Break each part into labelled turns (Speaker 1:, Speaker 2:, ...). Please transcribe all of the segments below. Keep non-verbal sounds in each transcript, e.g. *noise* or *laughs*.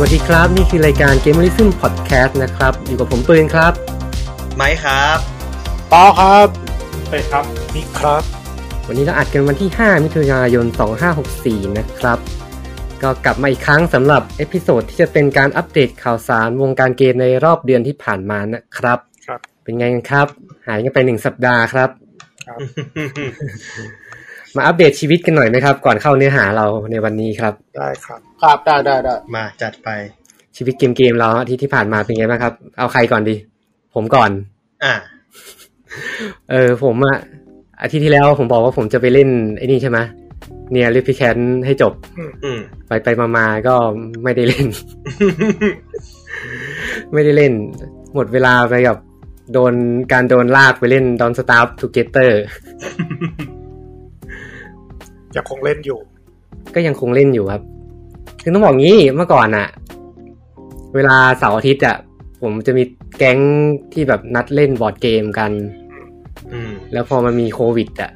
Speaker 1: วัสดีครับ นี่คือรายการ Gamerism Podcast นะครับ อยู่กับผมปืนครับ
Speaker 2: ไม้ครับ
Speaker 1: *laughs*
Speaker 3: ป้าครับเป็ดครับมิกครับ
Speaker 1: วันนี้เราอัดกันวันที่ 5 มิถุนายน 2564 นะครับ ก็กลับมาอีกครั้งสำหรับเอพิโซดที่จะเป็นการอัปเดตข่าวสารวงการเกมในรอบเดือนที่ผ่านมานะครับ
Speaker 3: ครับ
Speaker 1: เป็นไงกันครับ หายกันไปหนึ่งสัปดาห์ครับ
Speaker 3: ครับ
Speaker 1: มาอัปเดตชีวิตกันหน่อยไหมครับ ก่อนเข้าเนื้อหาเราในวันนี้ครับ
Speaker 3: ได้ครับครับได้ได้ได้
Speaker 2: มาจัดไป
Speaker 1: ชีวิตเกมเกมๆเราอาที่ที่ผ่านมาเป็นไงบ้างครับ เอาใครก่อนดี ผมก่อน
Speaker 2: อ่ะ
Speaker 1: เออผมอะอาทิตย์ที่แล้วผมบอกว่าผมจะไปเล่นไอ้นี่ใช่ไหมเนี่ยริพิแคนให้จบ
Speaker 2: อืม *laughs*
Speaker 1: ไปไปมามาก็ไม่ได้เล่น *laughs* ไม่ได้เล่น หมดเวลาไปกับโดนการโดนลากไปเล่นดอนสตาร์ฟทูเกเตอร์
Speaker 3: ยังคงเล่นอยู่
Speaker 1: ก็ยังคงเล่นอยู่ครับคือต้องบอกงี้เมื่อก่อนอะเวลาเสาร์อาทิตย์อะผมจะมีแก๊งที่แบบนัดเล่นบอร์ดเกมกัน
Speaker 2: อืม
Speaker 1: แล้วพอมันมีโควิดอ่ะ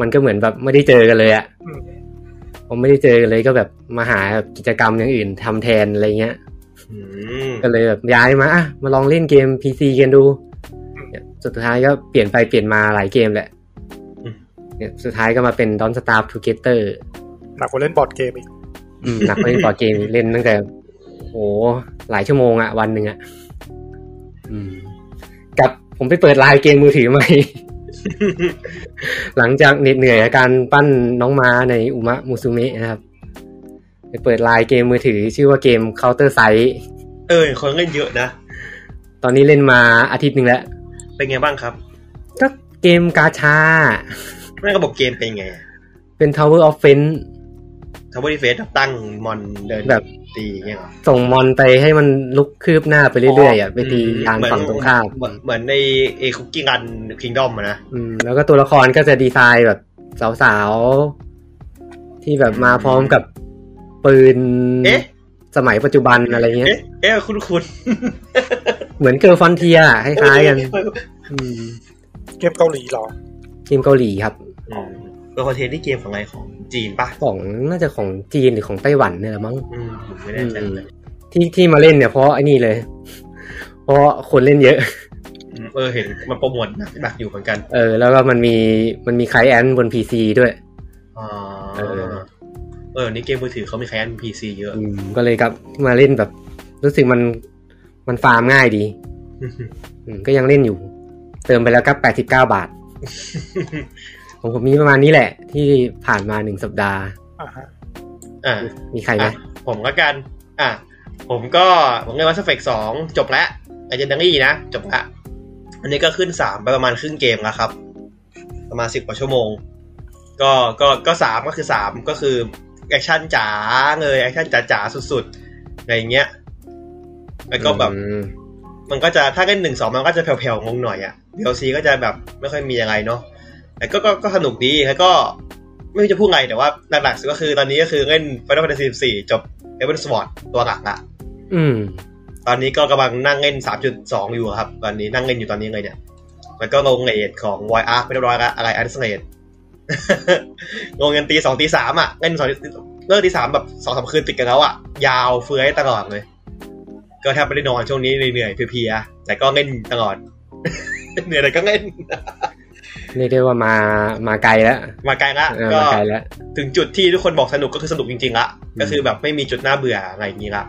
Speaker 1: มันก็เหมือนแบบไม่ได้เจอกันเลยอ่ะ
Speaker 3: อืม
Speaker 1: ผมไม่ได้เจอกันเลยก็แบบมาหาแบบกิจกรรมอย่างอื่นทำแทนอะไรเงี้ย
Speaker 2: อืม
Speaker 1: ก็เลยแบบย้ายมาอ่ะมาลองเล่นเกม PC กันดูเนี่ยสุดท้ายก็เปลี่ยนไปเปลี่ยนมาหลายเกมแหละ
Speaker 2: อืม
Speaker 1: เนี่ยสุดท้ายก็มาเป็น Don't Starve Together
Speaker 3: หนักกว่าเล่นบอร์ดเกมอีก
Speaker 1: อืมหนักกว่าเล่นต่อร์ดเกมเล่นตั้งแต่โอ้หลายชั่วโมงอ่ะ วันหนึ่งอ่ะอืมกับผมไปเปิดไลน์เกมมือถือใหม่ *laughs* หลังจากเหน็ดเหนื่อยกับการปั้นน้องม้าในอุมะมุซุเมะนะครับ ไปเปิดไลน์เกมมือถือ ชื่อว่าเกม Counter Strike
Speaker 2: เออคนเล่นเยอะนะ
Speaker 1: ตอนนี้เล่นมาอาทิตย์หนึ่งแล้ว
Speaker 2: เป็นไงบ้างครับ
Speaker 1: ก็เกมกาชา
Speaker 2: แม่งระบบเกมเป็นไง
Speaker 1: เป็น Tower of f e n
Speaker 2: ทาวเวอร์ดีเฟสตั้งมอนเดิน
Speaker 1: แบบ
Speaker 2: ตีเงี้ยเหรอ
Speaker 1: ส่งมอนไปให้มันลุกคืบหน้าไปเรื่อยๆอ่ะไปตียานฝั่งตรงข้าม
Speaker 2: เหมือนเหมือนในเอคุกกี้รันคิงดอมนะ
Speaker 1: อืมแล้วก็ตัวละครก็จะดีไซน์แบบสาวๆ ที่แบบมาพร้อมกับปืน
Speaker 2: เอ๊ะ
Speaker 1: สมัยปัจจุบันอะไรเงี้ย
Speaker 2: เอ๊ะเอ๊ะคุณคุณ
Speaker 1: เหมือนเกิร์ลฟอนเทียคล้ายๆกันอืม
Speaker 3: เกมเกาหลีเหรอ
Speaker 1: เกมเกาหลีครับ
Speaker 2: เป็นคอนเทนต์ที่เกมของอะไรของจีนปะ
Speaker 1: ของน่าจะของจีนหรือของไต้หวันเนี่ยแหละมั้ง
Speaker 2: อืมผมไม่แน่ใจเลย
Speaker 1: ที่ที่มาเล่นเนี่ยเพราะไอ้นี่เลย *laughs* เพราะคนเล่นเยอะ
Speaker 2: เออเห็นมันโปรโมทหนักหนักอยู่เหมือนกัน
Speaker 1: เออ แล้วก็มันมีมันมีไคลแอนท์บน PC ด้วย
Speaker 2: อ๋อ
Speaker 1: เออ
Speaker 2: เออนี่เกมมือถือเขามีแคนพีซี *laughs* เยอะ
Speaker 1: อืมก็เลยกลับมาเล่นแบบ รู้สึกมันมันฟาร์มง่ายดีอืมก็ยังเล่นอยู่ เติมไปแล้วครับ 89 บาท ผมผมมีประมาณนี้แหละ ที่ผ่านมาหนึ่งสัปดาห์
Speaker 3: อ่าฮะ
Speaker 2: อ่า
Speaker 1: มีใครไหม
Speaker 2: อ่ะผมละกัน อ่ะ ผมก็ผมเล่นวัสเฟกสองจบแล้วไอเจนดังอี้นะ จบละอันนี้ก็ขึ้นสามไปประมาณครึ่งเกมแล้วครับ ประมาณสิบกว่าชั่วโมง ก็ก็ก็สามก็คือสามก็คือแอคชั่นจ๋าเลยแอคชั่นจ๋าๆสุดๆอะไรอย่างเงี้ยแล้วก็แบบ
Speaker 1: อืม
Speaker 2: มันก็จะถ้าเล่นหนึ่งสองมันก็จะแผ่วๆงงหน่อยอะ่ะ DLC ก็จะแบบไม่ค่อยมีอะไรเนาะแต่ก็ก็ก็สนุกดีแล้วก็ไม่รู้จะพูดไงแต่ว่าหลักๆก็คือตอนนี้ก็คือเล่น Final Fantasy 14จบ e v e n Sword ตัวหลักละ
Speaker 1: อืม
Speaker 2: ตอนนี้ก็กำลังนั่งเล่น 3.2 อยู่ครับ ตอนนี้นั่งเล่นอยู่ตอนนี้เลยเนี่ย แล้วก็ลงเลดของ Void Arc ไปเรียบร้อยละอะไรอันสเลด *laughs* ลงกันตีสองตีสามอ่ะเล่นสองเลิกตีสามแบบสองสามคืนติดกันแล้วอ่ะยาวเฟื้อยตลอดเลย ก็แทบไม่ได้นอนช่วงนี้เหนื่อยๆเพลียๆแต่ก็เล่นตลอด *laughs* เหนื่อยแต่ก็เล่น
Speaker 1: เรียกได้ว่ามามาไกลแล้ว
Speaker 2: มาไกลละ
Speaker 1: เออ
Speaker 2: ก็
Speaker 1: มาไกลแล้ว
Speaker 2: ถึงจุดที่ทุกคนบอกสนุกก็คือสนุกจริงๆละก็คือแบบไม่มีจุดน่าเบื่ออะไรอย่างนี้ละ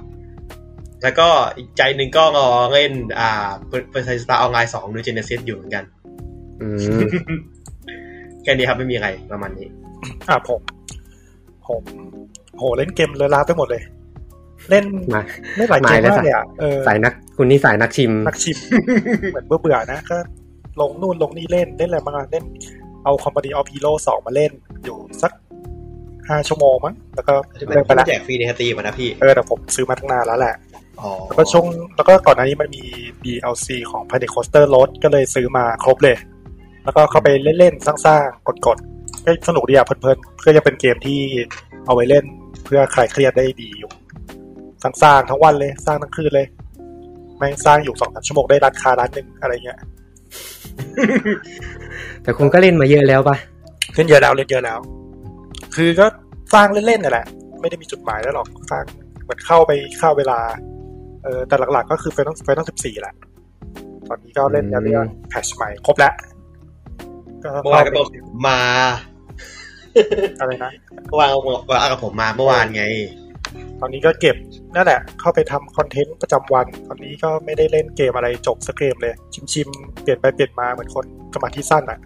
Speaker 2: แล้วก็อีกใจหนึ่งก็รอเล่น อ่าเป็นไซสตาร์ออนไลน์สองดูเจเนซิสอยู่เหมือนกัน
Speaker 1: อืม
Speaker 2: แค่นี้ครับไม่มีอะไรประมาณนี้
Speaker 3: อ่าผมผมโหเล่นเกมเลอะลาไปหมดเลย เล่น
Speaker 1: มา
Speaker 3: เล่นหลายเกมมากเลยอ่ะเออ
Speaker 1: สายนักคุณนี่สายนักชิม
Speaker 3: นักชิม เหมือนเบื่อเบื่อๆนะก็ลงนู่นลงนี่เล่นเล่นอะไรบ้างอะเล่นเอาคอม p a นีออฟฮีโร่สองมาเล่นอยู่สักห้าชั่วโมงมั้งแล้วก็เลิกไปละ
Speaker 2: แจกฟรีในสตรีมอะนะพี่
Speaker 3: เออแต่ผมซื้อมาตั้งนานแล้วแหละ
Speaker 2: อ๋อ
Speaker 3: แล้วก็ช่วงแล้วก็ก่อนหน้านี้มันมี DLC ของ Pentecostal Road ก็เลยซื้อมาครบเลย แล้วก็เข้าไปเล่นๆ สร้างๆ กดๆก็สนุกดีอ่ะเพลินๆก็ยังเป็นเกมที่เอาไว้เล่นเพื่อคลายเครียดได้ดีอยู่สร้างๆทั้งวันเลย สร้างทั้งคืนเลย แม่งสร้างอยู่สองสามชั่วโมงได้ราคาร้านหนึ่งอะไรเงี้ย
Speaker 1: แต่คุณก็เล่นมาเยอะแล้วปะ
Speaker 3: เล่นเยอะแล้วเล่นเยอะแล้ว คือก็สร้างเล่นๆนี่นแหละ ไม่ได้มีจุดหมายแล้วหรอกสร้างเห มือนเข้าไปเข้าเวลา เออแต่หลักๆก็คือไฟนอลไฟนอลสิบสี่แหละ ตอนนี้ก็เล่นแล้วเรียกแพชใหม่ครบแล้ว
Speaker 2: เมื่อวานก็บอกมา
Speaker 3: อะไรนะ
Speaker 2: เมื่อวานก็บอกว่ากับผมมาเมื่อวานไง
Speaker 3: ตอนนี้ก็เก็บนั่นแหละ เข้าไปทำคอนเทนต์ประจำวัน ตอนนี้ก็ไม่ได้เล่นเกมอะไรจบสักเกมเลย ชิมๆ เปลี่ยนไปเปลี่ยนมาเหมือนคนสมาธิสั้นอะ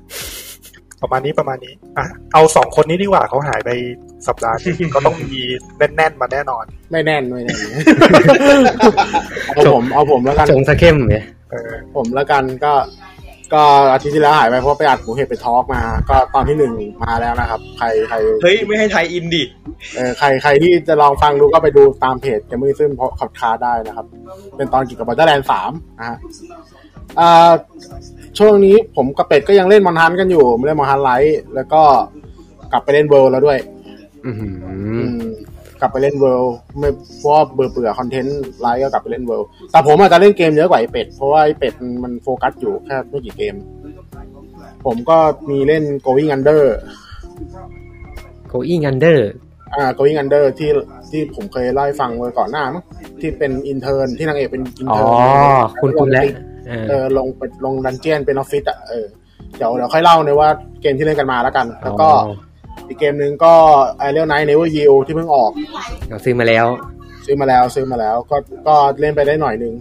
Speaker 3: ประมาณนี้ประมาณนี้อ่ะเอาสองคนนี้ดีกว่าเขาหายไปสัปดาห์หนึ่ง ก็ต้องมีแน่นๆมาแน่นอน
Speaker 4: ไม่แน่นไม่
Speaker 2: *laughs*
Speaker 4: แน่น เอาผมเอาผมแล้วกัน
Speaker 1: ชงสะเข้มเนี่ย
Speaker 3: เออ
Speaker 4: ผมแล้วกันก็ ก็อาทิตย์ที่แล้วหายไปเพราะไปอัดหมูเห็ดไปทอล์กมา ก็ตอนที่หนึ่งมาแล้วนะครับ ใครใคร
Speaker 2: เฮ้ย ไม่ให้ไทยอินดิ
Speaker 4: เออใครใครที่จะลองฟังดูก็ไปดูตามเพจแกมมี่ซึ่งพอขับคาได้นะครับ เป็นตอนเกี่ยวกับบัตเตอร์แลนด์สามนะฮะอ่าช่วงนี้ผมกับเป็ดก็ยังเล่นมอนฮันกันอยู่ ไม่เล่นมอนฮันไลท์แล้วก็กลับไปเล่นเวิลด์แล้วด้วย
Speaker 1: อื้อหื
Speaker 4: อื
Speaker 1: อ
Speaker 4: มกลับไปเล่นเวิลด์ไม่เพราะว่าเบื่อเบื่อคอนเทนต์ไลฟ์ก็กลับไปเล่นเวิลด์แต่ผมอาจจะเล่นเกมเยอะกว่าไอเป็ด เพราะว่าไอเป็ดมันโฟกัสอยู่แค่ไม่กี่เกม ผมก็มีเล่น going under
Speaker 1: โกอี้งันเดอร์
Speaker 4: อ่า going under ที่ที่ผมเคยเล่าให้ฟังไว้ก่อนหน้ามั้งที่เป็นอินเทอร์นที่นางเอกเป็นอิน
Speaker 1: อ๋อ
Speaker 4: เทอร์
Speaker 1: คุณคุณแล้วเออ
Speaker 4: เออลงไปลงดันเจียนเป็นออฟฟิศอ่ะเออเดี๋ยวเดี๋ยวค่อยเล่าเลยว่าเกมที่เล่นกันมาแล้วกัน แล้วก็
Speaker 1: อ๋อ
Speaker 4: อีกเกมหนึ่งก็ i r e l Knight Never Yield ที่เพิ่งออก
Speaker 1: เราซื้อมาแล้ว
Speaker 4: ซื้อมาแล้วซื้อมาแล้วก็ก็เล่นไปได้หน่อยหนึง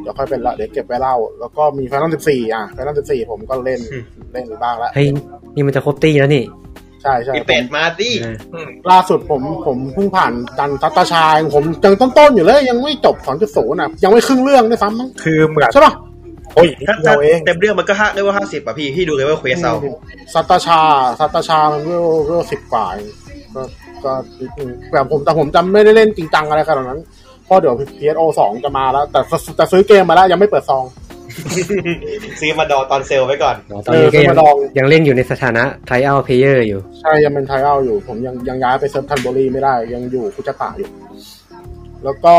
Speaker 4: เดี๋ยวค่อยเป็นละเดี๋ยวเก็บไว้เล่า แล้วก็มี Final 14 อ่ะ Final 14 ผมก็เล่นเล่นอยู่บ้างแล้ว
Speaker 1: เฮ้ย นี่มันจะครบตี้แล้วนี่
Speaker 4: ใช่ใช่
Speaker 2: อีเป็ดมาสิ
Speaker 1: เออ
Speaker 3: อืม
Speaker 4: ล่าสุดผมผมเพิ่งผ่านดันทัตตาชาย ผมยังต้นๆอยู่เลย ยังไม่จบ2.0น่ะ ยังไม่ครึ่งเรื่องด้วยซ้ำมั้ง
Speaker 3: คือเหมือน
Speaker 4: ใช่ป่ะ
Speaker 3: โอ้ยนี่
Speaker 2: ถ้า
Speaker 3: เดียวเอง
Speaker 2: เต็มเรื่องมันก็ห้าเรียกว่าห้าสิบอ่ะพี่พี่ดูเลยว่าเควส
Speaker 3: *laughs*
Speaker 2: เอา
Speaker 4: สัตตาชาสัตตาชามันเวลเวลสิบกว่าเองก็ก็นิดนึงแต่ผมแต่ผมจำไม่ได้เล่นจริงจังอะไรขนาดนั้นเพราะเดี๋ยว PSO สองจะมาแล้ว แต่ซแต่ซื้อเกมมาแล้วยังไม่เปิดซอง
Speaker 2: ซื้อมาดอตอนเซลไว้ก่อน
Speaker 1: อ๋อตอนนี้ก็
Speaker 4: เออซื้อ
Speaker 1: ยัง
Speaker 4: มาลอง
Speaker 1: ยังเล่นอยู่ในสถานะไทเอาเพเยอร์อยู่
Speaker 4: ใช่ยังเป็นไทเอาอยู่ ผมยังยังย้ายไปเซิร์ฟทันโบรีไม่ได้ ยังอยู่คุจตะอยู่ แล้วก็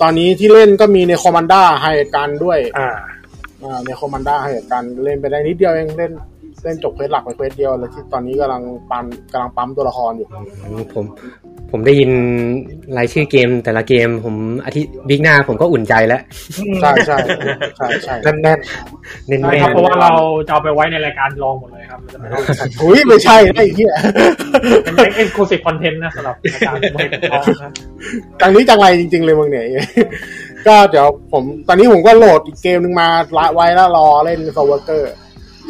Speaker 4: ตอนนี้ที่เล่นก็มีในคอมมานด้าให้การด้วย
Speaker 3: อ่า
Speaker 4: อ่าในคอมมานด้าให้การเล่นไปได้นิดเดียวเองเล่นเล่นจบเควสหลักไปเควสเดียวแล้วที่ตอนนี้กำลังปั๊มกำลังปั๊มตัวละครอยู่
Speaker 1: ผมผมได้ยินรายชื่อเกมแต่ละเกมผมอาทิตย์บิ๊กหน้าผมก็อุ่นใจแล้ว
Speaker 4: ใช่ใช่ใช่ใช่
Speaker 3: แน่น
Speaker 1: เน้น
Speaker 5: ใช่
Speaker 1: แม่
Speaker 5: ครับ
Speaker 1: น
Speaker 5: เพราะว่าเราจะเอาไปไว้ในรายการลองหมดเลยครับเราจะไม่
Speaker 1: *laughs*
Speaker 5: ต้อง
Speaker 4: อุ้ยไม่ใช่ไอ้เหี้ย
Speaker 5: เป็นเป็นเอ็กซ์คลูซีฟคอนเทนต์นะสำหรับรายการผมให้ลองนะ
Speaker 4: จังนี้จังไรจริง ๆ เลยมึงเนี่ย ก็เดี๋ยวผมตอนนี้ผมก็โหลดอีกเกมหนึ่งมาละไว้แล้วรอเล่นโซเวอร์เกอร์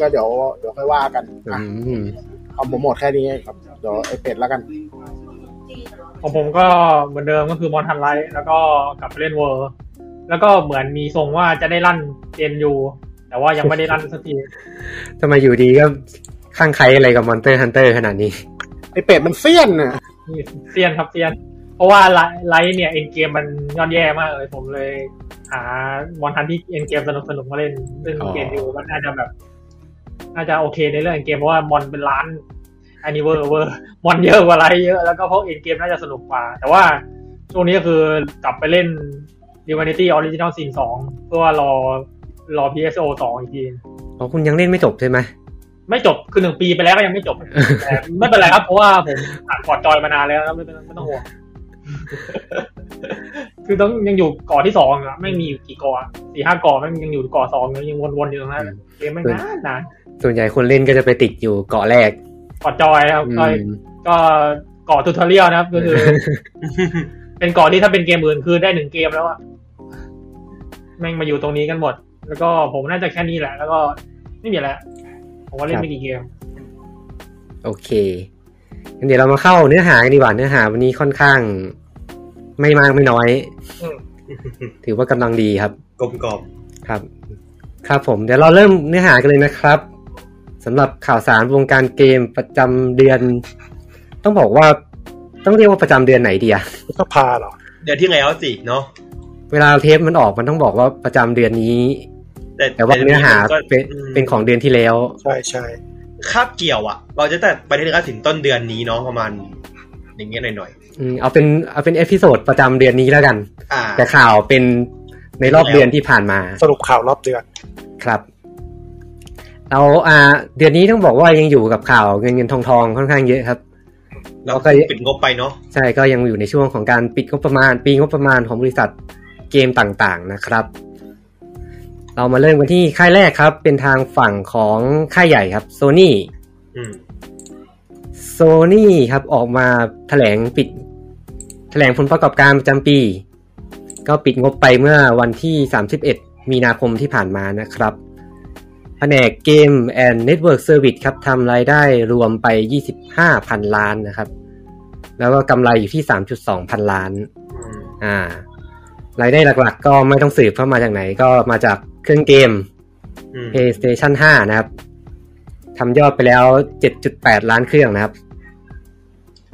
Speaker 4: ก็เดี๋ยวเดี๋ยวค่อยว่ากัน
Speaker 1: อื
Speaker 4: อ่ะ
Speaker 1: ม
Speaker 4: เอาผมหมดแค่นี้ครับเดี๋ยวไอเป็ดแล้วกัน
Speaker 5: ของผมก็เหมือนเดิมก็คือมอนทันไลท์แล้วก็กลับไปเล่นเวอร์แล้วก็เหมือนมีทรงว่าจะได้ลั่นเอ็นยูแต่ว่ายังไม่ได้ลั่นสักที
Speaker 1: ทำไมอยู่ดีก็ข้างใครอะไรกับมอนเตอร์ฮันเตอร์ขนาดนี้
Speaker 4: ไอเป็ดมันเสี้ยนน่ะ
Speaker 5: นี่เซียนครับเซียน เพราะว่าไลท์เนี่ยเอ็นเกมมันยอดแย่มากเลยผมเลยหามอนทันที่เอ็นเกมสนุกสนุกๆมาเล่นซึ่ง
Speaker 1: อ๋อ
Speaker 5: เกมยูมันน่าจะแบบน่าจะโอเคในเรื่องเกมเพราะว่ามอนเป็นล้านอันนี้เวอร์เวอร์ *laughs* มอนเยอะกว่าไลท์เยอะแล้วก็เพราะเอ็นเกมน่าจะสนุกกว่า แต่ว่าช่วงนี้ก็คือกลับไปเล่น Divinity Original Sin 2 เพื่อว่ารอรอ PSO 2 อีกที
Speaker 1: อ๋อคุณยังเล่นไม่จบใช่ไหม
Speaker 5: ไม่จบคือหนึ่งปีไปแล้วก็ยังไม่จบ แต่ไม่เป็นไรครับ เพราะว่าผมผ่านกอดจอยมานานแล้วนะไม่เป็นไม่ต้องห่วง คือต้องยังอยู่ก่อที่สองอะไม่มีอยู่กี่ก่ออะสี่ห้าก่อไม่งยังอยู่ก่อสองอยู่ยังวนๆอยู่ตรงนั้นอะเกมแม่งนานนาน
Speaker 1: ส่วนใหญ่คนเล่นก็จะไปติดอยู่เกาะแรก
Speaker 5: กอดจอยนะครับก็
Speaker 1: อืม
Speaker 5: ก็ก่อทูทอเรียลนะครับ ก็คือ *laughs* เป็นก่อที่ถ้าเป็นเกมอื่นคือได้หนึ่งเกมแล้วอะแม่งมาอยู่ตรงนี้กันหมด แล้วก็ผมน่าจะแค่นี้แหละ แล้วก็ไม่มีอะไรละผมว่าเล่นไม่กี่เกม
Speaker 1: โอเคงั้นเดี๋ยวเรามาเข้าเนื้อหากันดีกว่าเนื้อหาวันนี้ค่อนข้าง ไม่มากไม่น้อย
Speaker 3: อืม
Speaker 1: ถือว่ากำลังดีครับ
Speaker 2: กลมกล่อม
Speaker 1: ครับ ครับผม เดี๋ยวเราเริ่มเนื้อหากันเลยนะครับสำหรับข่าวสารวงการเกมประจำเดือน ต้องบอกว่าต้องเรียกว่าประจำเดือนไหนดีอะ
Speaker 3: ๆพฤษภาเหรอ
Speaker 2: เดี๋ยวที่ไงเอาสิเนาะ
Speaker 1: เวลาเทปมันออกมันต้องบอกว่าประจำเดือนนี้ แต่ว่าเนื้อหา
Speaker 2: ก็
Speaker 1: เป็น
Speaker 2: อืม
Speaker 1: เป็นของเดือนที่แล้ว
Speaker 3: ใช่ใช่
Speaker 2: คาบเกี่ยวอ่ะ เราจะแต่ไปที่ก็ถึงต้นเดือนนี้เนาะประมาณ อย่างเงี้ยหน่อย
Speaker 1: อืมเอาเป็นเอาเป็นเอพิโซดประจำเดือนนี้แล้วกัน
Speaker 2: ๆอ่า
Speaker 1: แต่ข่าวเป็นในรอบเดือนที่ผ่านมา
Speaker 3: สรุปข่าวรอบเดือน
Speaker 1: ครับ เราอ่า เดือนนี้ต้องบอกว่ายังอยู่กับข่าวเงินเงินทองทองค่อนข้างเยอะครับ
Speaker 2: เรา
Speaker 1: ก็
Speaker 2: ปิดงบไปเนาะ
Speaker 1: ใช่ก็ยังอยู่ในช่วงของการปิดงบประมาณ ปีงบประมาณของบริษัทเกมต่างๆนะครับ เรามาเริ่มกันที่ค่ายแรกครับ เป็นทางฝั่งของค่ายใหญ่ครับ Sony
Speaker 2: อืม
Speaker 1: Sony ครับออกมาแถลงปิด แถลงผลประกอบการประจำปี ก็ปิดงบไปเมื่อวันที่ 31 มีนาคมที่ผ่านมานะครับแผนกเกม and Network Service ครับทำรายได้รวมไป 25,000 ล้านนะครับ แล้วก็กำไรอยู่ที่ 3.2 พันล้าน
Speaker 2: อืม
Speaker 1: อ่ารายได้หลักๆ ก็ไม่ต้องสืบเข้ามาจากไหน ก็มาจากเครื่องเกม
Speaker 2: อืม
Speaker 1: PlayStation 5 นะครับทำยอดไปแล้ว 7.8 ล้านเครื่องนะครับ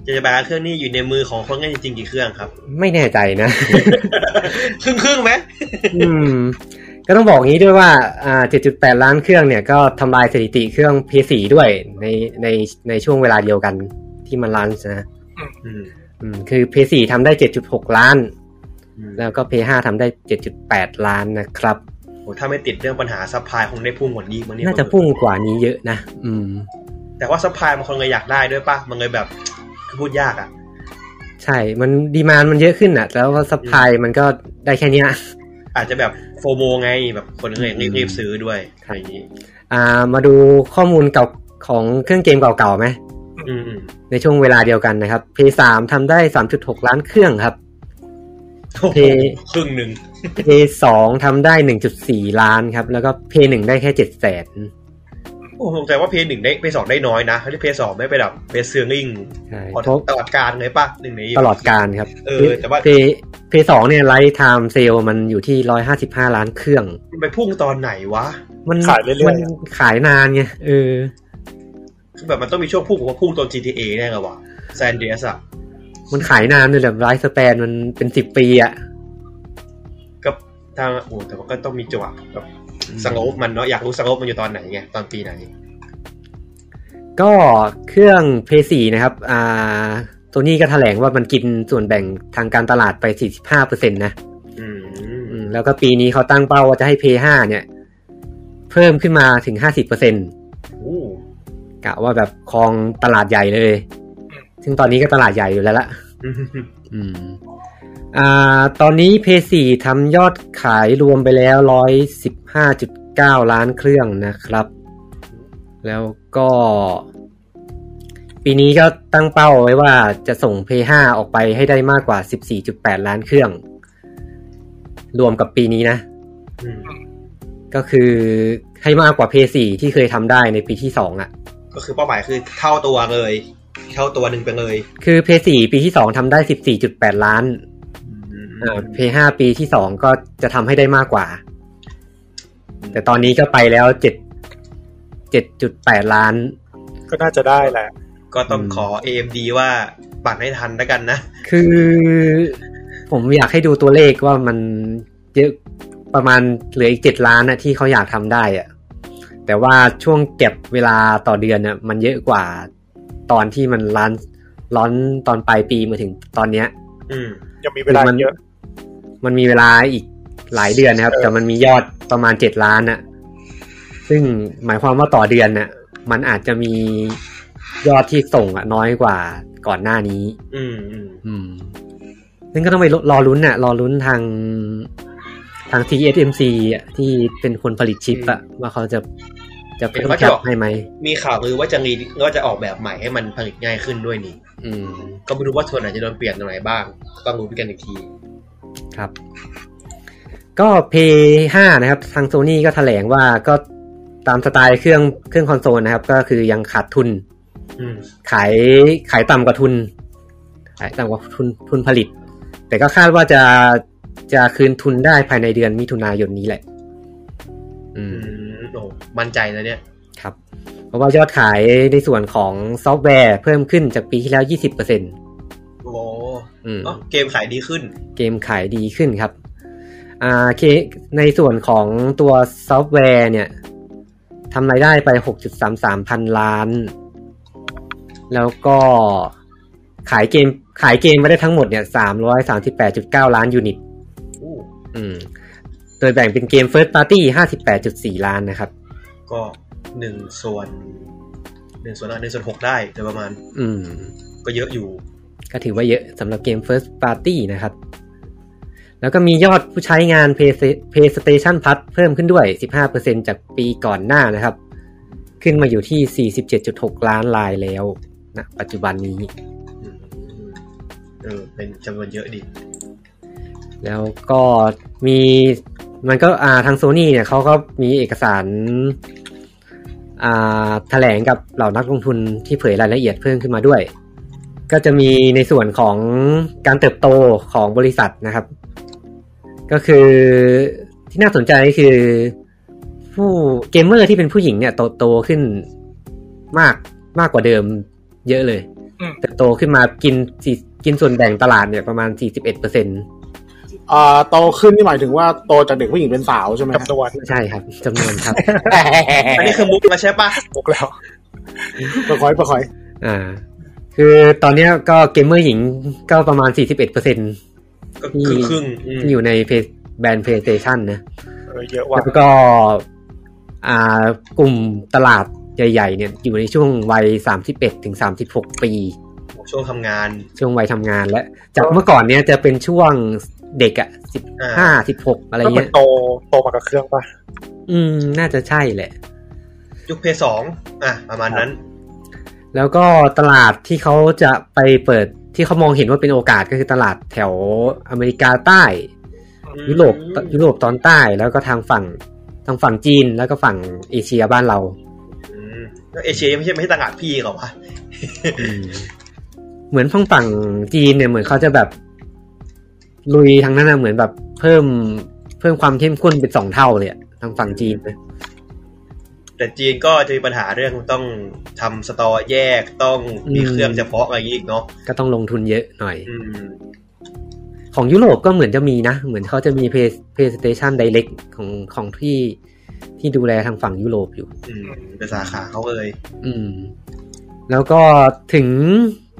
Speaker 2: จะจะแบกเครื่องนี้อยู่ในมือของคนง่ายจริงๆกี่เครื่อง
Speaker 1: *laughs*
Speaker 2: ครับ
Speaker 1: ไม่แน่ใจนะ
Speaker 2: ครึ่งครึ่งๆไหม
Speaker 1: อืม ก็ต้องบอกงี้ด้วยว่า อ่า 7.8 ล้านเครื่องเนี่ย ก็ทำลายสถิติเครื่อง PS4 ด้วยในในในช่วงเวลาเดียวกันที่มันลันช์นะ
Speaker 2: อืม
Speaker 1: อืมคือ PS4 ทำได้ 7.6 ล้าน
Speaker 2: อืม
Speaker 1: แล้วก็ PS5 ทำได้ 7.8 ล้านนะครับ
Speaker 2: โหถ้าไม่ติดเรื่องปัญหาซัพพลายคงได้พุ่งกว่านี้มันนี่
Speaker 1: น่าจะพุ่งกว่านี้เยอะนะ อืม
Speaker 2: แต่ว่าซัพพลายมันคนเลยอยากได้ด้วยป่ะ มันเลยแบบคือพูดยากอ่ะ
Speaker 1: ใช่ มันดีมานมันเยอะขึ้นอ่ะ แล้วก็ซัพพลายมันก็ได้แค่เนี้ย
Speaker 2: อาจจะแบบโฟโมไงแบบคนเลยรีบรีบซื้อด้วยอะไรอย่างนี้
Speaker 1: อ่า มาดูข้อมูลเก่าของเครื่องเกมเก่าๆไหม
Speaker 2: อืมอืม
Speaker 1: ในช่วงเวลาเดียวกันนะครับ P3 ทำได้ 3.6 ล้านเครื่องครับ
Speaker 2: โอ้โห
Speaker 1: เท
Speaker 2: ครึ่งหนึ่ง
Speaker 1: P2 ทำได้ 1.4 ล้านครับ แล้วก็ P1 ได้แค่7แสน
Speaker 2: โอ้โหแต่ว่าเพย์หนึ่งได้เพย์สองได้น้อยนะที่เพย์สองไม่ไปแบบเพย์เซอร์ลิง
Speaker 1: ใช่
Speaker 2: พอ
Speaker 1: เพราะ
Speaker 2: ตลอดการเลยป่ะหนึ่งใน
Speaker 1: ตลอดการครับ
Speaker 2: เออแต่ว่า
Speaker 1: P P2 เนี่ยไลท์ไทม์เซลมันอยู่ที่ 155 ล้านเครื่อง
Speaker 2: มันไปพุ่งตอนไหนวะ
Speaker 1: มัน
Speaker 3: ขายเรื่อยๆ
Speaker 1: มัน
Speaker 3: อะ
Speaker 1: ขายนานไง เออ
Speaker 2: คือแบบมันต้องมีช่วงพุ่งผมว่าพุ่งตอน GTA แน่เลยวะแซนเดียสอะ
Speaker 1: มันขายนานเลยแบบไลฟ์สเปนมันเป็นสิบปีอะ
Speaker 2: ก็ทางโอ้แต่ว่าก็ต้องมีจังหวะแบบสงบมันเนาะอยากรู้สงบมันอยู่ตอนไหนไงตอนปีไหน
Speaker 1: ก็เครื่อง p พ4นะครับ อ่า ตัวนี้ก็แถลงว่ามันกินส่วนแบ่งทางการตลาดไป 45%นะ
Speaker 2: อืม
Speaker 1: อืมแล้วก็ปีนี้เขาตั้งเป้าว่าจะให้ p 5เนี่ย เพิ่มขึ้นมาถึง 50%
Speaker 2: โอ้
Speaker 1: กะว่าแบบครองตลาดใหญ่เลย ซึ่งตอนนี้ก็ตลาดใหญ่อยู่แล้วละ
Speaker 2: อืม
Speaker 1: อืม อ่า ตอนนี้ p 4ทำยอดขายรวมไปแล้ว 115.9 ล้านเครื่องนะครับ แล้วก็ ปีนี้ก็ตั้งเป้าไว้ว่าจะส่ง p 5ออกไปให้ได้มากกว่า 14.8 ล้านเครื่อง รวมกับปีนี้นะ
Speaker 2: อืม
Speaker 1: ก็คือให้มากกว่า p 4ที่เคยทำได้ในปีที่ 2อะ่ะ
Speaker 2: ก็คือเป้าหมายคือเท่าตัวเลย เท่าตัวหนึ่งไปเลย
Speaker 1: คือ p 4ปีที่ 2ทำได้ 14.8 ล้านอ่า p 5ปีที่ 2 ก็จะทำให้ได้มากกว่า แต่ตอนนี้ก็ไปแล้ว 7 7.8 ล้าน
Speaker 3: ก็น่าจะได้แหละ
Speaker 2: ก็ต้องขอ AMD ว่าปั่นให้ทันแล้วกันนะ
Speaker 1: คือผมอยากให้ดูตัวเลขว่ามันเยอะประมาณเหลืออีกเจ็ดล้านนะที่เขาอยากทำได้อะแต่ว่าช่วงเก็บเวลาต่อเดือนน่ะมันเยอะกว่าตอนที่มันร้านร้อนตอนปลายปีมาถึงตอนเนี้ย
Speaker 2: อืม
Speaker 3: ยังมีเวลา
Speaker 1: มั
Speaker 3: เยอะ
Speaker 1: มันมีเวลาอีกหลายเดือนนะครับ
Speaker 2: เออ
Speaker 1: แต่มันมียอดประมาณเจ็ดล้านน่ะซึ่งหมายความว่าต่อเดือนน่ะมันอาจจะมียอดที่ส่งอะน้อยกว่าก่อนหน้านี้
Speaker 2: อืมอืม
Speaker 1: อืมซึ่งก็ต้องไปรอลุ้นน่ะ รอลุ้นทางทาง TSMC อ่ะที่เป็นคนผลิตชิปอ่ะว่าเขาจะจะเพิ่มแคปให้ไหม
Speaker 2: มีข่าวคือว่าจะรีว่าจะออกแบบใหม่ให้มันผลิตง่ายขึ้นด้วยนี่
Speaker 1: อืม
Speaker 2: ก็ไม่รู้ว่าส่วนไหนจะโดนเปลี่ยนตรงไหนบ้าง ต้องรู้กันอีกที
Speaker 1: ครับ ก็ P5 นะครับ ทางโซนี่ก็แถลงว่าก็ตามสไตล์เครื่องเครื่องคอนโซลนะครับ ก็คือยังขาดทุน
Speaker 2: อืม
Speaker 1: ขายขายต่ำกว่าทุน ขายต่ำกว่าทุนทุนผลิต แต่ก็คาดว่าจะจะคืนทุนได้ภายในเดือนมิถุนายนนี้แหละ อื
Speaker 2: อื
Speaker 1: ม
Speaker 2: มโอ้มั่นใจนะเนี่ย
Speaker 1: ครับ เพราะว่ายอดขายในส่วนของซอฟต์แวร์เพิ่มขึ้นจากปีที่แล้ว 20%
Speaker 2: โอ้
Speaker 1: อืม
Speaker 2: เอ้าเกมขายดีขึ้น
Speaker 1: เกมขายดีขึ้นครับ อ่าเคในส่วนของตัวซอฟต์แวร์เนี่ยทำรายได้ไป 6.33 พันล้าน แล้วก็ขายเกมขายเกมมาได้ทั้งหมดเนี่ย 338.9 ล้านยูนิต
Speaker 2: อู้
Speaker 1: อืม โดยแบ่งเป็นเกม First Party 58.4 ล้านนะครับ
Speaker 2: ก็หนึ่งส่วน หนึ่งส่วนหนึ่งส่วนหกได้โดยประมาณ
Speaker 1: อืม
Speaker 2: ก็เยอะอยู่
Speaker 1: ก็ถือว่าเยอะสำหรับเกม First Party นะครับ แล้วก็มียอดผู้ใช้งาน Play- PlayStation Plus เพิ่มขึ้นด้วย 15%จากปีก่อนหน้านะครับ ขึ้นมาอยู่ที่ 47.6 ล้านรายแล้วนะปัจจุบันนี้
Speaker 2: อืมเออเป็นจำนวนเยอะดี
Speaker 1: แล้วก็มีมันก็อ่าทางโซนี่เนี่ยเขาก็มีเอกสารอ่าแถลงกับเหล่านักลงทุนที่เผยรายละเอียดเพิ่มขึ้นมาด้วย ก็จะมีในส่วนของการเติบโตของบริษัทนะครับ ก็คือที่น่าสนใจก็คือ ผู้เกมเมอร์ที่เป็นผู้หญิงเนี่ยโตโตขึ้นมากมากกว่าเดิมเยอะเลย
Speaker 3: อืม
Speaker 1: เติบโตขึ้นมากินสี่กินส่วนแบ่งตลาดเนี่ยประมาณ 41เปอร์เซ็นต์
Speaker 4: เอ่อโตขึ้นนี่หมายถึงว่าโตจากเด็กผู้หญิงเป็นสาวใช่ไหมครับ
Speaker 3: จำนวน
Speaker 1: ใช่ครับจำนวน
Speaker 3: *laughs*
Speaker 1: ครับ
Speaker 2: อันนี้คือมุกแล้วใช่ปะ
Speaker 3: ถูกแล้ว
Speaker 4: ประคอยประคอย
Speaker 1: อ่า คือตอนเนี้ยก็เกมเมอร์หญิงก็ประมาณ 41%เปอร์เซ็นต์
Speaker 2: ก็คือครึ่งอืม
Speaker 1: ที่อยู่ใน Play- แบรนด์ PlayStation นะ
Speaker 3: เออเยอะว่า
Speaker 1: แล้วก็ อ่ากลุ่มตลาดใหญ่ ๆ เนี่ยอยู่ในช่วงวัย 31ถึง36 ปี
Speaker 2: ช่วงทำงาน
Speaker 1: ช่วงวัยทำงานและ จากเมื่อก่อนเนี่ยจะเป็นช่วงเด็กอะ15 16 อะไร
Speaker 3: ก็เหมือ
Speaker 1: เงี้
Speaker 3: น
Speaker 1: ย
Speaker 3: โตโตมากับเครื่องป่ะ
Speaker 1: อืม น่าจะใช่แหละ
Speaker 2: ยุคเพย์สองอ่ะ ประมาณนั้น
Speaker 1: แล้วก็ตลาดที่เขาจะไปเปิดที่เขามองเห็นว่าเป็นโอกาสก็คือตลาดแถวอเมริกาใต้ ยุโรปยุโรปตอนใต้แล้วก็ทางฝั่งทางฝั่งจีนแล้วก็ฝั่งเอเชียบ้านเรา
Speaker 2: อืมแล้วเอเชียไม่ใช่ไม่ใช่ตลาดพี่เหรอวะ
Speaker 1: เหมือนทางฝั่งจีนเนี่ยเหมือนเขาจะแบบ ลุยทางนั้นนะเหมือนแบบเพิ่มเพิ่มความเข้มข้นเป็นสองเท่าเลยอะทางฝั่งจีนนะ
Speaker 2: แต่จีนก็จะมีปัญหาเรื่องต้องทำสตอร์แยกต้องมีเครื่องเฉพาะอะไรอย่างนี้อีกเนาะ
Speaker 1: ก็ต้องลงทุนเยอะหน่อย
Speaker 2: อืม
Speaker 1: ของยุโรปก็เหมือนจะมีนะ เหมือนเขาจะมี Play- PlayStation Direct ของของที่ที่ดูแลทางฝั่งยุโรปอยู่
Speaker 2: อืมเป็นสาขาเขาเลย
Speaker 1: อืม แล้วก็ถึง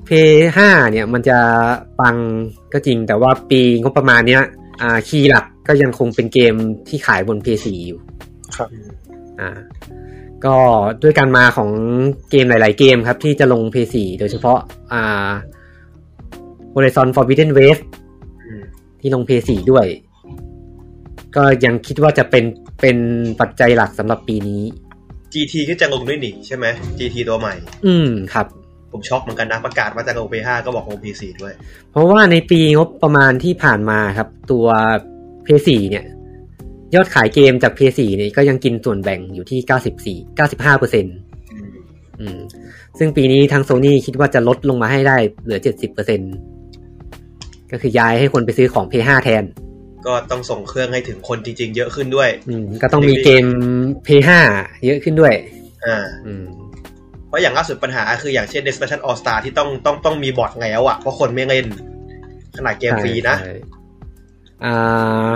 Speaker 1: P5 เนี่ยมันจะปังก็จริง แต่ว่าปีงบประมาณเนี้ย อ่าคีย์หลักก็ยังคงเป็นเกมที่ขายบน P4 อยู่
Speaker 3: ครับ
Speaker 1: อ่า ก็ด้วยการมาของเกมหลาย ๆ เกมครับ ที่จะลง P4 โดยเฉพาะ อ่า Horizon Forbidden West
Speaker 2: อืม
Speaker 1: ที่ลง P4 ด้วย ก็ยังคิดว่าจะเป็นเป็นปัจจัยหลักสำหรับปีนี้
Speaker 2: GT ก็จะลงด้วยนี่ใช่ไหม GT ตัวใหม่
Speaker 1: อืมครับ
Speaker 2: ผมช็อกเหมือนกันนะประกาศว่าจะลง P5 ก็บอกลง P4 ด้วย
Speaker 1: เพราะว่าในปีงบประมาณที่ผ่านมาครับ ตัว PS4 เนี่ย ยอดขายเกมจาก PS4 เนี่ยก็ยังกินส่วนแบ่งอยู่ที่ 94 95เปอร์เซ็นต์
Speaker 2: อืม
Speaker 1: ซึ่งปีนี้ทางโซ ny คิดว่าจะลดลงมาให้ได้เหลือ 70เปอร์เซ็นต์ก็คือย้ายให้คนไปซื้อของ PS5 แทน
Speaker 2: ก็ต้องส่งเครื่องให้ถึงคนจริง ๆ เยอะขึ้นด้วย
Speaker 1: อืม ก็ต้องมีเกม PS5 เยอะขึ้นด้วย
Speaker 2: อ่า
Speaker 1: อืม
Speaker 2: เพราะอย่างล่าสุดปัญหาคืออย่างเช่น Destination All Star ที่ต้องต้องต้องมีบอทแล้วอะเพราะคนไม่เล่น ขนาดเกมฟรีนะ
Speaker 1: ใช่อ่า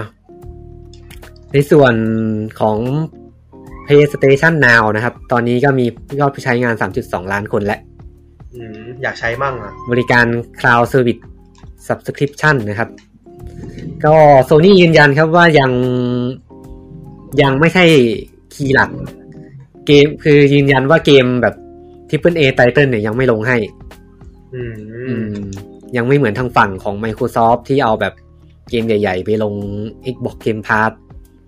Speaker 1: ในส่วนของ PlayStation Now นะครับ ตอนนี้ก็มียอดผู้ใช้งาน 3.2 ล้านคนและ
Speaker 2: อืมอยากใช้มั่งอะ
Speaker 1: บริการ Cloud Service Subscription นะครับ ก็ Sony ยืนยันครับว่ายังยังไม่ใช่คีย์หลัก เกมคือยืนยันว่าเกมแบบ Triple A Title เนี่ยยังไม่ลงให้
Speaker 2: อืม
Speaker 1: อืมยังไม่เหมือนทางฝั่งของ Microsoft ที่เอาแบบเกมใหญ่ ๆ ไปลง Xbox Game Pass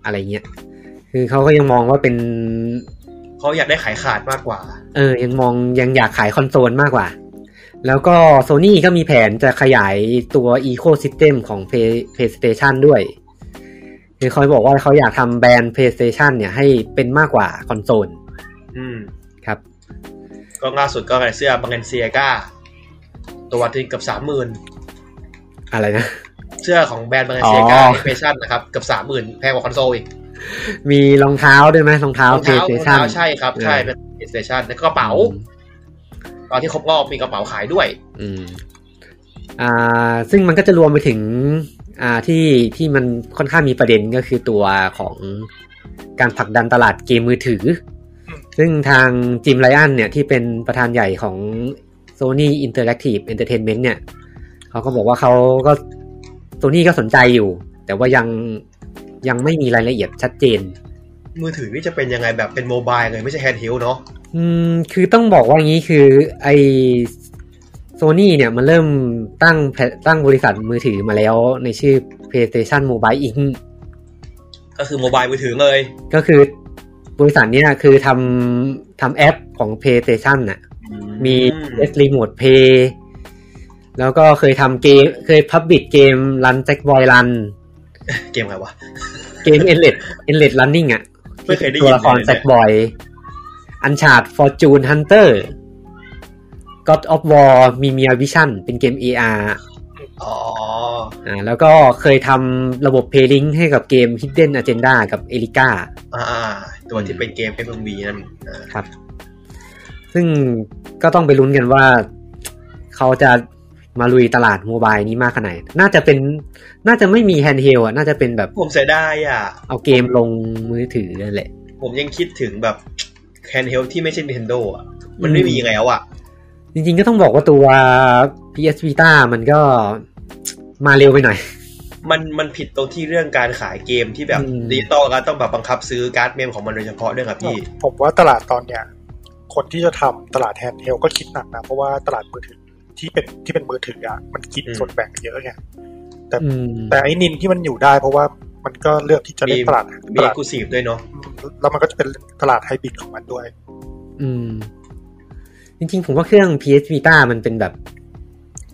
Speaker 1: อะไรเงี้ย คือเขาก็ยังมองว่าเป็น
Speaker 2: เขาอยากได้ขายขาดมากกว่า
Speaker 1: เออ ยังมองยังอยากขายคอนโซลมากกว่า แล้วก็ Sony ก็มีแผนจะขยายตัว Ecosystem ของ Play- PlayStation ด้วย คือเขาบอกว่าเขาอยากทำแบรนด์ PlayStation เนี่ยให้เป็นมากกว่าคอนโซล
Speaker 2: อืม
Speaker 1: ครับ
Speaker 2: ก็ล่าสุดก็ใส่เสื้อบางเกนเซียกาตัวที่เกือบสามหมื่น
Speaker 1: อะไรนะ *laughs*
Speaker 2: เสื้อของแบรนด์บางเกนเซียกา
Speaker 1: อ๋อ
Speaker 2: เฟชั่นนะครับเกือบสามหมื่นแพงกว่าคอนโซลอีก
Speaker 1: มีรองเท้าด้วยไหมรองเท้า
Speaker 2: รองเท้ารอง
Speaker 1: PlayStation
Speaker 2: เท้าใช่ครับ ใช่เป็น PlayStation แล้วก็กระเป๋า ตอนที่ครบรอบมีกระเป๋าขายด้วย
Speaker 1: อืม อ่า ซึ่งมันก็จะรวมไปถึง อ่า ที่ ที่มันค่อนข้างมีประเด็นก็คือตัวของการผลักดันตลาดเกมมือถือ
Speaker 3: อืม
Speaker 1: ซึ่งทางจิมไรอันเนี่ยที่เป็นประธานใหญ่ของ Sony Interactive Entertainment เนี่ย เขาก็บอกว่าเขาก็ Sony ก็สนใจอยู่ แต่ว่ายัง ยังไม่มีรายละเอียดชัดเจน
Speaker 2: มือถือนี่จะเป็นยังไงแบบเป็นโมบายเลยไม่ใช่แฮนด์เฮลเนาะ
Speaker 1: อืมคือต้องบอกว่าอย่างนี้คือไอโซนี่เนี่ยมันเริ่มตั้งแพลตตั้งบริษัทมือถือมาแล้วในชื่อ PlayStation Mobile Inc
Speaker 2: ก็คือโมบายมือถือเลย
Speaker 1: ก็คือบริษัทเนี้ยคือทำทำแอปของ PlayStation น่ะ มี S Remote Play แล้วก็เคยทำเกม เคยพับบิดเกม Run Jack Boy Run
Speaker 2: เกมอะไรวะ
Speaker 1: เกม Endless Endless Running อ่ะ
Speaker 2: ไม่เคยได้ยิน
Speaker 1: ตัวละคร
Speaker 2: เลยเนี่ย
Speaker 1: Jack Boy อันชาด Fortune Hunter God of War มีเมียวิชั่นเป็นเกม AR
Speaker 2: อ๋อ
Speaker 1: อ่าแล้วก็เคยทำระบบ p a y l i n k ให้กับเกม Hidden Agenda กับ Elika
Speaker 2: อ่าๆตัวที่เป็นเกม FMV นั่นอ่า
Speaker 1: ครับ ซึ่งก็ต้องไปลุ้นกันว่าเขาจะมาลุยตลาดโมบายนี้มากขนาดไหน น่าจะเป็น น่าจะไม่มีแฮนด์เฮลอ่ะ น่าจะเป็นแบบ
Speaker 2: ผมเสียดายอ่ะ
Speaker 1: เอาเกมลงมือถือนั่นแหละ
Speaker 2: ผมยังคิดถึงแบบแฮนด์เฮลที่ไม่ใช่ Nintendo อ่ะ มันไม่มีแล้วอ่ะ
Speaker 1: จริงๆก็ต้องบอกว่าตัว PS Vita มันก็มาเร็วไปหน่อย
Speaker 2: มันมันผิดตรงที่เรื่องการขายเกมที่แบบ
Speaker 1: อืม
Speaker 2: ดิจิตอลก็ต้องแบบบังคับซื้อการ์ดเมมของมันโดยเฉพาะด้วยครับพี่
Speaker 3: ผมว่าตลาดตอนเนี้ยคนที่จะทำตลาดแฮนด์เฮลก็คิดหนักนะ เพราะว่าตลาดมือถือที่เป็นที่เป็นมือถืออ่ะมันกินส่วนแบ่งเยอะไง
Speaker 1: อืม
Speaker 3: แต่ไอ้นินที่มันอยู่ได้เพราะว่ามันก็เลือกที่จะเล่นตลาด
Speaker 2: มี
Speaker 3: ตลา
Speaker 2: เอ
Speaker 3: ด
Speaker 2: กลูซีฟด้วยเนาะ
Speaker 3: แล้วมันก็จะเป็นตลาดไฮบริดของมันด้วย
Speaker 1: อืม จริงๆ ผมว่าเครื่อง PS Vita มันเป็นแบบ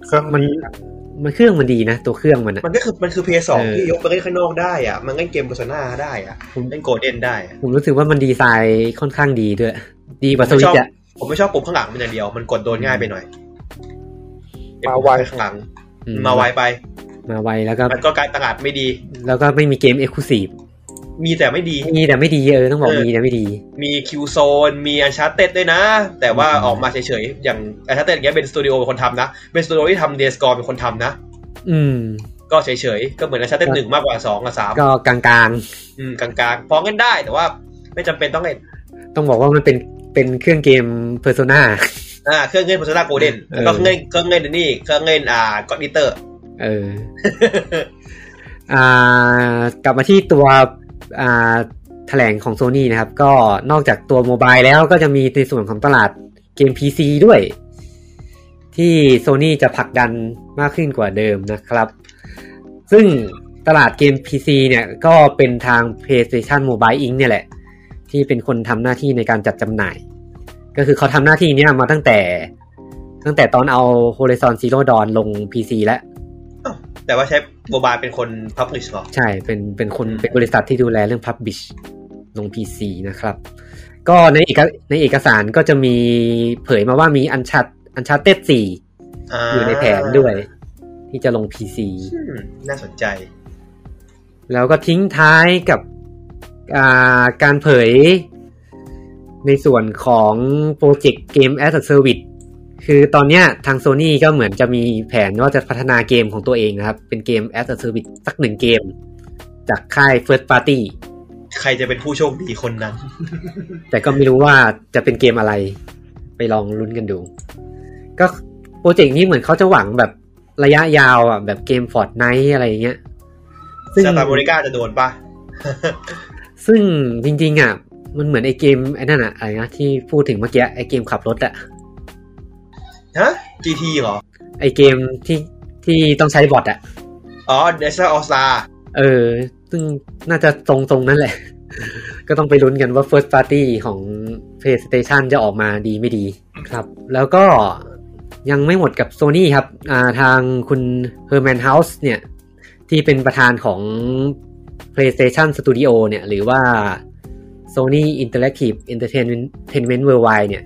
Speaker 3: เครื่อง
Speaker 1: มัน มันเครื่องมันดีนะ ตัวเครื่องมันอะ
Speaker 2: มันก็คือมันคือเพย์สอง
Speaker 1: เออ
Speaker 2: ที่ยกไปเล่นข้างนอกได้อ่ะ มันเล่นเกมบ e สนาได้อ่ะ
Speaker 1: ผม
Speaker 2: เล่นโกเด้นได้อะ
Speaker 1: ผมรู้สึกว่ามันดีไซน์ค่อนข้างดีด้วย ดีกว่าสวิตช์อะ
Speaker 2: ผมไม่ชอบปุ่มข้างหลังมันอย่างเดียว มันกดโดนง่ายไปหน่อย
Speaker 3: มาไว
Speaker 2: ปุ่ข้างหลัง มาไวไป
Speaker 1: มาไวแล้วก็
Speaker 2: มันก็การตลาดไม่ดี
Speaker 1: แล้วก็ไม่มีเกมเอ็กซ์คลูซีฟ
Speaker 2: มีแต่ไม่ดี
Speaker 1: มีแต่ไม่ดีเออต้องบอก
Speaker 2: เออ
Speaker 1: มีแต่ไม่ดี
Speaker 2: มีคิวโซนมีอันชาร์เต็ดด้วยนะ แต่ว่า
Speaker 1: อืม
Speaker 2: ออกมาเฉยๆ อย่างอันชาร์เต็ดอย่างเงี้ยเป็นสตูดิโอเป็นคนทำนะ เป็นสตูดิโอที่ทำเดสกอร์เป็นคนทำนะ
Speaker 1: อืม
Speaker 2: ก็เฉยๆ ก็เหมือนอันชาร์เต็ดหนึ่งมากกว่าสองกับสาม
Speaker 1: ก็กลาง
Speaker 2: อืมกลางๆ ฟ้องกันได้แต่ว่าไม่จำเป็นต้องเล่น
Speaker 1: ๆ ต้องบอกว่ามันเป็นเป็นเครื่องเกมเพอร์โซนา
Speaker 2: อ่าเครื่องเล่นพัสดุโกลเด้น
Speaker 1: เออ
Speaker 2: แล้วก็เครื่องเล่นเครื่องเล่นนี่เครื่องเล่นอ่าก็ดิเตอร์
Speaker 1: เออ อ่ากลับมาที่ตัวอ่าแถลงของโซ n y นะครับ ก็นอกจากตัวโมบายแล้วก็จะมีในส่วนของตลาดเกม PC ด้วย ที่ Sony จะผลักดันมากขึ้นกว่าเดิมนะครับ ซึ่งตลาดเกม PC เนี่ยก็เป็นทาง PlayStation Mobile Inc. เนี่ยแหละ ที่เป็นคนทำหน้าที่ในการจัดจำหน่าย ก็คือเขาทำหน้าที่เนี้ยมาตั้งแต่ ตั้งแต่ตอนเอา Horizon Zero Dawn ลง PC แล้ว
Speaker 2: *laughs* แต่ว่าใช้โมบายเป็นคนพับลิชหรอ
Speaker 1: ใช่ เป็น เป็นคน
Speaker 2: อืม
Speaker 1: เป็นบริษัทที่ดูแลเรื่อง Publish ลง PC นะครับ ก็ในเอกในเอกสารก็จะมีเผยมาว่ามีอันชัดอันชัดเต็ดสี่
Speaker 2: อ่า
Speaker 1: อยู่ในแผนด้วย ที่จะลง PC
Speaker 2: อืมน่าสนใจ
Speaker 1: แล้วก็ทิ้งท้ายกับอ่าการเผยในส่วนของโปรเจกต์เกม as a service คือตอนเนี้ยทาง Sony ก็เหมือนจะมีแผนว่าจะพัฒนาเกมของตัวเองนะครับ เป็นเกม as a service สักหนึ่งเกม จากค่าย First Party
Speaker 2: ใครจะเป็นผู้โชคดีคนนั้น
Speaker 1: แต่ก็ไม่รู้ว่าจะเป็นเกมอะไร ไปลองลุ้นกันดู ก็โปรเจกต์นี้เหมือนเขาจะหวังแบบระยะยาวอ่ะแบบเกมฟอร์ดไนท์อะไรอย่างเงี้ย ซึ่ง
Speaker 2: ซาตาโมริก้าจะโดนปะ
Speaker 1: ซึ่งจริงๆอ่ะ มันเหมือนไอเกมไอ้นั่นอ่ะอะไรนะที่พูดถึงเมื่อกี้ไอเกมขับรถอ่ะ
Speaker 2: ฮะ GT เหรอ
Speaker 1: ไอเกมที่ที่ต้องใช้บอทอ่ะ
Speaker 2: อ๋อ National All Star
Speaker 1: เออ ซึ่งน่าจะตรงตรงๆนั่นแหละ *laughs* ก็ต้องไปลุ้นกันว่า First Party ของ PlayStation จะออกมาดีไม่ดีครับ แล้วก็ยังไม่หมดกับ Sony ครับอ่าทางคุณ Herman House เนี่ย ที่เป็นประธานของ PlayStation Studio เนี่ย หรือว่า Sony Interactive Entertainment Entertainment Worldwide เนี่ย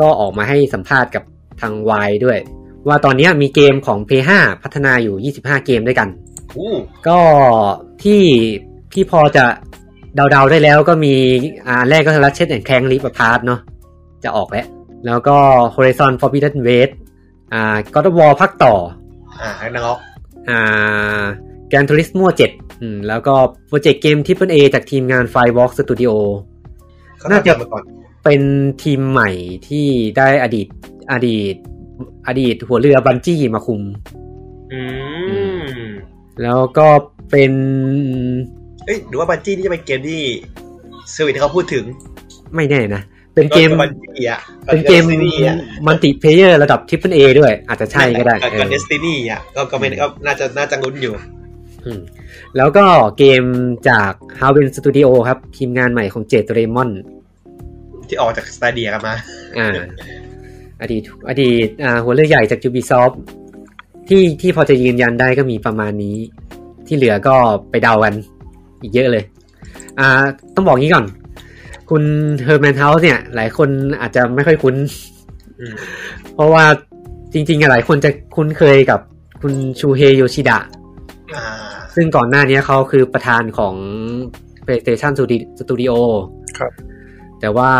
Speaker 1: ก็ออกมาให้สัมภาษณ์กับทาง Y ด้วย ว่าตอนเนี้ยมีเกมของ p 5พัฒนาอยู่ 25 เกมด้วยกัน
Speaker 2: อู้
Speaker 1: ก็ที่ที่พอจะเดาๆได้แล้วก็มีอ่าแรกก็คือ Ratchet and Clank Rift Apart เนาะจะออกแล้ว แล้วก็ Horizon Forbidden West อ่า God of War ภาคต่อ
Speaker 2: อ่าฮันนังล็อก
Speaker 1: อ่า Gran Turismo 7อืมแล้วก็โปรเจกต์เกม AAA จากทีมงาน Firewalk Studio
Speaker 2: ก็
Speaker 1: น่าจะ
Speaker 2: ทำมาก่อน
Speaker 1: เป็นทีมใหม่ที่ได้อดีตอดีต อดีตหัวเรือบันจี้มาคุม
Speaker 2: อืม
Speaker 1: แล้วก็เป็น
Speaker 2: เอ้ยหรือว่าบันจี้นี่จะเป็นเกมที่ เซอร์วิสที่เขาพูดถึง
Speaker 1: ไม่แน่นะ เป็นเกม
Speaker 2: บันจีอ่ะ
Speaker 1: เป็นเกม
Speaker 2: ซีรีอ่ะ
Speaker 1: มัลติเพเยอร์ระดับทริปเปิลเอด้วย อาจจะใช่ก็ได้เอ
Speaker 2: กับ
Speaker 1: อ
Speaker 2: เดสตินีอ่ะก็ก็ไม่ก็น่าจะน่าจะลุ้นอยู่
Speaker 1: อืมแล้วก็เกมจาก h a w e n Studio ครับ ทีมงานใหม่ของเจตเรมอน
Speaker 2: ที่ออกจากสตาเดียกันมา
Speaker 1: อ่า อดีตอดีตอ่าหัวเรือใหญ่จาก Ubisoft ที่ที่พอจะยืนยันได้ก็มีประมาณนี้ ที่เหลือก็ไปเดากัน อีกเยอะเลย อ่า ต้องบอกงี้ก่อน คุณเฮอร์แมนเฮาส์เนี่ย หลายคนอาจจะไม่ค่อยคุ้น
Speaker 2: อืม
Speaker 1: เพราะว่าจริงๆอะหลายคนจะคุ้นเคยกับคุณชูเฮโยชิดะ
Speaker 2: อ่า
Speaker 1: ซึ่งก่อนหน้านี้เขาคือประธานของ PlayStation Studi- Studio
Speaker 3: ครับ
Speaker 1: แต่ว่า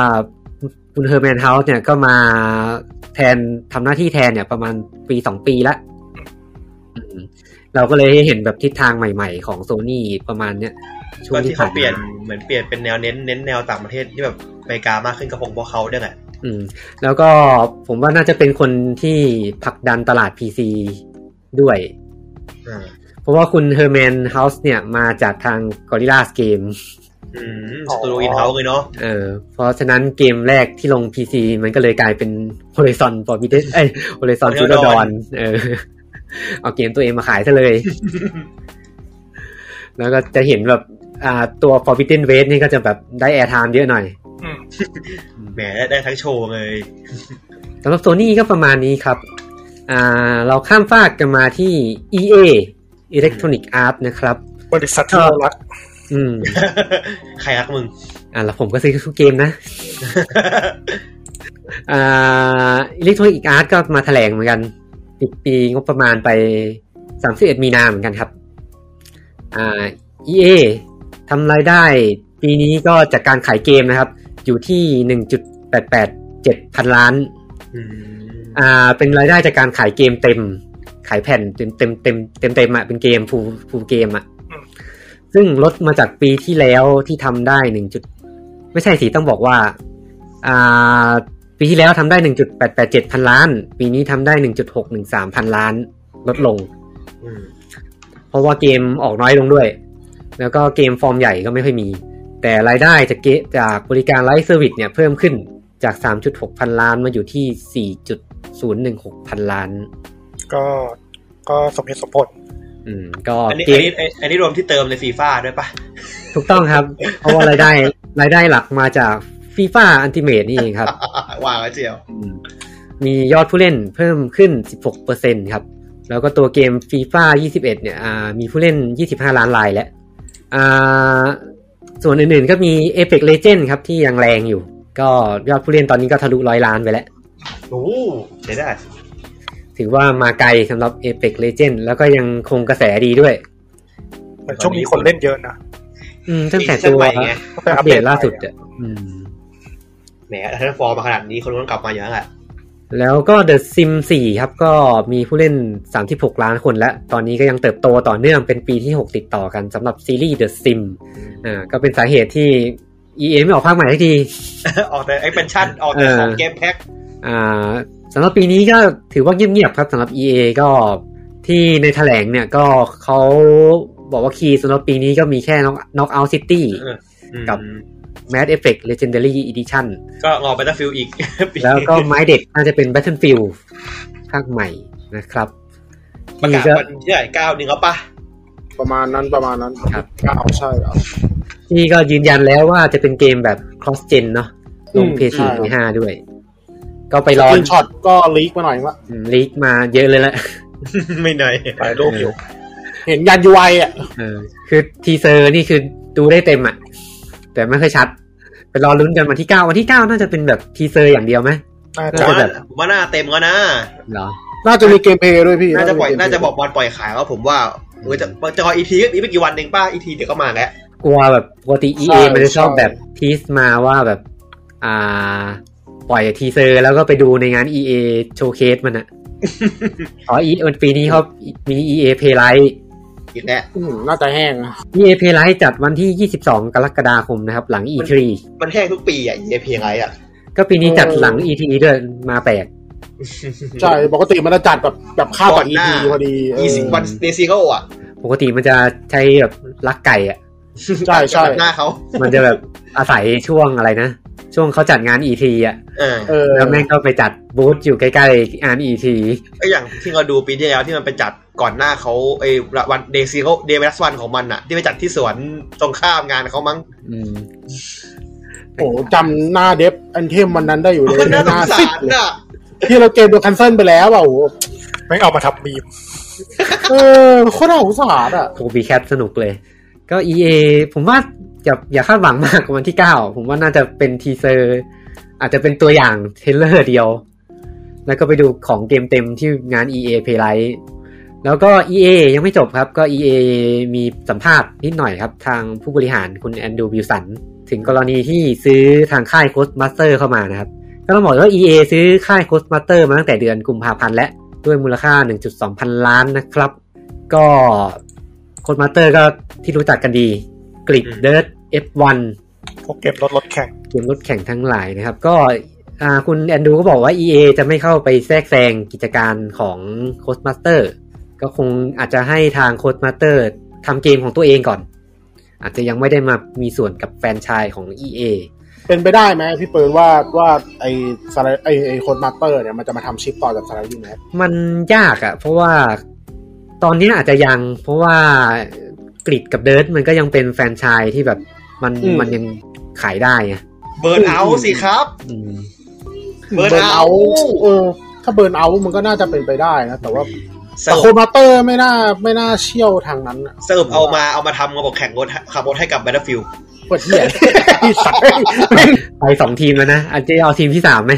Speaker 1: คุณเฮอร์แมนเฮาส์เนี่ยก็มาแทนทำหน้าที่แทนเนี่ยประมาณปีสองปีละอืมเราก็เลยเห็นแบบทิศทางใหม่ๆของโซนี่ประมาณเนี้ยช่ว
Speaker 2: ก็
Speaker 1: งที่
Speaker 2: ที่
Speaker 1: ผ่า
Speaker 2: เขา
Speaker 1: น
Speaker 2: เปลี่ยน
Speaker 1: มา
Speaker 2: เหมือนเปลี่ยนเป็นแนวเน้นเน้นแนวต่างประเทศที่แบบอเมริกามากขึ้นกับผมพวกเขาด้วยแหละ
Speaker 1: อืม แล้วก็ผมว่าน่าจะเป็นคนที่ผลักดันตลาด PC ด้วย
Speaker 2: อ่า
Speaker 1: เพราะว่าคุณเฮอร์แมนเฮาส์เนี่ยมาจากทาง Gorillaz Game
Speaker 2: อืมสตูดิโออินเฮ้าเลยเนาะ
Speaker 1: เออเพราะฉะนั้นเกมแรกที่ลง PC มันก็เลยกลายเป็น Horizon Forbidden เอ้ย Horizon Zero Dawn เออ เอาเกมตัวเองมาขายซะเลย แล้วก็จะเห็นแบบอ่าตัว Forbidden West นี่ก็จะแบบได้ air time เยอะหน่อย
Speaker 3: อืม
Speaker 2: แหมได้ได้ทั้งโชว์เลย *laughs*
Speaker 1: สำหรับโซนี่ก็ประมาณนี้ครับ อ่า เราข้ามฟากกันมาที่ EA Electronic Arts นะครับ
Speaker 3: บริษัทที่เรารัก
Speaker 1: อืม
Speaker 2: ใครรักมึง *laughs*
Speaker 1: อ่าแล้วผมก็ซื้อทุกเกมนะ อ่าอิเล็กทรอนิกส์อาร์ตก็มาแถลงเหมือนกันปิดปีงบประมาณไป 31 มีนาเหมือนกันครับ อ่า EA ทำรายได้ปีนี้ก็จากการขายเกมนะครับ อยู่ที่ 1.887 พันล้าน
Speaker 2: อืม
Speaker 1: อ่า เป็นรายได้จากการขายเกมเต็ม ขายแผ่นเต็มเต็มเต็มเต็มเต็มอะเป็นเกมฟูฟูเกมอะซึ่งลดมาจากปีที่แล้วที่ทำได้หนึ่งจุด ไม่ใช่สิต้องบอกว่า อ่า ปีที่แล้วทำได้หนึ่งจุดแปดแปดเจ็ดพันล้าน ปีนี้ทำได้หนึ่งจุดหกหนึ่งสามพันล้าน ลดลง
Speaker 2: อืม
Speaker 1: เพราะว่าเกมออกน้อยลงด้วย แล้วก็เกมฟอร์มใหญ่ก็ไม่ค่อยมี แต่รายได้จากเกจากบริการไลฟ์เซอร์วิสเนี่ยเพิ่มขึ้นจาก 3.6 พันล้านมาอยู่ที่ 4.016 พันล้าน
Speaker 3: ก็ก็สมเหตุสมผล
Speaker 1: อืม ก็
Speaker 2: อันนี้
Speaker 1: เก
Speaker 2: อัน
Speaker 1: ม
Speaker 2: นี้อันนี้รวมที่เติมในฟีฟ่าด้วยปะ
Speaker 1: ถูกต้องครับ เพราะว่ารายได้รายได้หลักมาจากฟีฟ่าอันติเมตนี่เองครับ
Speaker 2: ว่างแล้วเจียว
Speaker 1: อืมมียอดผู้เล่นเพิ่มขึ้น 16%ครับ แล้วก็ตัวเกม FIFA 21 เนี่ยอ่ามีผู้เล่น 25 ล้านรายแล้วอ่าส่วนอื่นๆก็มี Apex Legend ครับที่ยังแรงอยู่ ก็ยอดผู้เล่นตอนนี้ก็ทะลุร้อยล้านไปแล้ว
Speaker 2: โอ้ใช้ได้
Speaker 1: ถือว่ามาไกลสำหรับ Apex Legend แล้วก็ยังคงกระแสดีด้วย
Speaker 3: เหมือนช่วงนี้คนเล่นเยอะนะ
Speaker 1: อืมตั้งแต่ตัว
Speaker 2: มีเส้นใหม่ไง
Speaker 3: ตั้งแต่
Speaker 1: อั
Speaker 3: อั
Speaker 1: ป
Speaker 3: ป
Speaker 1: เด
Speaker 3: เด
Speaker 1: ต
Speaker 3: ต
Speaker 1: ล่าสุดอ่ะอืม
Speaker 2: แหมถ้าฟอร์มมาขนาดนี้คนต้องกลับมาอย่างนั้นแหละ *laughs*
Speaker 1: แล้วก็ The Sim 4 ครับก็มีผู้เล่น 36 ล้านคนและ ตอนนี้ก็ยังเติบโตต่อเนื่องเป็นปีที่ 6 ติดต่อกันสำหรับซีรีส์ The Sim อ่าก็เป็นสาเหตุที่ EA ไม่ออกภาคใหม่ทักที
Speaker 2: ออกแต่ expansion ออกแต่ของเกมแพ็ค
Speaker 1: อ่าสำหรับปีนี้ก็ถือว่าเงียบๆครับสำหรับ EA ก็ที่ในแถลงเนี่ยก็เขาบอกว่าคีย์สำหรับปีนี้ก็มีแค่ Knockout City กับ Mad Effect Legendary
Speaker 2: *laughs*
Speaker 1: Edition
Speaker 2: ก็งอไปตั้ฟิลอีก *laughs*
Speaker 1: แล้วก็ไม้เด็ดน่าจะเป็น Battlefield ภาคใหม่นะครับ
Speaker 2: ประกาศ
Speaker 1: ที่
Speaker 2: วันที่ไหนเก้าหนึ่งแล้วปะ
Speaker 4: ประมาณนั้นประมาณนั้น
Speaker 1: ครับ
Speaker 4: เอาใช่เอา
Speaker 1: ที่ก็ยืนยันแล้วว่าจะเป็นเกมแบบ cross gen เนาะลง
Speaker 4: อืม
Speaker 1: PS4
Speaker 4: ใช่
Speaker 1: 5ด้วย ก็ไป
Speaker 4: ส
Speaker 1: รอก
Speaker 4: รีนช็อตก็ลีกมาหน่อยว่า
Speaker 1: ลีกมาเยอะเลยแหละ
Speaker 2: ไม่ไหน
Speaker 3: ถ่ายรูปอยู่
Speaker 4: เห็นยันยูไออ่ะ
Speaker 1: เออ คือทีเซอร์นี่คือดูได้เต็มอะแต่ไม่ค่อยชัด ไปรอลุ้นกันวันที่ 9 วันที่ 9 น่าจะเป็นแบบทีเซอร์อย่างเดียวไหม
Speaker 3: น่า
Speaker 2: ผม
Speaker 3: จะ
Speaker 1: น่าจะ
Speaker 2: ว่าผมว่าหน้าเต็มแล้วนะ
Speaker 1: เหรอ
Speaker 4: น่าจะมีเกมเพลย์ด้วยพี่
Speaker 2: น่าจะปล่อย
Speaker 4: มีเกมเพ
Speaker 2: น่าจะบอกบอลปล่อยขายแล้วผมว่าเออจะจะรออีทีก็อีกไม่กี่วันเองป้าอีทีเดี๋ยวก็มาแล้ว
Speaker 1: กลัวแบบปกติ EA มันจะชอบแบบทีสมาว่าแบบ อ่า ปล่อยทีเซอร์แล้วก็ไปดูในงาน EA โชว์เคสมัน
Speaker 4: *laughs*
Speaker 1: อะอ๋อ EA ปีนี้เขามี EA Play Live
Speaker 2: อีกแล้ว
Speaker 4: อืมน่าจะแห้งนะ
Speaker 1: EA Play Live จัดวันที่ 22 กรกฎาคมนะครับ หลัง E3
Speaker 2: มันแห้งทุกปีอ่ะเยเพยงไรอ่ะ
Speaker 1: ก็ปีนี้จัด
Speaker 4: เออ
Speaker 1: หลัง E3 ด้วยมาแปลก
Speaker 4: ใช่ปกติมันจะจัดแบบแบบข้าว
Speaker 2: ก่
Speaker 4: กั
Speaker 2: อบ น
Speaker 4: อี
Speaker 2: หน้า
Speaker 4: พีพอดีเออ
Speaker 2: ยี่สิบวันเนซิโกอ่ะ
Speaker 1: ปกติมันจะใช้แบบลักไก่อะ
Speaker 4: ใช่ใช่
Speaker 2: หน้าเขา
Speaker 1: มันจะ *laughs* แบบอาศัยช่วงอะไรนะ ช่วงเขาจัดงาน E.T. อ่ะ
Speaker 2: เออ
Speaker 4: เออ
Speaker 1: แล้วแม่งก็ไปจัดบูธอยู่ใกล้ๆงาน E.T.
Speaker 2: ไออย่างที่เราดูปีที่แล้วที่มันไปจัดก่อนหน้าเขาไอวันเดซีเขาเดวิสวันของมันอะที่ไปจัดที่สวนตรงข้ามงานเขามั้ง
Speaker 1: อืม
Speaker 4: โอ้โหจำหน้าเดฟอันเทมวันนั้นได้อยู่เลย
Speaker 2: มันน่า
Speaker 4: ห
Speaker 2: สง
Speaker 4: น้า
Speaker 2: สา
Speaker 4: ซิด
Speaker 2: ร
Speaker 4: เลย
Speaker 2: อะ
Speaker 4: ที่เราเกมโดนคันเซิลไปแล้วอ่ะโอ้โห
Speaker 3: ไม่งเอามาทำมีม
Speaker 4: เออโคตรน่าสงสารอ่ะ
Speaker 1: โคบีแคทสนุกเลย ก็ EA ผมว่าอย่าอย่าคาดหวังมากกับวันที่เก้าผมว่าน่าจะเป็นทีเซอร์ อาจจะเป็นตัวอย่างเทรลเลอร์เดียว แล้วก็ไปดูของเกมเต็มที่งาน EA p l a y l i g h t แล้วก็ EA ยังไม่จบครับ ก็ EA มีสัมภาษณ์นิดหน่อยครับ ทางผู้บริหารคุณแอนดรูวิลสัน ถึงกรณีที่ซื้อทางค่ายโคสมาสเตอร์เข้ามานะครับ ก็ต้องบอกว่า EA ซื้อค่ายโคสมาสเตอร์มาตั้งแต่เดือนกุมภาพันธ์และด้วยมูลค่า 1.2 พันล้านนะครับ ก็โคสมาสเตอร์ก็ที่รู้จักกันดีกริดเดิร์ F1
Speaker 3: พวกเกมรถรถแข่ง
Speaker 1: เกมรถแข่งทั้งหลายนะครับ ก็อ่าคุณแอนดรูก็บอกว่า EA จะไม่เข้าไปแทรกแซงกิจการของโค o มาสเตอร์ก็คงอาจจะให้ทางโค o มาสเตอร์ทำเกมของตัวเองก่อน อาจจะยังไม่ได้มามีส่วนกับแฟรนไชายของ EA
Speaker 4: เป็นไปได้ไหมพี่เปิลว่าว่าไอสไลด์ไอไอโคดมาสเตอร์เนี่ยมันจะมาทำชิปต่อจากสไลด์ยูเนส
Speaker 1: มันยากอะเพราะว่าตอนนี้อาจจะยังเพราะว่ากริดกับเดิร์มันก็ยังเป็นแฟรนไชายที่แบบมันมันยังขายได้ไง
Speaker 2: เบิร์นเอาสิครับ
Speaker 1: อืม
Speaker 2: เบิร์นเอาท์
Speaker 4: เออ ถ้าเบิร์นเอาท์มันก็น่าจะเป็นไปได้นะ แต่ว่า
Speaker 2: ส
Speaker 4: แต่โค
Speaker 2: รุป
Speaker 4: ดมาสเตอร์ไม่น่าไม่น่าเชี่ยวทางนั้นอะ
Speaker 2: สรุปเอามาเอามาทำระบบแข่งรถขับรถให้กับ Battlefield
Speaker 4: ปวดเหี้ย
Speaker 1: ไปสองทีมแล้วนะอาจจะเอาทีมที่สามไหม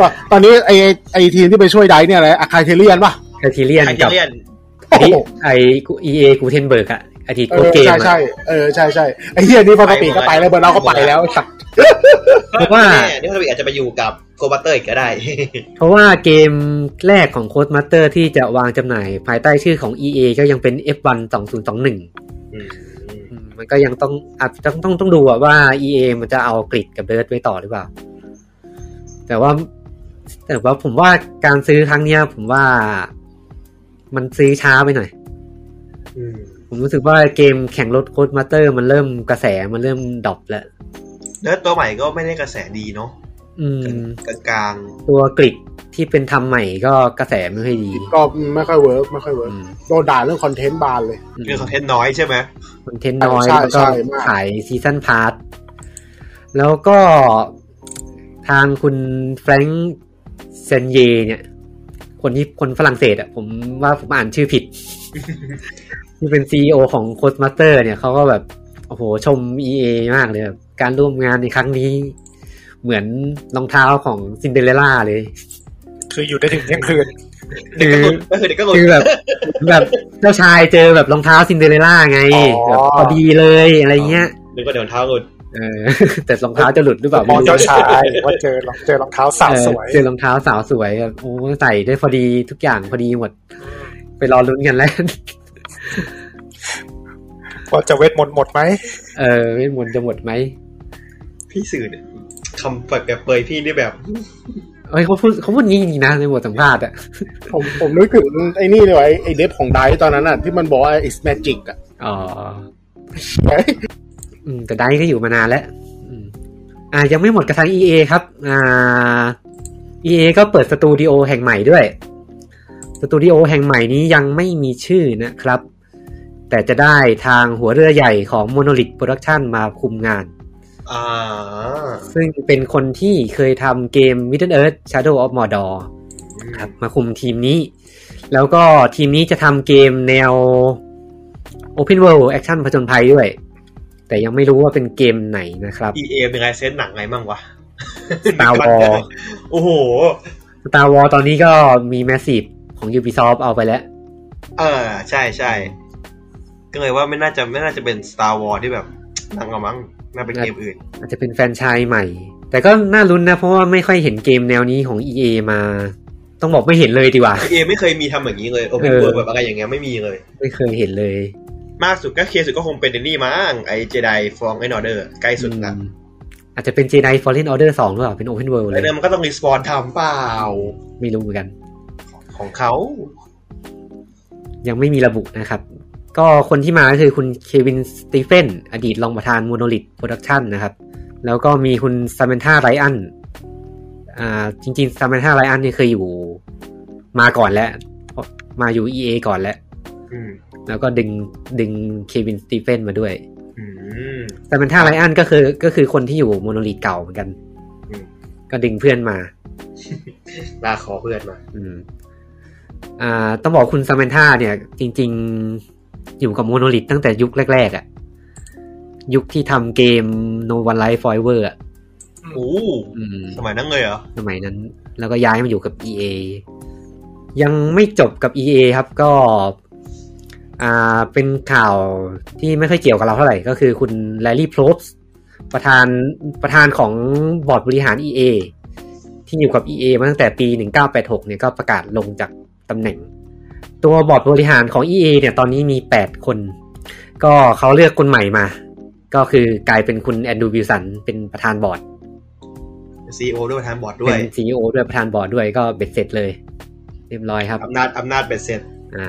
Speaker 4: ตอนตอนนี้ไอไอ้ไอทีมที่ไปช่วยไดเนี่ยอะไรอะคาเทเลียนป่ะ
Speaker 1: คาทีเลียน
Speaker 2: ไอเท
Speaker 1: กับ
Speaker 2: เลียน
Speaker 1: ไอ้
Speaker 4: โอ้โห
Speaker 1: ไอ้เอเอกูเทนเบิร์กอะอดีต
Speaker 4: เอ
Speaker 1: โค้ช
Speaker 4: อ
Speaker 1: เกม
Speaker 4: ใช่
Speaker 1: อะ
Speaker 4: ใช่เออใช่ใช่ไอเฮียนี่ปกติก็ไปแล้วเบิร์นเอาท์ก็ไปแล้วไอ้สัตว์
Speaker 1: เพราะว่า
Speaker 2: แน่นี่เขาอาจจะไปอยู่กับโคบัตเตอร์อีกก็ได้
Speaker 1: เพราะว่าเกมแรกของโค้ชมาสเตอร์ที่จะวางจำหน่ายภายใต้ชื่อของ EA ก็ยังเป็น F1 2021
Speaker 2: อืม
Speaker 1: อืมมันก็ยังต้องอาจจะต้องต้องต้องดูอะว่า EA มันจะเอากริดกับเบิร์ดไว้ต่อหรือเปล่า แต่ว่า แต่ว่าผมว่าการซื้อครั้งเนี้ย ผมว่ามันซื้อช้าไปหน่อย
Speaker 2: อืม
Speaker 1: ผมรู้สึกว่าเกมแข่งรถโค้ชมาสเตอร์มันเริ่มกระแสมันเริ่มดรอปแล้ว
Speaker 2: แล้วตัวใหม่ก็ไม่ได้กระแสดีเนาะ
Speaker 1: อืม
Speaker 2: กลาง
Speaker 1: ตัวกริดที่เป็นทำใหม่ก็กระแสไม่ค่อยดี
Speaker 4: ก็ไม่ค่อยเวิร์กไม่ค่อยเวิร์ก
Speaker 1: อืม
Speaker 4: โดนด่าเรื่องคอนเทนต์บานเลย
Speaker 2: ๆเรื่องคอนเทนต์น้อยใช่ไหม
Speaker 1: คอนเทนต์น้อย
Speaker 4: ใช่
Speaker 1: แล้วก็
Speaker 4: ใช่มาก
Speaker 1: ขายซีซั่นพาร์ทแล้วก็ทางคุณแฟรงค์เซนเยเนี่ย คนที่คนฝรั่งเศสอ่ะผมว่าผมอ่านชื่อผิด *laughs* ที่เป็นซีอของโคสมาสเตอร์เนี่ยเขาก็แบบ โอ้โห ชม EA มากเลยแบบการร่วมงานในครั้งนี้ เหมือนรองเท้าของซินเดอเรลล่าเลย
Speaker 3: คืออยู่ได้ถึงเที่ยงคืน
Speaker 2: เด็กก็หลุดก็คือเด็กก็หลุด
Speaker 1: คือแบบ *laughs* แบบเจ้าชายเจอแบบรองเท้าซินเดอเรลล่าไง
Speaker 3: อ๋อ
Speaker 1: แบบพอดีเลยอะไรเงี้ย
Speaker 2: หรือก็เดี๋ยวเท้าหลุด
Speaker 1: เออ *laughs* แต่รองเท้าจะหลุดหรือเปล่าม
Speaker 3: อง
Speaker 1: ไม่รู้
Speaker 3: เจ้าชายว่าเจอรองเจอรองเท้าสาวสวย
Speaker 1: เออเจอรองเท้าสาวสวยแบบโอ้ใส่ได้พอดีทุกอย่างพอดีหมด ไปรอลุ้นกันแล้ว *laughs*
Speaker 3: ว่าจะเวทมนต์หมดไหม
Speaker 1: เออเวทมนต์จะหมดไหม
Speaker 2: พี่สื่อเนี่ยคำแบบแบบเปรยพี่นี่แบบ
Speaker 1: เฮ้ยเขาพูดเขาพูดงี้จริงๆนะในบทสัมภาษณ์อ่ะ
Speaker 4: ผมผมนึกถึงไอ้นี่เลยว่ะไอ้ไอ้เดฟของไดตอนนั้นอ่ะที่มันบอกว่า it's magic อ่ะ
Speaker 1: อ๋ออืมแต่ได้ก็อยู่มานานแล้วอืมอ่ายังไม่หมดกระทั่ง EA ครับอ่า EA ก็เปิดสตูดิโอแห่งใหม่ด้วย สตูดิโอแห่งใหม่นี้ยังไม่มีชื่อนะครับ แต่จะได้ทางหัวเรือใหญ่ของ Monolith Production มาคุมงาน
Speaker 2: อ่า
Speaker 1: ซึ่งเป็นคนที่เคยทำเกม Middle Earth Shadow of Mordor ครับมาคุมทีมนี้ แล้วก็ทีมนี้จะทำเกมแนว Open World Action ผจญภัยด้วย แต่ยังไม่รู้ว่าเป็นเกมไหนนะครับ
Speaker 2: เอเป็นไงเซนหนังไงบ้างวะ
Speaker 1: Star Wars
Speaker 2: โอ้โห
Speaker 1: Star Wars ตอนนี้ก็มี Massive ของ Ubisoft เอาไปแล้ว
Speaker 2: เออใช่ใช่ก็เลยว่าไม่น่าจะไม่น่าจะเป็น Star War ที่แบบหนังละมั้งน่าเป็นเกมอื่น
Speaker 1: อาจจะเป็นแฟรนไชายใหม่ แต่ก็น่าลุ้นนะ เพราะว่าไม่ค่อยเห็นเกมแนวนี้ของ EA มา ต้องบอกไม่เห็นเลยดีกว่า *laughs*
Speaker 2: เอไม่เคยมีทำอย่างนี้เลยโอเพน
Speaker 1: เออ
Speaker 2: เวิร์แบบอะไรอย่างเงี้ยไม่มีเลย
Speaker 1: ไม่เคยเห็นเลย
Speaker 2: มากสุดก็เคสุดก็คงเป็นเดนนี่มั้งไอเจไดฟองไอนอเดอร์ใกล้สุดละ
Speaker 1: อืมอาจจะเป็น Jedi Fallen Order 2หรือเปล่า เป็น Open World เล
Speaker 2: ไอย เดอร์มันก็ต้องรีสปอนทำเปล่า
Speaker 1: ไม่รู้เหมือนกัน
Speaker 2: ของเขา
Speaker 1: ยังไม่มีระบุนะครับ ก็คนที่มาก็คือคุณเควินสตีเฟนอดีตรองประธานมูโนลิทโปรดักชันนะครับ แล้วก็มีคุณซาม a น t าไรอันอ่าจริงๆซาม a น t าไรอันนี่ยเคยอยู่มาก่อนแล้วมาอยู่ EA ก่อนแล้ว
Speaker 2: อืม
Speaker 1: แล้วก็ดึงดึงเควินสตีเฟนมาด้วย
Speaker 2: อืม
Speaker 1: ซาม a น t าไรอันก็คือก็คือคนที่อยู่มูโนลิทเก่าเหมือนกัน
Speaker 2: อืม
Speaker 1: ก็ดึงเพื่อนมา
Speaker 2: ลากคอเพื่อนมา
Speaker 1: อืมอ่า ต้องบอกคุณซาม a น t าเนี่ย จริง ๆ อยู่กับโมโนลิทตั้งแต่ยุคแรก ๆอะ่ะ ยุคที่ทำเกม No One Life Forever อะ
Speaker 2: โอ้
Speaker 1: อืม
Speaker 2: สมัยนั้นเลยเหรอ
Speaker 1: สมัยนั้น แล้วก็ย้ายมาอยู่กับ EA ยังไม่จบกับ EA ครับก็ อ่าเป็นข่าวที่ไม่ค่อยเกี่ยวกับเราเท่าไหร่ ก็คือคุณแลลี่พลบส์ประธานประธานของบอร์ดบริหาร EA ที่อยู่กับ EA มาตั้งแต่ปี 1986 เนี่ยก็ประกาศลงจากตำแหน่ง ตัวบอร์ดบริหารของ EA เนี่ยตอนนี้มี 8 คน ก็เขาเลือกคนใหม่มา ก็คือกลายเป็นคุณแอนดรูว์วิลสันเป็นประธานบอร์ด
Speaker 2: ซีโอด้วยประธานบอร์ดด้ว
Speaker 1: เป็
Speaker 2: ย
Speaker 1: นซีอด้วยประธานบอร์ดด้วยก็เบ็ดเสร็จเลย เรียบร้อยครับ
Speaker 2: อำนาจอำนาจเบ็ดเสร็จ
Speaker 1: อ่า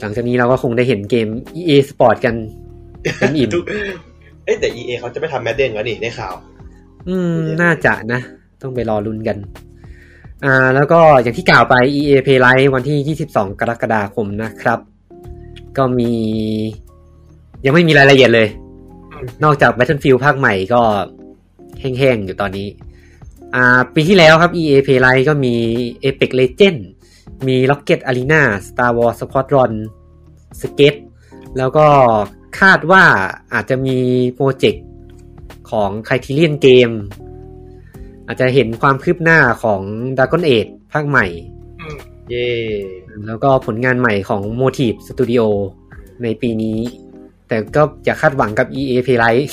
Speaker 1: หลังจากนี้เราก็คงได้เห็นเกม EA Sport กันเต็มอิ่ม
Speaker 2: ทุก *laughs* เอ้ยแต่ EA เขาจะไม่ทำแมดเด้งแล้วนี่ได้ข่าว
Speaker 1: อืม น่าจะนะ ต้องไปรอลุ้นกัน อ่า แล้วก็อย่างที่กล่าวไป EA Play Live วันที่ 22 กรกฎาคมนะครับ ก็มี ยังไม่มีรายละเอียดเลย นอกจาก Battlefield ภาคใหม่ก็แห้งๆ อยู่ตอนนี้ อ่า ปีที่แล้วครับ EA Play Live ก็มี Apex Legend มี Rocket Arena Star Wars Squadron Skate แล้วก็คาดว่าอาจจะมีโปรเจกต์ของ Criterion Game อาจจะเห็นความคืบหน้าของ Dragon Age ภาคใหม่
Speaker 2: เย่
Speaker 1: แล้วก็ผลงานใหม่ของ Motive Studio ในปีนี้ แต่ก็อย่าคาดหวังกับ EA Play Live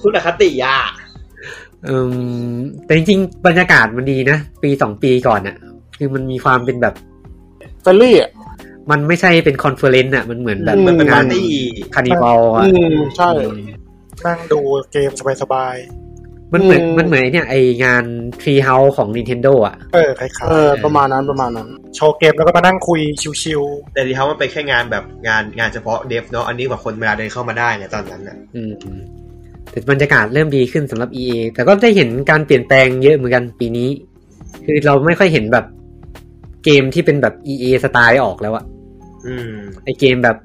Speaker 2: คุณอคติยา
Speaker 1: อืมแต่จริงๆ บรรยากาศมันดีนะ ปีสองปีก่อนน่ะ คือมันมีความเป็นแบบ
Speaker 4: เฟลลี่อ่ะ
Speaker 1: มันไม่ใช่เป็นคอนเฟอเรนซ์น่ะ มันเหมือนแบบ
Speaker 4: อืม
Speaker 2: มันเป็น
Speaker 1: งา
Speaker 2: ปาน ร์ตี้
Speaker 1: คานิบาลอ่ะ
Speaker 4: อืมใช่
Speaker 3: นั่งดูเกมสบาย
Speaker 1: มันเหมือน
Speaker 4: อืม
Speaker 1: มันเหมือนไอ้เนี่ยไองาน Tree House ของ Nintendo อ่ะ
Speaker 3: ๆเออคล้าย
Speaker 4: เออประมาณนั้นประมาณนั้น
Speaker 3: ๆโชว์เกมแล้วก็มานั่งคุยชิว
Speaker 2: แต่ดีเขามันเป็นแค่งานแบบงานงานเฉพาะเดฟเนาะอันนี้แบบคนเวลาเดินเข้ามาได้ไงตอนนั้นน่ะ
Speaker 1: อืมแต่บรรยากาศเริ่มดีขึ้นสำหรับ EA แต่ก็ได้เห็นการเปลี่ยนแปลงเยอะเหมือนกันปีนี้ คือเราไม่ค่อยเห็นแบบเกมที่เป็นแบบ EA สไตล์ออกแล้วอะ
Speaker 2: อืม
Speaker 1: ไอเกมแบบ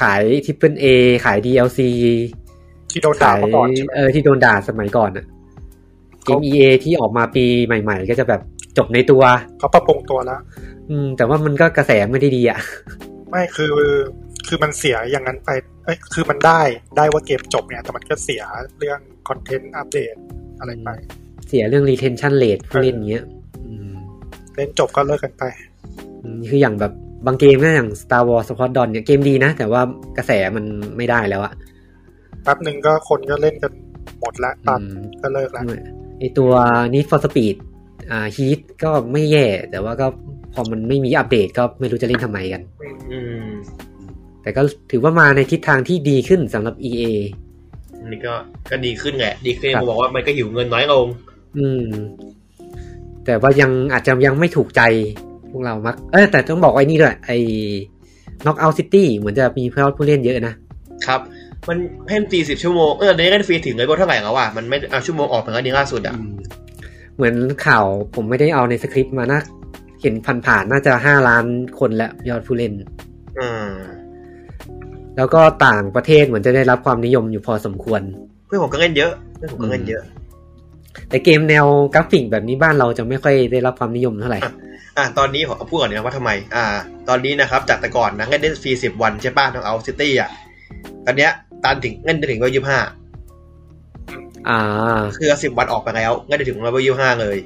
Speaker 1: ขายทิปเปิลเอขาย DLC
Speaker 3: ๆที่โดนด่าเมื่อก่อนใช่ไหม
Speaker 1: เออที่โดนด่าสมัยก่อนอะเก
Speaker 3: เขา
Speaker 1: ม EA ที่ออกมาปีใหม่ๆ ก็จะแบบจบในตัว
Speaker 3: เขาปรับปรุงตัวแล้ว
Speaker 1: อืม แต่ว่ามันก็กระแสไม่ได้ดีอะ
Speaker 3: ไม่คือคือมันเสียอย่างนั้นไปเอ้ยคือมันได้ได้ว่าเกมจบเนี่ย แต่มันก็เสียเรื่องคอนเทนต์อัปเดตอะไรไป
Speaker 1: เสียเรื่อง retention rate ผู้เล่นเงี้ย อืม
Speaker 3: เล่นจบก็เลิกกันไป
Speaker 1: อืมคืออย่างแบบบางเกมก็อย่าง Star Wars Squadron เนี่ยเกมดีนะ แต่ว่ากระแสมันไม่ได้แล้วอะ
Speaker 3: แป๊บหนึ่งก็คนก็เล่นกันหมดละตัด
Speaker 1: อืม
Speaker 3: ก็เลิกละ
Speaker 1: ไอตัว Need for Speed อ่า Heat ก็ไม่แย่ แต่ว่าก็พอมันไม่มีอัปเดตก็ไม่รู้จะเล่นทำไมกัน
Speaker 2: อืม
Speaker 1: แต่ก็ถือว่ามาในทิศทางที่ดีขึ้นสำหรับ EA
Speaker 2: อันนี้ก็ก็ดีขึ้นแหละ ดีขึ้น
Speaker 1: ครับ
Speaker 2: ผมบอกว่ามันก็หิวเงินน้อยลง
Speaker 1: อืม แต่ว่ายังอาจจะยังไม่ถูกใจพวกเรามัก เออแต่ต้องบอกไอ้นี่ด้วยไอ้ Knockout City เหมือนจะมีเพื่อนผู้เล่นเยอะนะ
Speaker 2: ครับ มันเพ่นตีสิบชั่วโมง เออเดี๋ยวเล่นฟรีถึงเลยก็เท่าไหร่แล้วอ่ะ มันไม่เอาชั่วโมงออกเหมือนกันนี่ล่าสุดอ่ะ
Speaker 1: เหมือนข่าวผมไม่ได้เอาในสคริปต์มานะ เห็นผ่านๆน่าจะห้าล้านคนแล้วยอดผู้เล่น
Speaker 2: อืม
Speaker 1: แล้วก็ต่างประเทศเหมือนจะได้รับความนิยมอยู่พอสมควร
Speaker 2: เพื่อนผมก็เล่นเยอะ เพื่อนผมก็เล่นเยอะ
Speaker 1: แต่เกมแนวกราฟิกแบบนี้บ้านเราจะไม่ค่อยได้รับความนิยมเท่าไหร่
Speaker 2: อ่ะตอนนี้ขอพูดก่อนนะว่าทำไม อ่า ตอนนี้นะครับ จากแต่ก่อนนะเล่นได้ฟรีสิบวันใช่ป่ะน้องเอาซิตี้อ่ะ ตอนเนี้ยตันถึงเล่นได้ถึงเวลยี่ห้า
Speaker 1: อ่า
Speaker 2: คือสิบวันออกไปแล้วเล่นได้ถึงเวลยี่ห้าเลย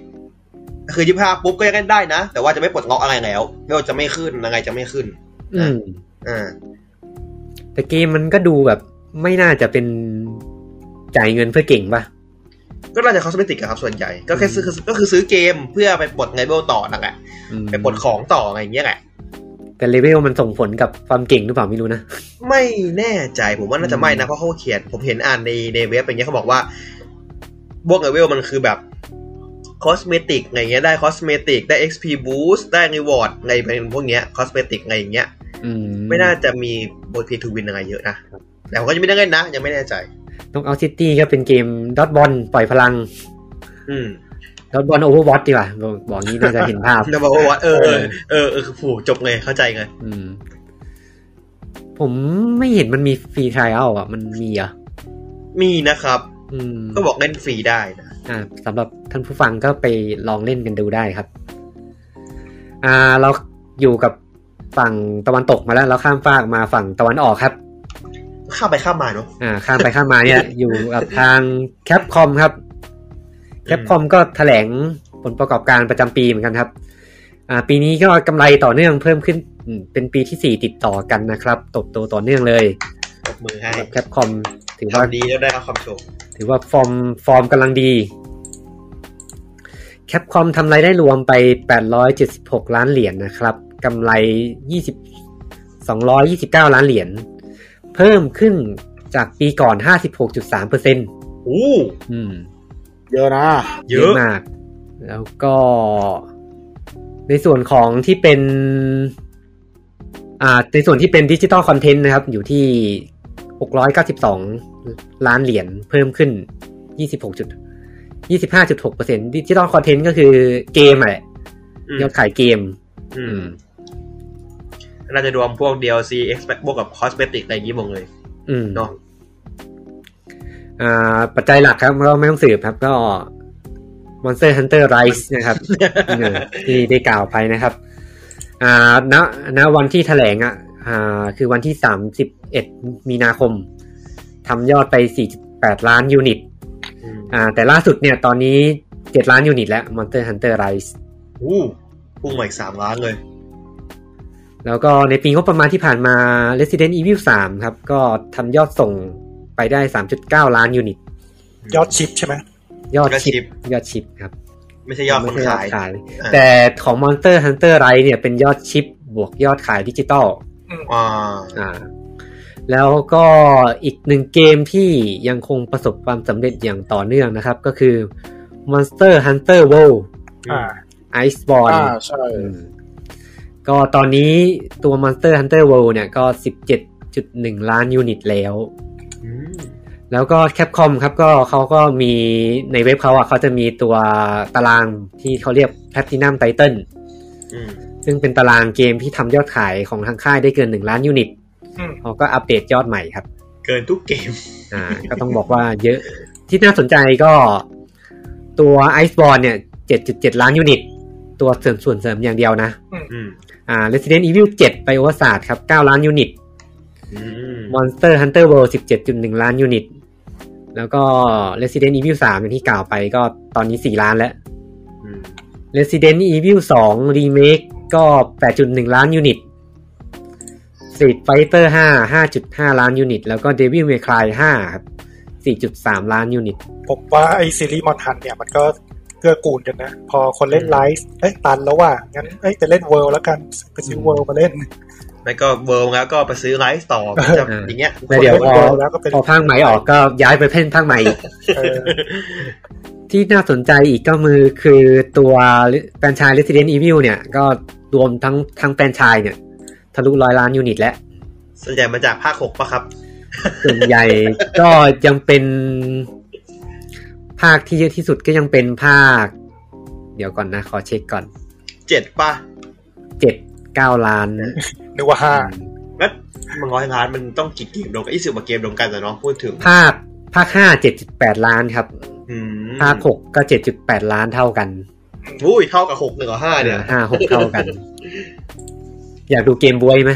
Speaker 2: คือยี่ห้าปุ๊บก็ยังเล่นได้นะ แต่ว่าจะไม่ปลดล็อกอะไรแล้วไม่ว่าจะไม่ขึ้นยังไงจะไม่ขึ้น
Speaker 1: อืม
Speaker 2: อ่า
Speaker 1: แต่เกมมันก็ดูแบบไม่น่าจะเป็นจ่ายเงินเพื่อเก่งปะ
Speaker 2: ก็น่าจะคอสเมติกอะครับส่วนใหญ่ ก็แค่ซื้อก็คือซื้อเกมเพื่อไปปลดไงเบลต่อนั่นแหละ
Speaker 1: อืม
Speaker 2: ไปปลดของต่ออะไรอย่างเงี้ยแหละ
Speaker 1: แต่เลเวลมันส่งผลกับความเก่งหรือเปล่าไม่รู้นะ
Speaker 2: ไม่แน่ใจผมว่าน่าจะไม่นะ เพราะเขาเขียนผมเห็นอ่านในในเว็บอย่างเงี้ยเขาบอกว่าบวกเลเวลมันคือแบบคอสเมติกอะไรเงี้ยได้คอสเมติกได้ XP boost ได้ reward อะไรเป็นพวกเนี้ยคอสเมติกอะไรอย่างเงี้ย
Speaker 1: อื
Speaker 2: ไม่น่าจะมีบทเพย์ทูวินอะไรเยอะนะ แต่ผมก็ยังไม่ได้เล่นนะ ยังไม่แน่ใจ
Speaker 1: ต้องเอาซิตี้ก็เป็นเกมดอทบอลปล่อยพลัง
Speaker 2: อืม
Speaker 1: ดอทบอลโอเวอร์วอตดีกว่าบอกบอกงี้น่าจะเห็นภาพ
Speaker 2: จะบอกว่าเออเออเออเออคือผูจบไงเข้าใจไง
Speaker 1: อืม ผมไม่เห็นมันมีฟรีทริอัลอ่ะ มันมีเหรอ่ะ
Speaker 2: มีนะครับ
Speaker 1: อืม
Speaker 2: ก็บอกเล่นฟรีได้นะ
Speaker 1: อ่าสำหรับท่านผู้ฟังก็ไปลองเล่นกันดูได้ครับ อ่า เราอยู่กับฝั่งตะวันตกมาแล้ว เราข้ามฟากมาฝั่งตะวันออกครับ
Speaker 2: ข้ามไปข้ามมาเนาะ
Speaker 1: อ่า ข้ามไปข้ามมาเนี่ย
Speaker 2: *laughs*
Speaker 1: อยู่กับทางแคปคอมครับแคปคอมก็แถลงผลประกอบการประจำปีเหมือนกันครับ อ่า ปีนี้ก็กำไรต่อเนื่องเพิ่มขึ้นอืมเป็นปีที่สี่ติดต่อกันนะครับตบโตต่อเนื่องเลย
Speaker 2: ปรบมือให้
Speaker 1: แคปคอมถือว่า
Speaker 2: ทำดีแล้วได้รับความชม
Speaker 1: ถือว่าฟอร์มฟอร์มกำลังดีแคปคอมทำรายได้รวมไป 876 ล้านเหรียญนะครับกำไร 20 229 ล้านเหรียญเพิ่มขึ้นจากปีก่อน 56.3%
Speaker 2: อู้
Speaker 1: อืม
Speaker 4: เยอะนะ
Speaker 2: เยอะ
Speaker 1: มาก แล้วก็ ในส่วนของที่เป็น อ่า ในส่วนที่เป็นดิจิตอลคอนเทนต์นะครับ อยู่ที่ 692 ล้านเหรียญเพิ่มขึ้น 26จุด25.6เปอร์เซ็นต์ดิจิตอลคอนเทนต์ก็คือเกมอะแหละ
Speaker 2: อืม
Speaker 1: ยอดขายเกม
Speaker 2: อื
Speaker 1: อื
Speaker 2: ม
Speaker 1: ม
Speaker 2: น่าจะรวมพวก DLC expect บวกกับ cosmetic อะไรอย่างนี้หมดเลย
Speaker 1: อืม
Speaker 2: เนาะ
Speaker 1: อ่า ปัจจัยหลักครับก็ไม่ต้องสืบครับ ก็ Monster Hunter Rise นะครับ เออที่ได้กล่าวไปนะครับ อ่า ณ ณ วันที่แถลงอ่ะ อ่า คือวันที่ 31 มีนาคม ทำยอดไป 48 ล้านยูนิต
Speaker 2: อืม
Speaker 1: อ่า แต่ล่าสุดเนี่ย ตอนนี้ 7 ล้านยูนิตแล้ว Monster Hunter Rise
Speaker 2: อู้พุ่งมาอีกสามล้านเลย
Speaker 1: แล้วก็ในปีงบประมาณที่ผ่านมา Resident Evil 3 ครับ ก็ทำยอดส่งไปได้ 3.9 ล้านยูนิต
Speaker 3: ยอดชิปใช่ไหม
Speaker 1: ยอดชิ
Speaker 2: ยอดชิ
Speaker 1: ป
Speaker 2: ป
Speaker 1: ยอดชิปครับ
Speaker 2: ไม่ใช่ยอดคนขาย
Speaker 1: ไม่ใช่ยอด
Speaker 2: อ่า
Speaker 1: แต่ของ Monster Hunter Rise เนี่ยเป็นยอดชิปบวกยอดขายดิจิตอล
Speaker 2: อ่า
Speaker 1: อ่า แล้วก็อีกหนึ่งเกมที่ยังคงประสบความสำเร็จอย่างต่อเนื่องนะครับ ก็คือ Monster Hunter World
Speaker 3: อ่า
Speaker 1: Iceborne
Speaker 4: อ่าใช่
Speaker 1: อืมก็ตอนนี้ตัว Monster Hunter World เนี่ยก็ 17.1 ล้านยูนิตแล้ว
Speaker 2: อืม
Speaker 1: แล้วก็แคปคอมครับก็เขาก็มีในเว็บเขาอ่ะเขาจะมีตัวตารางที่เขาเรียก Platinum Title
Speaker 2: อืม
Speaker 1: ซึ่งเป็นตารางเกมที่ทำยอดขายของทางค่ายได้เกิน 1 ล้านยูนิต
Speaker 3: อืม
Speaker 1: เขาก็อัปเดตยอดใหม่ครับ
Speaker 2: เกินทุกเกม
Speaker 1: อ่า ก็ต้องบอกว่าเยอะ ที่น่าสนใจก็ตัว Iceborne เนี่ย 7.7 ล้านยูนิต ตัวเสริมส่วนเสริมอย่างเดียวนะ
Speaker 2: อืม
Speaker 1: อ่า Resident Evil 7 ไปโอวสาดครับ 9 ล้านยูนิต
Speaker 2: อืม
Speaker 1: Monster Hunter World 17.1 ล้านยูนิต แล้วก็ Resident Evil 3อย่างที่กล่าวไปก็ตอนนี้ 4 ล้านแล้ว
Speaker 2: อืม
Speaker 1: Resident Evil 2 Remake ก็ 8.1 ล้านยูนิต Street Fighter 5 5.5 ล้านยูนิต แล้วก็ Devil May Cry 5ครับ4.3 ล้านยูนิต
Speaker 3: ผมว่าไอซีรีส์มอนฮันเนี่ยมันก็เกื้อกูลกันนะ พอคนเล่นไลฟ์เอ้ยตันแล้วว่า งั้นเอ้ยไปเล่นเวิลด์แล้วกันไปซื้อเวิลด์มาเล่น
Speaker 2: แล้วก็เวิร์มแล้วก็ไปซื้อไลฟ์ต่อจะอย่างเงี้ย
Speaker 1: แล้วเดี๋ยว
Speaker 3: คน
Speaker 1: พอน
Speaker 3: เล่เกมแล้วก็เป็น
Speaker 1: พอภาคใหม่ออกก็ย้ายไปเพ่นภาคใหม่อีก
Speaker 3: เออ
Speaker 1: ที่น่าสนใจอีกก็มือคือตัวแฟรนไชส์ Resident Evil เนี่ย ก็รวมทั้งทั้งแฟรนไชส์เนี่ย ทะลุร้อยล้านยูนิตแล้ว
Speaker 2: ส่วนใหญ่มาจากภาคหกปะครับ
Speaker 1: ส่วนใหญ่ก็ยังเป็นภาคที่เยอะที่สุดก็ยังเป็นภาค เดี๋ยวก่อนนะ ขอเช็คก่อน
Speaker 2: เจ็ดปะ
Speaker 1: เจ็ดเก้าล้าน
Speaker 3: นึกว่าห้า
Speaker 2: งั้นมันร้อยล้านมันต้องกี่เกมรวมกันยี่สิบกว่าเกมรวมกันแต่เนาะพูดถึง
Speaker 1: ภาคภาคห้าเจ็ดจุดแปดล้านครับ
Speaker 2: อืม
Speaker 1: ภาคหกก็เจ็ดจุดแปดล้านเท่ากัน
Speaker 2: อุ้ยเท่ากับหกหนึ่งกับห้าเนี่ย
Speaker 1: ห้าหกเท่ากัน *laughs* อยากดูเกมบวยไหม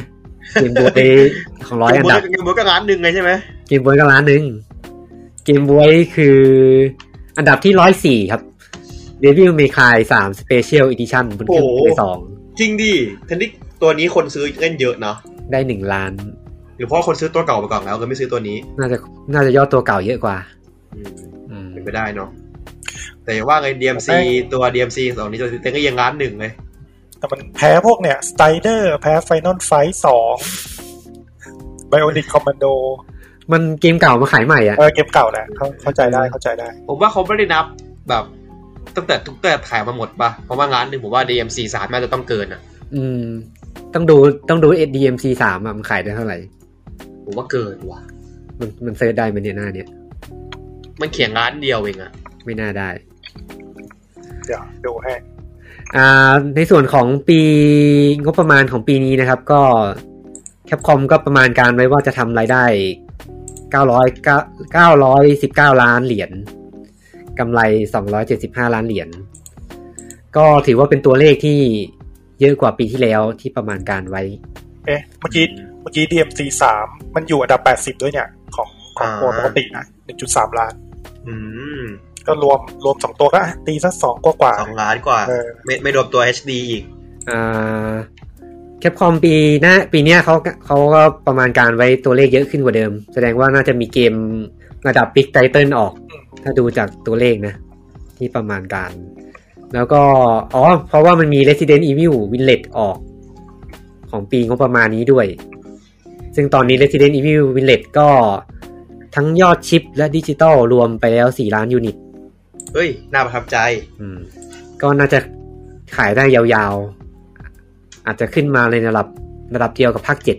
Speaker 1: เกมบวยของร้อยอันดับ
Speaker 2: เกมบอยก็ร้านหนึ่งไงใช่ไหม
Speaker 1: เกมบวยก็ล้านหนึ่งเกมบวยคือ อันดับที่ร้อยสี่ครับเดวิลเมคายสามสเปเชียลอีดิชั่นบนเครื่องเพย์สอง
Speaker 2: จริงดิทันทีตัวนี้คนซื้อเล่นเยอะเนาะ
Speaker 1: ได้หนึ่งล้าน
Speaker 2: หรือเพราะคนซื้อตัวเก่าไปก่อนแล้วเลยไม่ซื้อตัวนี้
Speaker 1: น่าจะน่าจะยอดตัวเก่าเยอะกว่า
Speaker 2: อืม
Speaker 1: อืม
Speaker 2: เป็นไปได้เนาะแต่อย่าว่าไง DMC ตัว DMC สองนี้ตัวเต็งก็ยังร้านหนึ่งเลย
Speaker 3: แต่มันแพ้พวกเนี่ยสไตเดอร์แพ้ไฟนอลไฟสองไบโอนิกคอมมานโด
Speaker 1: มันเกมเก่ามาขายใหม่อ่ะ
Speaker 3: เออเกมเก่าแหละเข้าเข้าใจได้เข้าใจได้
Speaker 2: ผมว่าเขาไม่ได้นับแบบตั้งแต่ทุกแต่ขายมาหมดปะเพราะว่าร้านหนึ่งผมว่า DMC สามน่าจะต้องเกินอะ
Speaker 1: อืม ต้องดูต้องดู SDMC สามอะมันขายได้เท่าไหร่
Speaker 2: ผมว่าเกินว่ะ
Speaker 1: มันมันเซิร์ชได้ไหมันเนี่ยหน้าเนี้ย
Speaker 2: มันเขียนร้านเดียวเองอะ
Speaker 1: ไม่น่าได้
Speaker 3: เดี๋ยวดูให้
Speaker 1: อ่าในส่วนของปีงบประมาณของปีนี้นะครับ ก็แคปคอมก็ประมาณการไว้ว่าจะทำรายได้ 900 919 ล้านเหรียญกำไร 275 ล้านเหรียญก็ถือว่าเป็นตัวเลขที่เยอะกว่าปีที่แล้วที่ประมาณการไว้
Speaker 3: เอ๊ะเมื่อกี้เมื่อกี้ DMC สามมันอยู่อันดับ 80 ด้วยเนี่ย ของของตัวปกตินะ1.3 ล้าน
Speaker 2: อืม
Speaker 3: ก็รวมรวมสองตัวก็ตีสักสองกว่ากว่า
Speaker 2: สองล้านกว่า
Speaker 3: เออ
Speaker 2: ไม่ไม่รวมตัว HD อีก
Speaker 1: แคปคอมปีหน้าปีเนี้ยเขาเขาก็ประมาณการไว้ตัวเลขเยอะขึ้นกว่าเดิม แสดงว่าน่าจะมีเกมระดับ Big Title ออก ถ้าดูจากตัวเลขนะ ที่ประมาณการ แล้วก็ อ๋อ เพราะว่ามันมี Resident Evil Village ออก ของปีงบประมาณนี้ด้วย ซึ่งตอนนี้ Resident Evil Village ก็ทั้งยอดชิปและดิจิตอลรวมไปแล้ว 4 ล้านยูนิต
Speaker 2: เฮ้ย น่าประทับใจ
Speaker 1: อืมก็น่าจะขายได้ยาวๆ อาจจะขึ้นมาในระดับระดับเดียวกับภาคเจ็ด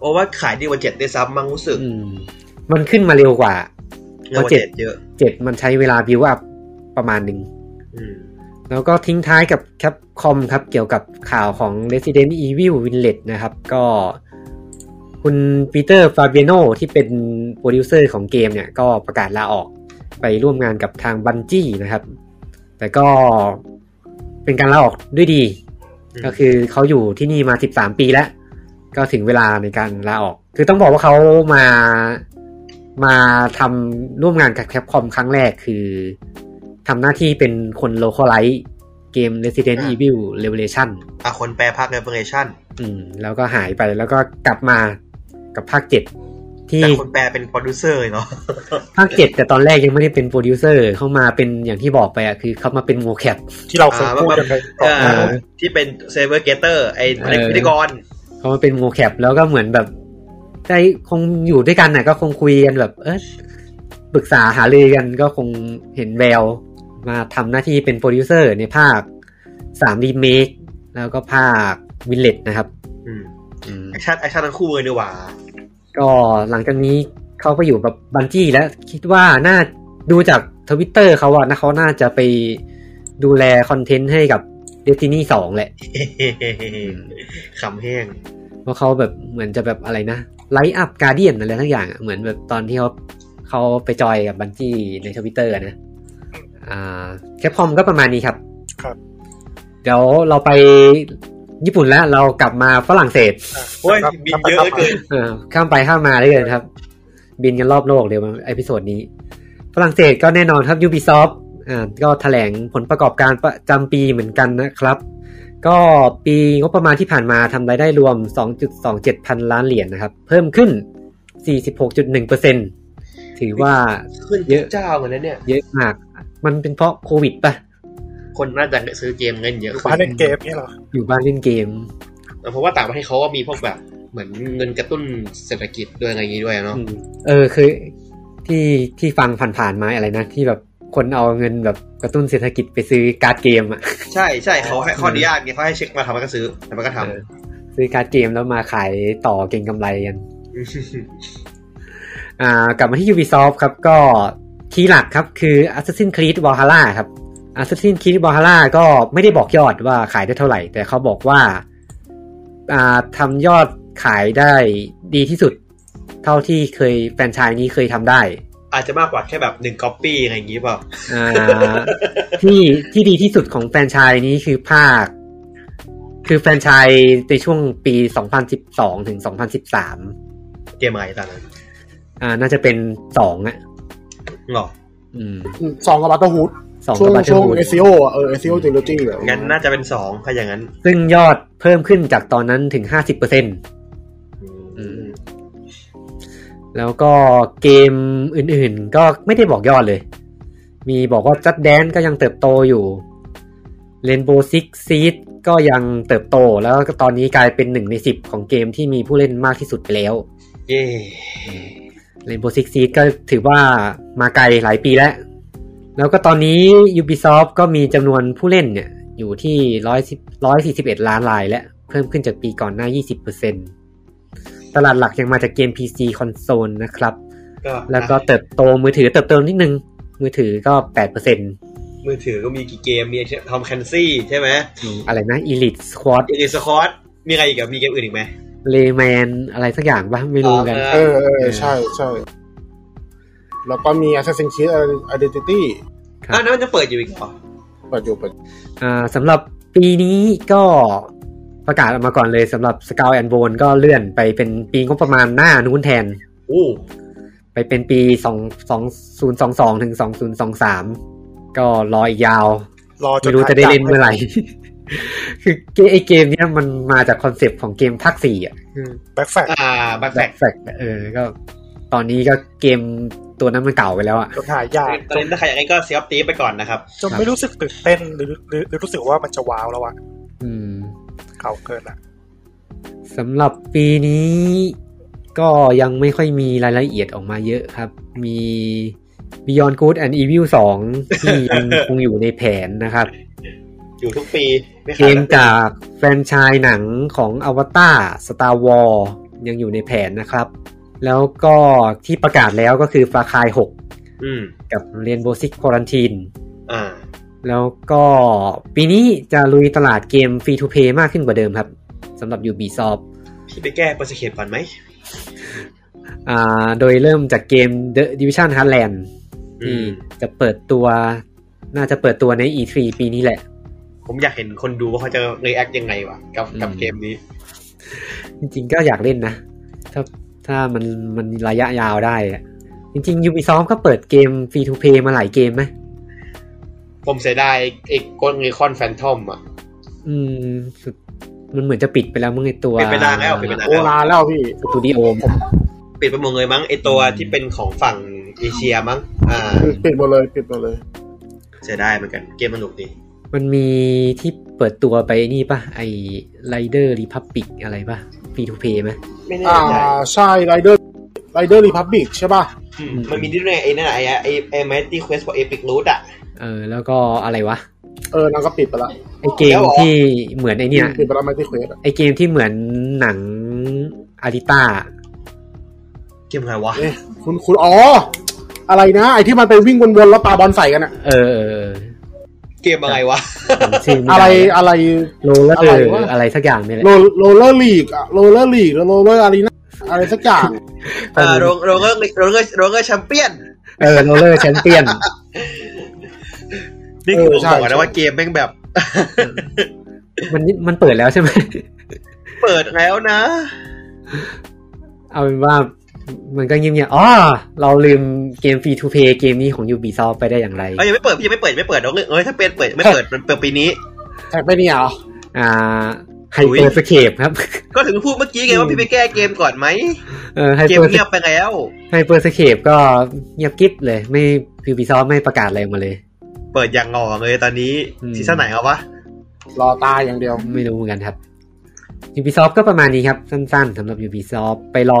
Speaker 2: โอ้ว่าขายดีกว่าเจ็ดได้วยซ้ำมั้งรู้สึก
Speaker 1: อืมมันขึ้นมาเร็วกว่า
Speaker 2: เร็วกว่าเจ็ดเยอะ
Speaker 1: เจ็ดมันใช้เวลาบิวอัพประมาณหนึ่ง
Speaker 2: อืม
Speaker 1: แล้วก็ทิ้งท้ายกับแคปคอมครับเกี่ยวกับข่าวของ Resident Evil Village นะครับ ก็คุณปีเตอร์ฟาเบียโนที่เป็นโปรดิวเซอร์ของเกมเนี่ย ก็ประกาศลาออกไปร่วมงานกับทางบันจี้นะครับ แต่ก็เป็นการลาออกด้วยดี
Speaker 2: อืม
Speaker 1: ก็คือเขาอยู่ที่นี่มา 13 ปีแล้ว ก็ถึงเวลาในการลาออก คือต้องบอกว่าเขามามาทำร่วมงานกับแคปคอมครั้งแรกคือทำหน้าที่เป็นคนโลคอลไลท์เกม Resident
Speaker 2: อ่า
Speaker 1: Evil Revelation
Speaker 2: อ่ะคนแปลภาคเรเบเรชั่น
Speaker 1: อืมแล้วก็หายไปแล้วก็กลับมากับภาคเจ็ดที่
Speaker 2: แต่คนแปลเป็นโปรดิวเซอร์เนาะ
Speaker 1: ภาคเจ็ดแต่ตอนแรกยังไม่ได้เป็นโปรดิวเซอร์เข้ามาเป็นอย่างที่บอกไปอะคือเขามาเป็นโมแคป
Speaker 3: ที่เราเคยพูดกันไปก่อนห
Speaker 2: อ่า
Speaker 3: น้า
Speaker 2: ที่เป็นเซเวอร์เกเตอร์ไอ้
Speaker 1: เออ
Speaker 2: พิธีกร
Speaker 1: เขามาเป็นโมแคปแล้วก็เหมือนแบบได้คงอยู่ด้วยกันน่ะ ก็คงคุยกันแบบ เออปรึกษาหารือกันก็คงเห็นแววมาทำหน้าที่เป็นโปรดิวเซอร์ในภาคสามรีเมคแล้วก็ภาควินเลตนะครับ
Speaker 2: อืม
Speaker 1: อืม
Speaker 2: แอคชั่นแอคชั่นทั้งคู่เลยดีกว่า
Speaker 1: ก็หลังจากนี้เขาไปอยู่กับบันจี้แล้วคิดว่าน่าดูจากทวิตเตอร์เขาอะนะเขาน่าจะไปดูแลคอนเทนต์ให้กับเดตินี่สองแหละ
Speaker 2: คำแห้ง
Speaker 1: เพราะเขาแบบเหมือนจะแบบอะไรนะไลท์อัพการเดียนอะไรทั้งอย่างอะเหมือนแบบตอนที่เขาเขาไปจอยกับบันจี้ในทวิตเตอร์นะอ่าแคปคอมก็ประมาณนี้ครับ
Speaker 3: ครับ
Speaker 1: เดี๋ยวเราไปญี่ปุ่นแล้วเรากลับมาฝรั่งเศส
Speaker 2: โอ้ยบินเยอะเหลือเกิน
Speaker 1: เออข้ามไปข้ามมาได้เลยนะครับ บินกันรอบโลกเดี๋ยวมาไอพิโซดนี้ ฝรั่งเศสก็แน่นอนครับ Ubisoft อ่าก็แถลงผลประกอบการประจำปีเหมือนกันนะครับ ก็ปีงบประมาณที่ผ่านมาทำรายได้รวม 2.27 พันล้านเหรียญนะครับ เพิ่มขึ้น 46.1%ถือว่า
Speaker 2: ขึ้นเยอะเจ้าเหมือนนั้นเนี่ย
Speaker 1: เยอะมาก มันเป็นเพราะโควิดปะ
Speaker 2: คนน่าจะซื้อเกมเงินเยอะ
Speaker 3: อยู่
Speaker 2: ขึ้
Speaker 3: บ้านเล่นเกมนี่เหรอ
Speaker 1: อยู่บ้านเล่นเกม
Speaker 2: แต่เพราะว่าต่างประเทศเขาก็มีพวกแบบเหมือนเงินกระตุ้นเศรษฐกิจด้วยอะไรอย่างนี้ด้วยเนาะ
Speaker 1: อืมเออคือที่ที่ฟังผ่านๆมาอะไรนะ ที่แบบคนเอาเงินแบบกระตุ้นเศรษฐกิจไปซื้อการ์ดเกมอ่ะ
Speaker 2: ใช่ใช่เขาให้ข้ออนุญาตไงเขาให้เช็คมาทำมันก็ซื้อ แต่มันก็ทำ
Speaker 1: เออ ซื้อการ์ดเกมแล้วมาขายต่อเก่งกำไรกัน อ่ากลับมาที่ Ubisoft ครับก็คีย์หลักครับคือ Assassin's Creed Valhalla ครับ Assassin's Creed Valhalla ก็ไม่ได้บอกยอดว่าขายได้เท่าไหร่ แต่เขาบอกว่าอ่าทำยอดขายได้ดีที่สุด เท่าที่เคยแฟรนไชส์นี้เคยทำได้
Speaker 2: อาจจะมากกว่าแค่แบบหนึ่งก๊อปปี้อะไรอย่างนี้เปล่า
Speaker 1: อ่าที่ที่ดีที่สุดของแฟรนไชส์นี้คือภาค คือแฟรนไชส์ในช่วงปี 2012 ถึง 2013
Speaker 2: เกมอะไรตอนนั้น
Speaker 1: อ่า น่าจะเป็นสองอ่ะ
Speaker 2: หรอ
Speaker 1: อืม
Speaker 4: สองกับบัตเตอร์ฮูด
Speaker 1: สอง
Speaker 4: ช่ว
Speaker 1: กั
Speaker 4: ง
Speaker 1: บ
Speaker 4: ช่วง
Speaker 1: Battlefield
Speaker 4: เอซิโอเออเอซิโอจิโลจีเหรอ
Speaker 2: งั้นน่าจะเป็นสองถ้าอย่างนั้น
Speaker 1: ซึ่งยอดเพิ่มขึ้นจากตอนนั้นถึง 50%
Speaker 2: อืม
Speaker 1: แล้วก็เกมอื่นๆ ก็ไม่ได้บอกยอดเลย มีบอกว่าจัดแดนก็ยังเติบโตอยู่ Rainbow Six Siege ก็ยังเติบโต แล้วก็ตอนนี้กลายเป็นหนึ่งในสิบของเกมที่มีผู้เล่นมากที่สุดไปแล้ว
Speaker 2: เย่
Speaker 1: เลนโบซิกซีก็ถือว่ามาไกลหลายปีแล้ว แล้วก็ตอนนี้ Ubisoft ก็มีจำนวนผู้เล่นเนี่ย อยู่ที่ร้อยสิบร้อยสี่สิบเอ็ดล้านรายแล้ว เพิ่มขึ้นจากปีก่อนหน้า 20%ตลาดหลักยังมาจากเกม PC คอนโซลนะครับ
Speaker 2: ก็
Speaker 1: แล้วก็เติบโตมือถือเติบโตนิดนึง มือถือก็8%อ
Speaker 2: มือถือก็มีกี่เกมมีทอมแคนซี่ใช่ไหม
Speaker 1: ืมอะไรนะ Elite Squad
Speaker 2: อีลิสคอตมีอะไรอีกอะมีเกมอื่นอีกไหม
Speaker 1: Rayman อะไรสักอย่างปะไม่รู้เหมือนกัน
Speaker 2: อ๋
Speaker 4: เออเออเออใช่ใช่แล้วก็มี Assassin's Creed Identity
Speaker 1: ครับ
Speaker 2: อ้าวนั่นมันจะเปิดอยู่อีกเหรอ
Speaker 4: เปิดอยู่เปิด
Speaker 1: อ่าสำหรับปีนี้ก็ประกาศออกมาก่อนเลยสำหรับ s c o u t and Bone ก็เลื่อนไปเป็นปีงบประมาณหน้านู้นแทน
Speaker 2: อู้
Speaker 1: ไปเป็นปี2 2 0 2 2ถึง2023 ก็รออีกยาว
Speaker 3: รอจ
Speaker 1: ไม่
Speaker 3: น
Speaker 1: รู้จะได้เล่นเมื่อไหร่ *laughs* คือเกมไอเกมเนี้ยมันมาจากคอนเซปต์ของเกมภาคสี่อ่ะ
Speaker 3: แบ็คแฟก
Speaker 2: อ่าบัตแฟ
Speaker 1: แบ็
Speaker 2: ก
Speaker 1: คแฟกเออ ก็ ตอนนี้ก็เกมตัวนั้นมันเก่าไปแล้วอ่ะ
Speaker 3: จนหายาก
Speaker 2: ตอนนี้ถ้าใครอยากเล่นก็เซียบตีไปก่อนนะครับ
Speaker 3: จนไม่รู้สึกตื่นเต้นหรือหรือหรือรู้สึกว่ามันจะว้าวแล้วอะ
Speaker 1: อืม
Speaker 3: เก่าเกินละ
Speaker 1: สำหรับปีนี้ก็ยังไม่ค่อยมีรายละเอียดออกมาเยอะครับ มี Beyond Good and Evil 2 ที่ยังคงอยู่ในแผนนะครับ
Speaker 2: อยู่ทุกปีไม่
Speaker 1: เก
Speaker 2: ขาด
Speaker 1: มจากแฟรนไชส์หนังของอวตาร Star War ยังอยู่ในแผนนะครับ แล้วก็ที่ประกาศแล้วก็คือฟาคาย6
Speaker 2: อืม
Speaker 1: กับเรียนโบซิกควอรันทีน
Speaker 2: อ่า
Speaker 1: แล้วก็ปีนี้จะลุยตลาดเกมฟรีทูเพย์มากขึ้นกว่าเดิมครับสำหรับ Ubisoft
Speaker 2: พี่ไปแก้โปรเจกต์ก่อนไหม
Speaker 1: อ่าโดยเริ่มจากเกม The Division Heartland
Speaker 2: อื
Speaker 1: ที่
Speaker 2: ม
Speaker 1: จะเปิดตัว น่าจะเปิดตัวใน E3 ปีนี้แหละ
Speaker 2: ผมอยากเห็นคนดูว่าเขาจะรีแอคยังไงวะกับกับ
Speaker 1: อืม
Speaker 2: เกมนี้
Speaker 1: จริงๆก็อยากเล่นนะ ถ้าถ้ามันมันระยะยาวได้อะจริงๆ Ubisoft ก็เปิดเกม Free to Play มาหลายเกมไหม
Speaker 2: ผมเสียดายไอ้กลงีคอนแฟนทอมอ่ะ
Speaker 1: อืมสุดมันเหมือนจะปิดไปแล้วมึงไอตัว
Speaker 2: ปิดไปนานแล้วปิดไปนาน
Speaker 4: โอ้นานแล้วพี่
Speaker 1: สตูดิโอ
Speaker 2: ปิดไปหมดเลยมั้งไอ้ตัวที่เป็นของฝั่งเอเชียมั้ง อ่า
Speaker 4: ปิดหมดเลยปิดหมดเลย
Speaker 2: เสียดายเหมือนกันเกมสนุกดี
Speaker 1: มันมีที่เปิดตัวไปนี่ปะไอ Rider Republic อะไรปะ Free to Play ไหม
Speaker 2: ไม่แน่
Speaker 4: อ่า
Speaker 2: ใจ
Speaker 4: ใช่ไรเดอร์ไรเดอร์รีพับบิกใช่ป่ะ
Speaker 2: อืมมันมีด้วยไงไอ้นั่นน่ะไอ้ไอ้ไอ้ไมตี้เควสของเอพิกรูทอ่ะ
Speaker 1: เออ แล้วก็อะไรวะ
Speaker 4: เออนางก็ปิดไปละ
Speaker 1: ไอเกมที่เหมือนไอเนี่ย
Speaker 4: ปิดไปละไม่ได้เควส
Speaker 1: ไอเกมที่เหมือนหนังอาริต้า
Speaker 2: เกมอะไรวะ
Speaker 4: เอ๊ะคุณคุณอ๋อ อะไรนะ ไอที่มันไปวิ่งวนๆแล้วปาบอลใส่กันอะ
Speaker 1: เออเออเออ
Speaker 2: เกมอะไรวะ
Speaker 1: จำชื่อม่
Speaker 4: อะไร
Speaker 1: ด้
Speaker 4: อะไร
Speaker 1: โรลเลอ
Speaker 4: อะไร
Speaker 1: ร์
Speaker 4: วะ
Speaker 1: อะไรสักอย่างนี่แหละ
Speaker 4: โรโรเลอร์ลีกอะโรเลอร์ลีกโรเลอร์อารีนาอะไรสักอย่าง
Speaker 2: อ่าโรงโรงเลิกโรงเลิกโรงเลิกแชมเปี้ยน
Speaker 1: เออโรลเลอร์แชมเปี้ยน
Speaker 2: นี่คือ
Speaker 4: เอ
Speaker 2: ผ
Speaker 4: อ
Speaker 2: ม
Speaker 4: ใช่
Speaker 2: บอก
Speaker 4: ใช่
Speaker 2: นะว่าเกมแม่งแบบ
Speaker 1: มันมันเปิดแล้วใช่ไหม
Speaker 2: เปิดแล้วนะ
Speaker 1: เอาเป็นว่ามันก็เงียบเงียบๆอ๋อเราลืมเกมฟรีทูเพย์เกมนี้ของ Ubisoft ไปได้อย่างไร
Speaker 2: เอ้ยยังไม่เปิดพี่ยังไม่เปิดยังไม่เปิดโรงเลิกเอ้ยถ้าเป็นเปิดไม่เปิดมันเปิดปีนี้
Speaker 4: แท็กไปเนี่ยเหรอ
Speaker 1: อ่าไฮเปอร์สเคปครับ
Speaker 2: ก็ถึงพูดเมื่อกี้ไงว่าพี่ไปแก้เกมก่อนไหม
Speaker 1: เออไฮ
Speaker 2: เก
Speaker 1: เป
Speaker 2: ม
Speaker 1: อร์
Speaker 2: เงียบไปแล้ว
Speaker 1: ไฮเปอร์สเคปก็เงียบกริบเลย ไม่ Ubisoft ไม่ประกาศอะไรออกมาเลย
Speaker 2: เปิดอย่างงอเลยตอนนี้
Speaker 1: อืม
Speaker 2: ซีซั่นไหนครับวะ
Speaker 4: รอตายอย่างเดียว
Speaker 1: ไม่รู้เหมือนกันครับ Ubisoft ก็ประมาณนี้ครับ สั้นๆสำหรับ Ubisoft ไปรอ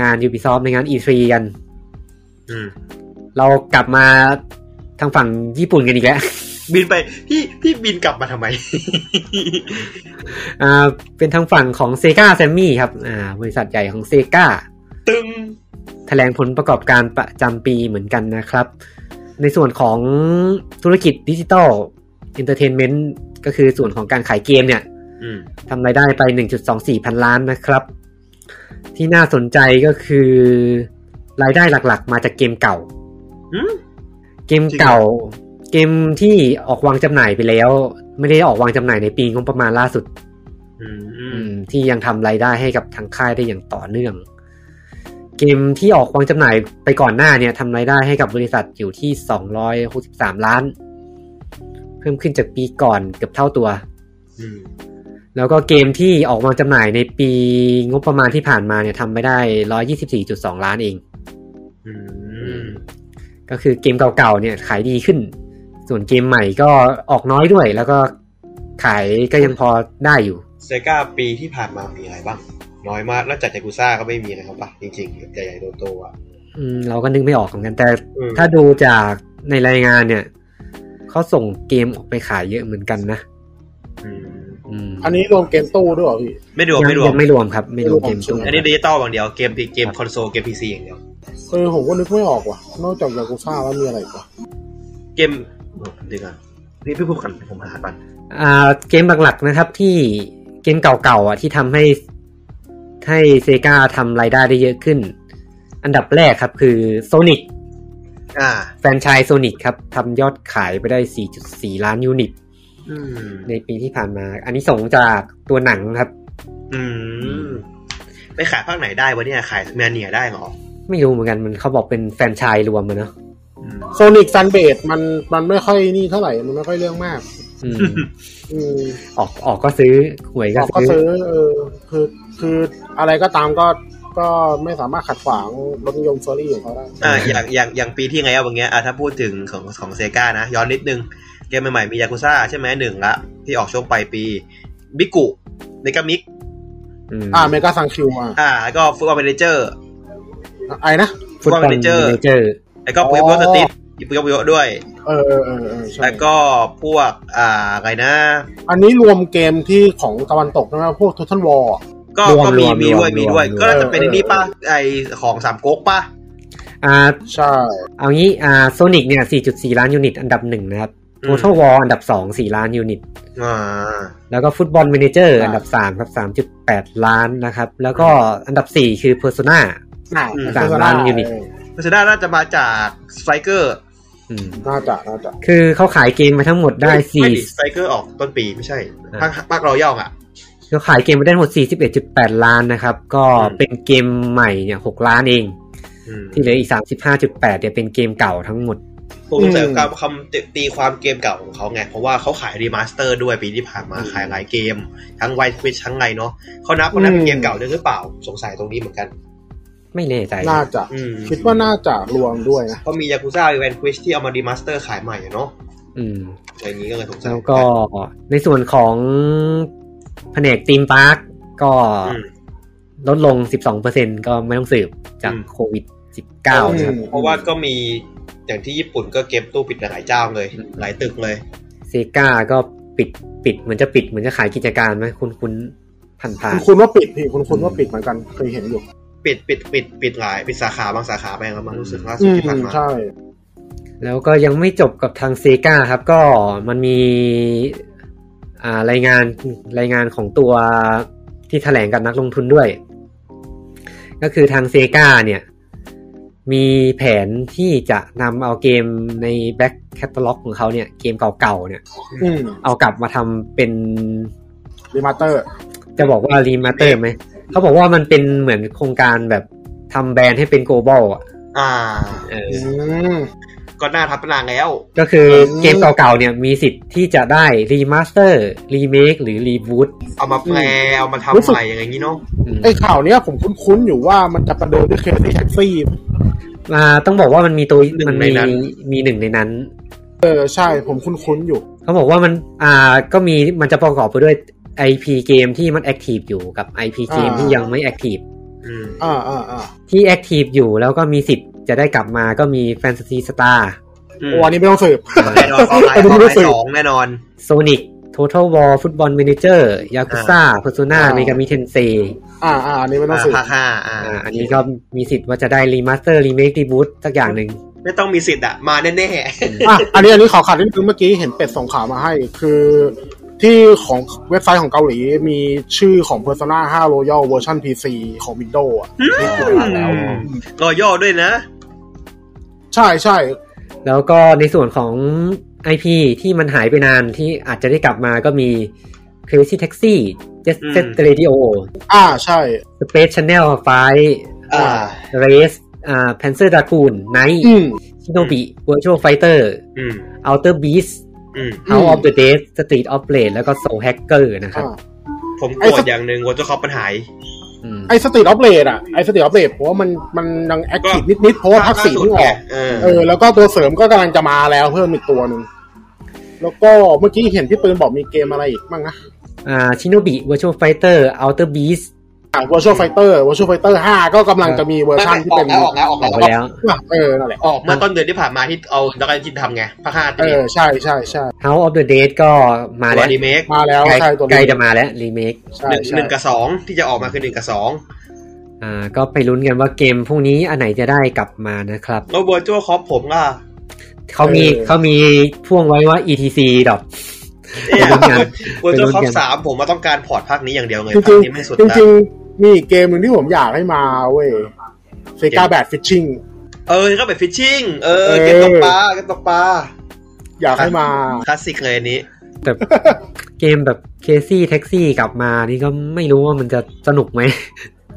Speaker 1: งาน Ubisoft ในงาน E3 กัน
Speaker 2: อืม
Speaker 1: เรากลับมาทางฝั่งญี่ปุ่นกันอีกแล้ว *laughs*
Speaker 2: บินไปพี่พี่บินกลับมาทำไม
Speaker 1: อ่า เป็นทางฝั่งของ Sega Sammy ครับ อ่า บริษัทใหญ่ของ Sega
Speaker 2: ตึง
Speaker 1: แถลงผลประกอบการประจำปีเหมือนกันนะครับ ในส่วนของธุรกิจดิจิ t a ล Entertainment ก็คือส่วนของการขายเกมเนี่ย
Speaker 2: อืม
Speaker 1: ทำรายได้ไป 1.24 พันล้านนะครับ ที่น่าสนใจก็คือ รายได้หลักๆ มาจากเกมเก่า
Speaker 2: อืม
Speaker 1: เกมเก่า เกมที่ออกวางจำหน่ายไปแล้ว ไม่ได้ออกวางจำหน่ายในปีงบประมาณล่าสุด
Speaker 2: อืมอื
Speaker 1: อืม
Speaker 2: ม
Speaker 1: ที่ยังทำรายได้ให้กับทางค่ายได้อย่างต่อเนื่อง เกมที่ออกวางจำหน่ายไปก่อนหน้าเนี่ยทำรายได้ให้กับบริษัทอยู่ที่ 263 ล้าน เพิ่มขึ้นจากปีก่อนเกือบเท่าตัว
Speaker 2: อืม
Speaker 1: แล้วก็เกมที่ออกวางจำหน่ายในปีงบประมาณที่ผ่านมาเนี่ยทำไปได้ 124.2 ล้านเอง
Speaker 2: อืม
Speaker 1: ก็คือเกมเก่าๆเนี่ยขายดีขึ้น ส่วนเกมใหม่ก็ออกน้อยด้วย แล้วก็ขายก็ยังพอได้อยู่
Speaker 2: เซกาปีที่ผ่านมามีอะไรบ้าง น้อยมากนอกจากจากูซ่าก็ไม่มีนะครับปะจริงๆใหญ่ๆโตๆอ่ะ
Speaker 1: อืมเราก็นึกไม่ออกเหมือนกัน แต่
Speaker 2: อืม
Speaker 1: ถ้าดูจากในรายงานเนี่ยเขาส่งเกมออกไปขายเยอะเหมือนกันนะ
Speaker 2: อืม
Speaker 1: ม
Speaker 4: อันนี้รวมเกมตู้ด้วยเหรอพี่
Speaker 2: ไม่รวม
Speaker 1: ยัง
Speaker 2: ไม่รวม
Speaker 1: ยังไม่รวมครับ ไม่รวมเกมตู้
Speaker 2: อันนี้ดิจิตอลอย่างเดียวเกมเกมคอนโซลเกมพีซีอย่างเดียว
Speaker 4: เออผมก็นึกไม่ออกว่ะ นอกจากยากุซ่าแล้วมีอะไรอีกวะ
Speaker 2: เกมเดียวกันนี่พี่พูดกันผมหาบัน
Speaker 1: อ่าเกมหลักๆนะครับที่เกมเก่าๆอ่ะที่ทำให้ให้เซกาทำรายได้ได้เยอะขึ้น อันดับแรกครับคือ Sonic
Speaker 2: อ่า
Speaker 1: แฟรนไชส์ Sonic ครับทำยอดขายไปได้ 4.4 ล้านยูนิต
Speaker 2: อืม
Speaker 1: ในปีที่ผ่านมา อันนี้ส่งส์จากตัวหนังครับ
Speaker 2: อืมไปขายภาคไหนได้วะเนี่ยขายแมนเนียได้เหรอ
Speaker 1: ไม่รู้เหมือนกันมันเขาบอกเป็นแฟรนไชส์รวมมาเนาะ
Speaker 2: อืม
Speaker 4: โซนิกซันเบดมันมันไม่ค่อยนี่เท่าไหร่ มันไม่ค่อยเรื่องมาก
Speaker 1: อืม
Speaker 4: อืม
Speaker 1: ออกออกก็ซื้อหวย
Speaker 4: อ
Speaker 1: ก็
Speaker 4: อกก็
Speaker 1: ซื้
Speaker 4: ซื้
Speaker 1: อ
Speaker 4: อเออคือคืออะไรก็ตามก็ก็ไม่สามารถขัดขวางรถนิยมเฟอร์รี่ของเขาได้
Speaker 2: อ่าอย่างอย่างอย่างปีที่ไงเอาอย่างเงี้ยอ่ะถ้าพูดถึงของของเซกานะ ย้อนนิดนึง เกมใหม่ๆมียากุซ่าใช่ไหมหนึ่งละที่ออกช่วงปลายปีบิกุเนกามิก
Speaker 1: อืม
Speaker 4: อ่าเมกาซังคิวอ่ะ
Speaker 2: อ่าแล้วก็ฟุตบอลเมเนเจอร์
Speaker 4: ไอ้นะ
Speaker 1: ฟุตบอล
Speaker 2: Manager
Speaker 1: เจอร์
Speaker 2: แล้วก็
Speaker 4: อ๋อ
Speaker 2: ปุยโยสติสปุยโยด้วย
Speaker 4: เออเออเออเออใช่
Speaker 2: แล้วก็พวกอ่าอะไรนะ
Speaker 4: อันนี้รวมเกมที่ของตะวันตกนะพวกทุทันวอล
Speaker 2: ก็
Speaker 1: รวม
Speaker 2: ก็มี
Speaker 1: รวม
Speaker 2: มี
Speaker 1: รวม
Speaker 2: ด้วยมีด้วย
Speaker 1: รวม
Speaker 2: ก็น่าจะเป็น
Speaker 4: เออ
Speaker 2: นี่ป่ะไอของสามก๊กป่ะ
Speaker 1: อ่า
Speaker 4: ใช่
Speaker 1: เอางี้อ่าโซนิกเนี่ย 4.4 ล้านยูนิต อันดับหนึ่งนะครับ Total War อันดับสอง4ล้านยูนิต
Speaker 2: อ่า
Speaker 1: แล้วก็ฟุตบอลเมเนเจอร์อันดับ3ครับ3.8 ล้านนะครับ แล้วก็อันดับ 4 คือ Persona
Speaker 4: อ่ะ
Speaker 1: สามล้านยูนิต
Speaker 4: เออ
Speaker 2: พิซซ่าน่าจะมาจากสไตรเกอร์
Speaker 1: อืม
Speaker 4: น่าจะน่าจะ
Speaker 1: คือเขาขายเกมมาทั้งหมดได้
Speaker 2: ไม่ส
Speaker 1: 4
Speaker 2: ไตรเกอร์ออกต้นปีไม่ใช่ภาคภาครอย่องอ่ะ
Speaker 1: เขาขายเกมมาได้ทั้งหมด 41.8 ล้านนะครับ ก็
Speaker 2: อืม
Speaker 1: เป็นเกมใหม่เนี่ย6ล้านเอง
Speaker 2: อืม
Speaker 1: ที่เหลืออีก 35.8เนี่ยเป็นเกมเก่าทั้งหมด
Speaker 2: ผมใส่ความคำตีตีความเกมเก่าของเขาไง เพราะว่าเขาขายรีมาสเตอร์ด้วยปีที่ผ่านมาขายหลายเกม ทั้งไวท์ควิชทั้งไงเนาะเขานับเขานับเป็นเกมเก่าด้วยหรือเปล่าสงสัยตรงนี้เหมือนกัน
Speaker 1: ไม่แน่ใจ
Speaker 4: น่าจะ
Speaker 2: อืม
Speaker 4: คิดว่าน่าจะรวมด้วยนะ
Speaker 2: เพราะมียากุซ่าแวนควิชที่เอามารีมาสเตอร์ขายใหม่อะเนาะ
Speaker 1: อืม
Speaker 2: อะไรอย่างนี้ก็เลยสงสัย
Speaker 1: แล้วก็ในส่วนของแผนกทีมพาร์คก็
Speaker 2: อืม
Speaker 1: ลดลง 12%ก็ไม่ต้องสืบจาก
Speaker 2: อืม
Speaker 1: โควิด 19 นะครับ
Speaker 4: อืม
Speaker 2: เพราะว่าก็มีอย่างที่ญี่ปุ่นก็เก็บตู้ปิดหลายเจ้าเลย
Speaker 1: อืม
Speaker 2: หลายตึกเลย
Speaker 1: เซกาก็ปิดปิดเหมือนจะปิดเหมือนจะขายกิจการไหมคุณคุณผ่านผ่าน
Speaker 4: คุณคุณว่าปิดพี่คุณคุณว่าปิดเหมือนกันเคยเห็นอยู่
Speaker 2: ปิดปิดปิดปิดหลายปิดสาขาบางสาขาไปแล้วมั้งรู้สึกล่าสุด
Speaker 4: อืม
Speaker 2: ที่ผ่านมา
Speaker 4: ใช่
Speaker 1: ๆแล้วก็ยังไม่จบกับทางเซกาครับ ก็มันมีอ่ารายงานรายงานของตัวที่แถลงกับนักลงทุนด้วย ก็คือทางเซกาเนี่ย มีแผนที่จะนำเอาเกมในแบ็คแคตตาล็อกของเขาเนี่ย เกมเก่าๆเนี่ย
Speaker 4: อืม
Speaker 1: เอากลับมาทำเป็น
Speaker 4: รีมาเตอร์
Speaker 1: จะบอกว่ารีมาเตอร์ไหม เขาบอกว่ามันเป็นเหมือนโครงการแบบทำแบรนด์ให้เป็น global อ่ะ
Speaker 2: อ่า
Speaker 1: เออ
Speaker 4: อืม
Speaker 2: ก็น่าทับนางแล้ว
Speaker 1: ก็คือเกมเก่าๆเนี่ยมีสิทธิ์ที่จะได้รีมาสเตอร์รีเมคหรือรีบูต
Speaker 2: เอามาแปลเอามา
Speaker 4: รู้
Speaker 2: ทำ
Speaker 4: สึก
Speaker 2: อะไรอย่างงี้เนาะ
Speaker 4: ไอ้ข่าวเนี้ยผมคุ้นๆอยู่ว่ามันจะประเดิมด้วยเคสที่แท็กซี่
Speaker 1: มาต้องบอกว่ามันมีตัวมันมีมีหนึ่งในนั้น
Speaker 4: เออใช่ผมคุ้นๆอยู่
Speaker 1: เขาบอกว่ามันอ่าก็มีมันจะประกอบไปด้วย IP เกมที่มันแอคทีฟอยู่กับ IP เกม
Speaker 4: อ่า
Speaker 1: ที่ยังไม่แอคทีฟ
Speaker 2: อืม
Speaker 4: อ่าอ่าอ่า
Speaker 1: ที่แอคทีฟอยู่แล้วก็มีสิทธิ์จะได้กลับมาก็มีแฟนตาซีสตาร์
Speaker 2: อืม
Speaker 4: โอ้อันนี้ไม่ต้องสืบ
Speaker 2: แน่นอนออนไลน์
Speaker 4: อัน
Speaker 2: ออ
Speaker 4: นี้
Speaker 2: น
Speaker 4: ไม่
Speaker 2: ไล
Speaker 4: รู้สึ
Speaker 2: น์
Speaker 4: ก
Speaker 2: สองแน่นอน
Speaker 1: Sonic Total War Football Manager Yakuza Persona
Speaker 4: อ่า
Speaker 1: Megami Tensei
Speaker 4: อ่าอ่าอันนี้ไม่ต้อ
Speaker 2: อ่าง
Speaker 4: สืบ
Speaker 2: ภาคห้าอ่า
Speaker 1: อ่าอันนี้ก็มีสิทธิ์ว่าจะได้ Remaster Remake Reboot สักอย่างหนึ่ง
Speaker 2: ไม่ต้องมีสิทธิ์อะมาแน่
Speaker 4: อ่ะอันนี้อันนี้ขอขัดนิดนึงเมื่อกี้เห็นเป็ดส่งข่าวมาให้ คือที่ของเว็บไซต์ของเกาหลีมีชื่อของ Persona 5 Royal Version PC ของ Windows อ่ะมีเกี่ยวกับแล้ว
Speaker 2: ๆรอย่อด้วยนะ
Speaker 4: ใช่ใช่
Speaker 1: แล้วก็ในส่วนของ IP ที่มันหายไปนานที่อาจจะได้กลับมาก็มี Crazy Taxi Jet Set Radio
Speaker 4: อ่าใช่
Speaker 1: Space Channel 5
Speaker 2: อ่า
Speaker 1: Race อ่า Panzer Dragoon Night
Speaker 4: อืม
Speaker 1: Shinobi Virtual Fighter
Speaker 2: อืม
Speaker 1: Outer Beast
Speaker 2: อืม
Speaker 1: House of the Dead Street of Blade แล้วก็ Soul Hacker นะครับ
Speaker 4: อ่า
Speaker 2: ผมโกรธอย่างหนึ่งวอเตอร์คอปปัญหา
Speaker 1: อืม
Speaker 4: ไอ้สตรีทออฟเลดอะไอ้สตรีทออฟเลดผมว่ามันมันยังแอคทีฟนิดๆเพราะว่าภาคสี่เพิ่งออก
Speaker 2: เออ
Speaker 4: เออแล้วก็ตัวเสริมก็กำลังจะมาแล้วเพิ่มอีกตัวหนึ่งแล้วก็เมื่อกี้เห็นพี่ปืนบอกมีเกมอะไรอีกบ้างนะ
Speaker 1: อ่าชิโนบิ Virtual Fighter Outer Beast
Speaker 4: อ่า Virtual Fighter Virtual Fighter 5 ก็กำลังจะมีเวอร์ชันที่เป็น
Speaker 2: ออกแล้วออก
Speaker 1: อ
Speaker 2: แล้
Speaker 1: อ
Speaker 2: ว
Speaker 1: กไป
Speaker 2: ออกแล้ว
Speaker 1: แล้ว
Speaker 4: เออนั่นแหละ
Speaker 2: ออกเมื่อต้นเดือนที่ผ่านมาที่เอาดักกันจินทำไงภาคห้า
Speaker 4: เอ
Speaker 2: ตี
Speaker 4: อใช่ใช่ใช่
Speaker 1: เ o u s e of the Dead ก็มา
Speaker 2: ตั
Speaker 1: แล้ว ว
Speaker 2: ดีเมค
Speaker 4: มาแล้ว
Speaker 1: ใกล้
Speaker 4: ใช่ตัว
Speaker 1: ใกล้
Speaker 4: นี้
Speaker 1: จะมาแล้วรีเมค
Speaker 4: ใช่
Speaker 2: หนึ่ง
Speaker 4: ใช่
Speaker 2: หนึ่งกับสองที่จะออกมาคือหนึ่งกับสอง
Speaker 1: อ่าก็ไปลุ้นกันว่าเกมพวกนี้อันไหนจะได้กลับมานะครับ
Speaker 2: แล้วเวอร์ชวลคอปผมล่ะ
Speaker 1: เขามีเขามีพ่วงไว้ว่า etc ดอก
Speaker 2: เอ๊ะ
Speaker 1: ไปลุ้นกัน
Speaker 2: เวอร์ชวลคอปสามผมมาต้องการพอร์ตภาคนี้อย่างเดียวเลย
Speaker 4: จริง
Speaker 2: ภาค
Speaker 4: จริง
Speaker 2: นี้ไม่สุด
Speaker 4: จริง
Speaker 2: ละ
Speaker 4: จริงๆมีอีกเกมหนึ่งที่ผมอยากให้มาเว้ยเซกาแบดฟิชชิง
Speaker 2: เออก็แบบฟิชชิ่งเออเก็บตกปลาเก็บตกปลา
Speaker 4: อยากให้มา
Speaker 2: คลาสสิกเลยอันนี้
Speaker 1: แต่เกมแบบเคซี่แท็กซี่กลับมานี่ก็ไม่รู้ว่ามันจะสนุกไหม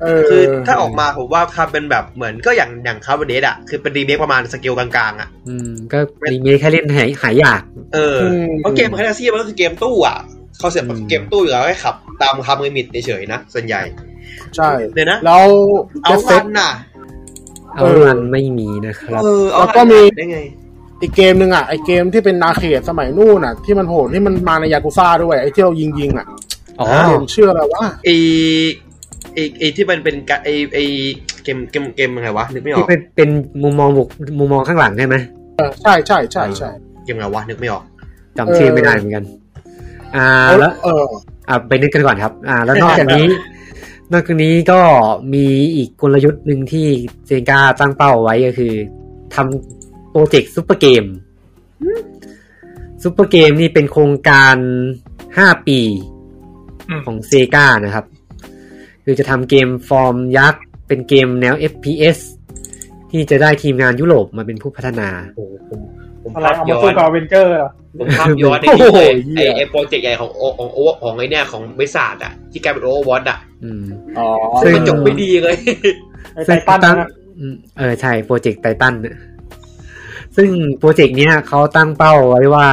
Speaker 4: เออ
Speaker 2: คือถ้าออกมาผมว่าทำเป็นแบบเหมือนก็อย่างอย่างคาร์บอนเดตอะคือเป็นรีเมคประมาณสเกลกลางๆอะ
Speaker 1: อืม ก็รีเมคแค่เล่นหายหายอยาก
Speaker 2: เออเพราะเกมแคนาซี่มันก็คือเกมตู้อะเขาเสียบ
Speaker 1: อืม
Speaker 2: เกมตู้อยู่แล้วให้ขับ ตามคำลิมิตเฉยๆนะ ส่วนใหญ่
Speaker 4: ใช่
Speaker 2: เนี่ยวนะ
Speaker 4: แล้ว
Speaker 2: เอารันน่ะ
Speaker 1: เอา
Speaker 4: เออ
Speaker 1: มันไม่มีนะครับ
Speaker 2: เออ เอา
Speaker 4: แล้วก็
Speaker 2: รัน
Speaker 4: มี
Speaker 2: ได้ไง
Speaker 4: อีกเกมหนึ่งอ่ะไอเกมที่เป็นนาเขตสมัยนู่นอ่ะ ที่มันโหดที่มันมาในยากุซ่าด้วยไอที่เรายิงยิงๆอ่ะ
Speaker 1: อ๋อ
Speaker 4: เกมชื่ออะไรวะ
Speaker 2: ไอีไอีไอที่มันเป็นกะไอไอเกมเกมเกมอะไรวะ นึกไม่ออ
Speaker 1: ที่
Speaker 2: ก
Speaker 1: เป็นเป็นมุมมองบุกมุมมองข้างหลังใช่ไหม
Speaker 4: เออใช่ใช่ใช่ใช่
Speaker 2: เกมอะไรวะ นึกไม่ออก
Speaker 1: จำชื่อ
Speaker 4: เออ
Speaker 1: ไม่ได้เหมือนกัน อ่า
Speaker 4: เอา
Speaker 1: แล้ว
Speaker 4: เออ
Speaker 1: อ่าไปนึกกันก่อนครับ อ่า แล้วนอกจาก
Speaker 3: *laughs*
Speaker 1: นี้ นอกจากนี้ก็มีอีกกลยุทธ์หนึ่งที่เซกาตั้งเป้าไว้ก็คือทำโปรเจกต์ซูเปอร์เกมซูเปอร์เกมนี่เป็นโครงการห้าปี
Speaker 3: อืม
Speaker 1: ของเซกานะครับ คือจะทำเกมฟอร์มยักษ์ เป็นเกมแนว FPS ที่จะได้ทีมงานยุโรปมาเป็นผู้พัฒนา
Speaker 2: โอ้โหผมผม
Speaker 5: อะไร
Speaker 2: ภาพ
Speaker 5: เอามา
Speaker 2: ย้อ
Speaker 5: สู้
Speaker 2: น
Speaker 5: กับเวนเจอร์เหรอ
Speaker 2: ผมภาพย้อนใน
Speaker 4: โอ้โห
Speaker 2: นี้เลย
Speaker 4: เหี้
Speaker 2: ไอย ไอโปรเจกต์ใหญ่ของโอของโอของไอเนี่ยของบริษัทอะที่กลายเป็นโอเวอร์วอตอะ
Speaker 1: อืม
Speaker 4: อ๋อ
Speaker 1: ซึ่
Speaker 2: ซึ่
Speaker 1: ง
Speaker 2: งมันจบไม่ดีเลย *laughs*
Speaker 5: ไอ้ไททัน
Speaker 1: ตั้ง
Speaker 5: นะ
Speaker 1: อืมเออ ใช่โปรเจกต์ไททันยซึ่งโปรเจกต์เนี้ยเขาตั้งเป้าไว้ว่า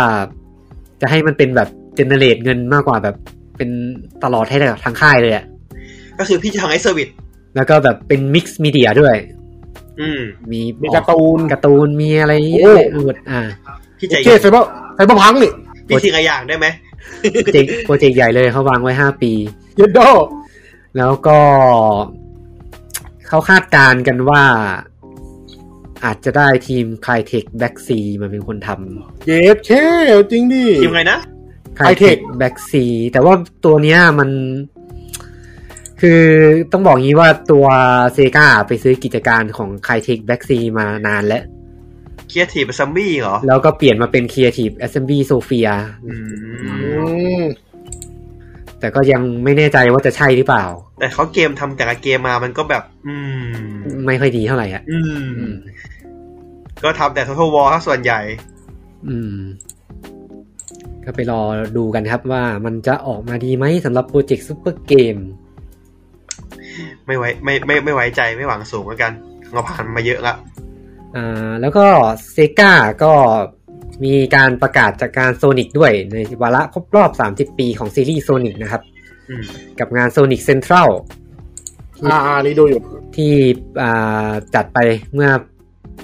Speaker 1: จะให้มันเป็นแบบเจเนเรตเงินมากกว่าแบบเป็นตลอดให้กับทางค่ายเลยอะ
Speaker 2: ก็คือพี่จะทำไอเซอร์วิส
Speaker 1: แล้วก็แบบเป็นมิกซ์มีเดียด้วย
Speaker 2: อืม
Speaker 1: มี
Speaker 4: มีการ์ตูน
Speaker 1: การ์ตูนมีอะไรเย
Speaker 4: โอ้
Speaker 1: อะแยะไปหมดอ่า
Speaker 2: พี่ใจ
Speaker 4: เก
Speaker 2: เย็
Speaker 4: ม
Speaker 2: น
Speaker 4: ไซเบอร์ไซเบอร์พังนี่
Speaker 2: พี่ทิ้งอะไรอย่างได้ไหม
Speaker 1: โปรเจก *laughs* ต์โปรเจกต์ใหญ่เลยเขาวางไว้ห้าปี
Speaker 4: เยดโด
Speaker 1: แล้วก็เขาคาดการณ์กันว่า อาจจะได้ทีมคลายเทคแบ็กซีมาเป็นคนท
Speaker 4: เยดเคจริงดิ
Speaker 2: ทีมไงนะ
Speaker 1: ำ
Speaker 4: Crytek
Speaker 1: แบ็กซีแต่ว่าตัวเนี้ยมัน คือต้องบอกงี้ว่าตัวเซกาไปซื้อกิจการของคลายเทคแบ็กซีมานานแล้ว
Speaker 2: เคียร์ทีมซัมมี่เหรอ
Speaker 1: แล้วก็เปลี่ยนมาเป็น Creative Assembly Sophia
Speaker 2: อื
Speaker 4: อื
Speaker 2: ม
Speaker 4: ม
Speaker 1: แต่ก็ยังไม่แน่ใจว่าจะใช่หรือเปล่า
Speaker 2: แต่เขาเกมทำแต่ละเกมมามันก็แบบ อืม
Speaker 1: ไม่ค่อยดีเท่าไหร่อ่ะ
Speaker 2: อืม
Speaker 1: อืม
Speaker 2: ก็ทำแต่ Total War ครับส่วนใหญ่
Speaker 1: อืม ก็ไปรอดูกันครับว่ามันจะออกมาดีไหมสำหรับโปรเจกต์ซูเปอร์เกม
Speaker 2: ไม่ไว้ไม่ไม่ไม่ไว้ใจไม่หวังสูงเหมือนกันเราผ่านมาเยอะละ
Speaker 1: อ่า แล้วก็เซกาก็มีการประกาศจากการโซนิกด้วย ในวาระครบรอบ 30 ปีของซีรีส์โซนิกนะครับ
Speaker 2: อืม
Speaker 1: กับงานโซนิกเซ็นทรัล
Speaker 4: อ่าอ่านี่ดูอยู่
Speaker 1: ที่อ่าจัดไปเมื่อ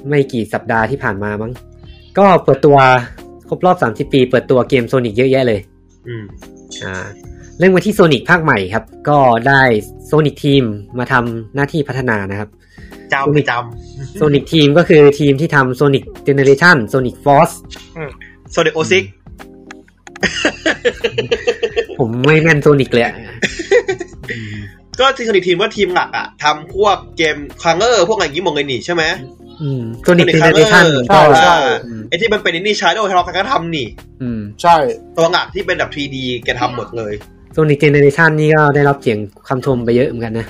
Speaker 1: ไม่กี่สัปดาห์ที่ผ่านมามั้ง ก็เปิดตัวครบรอบ 30 ปี เปิดตัวเกมโซนิกเยอะแยะเลย
Speaker 2: อืม
Speaker 1: อ่าเรื่องมาที่โซนิ c ภาคใหม่ครับ ก็ได้โซนิ c ทีมมาทำหน้าที่พัฒนานะครับ
Speaker 2: จำไม่จ
Speaker 1: โซนิ c ทีมก็คือทีมที่ทำโซนิ c เจเนเรชันโซนิ c ฟอส
Speaker 2: ำโซเดโอซิก
Speaker 1: ผมไม่แม่นโซนิ c เลยอะ
Speaker 2: ก็ทีมทีมว่าทีมหลักอะทำพวกเกมคังเกอร์พวกอะไรอย่างนี้หมองเลยนี่ใช่ไหม
Speaker 1: อืมโซนิ c เจ
Speaker 2: Sonic
Speaker 1: เนเรชัน
Speaker 2: Color
Speaker 1: ก็
Speaker 2: ใช่
Speaker 1: อืม
Speaker 2: ไอที่มันเป็นไอ้นี่ชาร์โดทะเลาะกันก็ทำนี่
Speaker 1: อืม
Speaker 4: ใช่
Speaker 2: ตัวหลักที่เป็นแบบ 3D แกทำหมดเลย
Speaker 1: โซนิ c เจเนเรชันนี่ก็ได้รับเสียงคำชมไปเยอะเหมือนกันนะ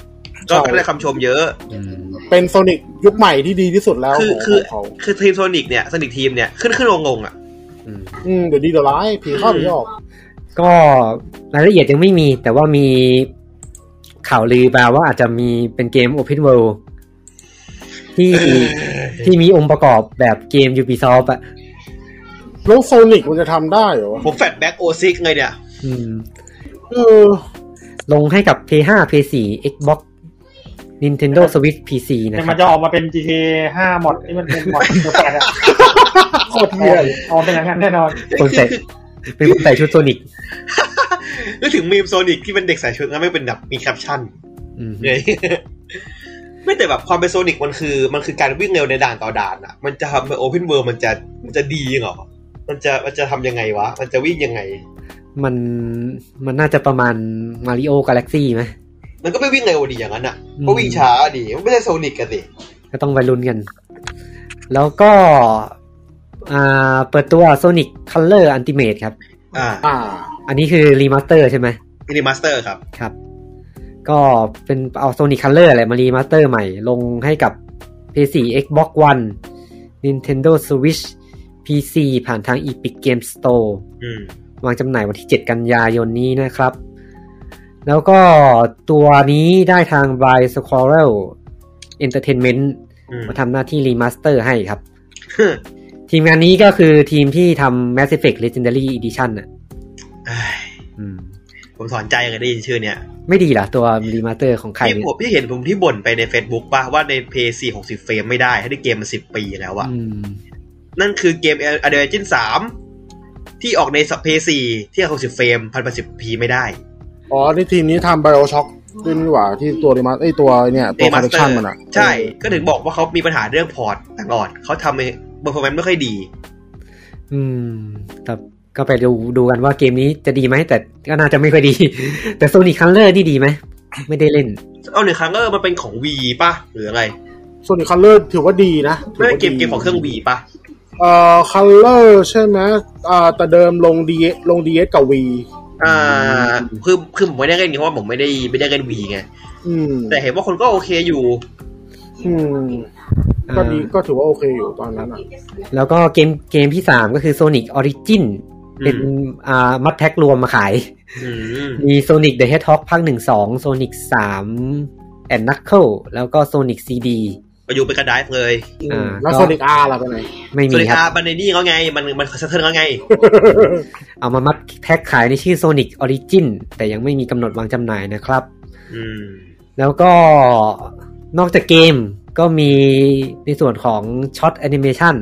Speaker 2: ก็ได้คำชมเยอะ
Speaker 1: อืม
Speaker 4: เป็นโซนิกยุคใหม่ที่ดีที่สุดแล้ว
Speaker 2: คือ
Speaker 4: ของ
Speaker 2: คือ
Speaker 4: ของเขา
Speaker 2: คือทีมโซนิกเนี่ยโซนิกทีมเนี่ย ขึ้นขึ้นลงลงอ่ะ
Speaker 1: อืม
Speaker 4: อืมเดี๋ยวดีเดี๋ยวร้ายผีเข้าผีออก
Speaker 1: ก็รายละเอียดยังไม่มี แต่ว่ามีข่าวลือมาว่าอาจจะมีเป็นเกม Open World ที่ที่มีองค์ประกอบแบบเกม Ubisoft อะ
Speaker 4: แล้วโซนิกมันจะทำได้เหรอวะ
Speaker 2: ผมแฟดแบ็กโอซิกเลยเนี่ย
Speaker 1: อืม
Speaker 4: เออ
Speaker 1: ลงให้กับ P5 P4 Xbox Nintendo Switch PC นะ
Speaker 5: แต่
Speaker 1: ค
Speaker 5: มั
Speaker 1: รั
Speaker 5: น
Speaker 1: บ
Speaker 5: จะออกมาเป็น GTA 5หมดที่มันเป็นหมดตัวแปดอะ
Speaker 4: โคตรเหี้ยเลย
Speaker 5: ออกเป็นอย่างนั้นแน่นอน
Speaker 1: คนใส่เป็นคนใส่ชุดโซนิก
Speaker 2: นึกถึงมีมโซนิกที่เป็นเด็กใส่ชุดแล้วไม่เป็นแบบมีแคปชั่น *laughs*
Speaker 1: อืม
Speaker 2: เนี่ยไม่แต่แบบความเป็นโซนิกมันคือ มันคือการวิ่งเร็วในด่านต่อด่านอะมันจะทำเป็นโอเพนเวิร์มันจะมันจะดีเหรอ มันจะมันจะทำยังไงวะ มันจะวิ่งยังไง
Speaker 1: มันมันน่าจะประมาณมาริโอกาแล็กซี่ไหม
Speaker 2: มันก็ไม่วิ่งเร็วดีอย่างนั้นอะ
Speaker 1: อืม
Speaker 2: ก็วิ่งช้าดีมันไม่ใช่โซนิกกันดิ
Speaker 1: ก็ต้องไปลุ้นกัน แล้วก็ อ่า เปิดตัว Sonic Color Ultimate ครับ
Speaker 2: อ่า
Speaker 4: อ่า
Speaker 1: อันนี้คือรีมาสเตอร์ใช่ไหม
Speaker 2: รีมาสเตอร์ครับ
Speaker 1: ครับ ก็เป็นเอา Sonic Color แหละมารีมาสเตอร์ใหม่ ลงให้กับ PS4 Xbox One Nintendo Switch PC ผ่านทาง Epic Game Store
Speaker 2: อืม
Speaker 1: วางจำหน่ายวันที่ 7 กันยายนนี้นะครับ แล้วก็ตัวนี้ได้ทาง By Squirrel Entertainment
Speaker 2: อืม
Speaker 1: มาทำหน้าที่รีมาสเตอร์ให้ครับ
Speaker 2: ฮึ
Speaker 1: ทีมงานนี้ก็คือทีมที่ทำ Mass Effect Legendary Edition น่ะ
Speaker 2: *laughs* เอ้ย
Speaker 1: อืม
Speaker 2: ผมถอนใจเลยได้ยินชื่อเนี่ย
Speaker 1: ไม่ดีเหรอตัวรีมาสเตอร์ของใคร
Speaker 2: พี่
Speaker 1: เนี่ย
Speaker 2: ผมพี่เห็นผมที่บ่นไปใน Facebook ป่ะว่าใน p s 4 60 เฟรมไม่ได้ให้ได้เกมมาสิบปีแล้วอะ
Speaker 1: อืม
Speaker 2: นั่นคือเกม a d v e n t u r e 3 ที่ออกใน p s 4ที่60เฟรม1080 p ไม่ได้
Speaker 4: อ๋อที่ทีมนี้ทำ BioShock ด้วยนี่หว่าที่ตัวรีมาไอยตัวเนี่ยตัว
Speaker 2: Remaster
Speaker 4: คอนเนคชั่นมันอ่ะ
Speaker 2: ใช่ ก็ถึงบอกว่าเขามีปัญหาเรื่องพอร์ตต่างออดเขาทำให้เปอร์ฟอร์แมนซ์ไม่ค่อยดี
Speaker 1: อืมแต่ก็ไปดูดูกันว่าเกมนี้จะดีไหม แต่ก็น่าจะไม่ค่อยดี *laughs* แต่ Sonic Color นี่ดีไหม ไม่ได้เล่น
Speaker 2: เอาหนึ่งครั้งเออมันเป็นของวีป่ะ หรืออะไร
Speaker 4: ส่วนคัลเลอร์ถือว่าดีนะถื
Speaker 2: ไม่
Speaker 4: อว่า
Speaker 2: เกม
Speaker 4: ดี
Speaker 2: เกมของเครื่องวีป่ะ
Speaker 4: เอ่อคัลเลอร์ใช่ไหมอ่าแต่เดิมลงดีลงดีเอสกับวี
Speaker 2: อ่าคือคือผมไม่ได้เล่นเพราะว่าผมไม่ได้ไม่ได้เล่นวีไง
Speaker 4: อืม
Speaker 2: แต่เห็นว่าคนก็โอเคอยู่
Speaker 4: อืมก็ดีก็ถือว่าโอเคอยู่ตอนนั้นอ่ะ
Speaker 1: แล้วก็เกมเกมที่ 3 ก็คือ Sonic Origin เป็น
Speaker 2: อืม
Speaker 1: อ่ามัดแพ็ครวมมาขาย
Speaker 2: อืม
Speaker 1: มี Sonic the Hedgehog ภาคหนึ่งสองโซนิกสามแอนนัคเคิลแล้วก็ Sonic CD
Speaker 2: ไปอยู่เป็นกระดาษเลย
Speaker 4: อืม
Speaker 1: อ่า
Speaker 4: แล้ว
Speaker 1: ก็
Speaker 4: โซนิกอาร์ล่ะเป็นไง
Speaker 1: ไม่
Speaker 2: สวัส
Speaker 1: มี
Speaker 2: ดี
Speaker 1: ค
Speaker 2: ครั
Speaker 1: รั
Speaker 2: บบ มันในนี่เขาไง มันมันสะเทือน
Speaker 1: *laughs*
Speaker 2: เขาไง
Speaker 1: เอามามัดแพ็คขายในชื่อ Sonic Origin แต่ยังไม่มีกำหนดวางจำหน่ายนะครับ
Speaker 2: อืม
Speaker 1: แล้วก็นอกจากเกมก็มีในส่วนของช็อตแอนิเมชัน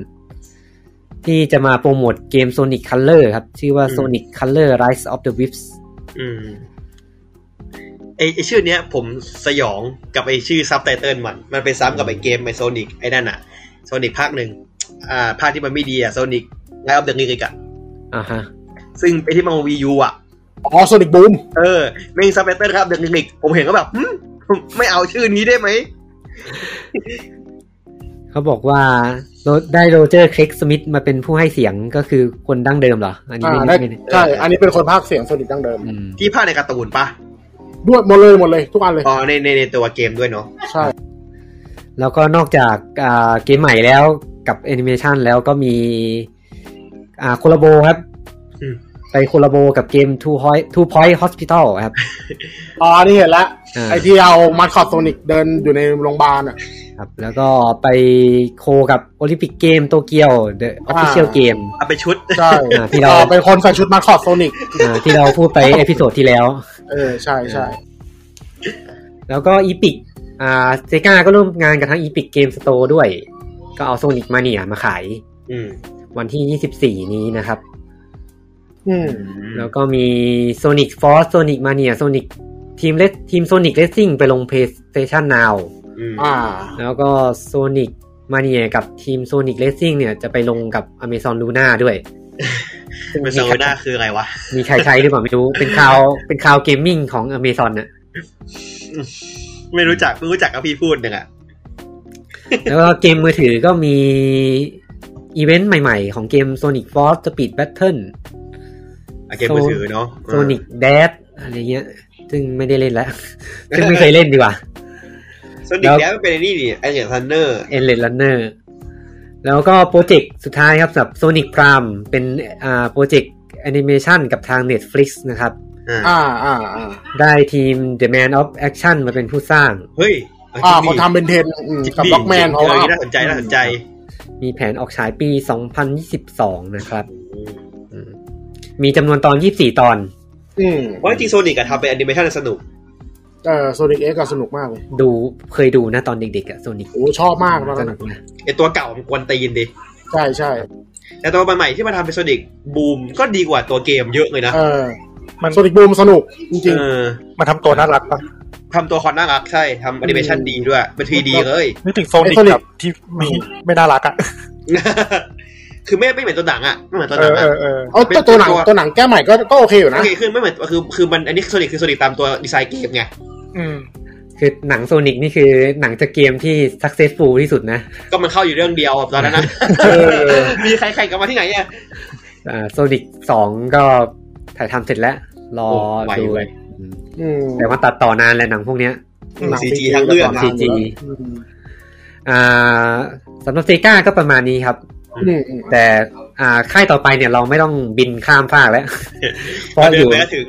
Speaker 1: ที่จะมาโปรโมทเกม Sonic Color ครับ ชื่อว่า
Speaker 2: อืม
Speaker 1: Sonic Color Rise of the Whips
Speaker 2: อืมไอไอชื่อเนี้ย ผมสยองกับไอชื่อซับไตเติลมัน มันไปซ้ำกับไอเกมไอโซนิกไอนั่นอะโซนิกภาคหนึ่งอ่าภาคที่มันไม่ดีอะโซนิกไลออฟเดอะริกอะ
Speaker 1: อ่าฮะ
Speaker 2: ซึ่งไอที่มันวียูอะ
Speaker 4: อ๋อโซนิกบูม
Speaker 2: เออแม่งซับไตเติลครับเดอะริกผมเห็นก็แบบหึไม่เอาชื่อนี้ได้ไหม
Speaker 1: เขาบอกว่าโรได้โรเจอร์เครกสมิธมาเป็นผู้ให้เสียงก็คือคนดั้งเดิมเหรอ อันนี้
Speaker 4: อ่า
Speaker 1: ไม่
Speaker 4: ได้
Speaker 1: ไม่
Speaker 4: ใช่ อันนี้เป็นคนภาคเสียงโซนิกดั้งเดิม
Speaker 1: อืม
Speaker 2: ที่ภาคในการ์ตูนปะ
Speaker 4: ด้วยหมดเลยหมดเลยทุกอันเลย
Speaker 2: อ๋อในในในตัวเกมด้วยเนาะ
Speaker 4: ใช่
Speaker 1: แล้วก็นอกจากอ่าเกมใหม่แล้วกับแอนิเมชันแล้วก็มีอ่าโคลาโบครับ
Speaker 2: อืม
Speaker 1: ไปโคลาโบกับเกม Two Point Two Point Hospital ครับ
Speaker 4: อ๋อนี่เห็นละ
Speaker 1: อ่า
Speaker 4: ไอที่เอามาคอตโซนิกเดินอยู่ในโรงพยาบาลอ่ะ
Speaker 1: ครับ แล้วก็ไปโคกับโอลิมปิกเกมโตเกียว The Official
Speaker 4: อ่า
Speaker 1: Game
Speaker 2: เอาไปชุด *laughs*
Speaker 4: ใช่
Speaker 1: อ่าที่เรา
Speaker 4: เออเป็นคนใส่ชุดมาคอตโซนิก
Speaker 1: อ่าที่เราพูด
Speaker 4: *laughs*
Speaker 1: ไปเอพิโซดที่แล้ว
Speaker 4: เออใช่ใช่
Speaker 1: แล้วก็อีพิกอ่าเซกาก็ร่วมงานกับทั้งอีพิกเกมสโตร์ด้วย ก็เอาโซนิกมาเนียมาขาย
Speaker 2: อืม
Speaker 1: วันที่ 24 นี้นะครับ
Speaker 4: อืม
Speaker 1: แล้วก็มี Sonic Force Sonic Mania Sonic ทีมเลสทีม Sonic Racing ไปลง PlayStation Now
Speaker 2: อืม
Speaker 4: อ่า
Speaker 1: แล้วก็ Sonic Mania กับทีม Sonic Racing เนี่ยจะไปลงกับ Amazon Luna ด้วย
Speaker 2: เป็นโซน่าคืออะไรวะ
Speaker 1: มีใครใช้หรือเปล่าไม่รู้ *laughs* เป็นข่าวเป็นข่าวเกมมิ่งของ Amazon
Speaker 4: *laughs*
Speaker 1: น่ะ
Speaker 2: ไม่รู้จักเพิ่งรู้จักกับพี่พูดหนึ่งอะ
Speaker 1: แล้วก็เกมมือถือก็มีอีเวนต์ใหม่ๆ ของเกม Sonic Force Speed Battle
Speaker 2: อ่ะเกมมือถือเนาะ
Speaker 1: Sonic
Speaker 4: *laughs*
Speaker 1: Dash อะไรเงี้ย ซึ่งไม่ได้เล่นแล้ว *laughs* ซึ่งไม่เคยเล่นดีกว่า
Speaker 2: โซนิกแล้วมันเป็นไอ้นี่นี่ไอเสียงทันเนอร์
Speaker 1: e n d l e s s Runner แล้วก็โปรเจกต์สุดท้ายครับสำหรับ Sonic Prime เป็นอ่าโปรเจกต์แอนิเมชันกับทาง Netflix นะครับ
Speaker 2: อ่า
Speaker 4: อ่าอ่าอ่า
Speaker 1: ได้ทีม The Man of Action มาเป็นผู้สร้าง
Speaker 2: เฮ้ย
Speaker 4: อ่าคนทำเป็นเทนอืมกับล็อกแมนเขา
Speaker 2: เขา
Speaker 4: อ่ะ
Speaker 2: น่าสนใจน่าสนใจ
Speaker 1: มีแผนออกฉายปี 2022 นะครับอืมมีจำนวนตอน 24 ตอน
Speaker 4: อืม
Speaker 2: ว่าจริงโซนิกอะทำเป็นแอนิเมชันสนุก
Speaker 4: เออโซนิกเอ็กก็สนุกมากเลย
Speaker 1: ดูเคยดูนะตอนเด็กๆอะ Sonic
Speaker 4: โอ้ชอบมากนะ
Speaker 1: สนุกนะ
Speaker 2: ไอตัวเก่ามันกวนตีนดิ
Speaker 4: ใช่ใช่
Speaker 2: แต่ตัวใหม่ๆที่มาทำเป็นโซนิกบูมก็ดีกว่าตัวเกมเยอะเลยนะ
Speaker 4: เออ
Speaker 3: มัน
Speaker 4: โซนิกบูมสนุกจริง
Speaker 2: เออ
Speaker 3: มันทำตัวน่ารักปะ
Speaker 2: ทำตัวคอนน่ารักใช่ทำแอนิเมชันดีด้วยเป็นทีดีเลย
Speaker 3: นึกถึงโซนิ
Speaker 4: ไอ้ Sonic
Speaker 3: กแบบที่ไม่ไม่น่ารักอ่ะ
Speaker 2: คือไม่ไม่เหมือนตัวหนังอ่ะไม่เหมือนตัว
Speaker 3: เอ
Speaker 2: หนั
Speaker 3: อง เอ
Speaker 2: อ่ะ
Speaker 3: อเออ
Speaker 4: เอา
Speaker 2: เป็น
Speaker 4: แต่ตัวหนัง
Speaker 2: ตัว
Speaker 4: ตัวหนังแก้ใหม่ก็ก็โอเคอยู่
Speaker 2: โอ
Speaker 4: นะ
Speaker 2: เคขึ้นไม่เหมือนคือคือมันอันนี้โซนิกคือโซนิกตามตัวดีไซน์เกมไง
Speaker 3: อืม
Speaker 1: คือหนังโซนิกนี่คือหนังจากเกมที่ successful ที่สุดนะ
Speaker 2: ก็มันเข้าอยู่เรื่องเดียวตอนนั้นนะมีใครใครกลับมาที่ไหนอ่ะ
Speaker 1: โซนิกสองก็ถ่ายทำเสร็จแล้ว รอ
Speaker 2: โอ้ไว
Speaker 1: ดู
Speaker 2: ไว
Speaker 1: อืม
Speaker 4: อืม
Speaker 1: แต่ว่าตัดต่อนานแหละหนังพวกเนี้ย
Speaker 4: หนั
Speaker 2: CG
Speaker 4: ปีนี้
Speaker 2: ทั้งเรื่อง
Speaker 4: ก็
Speaker 1: ซีจี
Speaker 4: นานยู่แล้ว
Speaker 1: อ่าสำหรับเซกาก็ประมาณนี้ครับ
Speaker 4: อืมอืม
Speaker 1: แต่อ่าค่ายต่อไปเนี่ยเราไม่ต้องบินข้ามฟาก *laughs* แล้ว เพราะอน
Speaker 2: เดิ
Speaker 1: ยู่
Speaker 2: ไปก็ถึง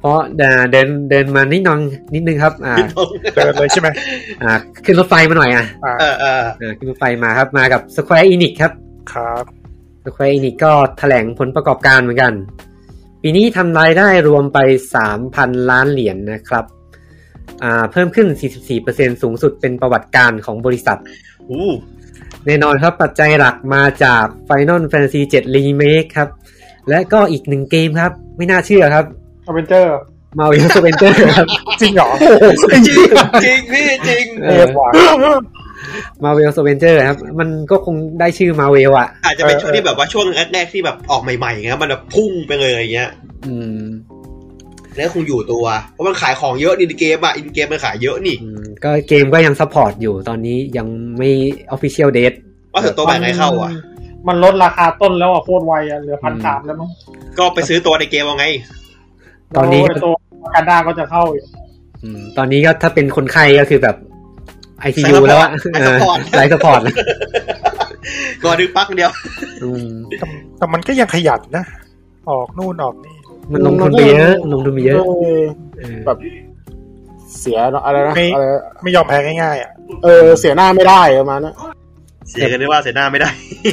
Speaker 1: เพราะเดินเดินเดินมานิดนึงนิดนึงครับ อ่า
Speaker 2: พี่ตรง
Speaker 3: เดินเลยใช่ไหม
Speaker 1: อ่าขึ้นรถไฟมาหน่อยอ่ะ
Speaker 3: อ่า
Speaker 2: เออเออ
Speaker 1: อ่าขึ้นรถไฟมาครับมากับ Square Enix ครับ
Speaker 3: ครับ
Speaker 1: Square Enix ก็แถลงผลประกอบการเหมือนกัน ปีนี้ทำรายได้รวมไป 3,000 ล้านเหรียญนะครับอ่าเพิ่มขึ้น 44%สูงสุดเป็นประวัติการของบริษัท
Speaker 2: อู้
Speaker 1: แน่นอนครับปัจจัยหลักมาจาก Final Fantasy 7 Remake ครับ และก็อีกหนึ่งเกมครับ ไม่น่าเชื่อครับ
Speaker 4: อเวนเจอร์
Speaker 1: มาวิสเปนเตอร์ครับ
Speaker 3: จริงเหรอ
Speaker 2: จริงจริงพี่จริง
Speaker 1: *laughs* เอ
Speaker 3: เอ
Speaker 1: อ
Speaker 3: ฟว่ะ
Speaker 1: มาวิสเปนเตอร์ครับ มันก็คงได้ชื่อมาเวลอะ
Speaker 2: อาจจะเป็นช่วงที่แบบว่าช่วงแรกๆที่แบบออกใหม่ๆไงมันแบบพุ่งไปเลยอย่างเงี้ย
Speaker 1: อืม
Speaker 2: แล้วคงอยู่ตัว เพราะมันขายของเยอะนี่ในเกมอ่ะอินเกมมันขายเยอะนี่
Speaker 1: อืมก็เกมก็ยังซัพพอร์ตอยู่ตอนนี้ยังไม่ Official Date
Speaker 2: ว่าถึงตัวใหม่ไงเข้าอ่ะ
Speaker 5: มันลดราคาต้นแล้วอ่ะโคตรไวอ่ะเหลือพันสามแล้วมั้ง
Speaker 2: ก็ไปซื้อตัวในเกมเอาไง *laughs*
Speaker 1: ตอนนี้
Speaker 5: โยตัวกาด้าก็จะเข้าอยู่
Speaker 1: อืมตอนนี้ก็ถ้าเป็นคนไข้ก็คือแบบ
Speaker 2: สาย
Speaker 1: ICU
Speaker 2: ซัพพอร์ต
Speaker 1: แล้วอะ
Speaker 2: สายซัพพอร์ต
Speaker 1: ไลท์สปอร์ต
Speaker 2: ก็ดึงปักเดียว
Speaker 3: แต่แต่มันก็ยังขยันนะ ออกนู่นออกนี่
Speaker 1: มันลงทุนไปเยอะลงทุนไปเยอะ
Speaker 4: เออ
Speaker 1: เออ
Speaker 4: แบบ เสียอะไรนะ
Speaker 3: ไม่
Speaker 4: อะไร
Speaker 3: ไม่ยอมแพ้ง่ายๆอ่ะ
Speaker 4: เออเสียหน้าไม่ได้ประมาณนั้น
Speaker 2: เสียกันได้ว่าเสียหน้าไม่ได้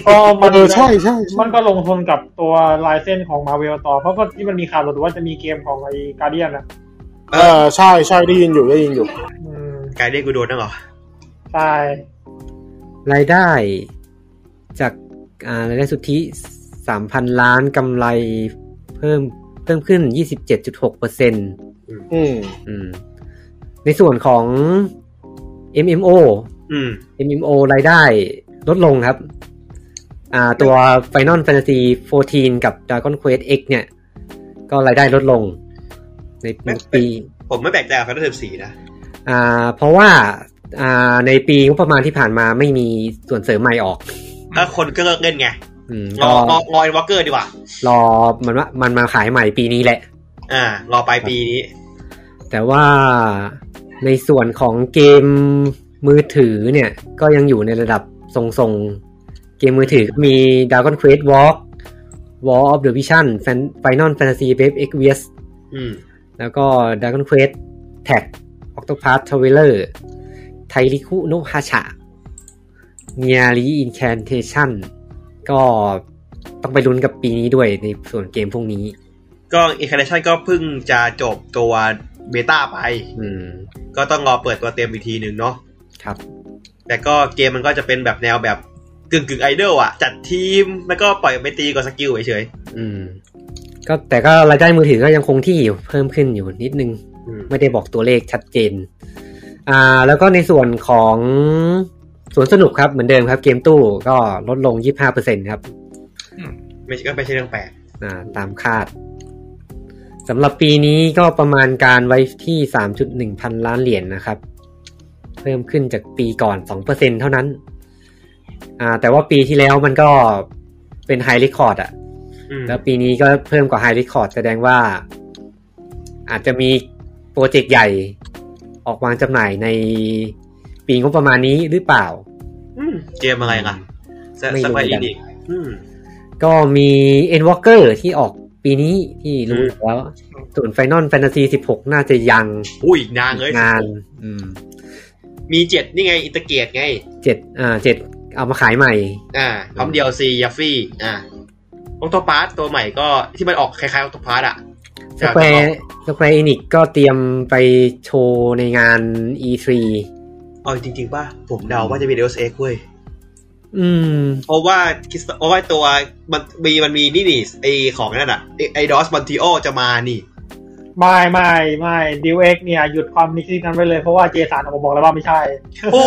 Speaker 5: ก็มัน
Speaker 4: เออใช่ใช่ใช่
Speaker 5: มันก็ลงทุนกับตัวลายเส้นของมาเวลต่อ เพราะก็ที่มันมีข่าวหลุดว่าจะมีเกมของไอ้กาเดียนอ่ะ
Speaker 4: เออใช่ใช่ได้ยินอยู่ได้ยินอยู่
Speaker 5: อืม
Speaker 2: ไกด์เรียกกูโดนนั่งเหรอ
Speaker 5: ใช่
Speaker 1: รายได้จากอ่ารายได้สุทธิ 3,000 ล้านกำไรเพิ่มเพิ่มขึ้น 27.6%อ
Speaker 4: อืมื
Speaker 1: มในส่วนของ MMO
Speaker 2: อืม
Speaker 1: MMO รายได้ลดลงครับ อ่าตัว Final Fantasy 14 กับ Dragon Quest X เนี่ย ก็รายได้ลดลง ในปี
Speaker 2: ผมไม่แปลกใจกับแฟนตาซีสี่นะ
Speaker 1: อ่า เพราะว่าอ่าในปีงบประมาณที่ผ่านมาไม่มีส่วนเสริมใหม่ออก
Speaker 2: ถ้าคนก็เลิกเล่นไง
Speaker 1: อืม
Speaker 2: ร
Speaker 1: ก็
Speaker 2: อรอรอวอลเกอร์ดีกว่า
Speaker 1: รอมันว่ามันมาขายใหม่ปีนี้แหละ
Speaker 2: อ่า รอปลายปีนี้
Speaker 1: แต่ว่าในส่วนของเกมมือถือเนี่ย ก็ยังอยู่ในระดับทรงๆ เกมมือถือก็มี Dragon Quest Walk War of the Vision Fan- Final Fantasy Wave e x v s
Speaker 2: อืม
Speaker 1: แล้วก็ Dragon Quest Tag Octopath Traveler ไทริคุโนฮาชะเนียรีอินแคนเทชันก็ต้องไปลุ้นกับปีนี้ด้วยในส่วนเกมพวกนี้
Speaker 2: ก็อีคาเนชั่นก็เพิ่งจะจบตัวเบต้าไป
Speaker 1: อืม
Speaker 2: ก็ต้องรอเปิดตัวเต็มอีกทีหนึ่งเนาะ
Speaker 1: ครับ
Speaker 2: แต่ก็เกมมันก็จะเป็นแบบแนวแบบกึ่งกึ่งไอดอลอ่ะ จัดทีม แล้วก็ปล่อยไปตีกับสกิลเฉย
Speaker 1: อืมก็แต่ก็รายได้มือถือก็ยังคงที่อยู่เพิ่มขึ้นอยู่นิดนึง
Speaker 2: ๆอืม
Speaker 1: ไม่ได้บอกตัวเลขชัดเจน อ่า แล้วก็ในส่วนของสวนสนุกครับเหมือนเดิมครับเกมตู้ก็ลดลง 25%ครับ
Speaker 2: ไม่ใช่ก็ไม่ใช่เรื่องแปลก
Speaker 1: อ่า ตามคาดสำหรับปีนี้ก็ประมาณการไว้ที่ 3.1 พันล้านเหรียญนะครับ เพิ่มขึ้นจากปีก่อน 2%เท่านั้น อ่า แต่ว่าปีที่แล้วมันก็เป็นไฮเรคคอร์ดอะ
Speaker 2: อืม
Speaker 1: แล้วปีนี้ก็เพิ่มกว่าไฮ r ิคอร์ดแสดงว่า อาจจะมีโปรเจกต์ใหญ่ออกวางจำหน่ายในปีงบประมาณนี้หรือเปล่า
Speaker 2: อืมเกมอะไรล่ะส
Speaker 1: ไม่รู้
Speaker 2: ส
Speaker 1: เหมื
Speaker 2: ไป
Speaker 1: อนกั
Speaker 2: อิ
Speaker 1: น
Speaker 2: นิกอืม
Speaker 1: ก็มี Endwalker ที่ออกปีนี้ที่รู้อยู่แล้วส่วน Final Fantasy 16 น่าจะยัง
Speaker 2: อุ้ยนานเลย
Speaker 1: งานอืม
Speaker 2: มีเจ็ดนี่ไงอินเตอร์เกตไง
Speaker 1: เจ็ดอ่าเจ็ดเอามาขายใหม่
Speaker 2: อ่าพร้อม DLC ยัฟฟี่ อ่าอ c โตพาร์ตตัวใหม่ก็ที่มันออกคล้ายๆอ c โตพาร์ตอ่ะ
Speaker 1: สแควร์สแควร์อินิกก็เตรียมไปโชว์ในงาน E3
Speaker 2: เอาจริงๆป่ะ ผมเดาว่าจะมี Deus Ex เว้ย
Speaker 1: อืม
Speaker 2: เพราะว่าคิดเพราะว่า *laughs* ตัวมันมีมันมีนี่นี่ไอของนั่นอ่ะไอดอสบันทีโอจะมานี่
Speaker 5: ไม่ไม่ไม่ดิวเอ็กเนี่ยหยุดความนิกซิกันไว้เลยเพราะว่าเจสันออกมาบอกแล้วว่าไม่ใช่
Speaker 2: โอ้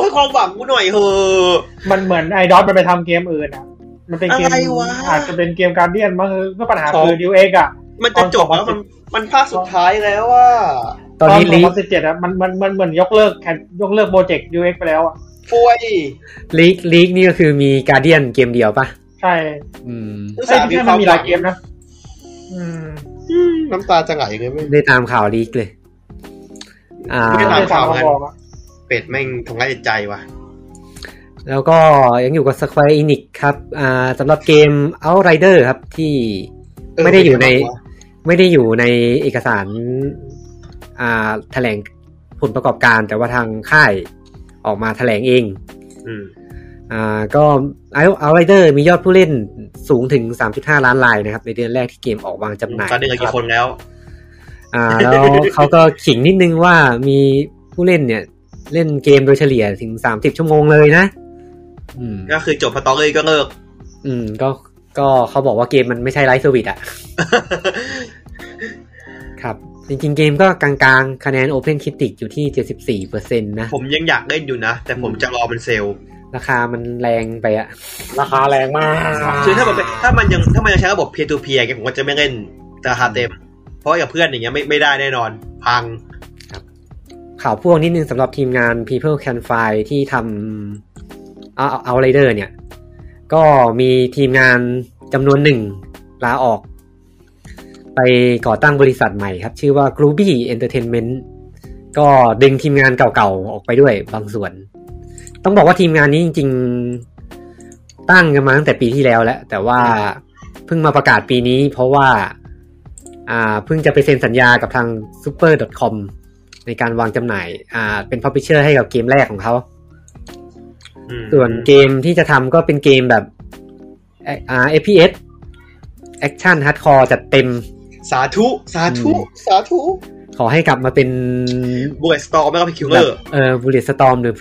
Speaker 2: ให้ความหวังกูหน่อยเถอะ
Speaker 5: มันเหมือนไอดอทมันไปทำเกมอื่นอ่ะ มันเป็นเกม
Speaker 2: อะไรวะ
Speaker 5: อาจจะเป็นเกมการเดียนมั้งคือก็ปัญหา
Speaker 2: ขอ
Speaker 5: คือดิวเอ็กอ่ะ
Speaker 2: มันจะจบแล้วมันมันภาคสุดท้ายแล้วว่า
Speaker 1: ตอนนี้ลี
Speaker 5: ส
Speaker 1: ก
Speaker 5: องพันสิบเจ็ดอะมันมันมันเหมือนยกเลิกแคนยกเลิกโปรเจกต์ UX ไปแล้วอะ
Speaker 2: ป่วย
Speaker 1: ลีกลีกนี่ก็คือมีการเดียนเกมเดียวปะ
Speaker 5: ใช่
Speaker 1: อืม
Speaker 2: อุต
Speaker 5: ใช่
Speaker 2: ส่าห์
Speaker 5: ที่มันมีหลายเกมนะ อืม
Speaker 2: อืมน้ำตาจะไหลเลยไม่
Speaker 1: ได้ตามข่าวลีกเลย อ่า
Speaker 2: ไม่ได้ตาม ข่ว
Speaker 5: ไม่
Speaker 2: กั
Speaker 5: ได้
Speaker 2: น
Speaker 5: บอกอะ
Speaker 2: เป็ดแม่งทำร้ายจิตใจว่ะ
Speaker 1: แล้วก็ยังอยู่กับ Square Enix ครับ อ่าสำหรับเกม Outrider ครับที่
Speaker 2: เออ
Speaker 1: ไม่ได้อยู่ใน
Speaker 2: เป็นไงบ้างวะ
Speaker 1: ไม่ได้อยู่ในเอกสาร อ่าแถลงผลประกอบการ แต่ว่าทางค่ายออกมาแถลงเอง
Speaker 2: อืม
Speaker 1: อ่าก็ Outrider มียอดผู้เล่นสูงถึง 3.5 ล้านรายนะครับ ในเดือนแรกที่เกมออกวางจำหน่าย
Speaker 2: ตอนนี้เหลือกี่คนแล้ว *laughs*
Speaker 1: อ่าแล้วเขาก็ขิงนิดนึงว่ามีผู้เล่นเนี่ย เล่นเกมโดยเฉลี่ยถึงสามสิบชั่วโมงเลยนะ อืม
Speaker 2: ก็คือจบพอตอเลยก็เลิก *laughs*
Speaker 1: อืมก็ก็เขาบอกว่าเกมมันไม่ใช่ไลฟ์เซอร์วิสอ่ะ ครับ จริงๆเกมก็กลางๆ คะแนน Open Critic อยู่ที่เจ็ดสิบสี่เปอร์เซ็นต์นะ
Speaker 2: ผมยังอยากเล่นอยู่นะ แต่ผมจะรอมันเซลล์
Speaker 1: ราคามันแรงไปอ่ะ
Speaker 4: ราคาแรงมาก
Speaker 2: คือถ้ามันเป็นถ้ามันยังถ้ามันยังใช้ระบบ peer to peer อย่างเงี้ยผมก็จะไม่เล่นราคาเต็ม เพราะกับเพื่อนอย่างเงี้ยไม่ไม่ได้แน่นอน พัง
Speaker 1: ข่าวพ่วงนิดนึงสำหรับทีมงาน People Can Fly ที่ทำเอาเอาไรเดอร์เนี่ย ก็มีทีมงานจำนวนหนึ่งลาออก ไปก่อตั้งบริษัทใหม่ครับ ชื่อว่า Groovy Entertainment ก็ดึงทีมงานเก่าๆ ออกไปด้วยบางส่วน ต้องบอกว่าทีมงานนี้จริงๆ ตั้งกันมาตั้งแต่ปีที่แล้วแล้ว แต่ว่าเพิ่งมาประกาศปีนี้ เพราะว่า อ่าเพิ่งจะไปเซ็นสัญญากับทาง super.com ในการวางจำหน่าย อ่า เป็นพับ l ิเชอร์ให้กับเกมแรกของเขา
Speaker 2: อืม
Speaker 1: ส่วนเกมที่จะทำก็เป็นเกมแบบเอ่ออ่า FPS Action Hardcore จัดเต็ม
Speaker 2: สาธุสาธุ
Speaker 1: อืม
Speaker 2: สาธุ
Speaker 1: ขอให้กลับมาเป็น
Speaker 2: บวยสตอร์ไม่ก็พิคิวเล
Speaker 1: แบ
Speaker 2: อบ ร์
Speaker 1: เอ่อบูเลตสตอมหรือ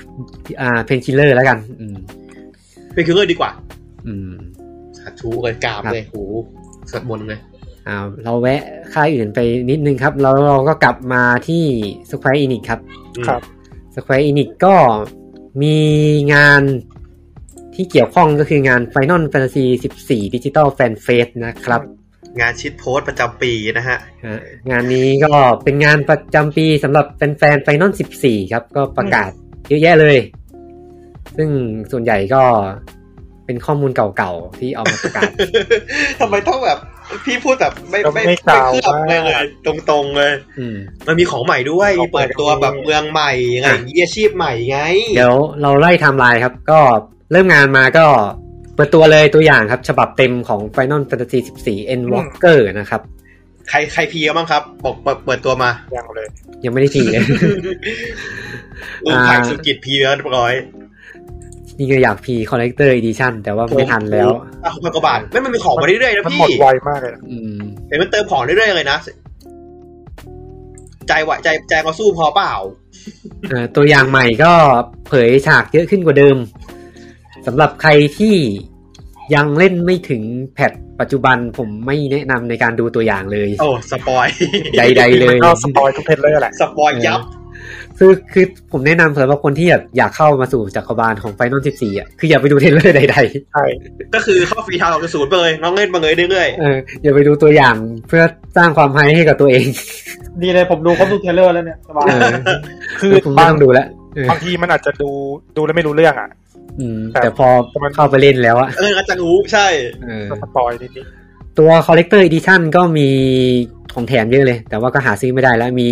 Speaker 1: อ่าเพนคิลเลอร์แล้วกัน อืม
Speaker 2: พิคิวเลอร์ดีกว่า
Speaker 1: อืม
Speaker 2: สาธุเลยกราบเลยโหสวดมนต์เลย
Speaker 1: อ่าเราแวะค่ายอื่นไปนิดนึงครับ แล้วเราก็กลับมาที่ Square Enix ครับ
Speaker 3: ครับ
Speaker 1: Square Enix ก็มีงานที่เกี่ยวข้องก็คืองาน Final Fantasy 14 Digital Fan Fest นะครับ
Speaker 2: งานชิดโพสต์ประจำปีนะฮ *laughs* ะ
Speaker 1: ฮะงานนี้ก็เป็นงานประจำปีสำหรับแฟนๆไฟนอล14 ครับ ก็ประกาศเยอะแยะเลย ซึ่งส่วนใหญ่ก็เป็นข้อมูลเก่าๆ ที่เอามาประกาศ
Speaker 2: ทำไมต้องแบบพี่พูดแบบไม่
Speaker 3: ต้อง
Speaker 2: ไม่
Speaker 3: ไม่
Speaker 2: ไม่
Speaker 3: กล่าว
Speaker 2: เคลือบเลย
Speaker 3: ว่า
Speaker 2: เลยตรงๆเลย
Speaker 1: อืม
Speaker 2: มันมีของใหม่ด้วย
Speaker 3: ของ
Speaker 2: มี
Speaker 3: ใหม่
Speaker 2: เปิดตัว
Speaker 3: ด้วย
Speaker 2: แบบเมืองใหม่ไงอย่างงี้อาชีพใหม่ไง
Speaker 1: เดี๋ยวเราไล่ไทม์ไลน์ครับ ก็เริ่มงานมาก็เปิดตัวเลยตัวอย่างครับ ฉบับเต็มของ Final Fantasy 14 End Walker นะครับ
Speaker 2: ใครใครพีกันบ้างครับบอกเปิดเปิดตัวมา
Speaker 3: ยังเลย
Speaker 1: ยังไม่ได้ทีเลย *laughs*
Speaker 2: ลุง
Speaker 1: อ่า
Speaker 2: ขายสุกิจพีแล้วเรียบร้อย
Speaker 1: จริงๆอยากพี Collector Edition แต่ว่าไม่ทันแล้ว
Speaker 2: อ่ะหกพันกว่าบาทไม่มันมีของมาเรื่อยๆนะ
Speaker 3: มัน
Speaker 2: พี่
Speaker 3: หมดไวมากเลยนะ
Speaker 1: อืม
Speaker 2: เห็นมันเติมของเรื่อยๆเลยนะ ใจวะใจใจก็สู้พอเปล่า
Speaker 1: เอ่อตัวอย่างใหม่ก็เผยฉากเยอะขึ้นกว่าเดิมสำหรับใครที่ยังเล่นไม่ถึงแพทปัจจุบันผมไม่แนะนำในการดูตัวอย่างเลย
Speaker 2: โอ้สปอย *laughs*
Speaker 1: ใด ๆ เลย
Speaker 3: ก็สปอยทุกเทรลเลอร์แหละ
Speaker 2: สปอยยับ
Speaker 1: คือคือผมแนะนำสำหรับคนที่แบบอยากเข้ามาสู่จักรวาลของไฟนอล14อ่ะคืออย่าไปดูเทรลเลอร์ใด
Speaker 3: ใช่
Speaker 2: ก็คือเข้าฟรีทาวน์ของศูนย์ไปเลยน้องเล่นมาเลยเรื่อย
Speaker 1: ๆเอออย่าไปดูตัวอย่างเพื่อสร้างความไฮให้กับตัว
Speaker 3: *laughs*
Speaker 1: เอง
Speaker 5: ดีเลยผมดูครบทุกเทรลเลอร์แล้วเนี่ยสบาย
Speaker 1: เออ
Speaker 3: คื
Speaker 1: คือ
Speaker 3: อ
Speaker 1: ผมไม่
Speaker 3: บาง
Speaker 1: ต้องดูแล้วเออบ
Speaker 3: างทีมันอาจจะดูดูแล้วไม่รู้เรื่องอ่ะ
Speaker 1: อืมแต่พอ
Speaker 3: แต่มัน
Speaker 1: เข้าไปเล่นแล้วอ่ะ
Speaker 2: ๆ เออก็จะรู้ใช่
Speaker 1: เออ
Speaker 3: ก็สปอยนิดนิด
Speaker 1: ตัว collector edition ก็มีของแถมเยอะเลย แต่ว่าก็หาซื้อไม่ได้แล้ว มี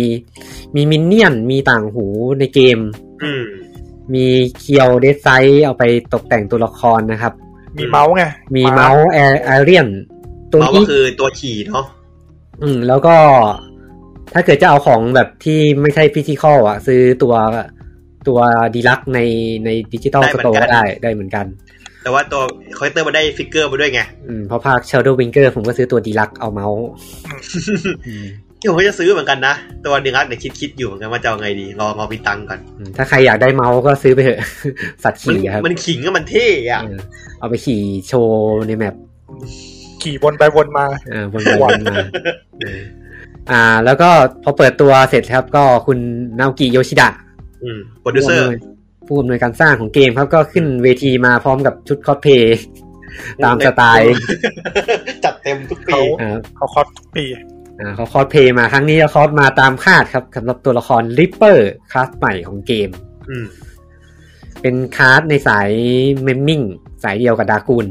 Speaker 1: มีมินเนี่ยน มีต่างหูในเกม
Speaker 2: อืม
Speaker 1: มีเคียวเดซไซต์เอาไปตกแต่งตัวละครนะครับ
Speaker 3: มีเมาส์ไง
Speaker 1: มีเมาส์แอร์เรียนตัว
Speaker 2: เมาส์
Speaker 1: นี้
Speaker 2: ก็คือตัวขี่เนาะ
Speaker 1: อืมแล้วก็ถ้าเกิดจะเอาของแบบที่ไม่ใช่ฟิสิกอลอ่ะ ซื้อตัวตัวดีลักในในดิจิตอลสโตร์ก็ได้ได้เหมือนกัน
Speaker 2: แต่ว่าตัวคอลเลกเตอร์มันได้ฟิกเกอร์มาด้วยไง
Speaker 1: อืมเพราะภาค Shadow Winker ผมก็ซื้อตัวดีลักเอาเมาส์อืม
Speaker 2: ที่ผมก็จะซื้อเหมือนกันนะ ตัวเดรักเดี๋ยวคิดคิดอยู่เหมือนกันว่าจะเอาไงดีรอรอมีตังค์ก่อน
Speaker 1: อืมถ้าใครอยากได้เมาส์ก็ซื้อไปเถอะ *laughs* สัตว์
Speaker 2: มัน
Speaker 1: ขี่อะครับ
Speaker 2: มันขิงก็มันเท่อะ
Speaker 1: เออเอาไปขี่โชว์ในแมป
Speaker 3: ขี่วนไปวนมา
Speaker 1: *laughs* เออวนไป
Speaker 3: วั
Speaker 1: วน นมาเออ อ่า แล้วก็พอเปิดตัวเสร็จครับ ก็คุณนาโอกิโยชิดะ
Speaker 2: อืมโปรดิวเซอร์
Speaker 1: ผู้อำนวยการสร้างของเกมครับ ก็ขึ้นเวทีมาพร้อมกับชุดคอสเพย์ตามสไตล์
Speaker 2: *laughs* จัดเต็มทุกปี
Speaker 3: เขา
Speaker 1: อ่า
Speaker 3: เขาคอสทุกปี
Speaker 1: อ่าเขาคอสเพลย์มาครั้งนี้ก็คอสมาตามคาดครับสำหรับตัวละครริปเปอร์คลาสใหม่ของเกม
Speaker 2: อืม
Speaker 1: เป็นคลาสในสายเมมมิ่งสายเดียวกับดากูล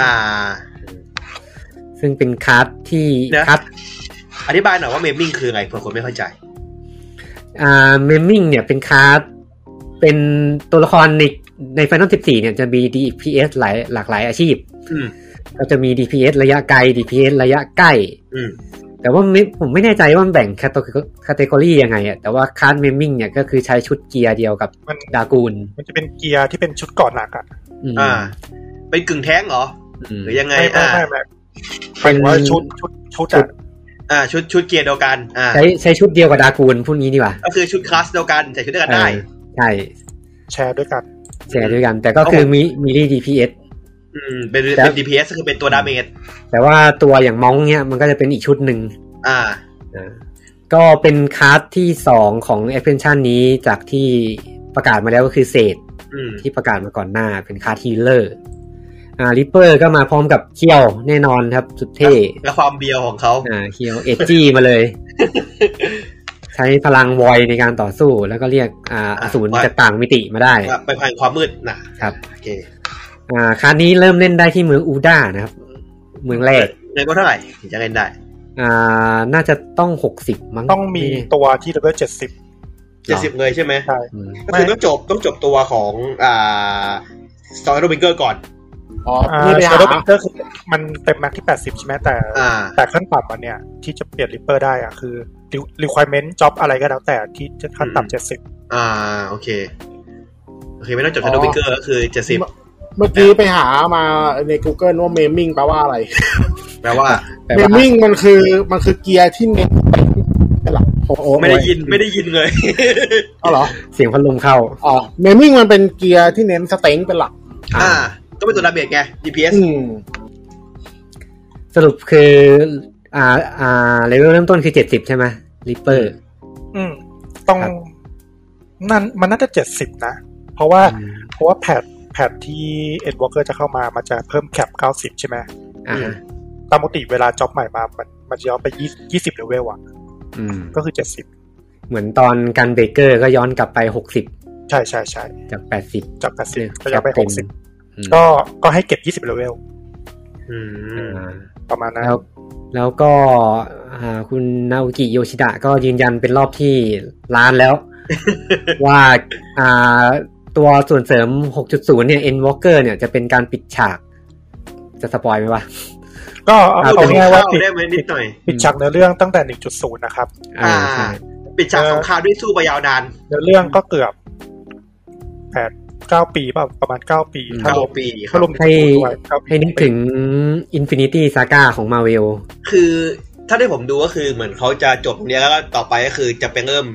Speaker 2: อ่า
Speaker 1: ซึ่งเป็นคลาสที่
Speaker 2: เดี๋ยว
Speaker 1: คลาส
Speaker 2: อธิบายหน่อยว่าเมมมิ่งคือไงเผื่อคนไม่เข้าใจ
Speaker 1: อ่าเมมมิ่งเนี่ยเป็นคลาสเป็นตัวละครในใน Final 14 เนี่ยจะมี DPS หลายหลากหลายอาชีพ
Speaker 2: อืม
Speaker 1: ก็จะมี DPS ระยะไกล DPS ระยะใกล้
Speaker 2: อืม
Speaker 1: แต่ว่าไม่ผมไม่แน่ใจว่ามันแบ่งแคตตากรียังไงอะแต่ว่าคลาสเมมมิ่งเนี่ยก็คือใช้ชุดเกียร์เดียวกับ
Speaker 3: มัน
Speaker 1: ดากูล
Speaker 3: มันจะเป็นเกียร์ที่เป็นชุดเก่อนหนักอ่ะ
Speaker 1: อืม
Speaker 2: อ่า เป็นกึ่งแท้งเหรอ
Speaker 1: อืม
Speaker 2: หรือยังไง
Speaker 3: ไม่ไม่
Speaker 2: อ่า
Speaker 3: ไม่ไม่เป็นว่าชุดชุดชุด
Speaker 1: ชุ
Speaker 3: อะ
Speaker 1: ด
Speaker 2: อ่า ชุดชุดเกียร์เดียวกัน อ่า
Speaker 1: ใช้ใช้ชุดเดียวกับดากูลพูดงี้ดีกว่า
Speaker 2: ก็คือชุดคลาสเดียวกันใส่ชุดเดียวกันได้
Speaker 1: เออใช่
Speaker 3: แชร์ด้วยกัน
Speaker 1: แชร์ด้วยกัน แต่ก็คือมีมีดี DPS
Speaker 2: อืม เป็น
Speaker 1: แต่
Speaker 2: เป็น DPS ก็คือเป็นตัวดาเมจ
Speaker 1: แต่ว่าตัวอย่างม้องเนี่ยมันก็จะเป็นอีกชุดหนึ่ง
Speaker 2: อ่า
Speaker 1: อ่าก็เป็นคลาสที่สองของ expansion นี้จากที่ประกาศมาแล้วก็คือเศษ
Speaker 2: อืม
Speaker 1: ที่ประกาศมาก่อนหน้าเป็นคลาสฮีลเลอร์อ่าริปเปอร์ก็มาพร้อมกับเคียวแน่นอนครับ สุดเท่
Speaker 2: และความเบียวของเขา
Speaker 1: อ่าเคียวเอจี้มา
Speaker 3: *laughs*
Speaker 1: เลย ใช้พลังวอยในการต่อสู้ แล้วก็เรียกอ่าอสูรจากต่างมิติมาได้
Speaker 2: ว่าไปผ่านความมืดนะครับ โอเค
Speaker 1: อ่าคาร์ดนี้เริ่มเล่นได้ที่เมืองอูด้านะครับ เมืองแรก
Speaker 2: เงินก็เท่าไหร่ถึงจะเล่นได้
Speaker 1: อ่าน่าจะต้องหกสิบมั้ง
Speaker 3: ต้องมีตัวที่เลเวลเจ็ดสิบ
Speaker 2: เจ็ดสิบเลยใช่ไหม
Speaker 3: ใช่
Speaker 1: อืม
Speaker 2: ก็คือต้องจบต้องจบตัวของอ่าสตอร์โรบิงเกอร์ก่อน
Speaker 4: อ๋อ
Speaker 3: อ่า
Speaker 4: นี่ไป
Speaker 3: เช
Speaker 4: หา
Speaker 3: โดว์เตอร์คือมันเต็มแม็กที่แปดสิบใช่ไหมแต่
Speaker 2: อ่า
Speaker 3: แต่ขั้นต่ำอันเนี่ยที่จะเปลี่ยนริปเปอร์ได้อะคือ requirement job อะไรก็แล้วแต่ที่จะขั้น
Speaker 2: อืม
Speaker 3: ต่ำเจ็ดสิบ
Speaker 2: อ่า โอเค โอเค ไม่ต้องจบสตอร์โรบิงเกอร์ก็คือเจ็ดสิบ
Speaker 4: เมื่อกี้ไปหามาใน Google ว่าเมมมิ่งแปลว่าอะไร
Speaker 2: แปลว่า
Speaker 1: แต่
Speaker 4: เม
Speaker 1: ว่าม
Speaker 4: มิ่งมันคือมันคือเกียร์ที่เน้นไปที่เป็นหลักโอ้โห
Speaker 2: ไม่ได้ยินไม่ได้ยินเลย
Speaker 4: เอาเหรอ
Speaker 1: เสียงพัดลมเข้า
Speaker 4: อ๋อเมมมิ่งมันเป็นเกียร์ที่เน้นสเต็งเป็นหลัก
Speaker 2: อ่า ก็เป็นตัวดาเมจไง DPS
Speaker 4: อืม
Speaker 1: สรุปคืออ่าอ่าเลเวลเริ่มต้นคือเจ็ดสิบใช่ไหมริปเปอร์
Speaker 3: อืมต้อง
Speaker 1: ครับ
Speaker 3: นั่นมันน่าจะเจ็ดสิบนะ เพราะว่าเพราะว่าแพทแพทที่เอ็ดวอลเกอร์จะเข้ามามันจะเพิ่มแคปเก้าสิบใช่ไหม
Speaker 1: อ่า
Speaker 3: ตามปกติเวลาจ็อบใหม่มา มันมันจะย้อนไปยี่สิบเลเวลอะ
Speaker 1: อืม
Speaker 3: ก็คือเจ็ดสิบ
Speaker 1: เหมือนตอนกันเบเกอร์ก็ย้อนกลับไปหกสิบ
Speaker 3: ใช่ใช่ใช่
Speaker 1: จากแปดสิบ
Speaker 3: จากแปดสิบก็ย้อนไปหกสิบ
Speaker 1: ก็
Speaker 3: ก็ก็ให้เก็บยี่สิบเลเวล
Speaker 2: อืม
Speaker 3: ประมาณนั้น
Speaker 1: แล้วแล้วก็อ่าคุณนาโอกิโยชิดะก็ยืนยันเป็นรอบที่ล้าน
Speaker 2: *laughs*
Speaker 1: แล้ว ว่าอ่าตัวส่วนเสริม 6.0 เนี่ย N Walker เนี่ยจะเป็นการปิดฉาก จะสปอยไหมวะ
Speaker 3: ก็เอา
Speaker 1: อ่ะ
Speaker 3: เอาง่ายๆว่า
Speaker 2: เข้
Speaker 3: ปิด
Speaker 2: ได้ไหมนิดหน่อย
Speaker 3: ปิดฉากเนื้อเรื่องตั้งแต่หนึ่งจุดศูนย์นะครับ
Speaker 1: อ่า
Speaker 2: อ่า
Speaker 1: ใช่
Speaker 2: ปิดฉากสงครามด้วยสู้ไปยาวนาน
Speaker 3: เนื้อเรื่องก็เกือบแปดเก้าปีป่ะประมาณเก้าปี
Speaker 1: อืม
Speaker 3: ถ้ารว
Speaker 2: เก้า
Speaker 3: ม
Speaker 2: ปีครับ
Speaker 3: ถ้ารวม
Speaker 1: ให้
Speaker 3: ด้วยเก้าปี
Speaker 1: ให้นึกถึง Infinity Saga ของ Marvel
Speaker 2: คือถ้าได้ผมดูก็คือเหมือนเขาจะจบตรงเนี้ยแล้วก็ต่อไปก็คือจะเป็นเริ่ม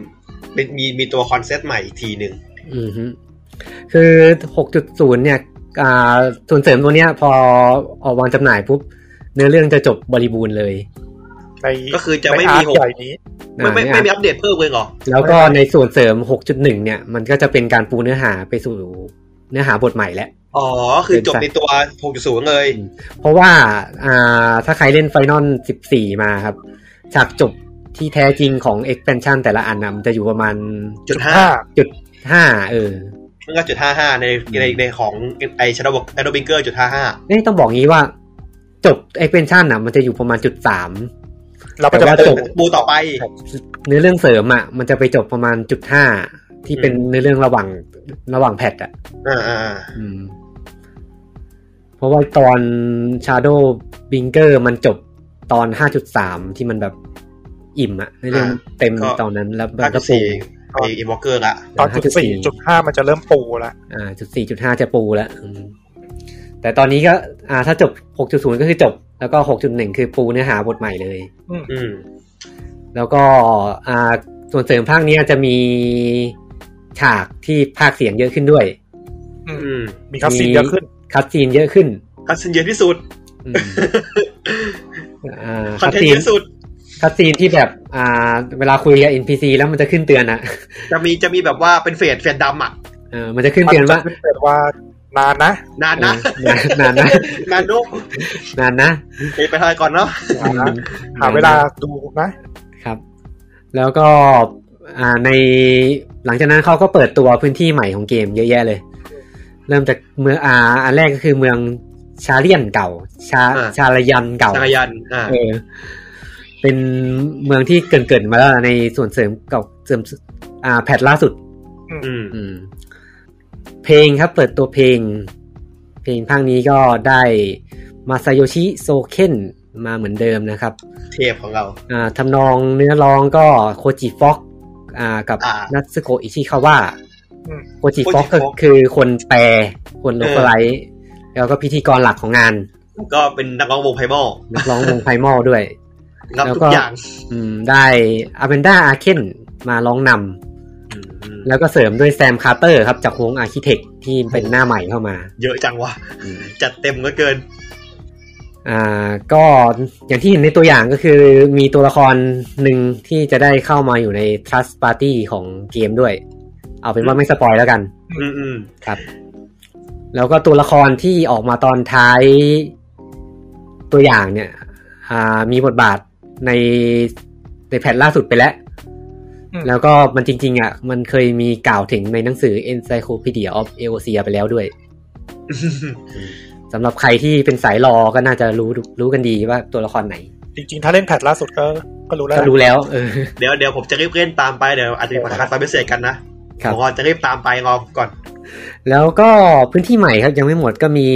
Speaker 2: เป็นมีมีตัวคอนเซ็ปต์ใหม่อีกทีหนึ่ง
Speaker 1: อือฮึคือ 6.0 เนี่ยอ่าส่วนเสริมตัวเนี้ย พอออกวางจำหน่ายปุ๊บ เนื้อเรื่องจะจบบริบูรณ์เลย
Speaker 3: ใน
Speaker 2: ก็คือจะไม่
Speaker 3: ใน
Speaker 2: มี
Speaker 3: อาร์ต
Speaker 2: หก
Speaker 3: ใหญ่นี้
Speaker 2: ไม่ไม่
Speaker 1: อ่า
Speaker 2: ไม่มีอัปเดตเพิ่มเลยเหรอ
Speaker 1: แล้วก็ในส่วนเสริม 6.1 เนี่ย มันก็จะเป็นการปูเนื้อหาไปสู่เนื้อหาบทใหม่แล้ว
Speaker 2: อ๋อ คือจบในตัว 6.0 เลย
Speaker 1: เพราะว่าอ่าถ้าใครเล่นไฟนอล14 มาครับ ฉากจบที่แท้จริงของ expansion แต่ละอันนะมันจะอยู่ประมาณ
Speaker 2: จุดห้า
Speaker 3: ถ้า
Speaker 1: จุดห้าเออ
Speaker 2: มันก็จุดห้าห้าในในในของไอชาร์ดบอกแอนโดบิงเกอร์จุดห้าห้า
Speaker 1: นี่ต้องบอกงี้ว่า จบ expansion นะมันจะอยู่ประมาณจุดสาม
Speaker 3: เราก็จะ
Speaker 1: แต่
Speaker 3: มา
Speaker 1: ว่า
Speaker 3: เติม
Speaker 2: ปูต่อไป
Speaker 1: เนื้อเรื่องเสริมอ่ะมันจะไปจบประมาณจุดห้าที่เป็นเนื้อเรื่องระหว่างระหว่างแพทอ่ะ
Speaker 2: อ่าอ่า
Speaker 1: อืม เพราะว่าตอน Shadow Binker มันจบตอน 5.3 ที่มันแบบอิ่มอะในเรื่องเต็มตอนนั้นแล้วมั
Speaker 2: ห้านจุ
Speaker 1: ก็
Speaker 2: ด
Speaker 1: ปู
Speaker 2: สี่ไออีวอลเกอร์ละ
Speaker 3: ตอนจุดสี่จุดห้ามันจะเริ่มปูละ
Speaker 1: อ่าจุดสี่จุดห้าจะปูแล้วอืมแต่ตอนนี้ก็ อ่า ถ้าจบ 6.0 ก็คือจบ แล้วก็ 6.1 คือปูเนื้อหาบทใหม่เลย
Speaker 2: อืม
Speaker 1: แล้วก็อ่าส่วนเสริมภาคเนี้ยจะมีฉากที่ภาคเสียงเยอะขึ้นด้วย
Speaker 3: อืม
Speaker 2: อืม
Speaker 3: มีคัสซีนเยอะขึ้น
Speaker 1: คัดซีนเยอะขึ้น
Speaker 2: คัสเซนเยอะที่สุด
Speaker 1: อืมอ่า
Speaker 2: คอน
Speaker 1: คัด
Speaker 2: เทน
Speaker 1: ซีน
Speaker 2: ต์เยอะสุด
Speaker 1: คัดซีนที่แบบอ่าเวลาคุยกับ NPC แล้วมันจะขึ้นเตือนอะ
Speaker 2: จะมีจะมีแบบว่าเป็นเฟดเฟดดำอ่ะ
Speaker 1: เออมันจะขึ้นเตือนว่า
Speaker 3: เปิดว่านานนะ
Speaker 2: นาน
Speaker 1: เอ
Speaker 2: นะ
Speaker 1: อนานนะ *laughs*
Speaker 2: นานนุ๊ก
Speaker 1: นานนะ
Speaker 2: ไปทายก่อนเนาะ
Speaker 3: นานนะ หาเวลาดูนะ
Speaker 1: ครับ แล้วก็อ่าในหลังจากนั้นเขาก็เปิดตัวพื้นที่ใหม่ของเกมเยอะแยะเลย เริ่มจากเมืองอ่าอันแรกก็คือเมืองชาเลียนเก่า ชาชาลยันเก่า
Speaker 2: จักรยานอ่า
Speaker 1: เออเป็นเมืองที่เกรินเกินๆมาแล้วในส่วนเสริมเก่าเสริมอ่าแพทล่าสุด
Speaker 2: อืม
Speaker 1: อืม เพลงครับเปิดตัวเพลง เพลงภาคนี้ก็ได้มาซาโยชิโซเคนมาเหมือนเดิมนะครับ
Speaker 2: เทพของเรา
Speaker 1: อ่าทำนองเนื้อร้องก็โคจิฟ็อกอ่ากับ
Speaker 2: อ่า
Speaker 1: นัตสึโกะอิชิคาวะ
Speaker 3: อืม
Speaker 1: โคจิฟ็อก
Speaker 2: Koji Fox
Speaker 1: คือคนแปลคนโล
Speaker 2: เออ
Speaker 1: กไลท์แล้วก็พิธีกรหลักของงาน
Speaker 2: ก็เป็นนักร้องวงไพมอล
Speaker 1: นักร้องวงไพมอลด้วย
Speaker 2: รับ
Speaker 1: แล้ว
Speaker 2: ทุ
Speaker 1: ก็
Speaker 2: กอย่าง
Speaker 1: อืมได้อาเบนดาอาเคนมาร้องน
Speaker 2: อืม
Speaker 1: ำแล้วก็เสริมด้วยแซมคาร์เตอร์ครับจากวงอาร์คิเทคที่เป็นหน้าใหม่เข้ามา
Speaker 2: เยอะจังวะ
Speaker 1: อืม
Speaker 2: จัดเต็มเหลือเกิน
Speaker 1: อ่าก็อย่างที่เห็นในตัวอย่างก็คือมีตัวละครหนึ่งที่จะได้เข้ามาอยู่ใน Trust Party ของเกมด้วย เอาเป็นว่าไม่สปอยแล้วกัน
Speaker 2: อืมอืม
Speaker 1: ครับ แล้วก็ตัวละครที่ออกมาตอนท้ายตัวอย่างเนี่ย อ่ามีบทบาทในในแผ่นล่าสุดไปแล้ว
Speaker 3: อืม
Speaker 1: แล้วก็มันจริง ๆ อ่ะ มันเคยมีกล่าวถึงในหนังสือ Encyclopedia of Eosia ไปแล้วด้วยสำหรับใครที่เป็นสายรอก็น่าจะรู้รู้กันดีว่าตัวละครไหน
Speaker 3: จริงๆ ถ้าเล่นแพทล่าสุดก็ก็รู้แล้ว
Speaker 1: ก็รู้แล้ว เออ
Speaker 2: เดี๋ยวเดี๋ยวผมจะรีบเล่นตามไปเดี๋ยวอาจจะมีประกาศตอนพิเศษกันนะครับ ผมว่าจะรีบตามไปรอก่อน
Speaker 1: แล้วก็พื้นที่ใหม่ครับ ยังไม่หมดก็มี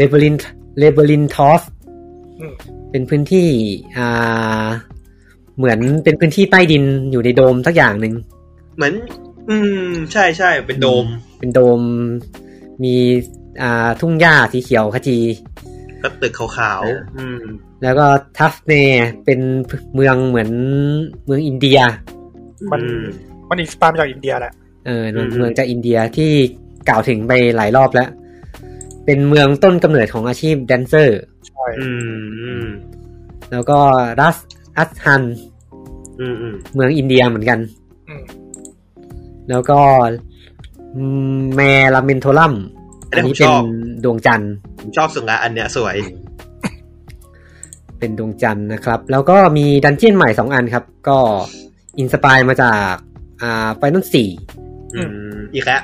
Speaker 1: l a b y r i n t l a b y r i n t o s เป็นพื้นที่อ่าเหมือนเป็นพื้นที่ใต้ดินอยู่ในโดมสักอย่างหนึ่ง
Speaker 2: เหมือน อืม ใช่ใช่เป็นโดม
Speaker 1: เป็นโดมมีอ่าทุ่งหญ้าสีเขียวขจี
Speaker 2: ก็ตึกขาวๆอืม
Speaker 1: แล้วก็ทัฟเนเป็นเมืองเหมือนเมืองอินเดีย
Speaker 3: มัน
Speaker 2: อืม
Speaker 3: มันอินสปายมาจากอินเดียแหละ
Speaker 1: เออ
Speaker 2: อืม
Speaker 1: เมืองจากอินเดียที่กล่าวถึงไปหลายรอบแล้ว เป็นเมืองต้นกำเนิดของอาชีพแดนเซอร์
Speaker 3: ใช่
Speaker 2: อืมอืม
Speaker 1: แล้วก็รัสอัสฮัน
Speaker 2: อืมอืม
Speaker 1: เมืองอินเดียเหมือนกัน
Speaker 3: อืม
Speaker 1: แล้วก็อืมแมลาเมนโทลัมอันนี้เป็นดวงจันทร์
Speaker 2: ผมชอบสุดละอันเนี้ยสวย
Speaker 1: เป็นดวงจันทร์นะครับ แล้วก็มีดันเจียนใหม่สองอันครับ ก็อินสปายมาจากอ่าไฟนอลสี่
Speaker 2: อืม อีกแล้ว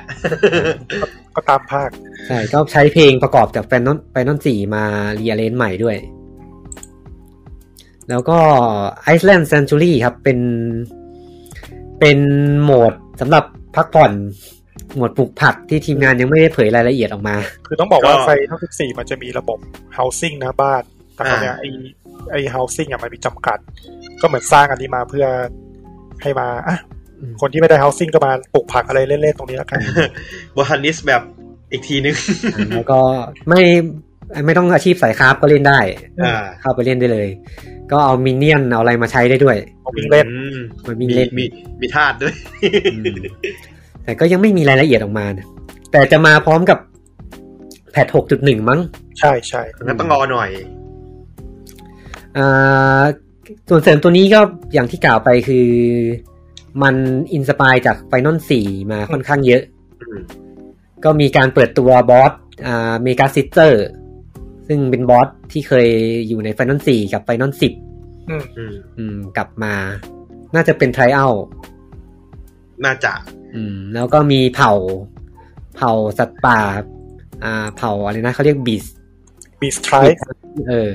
Speaker 3: ก็ตามภาค
Speaker 1: ใช่ก็ใช้เพลงประกอบจากแฟนนอนแฟนนอนสี่มาเรียเลนใหม่ด้วย แล้วก็ Iceland Century ครับ เป็น เป็นโหมดสำหรับพักผ่อน โหมดปลูกผักที่ทีมงานยังไม่ได้เผยรายละเอียดออกมา
Speaker 3: คือต้องบอกว่า
Speaker 2: ก็
Speaker 3: ไฟทั้งสิบสี่มันจะมีระบบ housing นะบ้าน แต่คราวเนี้ยไอไอ housing อ่ะมันมีจำกัด ก็เหมือนสร้างอันนี้มาเพื่อให้มาอ่ะ
Speaker 1: อืม
Speaker 3: คนที่ไม่ได้ housing ก็มาปลูกผักอะไรเล่นๆตรงนี้แล้วกัน
Speaker 2: บอทันนิสแบบอีกทีนึง
Speaker 1: แล้วก็ไม่ไม่ต้องอาชีพสายคราฟก็เล่นได้
Speaker 2: อ่า
Speaker 1: เข้าไปเล่นได้เลย ก็เอามินเนี่ยนเอาอะไรมาใช้ได้ด้วย
Speaker 3: วิ่งเล่น
Speaker 2: อืม
Speaker 1: มัน
Speaker 2: มี
Speaker 1: วิ่งเล่น
Speaker 2: มีมีธาตุด้วย
Speaker 1: *laughs* แต่ก็ยังไม่มีรายละเอียดออกมานะแต่จะมาพร้อมกับแพทหกจุดหนึ่งมั้ง
Speaker 3: ใช่ใช่
Speaker 2: งั้นต้องรอหน่อย
Speaker 1: อ่าส่วนเสริมตัวนี้ก็อย่างที่กล่าวไปคือมันอินสปายจากไฟนอลสี่มาค่อนข้างเยอะ
Speaker 2: อืม
Speaker 1: ก็มีการเปิดตัวบอสอ่าเมกาซิสเตอร์ซึ่งเป็นบอสที่เคยอยู่ในไฟนอลสี่กับไฟนอลสิบ
Speaker 2: อืม
Speaker 1: กลับมา น่าจะเป็นไทรเอา
Speaker 2: น่าจะ
Speaker 1: อืมแล้วก็มีเผ่าเผ่าสัตว์ป่าอ่าเผ่าอะไรนะเขาเรียกบีส
Speaker 3: มีสไตร์
Speaker 1: เออ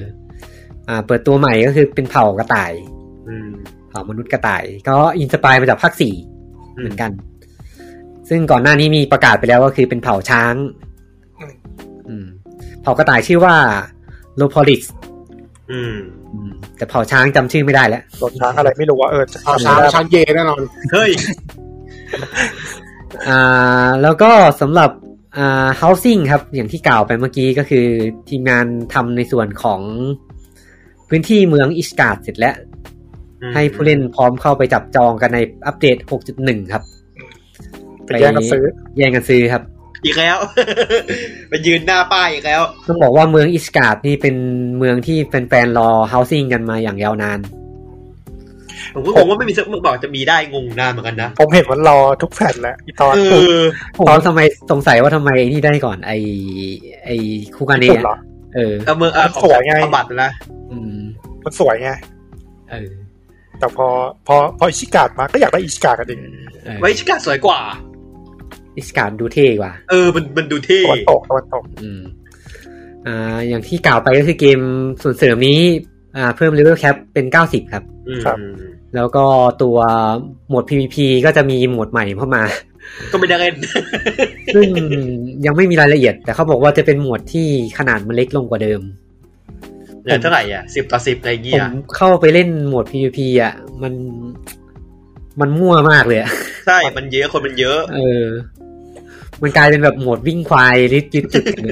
Speaker 1: อ่า เปิดตัวใหม่ก็คือเป็นเผ่ากระต่าย
Speaker 2: อืม
Speaker 1: เผ่ามนุษย์กระต่าย ก็อินสปายมาจากภาคสี่เหมือนกัน ซึ่งก่อนหน้านี้มีประกาศไปแล้วก็คือเป็นเผ่าช้าง
Speaker 3: อืม
Speaker 1: อืม เผ่ากระต่ายชื่อว่าโลพอลิส
Speaker 2: อืม
Speaker 1: แต่เผ่าช้างจำชื่อไม่ได้แล้ว
Speaker 3: รถช้างอะไรไม่รู้ว่าเออจะ
Speaker 4: เอาช้างช้างเยแน่นอน
Speaker 2: เฮ้ย
Speaker 1: อ่า แล้วก็สำหรับอ่า housing ครับ อย่างที่กล่าวไปเมื่อกี้ก็คือทีมงานทำในส่วนของพื้นที่เมืองอิชการ์ดเสร็จแล้ว ให้ผู้เล่นพร้อมเข้าไปจับจองกันในอัปเดต 6.1 ครับ
Speaker 3: ไปแย่งกันซื้อ
Speaker 1: แย่งกันซื้อครับ
Speaker 2: อีกแล้ว *laughs* ไปยืนหน้าป้ายอีกแล้ว
Speaker 1: ต้องบอกว่าเมืองอิสการ์ดนี่เป็นเมืองที่แฟนๆรอ housing กันมาอย่างยาวนาน
Speaker 2: ผมก็งงว่าไม่มีเซิร์ฟเมื่อก่อนจะมีได้งงนานเหมือนกันนะ
Speaker 3: ผมเห็นมันรอทุกแผ่นแล้วอีตอน
Speaker 2: เออ
Speaker 1: ผมทำไมสงสัยว่าทำไมไอ้นี่ได้ก่อน ไอไอคูกาเนะ
Speaker 3: สุดเหรอ
Speaker 1: เออ
Speaker 2: เอาเมืองเอาของ
Speaker 3: สวยไง
Speaker 2: ของบัตรนะ
Speaker 1: อืม
Speaker 3: มันสวยไง
Speaker 1: เออ
Speaker 3: แต่พอพอพออิชิกาดมาก็อยากได้อิชิกาดกันอีก
Speaker 1: เออ
Speaker 2: ไว้ชิกาสวยกว่า
Speaker 1: อิสการ์ดดูเท่กว่า
Speaker 2: เออมันมันดูเท่
Speaker 3: ตะวันตกตะวันตก
Speaker 1: อืม อ่า อย่างที่กล่าวไปก็คือเกมส่วนเสริมนี้ อ่า เพิ่มเลเวลแคปเป็น 90 ครับ
Speaker 2: อืม
Speaker 3: ครับ
Speaker 1: แล้วก็ตัวโหมด PVP ก็จะมีโหมดใหม่เข้ามา *laughs*
Speaker 2: ก็ไม่ได้
Speaker 3: *laughs*
Speaker 2: เล่น
Speaker 1: ซึ่งยังไม่มีรายละเอียด แต่เขาบอกว่าจะเป็นโหมดที่ขนาดมันเล็กลงกว่าเดิม
Speaker 2: เหลือเท่าไหร่อ่ะสิบต่อสิบอะไรอย่าง
Speaker 1: ผ
Speaker 2: เงี้ย
Speaker 1: มเข้าไปเล่นโหมด PVP อ่ะ มัน มันมั่วมากเลยอะ
Speaker 2: ใช่มันเยอะคนมันเยอะ
Speaker 1: เออ มันกลายเป็นแบบโหมดวิ่งควายริดยึดจุดกัน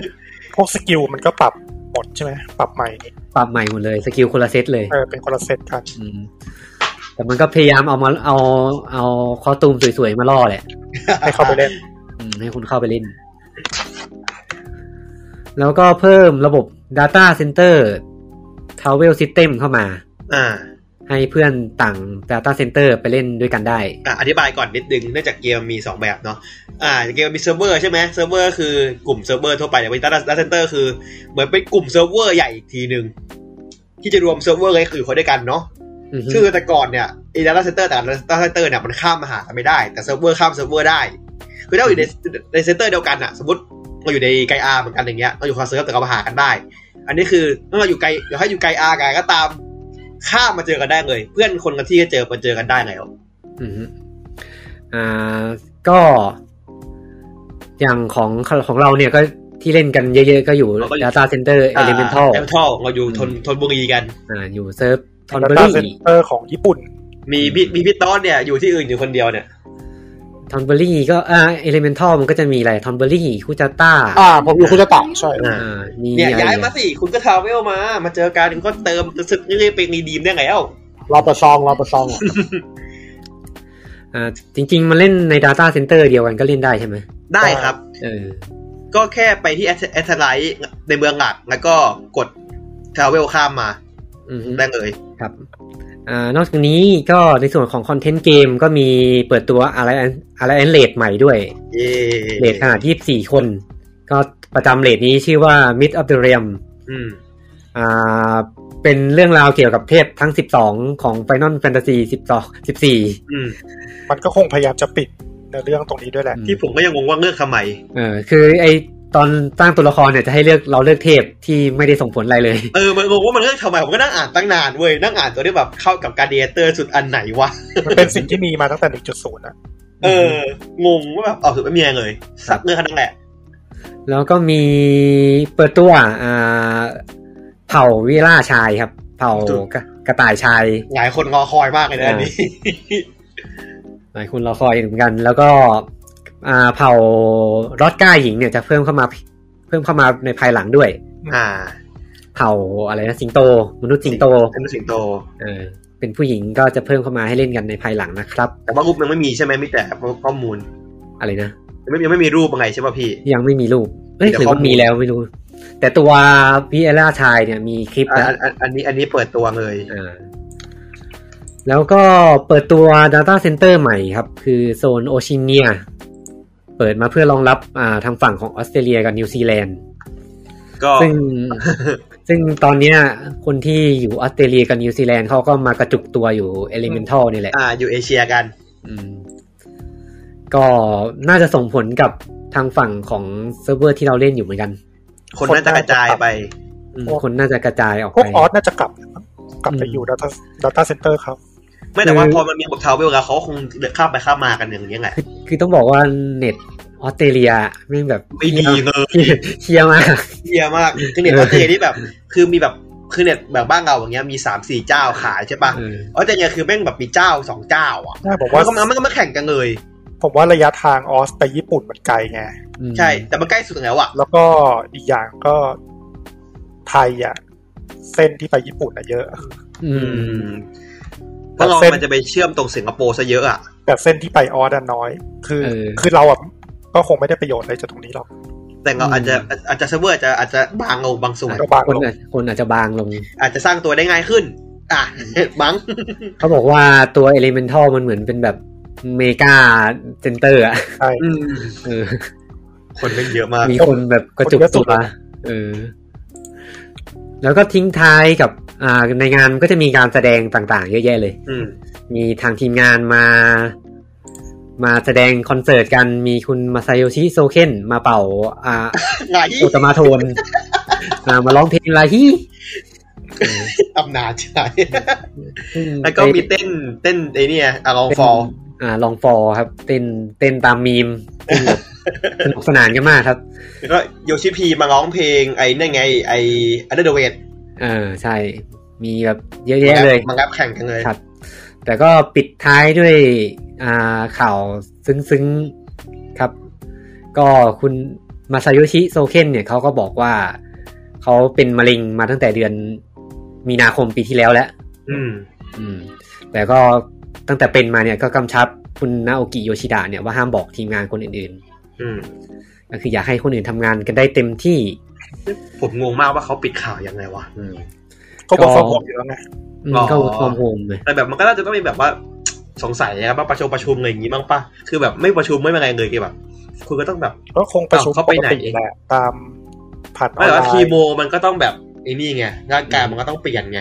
Speaker 3: พวกสกิลมันก็ปรับหมดใช่ไหมปรับใหม่
Speaker 1: ปรับใหม่หมดเลย สกิลคนละเซตเลย
Speaker 3: เออเป็นคนละเซตกัน
Speaker 1: อืม แต่มันก็พยายามเอามาเอาเอาคอสตูมสวยๆมาล่อแหละ
Speaker 3: ให้เข้าไปเล่น
Speaker 1: อืมให้คุณเข้าไปเล่น แล้วก็เพิ่มระบบ Data Center Travel System เข้ามา
Speaker 2: อ่า
Speaker 1: ให้เพื่อนต่าง Data Center ไปเล่นด้วยกันได้
Speaker 2: อ่ะอธิบายก่อนนิดนึงเนื่องจากเกมมี 2 แบบเนาะอ่าเกมมีเซิร์ฟเวอร์ใช่ไหมเซิร์ฟเวอร์คือกลุ่มเซิร์ฟเวอร์ทั่วไปแต่ว่าดัตเซนเตอร์คือ เหมือนเป็นกลุ่มเซิร์ฟเวอร์ใหญ่อีกทีหนึ่งที่จะรวมเซิร์ฟเวอร์ให้คือเขาด้วยกันเนาะ
Speaker 1: อือฮึ
Speaker 2: คือแต่ก่อนเนี่ยไอ้ดัตเซนเตอร์แต่ดัตเซนเตอร์เนี่ยมันข้ามมาหากันไม่ได้ แต่เซิร์ฟเวอร์ข้ามเซิร์ฟเวอร์ได้ คือถ้าเราอยู่ในในเซนเตอร์เดียวกันอะสมมติเราอยู่ในไกอาเหมือนกันอย่างเงี้ยเราอยู่คอนเซิร์ฟแต่เรามาหากันได้ อันนี้คือถ้าเราอยู่ไกลเดี๋ยวให้อยู่ไกอาไกลก็ตามข้ามมาเจอกันได้เลย เพื่อนคนกันที่จะเจอมาเจอกันได้แล้ว
Speaker 1: อือฮึอ่า ก็ อย่างของของเราเนี่ยก็ที่เล่นกันเยอะๆ ก็อยู่
Speaker 2: เราก็อยู่
Speaker 1: Data Center
Speaker 2: อ่า
Speaker 1: Elemental
Speaker 2: Elemental เราอยู่ทนทนบุรีกัน
Speaker 1: อ่า อยู่เซิร์ฟทอนเบอ
Speaker 3: Data
Speaker 1: รี่
Speaker 3: Center ของญี่ปุ่น
Speaker 2: มีพี่มีพี่ต้อนเนี่ยอยู่ที่อื่นอยู่คนเดียวเนี่ย
Speaker 1: ทอนเบอรี่ก็อ่า Elemental มันก็จะมีอะไรทอนเบอรี่คูจัตตา
Speaker 4: อ่า ผมอยู่คุณจะตักใช่
Speaker 2: อ่า
Speaker 1: อ่ามี
Speaker 2: เนี่ย
Speaker 1: อะไร
Speaker 2: ย้าย
Speaker 1: อ่ะ
Speaker 2: มาสิ คุณก็ทราเวลมา มาเจอกันคุณก็เติมรู้สึกนี่เป็นรีดีมได้ไงเอ้า
Speaker 4: รอประซองรอประซองอะ
Speaker 1: อ่าจริง ๆ มันเล่นใน Data Center เดียวกันก็เล่นได้ใช่ไหม
Speaker 2: ได้ครับ
Speaker 1: เออ
Speaker 2: ก็แค่ไปที่แอทไลท์ในเมืองหลัก แล้วก็กดทราเวลข้ามมา
Speaker 1: อือฮึ
Speaker 2: ได้เลย
Speaker 1: ครับอ่านอกจากนี้ก็ในส่วนของคอนเทนต์เกมก็มีเปิดตัวอะไรอะไรแอนเลดใหม่ด้วย
Speaker 2: เย่
Speaker 1: เลดขนาด 24 คน ก็ประจำเลดนี้ชื่อว่า Mid of the Realm
Speaker 2: อืม
Speaker 1: อ่าเป็นเรื่องราวเกี่ยวกับเทพทั้ง 12 ของ Final Fantasy 12
Speaker 2: อืม
Speaker 3: มันก็คงพยายามจะปิดในเรื่องตรงนี้ด้วยแหละ
Speaker 1: อื
Speaker 2: ที่ผมก็ยังงงว่าเลือกทำไม
Speaker 1: 14 เออคือไอตอนสร้างตัวละครเนี่ยจะให้เลือกเราเลือกเทพที่ไม่ได้ส่งผลอะไรเลย *laughs*
Speaker 2: เออมันงงว่ามันเลือกทำไม ผมก็นั่งอ่านตั้งนานเว้ยนั่งอ่านตัวนี้แบบเข้ากับการเดียเตอร์สุดอันไหนวะ
Speaker 3: มันเป็นสิ่งที่มีมาตั้งแต่ 1.0นะ
Speaker 2: เออ งงว่าแบบออกสุดไม่มีอะไรเลยสักเลือกแค่นั้นแหละ
Speaker 1: แล้วก็มีเปิดตัวอ่าเผ่าวิล่าชายครับ เผ่ากระกระต่ายชาย
Speaker 2: หลายคนรอคอยมากเลยนะอันนี้
Speaker 1: หลายคนรอคอยเหมือนกัน แล้วก็อ่าเผ่ารอดก้าหญิงเนี่ยจะเพิ่มเข้ามาเพิ่มเข้ามาในภายหลังด้วย
Speaker 2: อ่า
Speaker 1: เผ่าอะไรนะสิงโต มนุษย์สิงโต
Speaker 2: เป็นสิงโต
Speaker 1: เออเป็นผู้หญิงก็จะเพิ่มเข้ามาให้เล่นกันในภายหลังนะครับ
Speaker 2: แต่ว่ารูปยังไม่มีใช่ไหมมีแต่ข้อมูล
Speaker 1: อะไรนะ
Speaker 2: ยังไม่ยังไม่มีรูปอะไรใช่ป่ะพี่
Speaker 1: ยังไม่มีรูปเอ้ย
Speaker 2: มีแต่
Speaker 1: หรือ
Speaker 2: ข้อ
Speaker 1: ว่า
Speaker 2: มูล
Speaker 1: มีแล้วไม่รู้ แต่ตัววิล่าชายเนี่ยมีคลิป
Speaker 2: อ่ะ
Speaker 1: แล้ว
Speaker 2: อันอันอันนี้อันนี้เปิดตัวเลย
Speaker 1: อ่าแล้วก็เปิดตัว Data Center ใหม่ครับ คือโซนโอชิเนีย เปิดมาเพื่อรองรับอ่าทางฝั่งของออสเตรเลียกับนิวซีแลนด์
Speaker 2: ก็ *laughs*
Speaker 1: ซึ่ง ซึ่งตอนเนี้ยคนที่อยู่ออสเตรเลียกับนิวซีแลนด์เขาก็มากระจุกตัวอยู่ Elemental นี่แหละ
Speaker 2: อ่าอยู่เอเชียกัน
Speaker 1: อืมก็น่าจะส่งผลกับทางฝั่งของเซิร์ฟเวอร์ที่เราเล่นอยู่เหมือนกัน
Speaker 2: คนน่าจะกระจายไป
Speaker 1: อืมคนน่าจะกระจายออก
Speaker 3: พวก
Speaker 1: ไป
Speaker 3: ออสน่าจะกลับนะกลับไป
Speaker 1: อืม
Speaker 3: อยู่ Data Data Center เขา
Speaker 2: ไม่แต่ว่าพอมันมีบททาวเวลแล้วเขาคงเดือข้ามไปข้ามมากันอย่างนี้ยแหละ
Speaker 1: คือต้องบอกว่าเน็ตออสเตรเลียแม่งแบบ
Speaker 2: ไม่ดีเลย
Speaker 1: เชียมาก
Speaker 2: เยี่ยมากคือเน็ตออสเตรเลียนี่แบบ คือมีแบบคือเน็ตแบบบ้านเราอย่างเงี้ยมีสามสี่เจ้าขายใช่ป่ะ
Speaker 1: เออ
Speaker 2: ออสเตรเลียคือแม่งแบบมีเจ้าสองเจ้าอ่ะ
Speaker 3: น่าบอก
Speaker 2: แล้
Speaker 3: ว่า
Speaker 2: วก็มันมันก็มาแข่งกันเลย
Speaker 3: ผมว่าระยะทางออสไปญี่ปุ่นมันไกลไง
Speaker 1: อืม
Speaker 2: ใช่ แต่มันใกล้สุดแล้วอ่ะ
Speaker 3: แล้วก็อีกอย่างก็ไทยอ่ะ เส้นที่ไปญี่ปุ่นอ่ะเยอะ
Speaker 1: อื
Speaker 2: อื
Speaker 1: ม
Speaker 2: มเพราะเรามันจะไปเชื่อมตรงสิงคโปร์ซะเยอะอ่ะ
Speaker 3: แต่เส้นที่ไปออสอะน้อย คือ
Speaker 1: เออ
Speaker 3: คือเราอ่ะก็คงไม่ได้ประโยชน์อะไรจากตรงนี้หรอก
Speaker 2: แต่เราอาจจะอาจจะเซิร์ฟเวอร์อาจจะอาจจะบางเอาบางส่วน
Speaker 3: ก็บาง
Speaker 1: คน
Speaker 3: ลง
Speaker 1: อาจคนอาจจะบางลง
Speaker 2: อาจจะสร้างตัวได้ง่ายขึ้น อ่ะ *laughs* บัง
Speaker 1: เขาบอกว่าตัวเอลิเมนทัลมันเหมือนเป็นแบบเมกาเซนเตอร์อ่ะ
Speaker 2: อืม
Speaker 1: เออ
Speaker 2: คนเล่นเยอะมาก
Speaker 1: มีคนแบบกระจุก
Speaker 3: คนเยอะสุ
Speaker 1: ตั
Speaker 3: ด
Speaker 1: ว
Speaker 3: เลย
Speaker 1: เออแล้วก็ทิ้งท้ายกับอ่าในงานก็จะมีการแสดงต่างๆ เยอะแยะเลย
Speaker 2: อืม
Speaker 1: มีทางทีมงานมา มาแสดงคอนเสิร์ตกันมีคุณมาซาโยชิโซเคนมาเป่า
Speaker 2: *laughs*
Speaker 1: อ่า
Speaker 2: ไง
Speaker 1: อุตมาโทนอ่ามาร้องเพลงลาฮี
Speaker 2: อำนาจใช่ *laughs* แล้วก็มีเต้นเต้นไอ้เนี่ยอะลองฟอล
Speaker 1: อ่าลองฟอลครับ เต้นเต้นตามมี
Speaker 2: *laughs*
Speaker 1: มเต้นแบบสนุกสนานกันมากครับ
Speaker 2: แล้วก็โยชิพีมาร้องเพลงไอ้นั่นไง ไอ้อันเดอร์เวท
Speaker 1: เออใช่ มีแบบเยอะแยะเลย
Speaker 2: มันแรปแข่งกันเลย
Speaker 1: ครับ แต่ก็ปิดท้ายด้วยอ่าข่าวซึ้งๆครับ ก็คุณมาซาโยชิโซเคนเนี่ยเขาก็บอกว่า เขาเป็นมะเร็งมาตั้งแต่เดือนมีนาคมปีที่แล้วแล้ว
Speaker 2: อืม
Speaker 1: อืม แต่ก็ตั้งแต่เป็นมาเนี่ยก็กำชับคุณนาโอกิโยชิดะเนี่ยว่าห้ามบอกทีมงานคนอื่น
Speaker 2: อืม
Speaker 1: ๆ ก็คืออยากให้คนอื่นทำงานกันได้เต็มที่
Speaker 2: ผมงงมากว่าเขาปิดข่าวยังไงวะ อืม
Speaker 3: ก็บอก
Speaker 1: ก็
Speaker 3: ฟังผมอยู่แล้วไง
Speaker 1: อืม
Speaker 2: อ๋อ
Speaker 1: ก็ความโฮมเลย
Speaker 2: แต่แบบมันก็น่าจะต้องมีแบบว่า สงสัยนะครับว่าประชุมประชุมอะไรอย่างงี้บ้างปะคือแบบไม่ประชุมไม่เป็นไรเลยคือแบบ คุณก็ต้องแบบ
Speaker 3: ก็คงประชุม
Speaker 2: อ้าวเขาไปไหน
Speaker 3: ปกติแหละตามผ่านออ
Speaker 2: ไม่
Speaker 3: น
Speaker 2: แต่
Speaker 3: ไล
Speaker 2: ว่าคี
Speaker 3: น์
Speaker 2: โมมันก็ต้องแบบไอ้นี่ไงร่างกายมันก็ต้องเปลี่ยนไง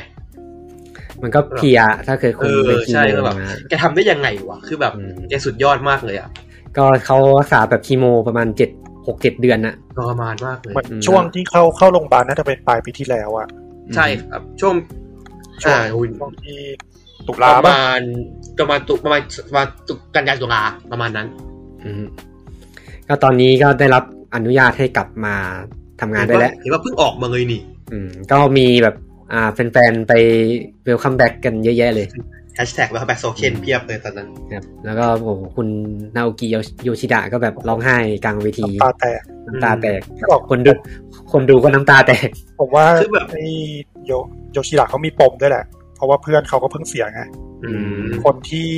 Speaker 1: มันก็เพลียถ้าเคยคุ
Speaker 2: เอ
Speaker 1: ม
Speaker 2: อ
Speaker 1: เป็นคี
Speaker 2: ใช่
Speaker 1: โม
Speaker 2: ก็แบบ
Speaker 1: มา
Speaker 2: แกทำได้ยังไงวะคือแบบ
Speaker 1: อืม
Speaker 2: แกสุดยอดมากเลยอ่ะ
Speaker 1: ก็เขารักษาแบบคีโมประมาณเจ็ดหกเจ็ดเดือนน่ะ
Speaker 2: ทรมานมากเลย
Speaker 3: เหมือน
Speaker 1: อืม
Speaker 3: ช่วงที่เข้าเข้าโรงพยาบาลน่าจะเป็นปลายปีที่แล้วอะ
Speaker 2: ใช่ครับช่วง
Speaker 3: ช่วง
Speaker 2: อ่าหุ่น
Speaker 3: ช่วงที่ตุ
Speaker 2: ป
Speaker 3: ลา
Speaker 2: ระ
Speaker 3: ป่ะ
Speaker 2: มาณประมาณตุประมาณประมาณตุกันยายนตุลาประมาณนั้น
Speaker 1: อืมก็ตอนนี้ก็ได้รับอนุญาตให้กลับมาทำงานได้แล้ว
Speaker 2: เห็นว่าเพิ่งออกมาเลยนี่
Speaker 1: อืมก็มีแบบอ่าแฟนๆไปเวลคัมแบ็กกันเยอะแยะเลย
Speaker 2: แฮชแท็กแบบโซเคนเพียบเลยตอนนั้น
Speaker 1: ครับ แล้วก็โอ้โหคุณนาโอกิโยชิดะก็แบบร้องไห้กลางเวที
Speaker 3: น้ำตาแตก
Speaker 1: น้ำตาแตก
Speaker 3: อืม
Speaker 1: คนดูคนดูก็น้ำตาแตก
Speaker 3: ผมว่า
Speaker 2: คือแบบ
Speaker 3: ไอ้โยโยชิระเขามีปมด้วยแหละ เพราะว่าเพื่อนเขาก็เพิ่งเสียไง
Speaker 1: อืม
Speaker 3: คนที่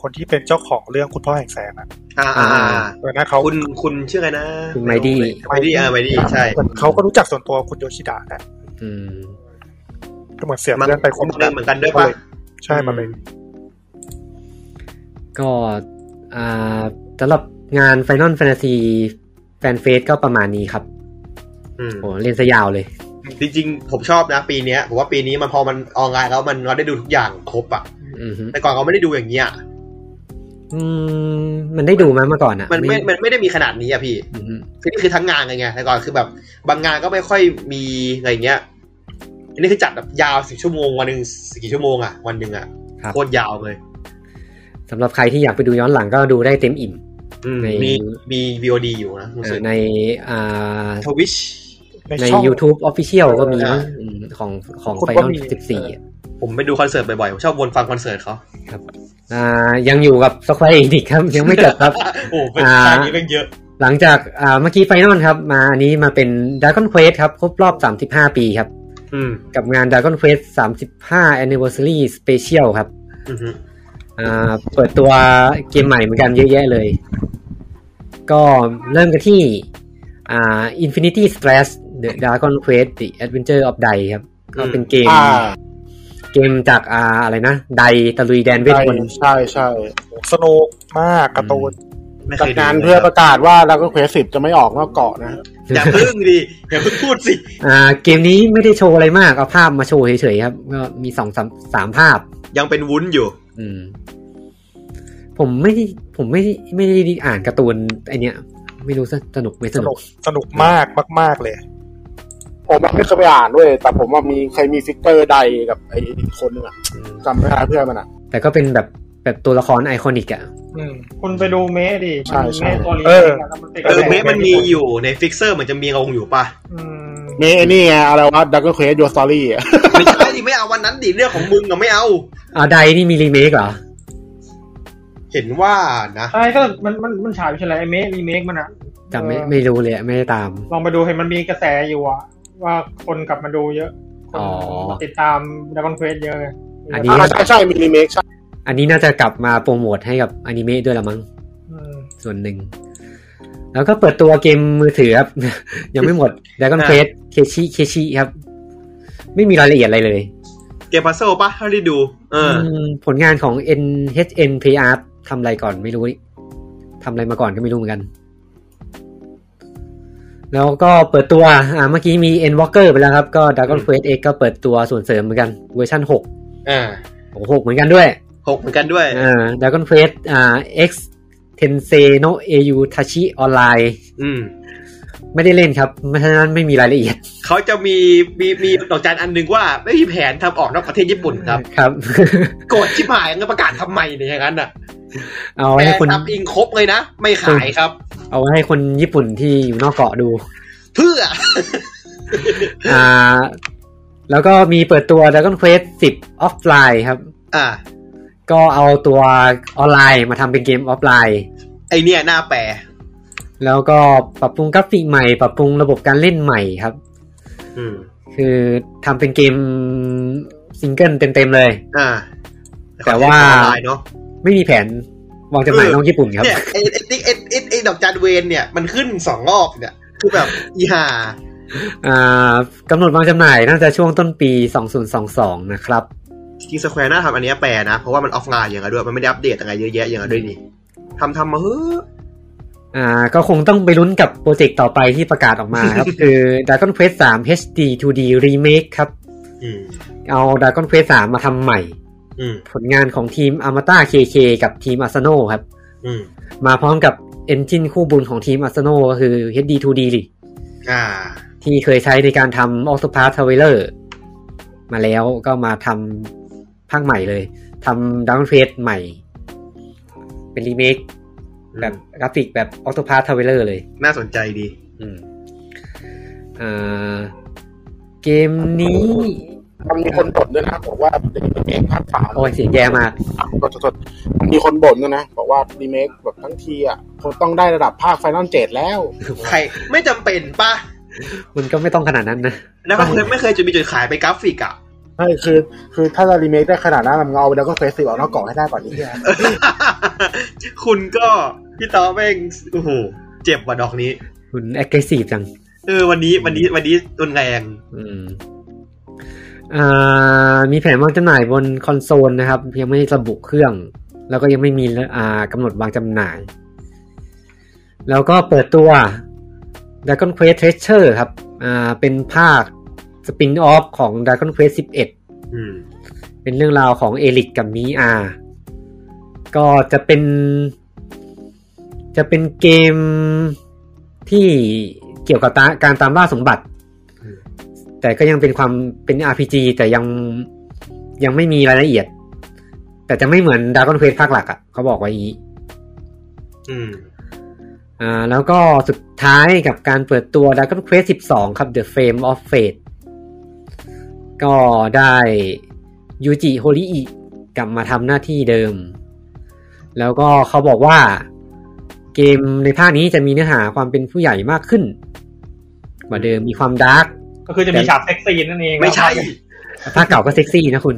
Speaker 3: คนที่เป็นเจ้าของเรื่องคุณพ่อแห่งแสงอะ
Speaker 2: อ่าอ่าอ่า
Speaker 3: เออนะเขา
Speaker 2: คุณคุณชื่ออะไรนะ
Speaker 1: คุณไมดี้
Speaker 2: ไมดี้อ่าไมดี้ใช่
Speaker 3: เหมือนเขาก็รู้จักส่วนตัวคุณโยชิดะนะ
Speaker 1: อืม
Speaker 3: ก็เหมือนเสีย
Speaker 2: มัน
Speaker 3: เพื่อนไปคน
Speaker 2: มันเหมือนกันด้วยปะ
Speaker 3: ใช่มันเลย
Speaker 1: ก็อ่าสำหรับงาน Final Fantasy แฟนเฟสก็ประมาณนี้ครับ
Speaker 2: อืม
Speaker 1: โอ้เล่นซะยาวเลย
Speaker 2: จริงๆ ผมชอบนะปีเนี้ยผมว่าปีนี้มันพอมันออนไลน์แล้วมันเราได้ดูทุกอย่างครบอ่ะ
Speaker 1: อืมฮึ
Speaker 2: แต่ก่อนเราไม่ได้ดูอย่างเงี้ย
Speaker 1: อืมมันได้ดูไหมเมื่อก่อนอ่ะ
Speaker 2: มันไม่มันไม่ได้มีขนาดนี้อ่ะพี่
Speaker 1: อืม
Speaker 2: คือนี่คือทั้งงานไงไงแต่ก่อนคือแบบบางงานก็ไม่ค่อยมีอะไรเงี้ยอันนี้คือจัดแบบยาวสิบชั่วโมงวันหนึ่งกี่ชั่วโมงอ่ะวันหนึ่งอ่ะ
Speaker 1: ครับ
Speaker 2: โคตรยาวเลย
Speaker 1: สำหรับใครที่อยากไปดูย้อนหลังก็ดูได้เต็มอิ่ม
Speaker 2: อืม
Speaker 1: ใน
Speaker 2: มีมี VOD อยู่นะรู้
Speaker 1: เอ่
Speaker 2: สึ
Speaker 1: อก ในอ่า
Speaker 2: ทวิช
Speaker 1: ใน
Speaker 3: ช่อง
Speaker 1: YouTube Official ก็มีมั้งอืมของของ
Speaker 3: คุณก็
Speaker 1: Final
Speaker 3: มี
Speaker 1: 14อะ
Speaker 2: ผมไปดูคอนเสิร์ตบ่อยๆผมชอบวนฟังคอนเสิร์ตเขา
Speaker 1: อ่ายังอยู่กับ Square Enix ครับ *laughs* ยังไม่จบครับ
Speaker 2: โอ้เป็น
Speaker 1: อ่า
Speaker 2: ชายนี้เป็นเยอะ
Speaker 1: หลังจากอ่าเมื่อกี้ Final ครับ มาอันนี้มาเป็น Dragon Quest ครับ ครบรอบ 35 ปีครับ
Speaker 2: อืม
Speaker 1: กับงาน Dragon Quest 35 Anniversary Special ครับ
Speaker 2: อือฮึ
Speaker 1: อ่าเปิดตัวเกมใหม่เหมือนกันเยอะแยะเลย ก็เริ่มกันที่อ่า Infinity Stress The Dragon Quest The Adventure of Dai ครับ ก็เป็นเกม
Speaker 4: อ่า
Speaker 1: เกมจากอ่าอะไรนะ ไดตะลุยแดนเวท
Speaker 4: ใช่
Speaker 1: มนต์
Speaker 4: ใช่ใช่
Speaker 3: สนุกมากการ์ตูน
Speaker 2: ไม่
Speaker 4: จั
Speaker 2: เค
Speaker 4: ด
Speaker 2: ย
Speaker 4: งาน
Speaker 2: ดู
Speaker 4: เพื่อประกาศว่าแล้วก็เควสสิบจะไม่ออกนอกเกาะนะ
Speaker 2: อย่าพึ่งดิอย่าพึ่งพูดสิ
Speaker 1: อ่าเกมนี้ไม่ได้โชว์อะไรมาก เอาภาพมาโชว์เฉยๆครับ ก็มีสองสามสามภาพ
Speaker 2: ยังเป็นวุ้นอยู่
Speaker 1: อืม ผมไม่ได้ผมไม่ได้ไม่ได้อ่านการ์ตูนไอเนี้ย ไม่รู้สนุกไม่ส
Speaker 3: ส
Speaker 1: นุ
Speaker 3: นุ
Speaker 1: ก
Speaker 3: กสนุกมากมาก ๆ เลย
Speaker 4: ผมไม่เคยไปอ่านด้วย แต่ผมว่ามีใครมีฟิกเตอร์ใดกับไอ้อีกคนนึงอะจำไม่ได้เพื่อนมันอะ
Speaker 1: แต่ก็เป็นแบบแบบตัวละครไอคอนิกอะ
Speaker 3: อืม
Speaker 5: คุณไปดูเมสดิ
Speaker 4: ใช่ใช่
Speaker 5: เมสตัวรี
Speaker 3: เออ
Speaker 5: แล้วนติด
Speaker 2: เออเมสมันมีอยู่ในฟิกเซอร์มันจะมีลงอยู่ปะ
Speaker 5: อืม
Speaker 4: มีไอ้นี่ไงอะไรวะดักเกิลเควสยูสตอรี่อะ
Speaker 2: ไม่ใช่ดิไม่เอาวันนั้นดิเรื่องของมึงอะไม่เอา
Speaker 1: อ่าไดนี่มีรีเมคเหรอ
Speaker 2: เห็นว่านะ
Speaker 5: ใช่ก็มันมันมันฉายไปเฉลยไอ้เมสรีเมคมันอะ
Speaker 1: จำไม่
Speaker 5: เออ
Speaker 1: ไม่รู้เลยอะไม่ได้ตาม
Speaker 5: ลองไปดูเห็นมันมีกระแสอยู่อะว่าคนกลับมาดูเยอะคน
Speaker 1: อ๋อ
Speaker 5: มาติดตามดับเบิลเควสเยอะไง
Speaker 1: อันนี้
Speaker 4: อ่าใช่ใช่มีรีเมคใช่
Speaker 1: อันนี้น่าจะกลับมาโปรโมทให้กับอนิเมะด้วยละมั้ง
Speaker 5: อืม
Speaker 1: ส่วนหนึ่ง แล้วก็เปิดตัวเกมมือถือครับ *laughs* ยังไม่หมด Dragon
Speaker 5: *laughs*
Speaker 2: อ่า
Speaker 1: Quest เคชิเคชิครับ ไม่มีรายละเอียดอะไรเลย
Speaker 2: เกมพัซเซิลปะเท่าที่ดู เอออ
Speaker 1: มผลงานของ NHNPR ทำอะไรก่อนไม่รู้นี่ทำอะไรมาก่อนก็ไม่รู้เหมือนกัน แล้วก็เปิดตัว อ่าเมื่อกี้มี N Walker ไปแล้วครับ ก็ Dragon Quest X ก็เปิดตัวส่วนเสริมเหมือนกันเวอร์ชัน6
Speaker 2: อ่า
Speaker 1: โอ้โห6เหมือนกันด้วย
Speaker 2: หกเหมือนกันด้วย
Speaker 1: อ่า Dragon Quest อ่า X Tensei no AU Tachi Online
Speaker 2: อืม
Speaker 1: ไม่ได้เล่นครับ เพราะฉะนั้นไม่มีรายละเอียด
Speaker 2: เขาจะมีมีมีดอกจันอันหนึ่งว่า ไม่มีแผนทำออกนอกประเทศญี่ปุ่นครับ
Speaker 1: ครับ *laughs*
Speaker 2: โกรธชิบหายเงินประกาศทำไมเนี่ยอย่างนั้นอ่ะ
Speaker 1: เอา
Speaker 2: แป
Speaker 1: ไว้ให้
Speaker 2: ล
Speaker 1: คน
Speaker 2: ทำอิงครบเลยนะ ไม่ขายครับ
Speaker 1: เอาไว้ให้คนญี่ปุ่นที่อยู่นอกเกาะดู
Speaker 2: เพื่อ
Speaker 1: อ่า แล้วก็มีเปิดตัว Dragon Quest 10 Offline ครับ
Speaker 2: อ่า
Speaker 1: ก็เอาตัวออนไลน์มาทำเป็นเกมออฟไลน์
Speaker 2: ไอเนี่ยหน้าแปร
Speaker 1: แล้วก็ปรับปรุงกราฟิกใหม่ ปรับปรุงระบบการเล่นใหม่ครับ
Speaker 2: อืม
Speaker 1: คือทำเป็นเกมซิงเกิลเต็มๆเลย
Speaker 2: อ่า
Speaker 1: แต่ว่า
Speaker 2: ออนไลน์เนาะ
Speaker 1: ไม่มีแผนวางจำหน่าย
Speaker 2: เออ
Speaker 1: นอกญี่ปุ่นครับ
Speaker 2: เนี่ยไอไอติ๊กไอไอ้ไอดอกจันเวนเนี่ยมันขึ้นสองรอบเนี่ย คือแบบอีห่า
Speaker 1: อ่ากำหนดวางจำหน่ายน่าจะช่วงต้นปี 2022 นะครับ
Speaker 2: จริงสแควร์น่าทำอันเนี้ยแปรนะ เพราะว่ามันออฟไลน์อย่างเงี้ยด้วย มันไม่ได้อัปเดตอะไรเยอะแยะอย่างเงี้ยด้วยนี่ทำทำมาเฮ้อะ
Speaker 1: อ่าก็คงต้องไปลุ้นกับโปรเจกต์ต่อไปที่ประกาศออกมา
Speaker 2: *laughs*
Speaker 1: ครับ คือ Dragon Quest 3 HD 2D Remake ครับ
Speaker 2: อืม
Speaker 1: เอา Dragon Quest 3 มาทำใหม่
Speaker 2: อืม
Speaker 1: ผลงานของทีม Amata KK กับทีม Asano ครับ
Speaker 2: อืม
Speaker 1: มาพร้อมกับเอนจินคู่บุญของทีม Asano ก็คือ HD 2D ดิ
Speaker 2: อ่า
Speaker 1: ที่เคยใช้ในการทำ Octopath Traveler มาแล้วก็มาทำภาคใหม่เลยทำ Dragon Quest ใหม่ เป็นรีเมคแบบกราฟิกแบบ Octopath Traveler เลย
Speaker 2: น่าสนใจดี
Speaker 1: อืมอ่าเกมนี้
Speaker 4: มันมีคนบ่นด้วยนะบอกว่ารีเมคภาคสาม
Speaker 1: โอ้ยเสียงแย่มาก
Speaker 4: สดสดๆมันมีคนบ่นด้วยนะบอกว่ารีเมคแบบทั้งทีอ่ะคงต้องได้ระดับภาคไฟนอลเจ็ดแล้ว
Speaker 2: ใครไม่จำเป็นป่ะ
Speaker 1: มันก็ไม่ต้องขนาดนั้นนะ
Speaker 2: แล้วก็เคยไม่เคยจะมีจุดขายไปกราฟิกอ่ะ *laughs*
Speaker 4: ใช่คือ คือถ้าจะรีเมคได้ขนาดนั้นมันเอาไปแล้วก็เฟสติออกนอกกล่องให้ได้ก่อนนี้ย
Speaker 2: คุณก็พี่ต่อแม่งโอ้โหเจ็บว่ะดอกนี้
Speaker 1: คุณแอคทีฟจัง
Speaker 2: เออวันนี้วันนี้วันนี้รุนแรง
Speaker 1: อืมอ่ามีแผนวางจำหน่ายบนคอนโซลนะครับ ยังไม่ระบุเครื่อง แล้วก็ยังไม่มีอ่ากำหนดวางจำหน่าย แล้วก็เปิดตัว Dragon Quest Treasure ครับ อ่าเป็นภาคสปินออฟของ Dragon Quest 11
Speaker 2: อืม
Speaker 1: เป็นเรื่องราวของเอลิกกับมีอา ก็จะเป็น จะเป็นเกมที่เกี่ยวกับตาการตามล่าสมบัติ
Speaker 2: อืม
Speaker 1: แต่ก็ยังเป็นความเป็น RPG แต่ยังยังไม่มีรายละเอียด แต่จะไม่เหมือน Dragon Quest ภาคหลักอะ่ะ เขาบอกไว้อย่างนี้
Speaker 2: อืม
Speaker 1: อ่าแล้วก็สุดท้ายกับการเปิดตัว Dragon Quest 12 ครับ The Frame of Fate ก็ได้ยูจิโฮริอิกลับมาทำหน้าที่เดิม แล้วก็เขาบอกว่าเกมในภาคนี้จะมีเนื้อหาความเป็นผู้ใหญ่มากขึ้น กว่าเดิมมีความดาร์ก
Speaker 5: ก็คือจะมี
Speaker 1: แต่
Speaker 5: ฉากเซ็กซีนนั่นเอง
Speaker 2: ไม่ใช่
Speaker 1: ภาคเก่าก็เซ็กซี่นะคุณ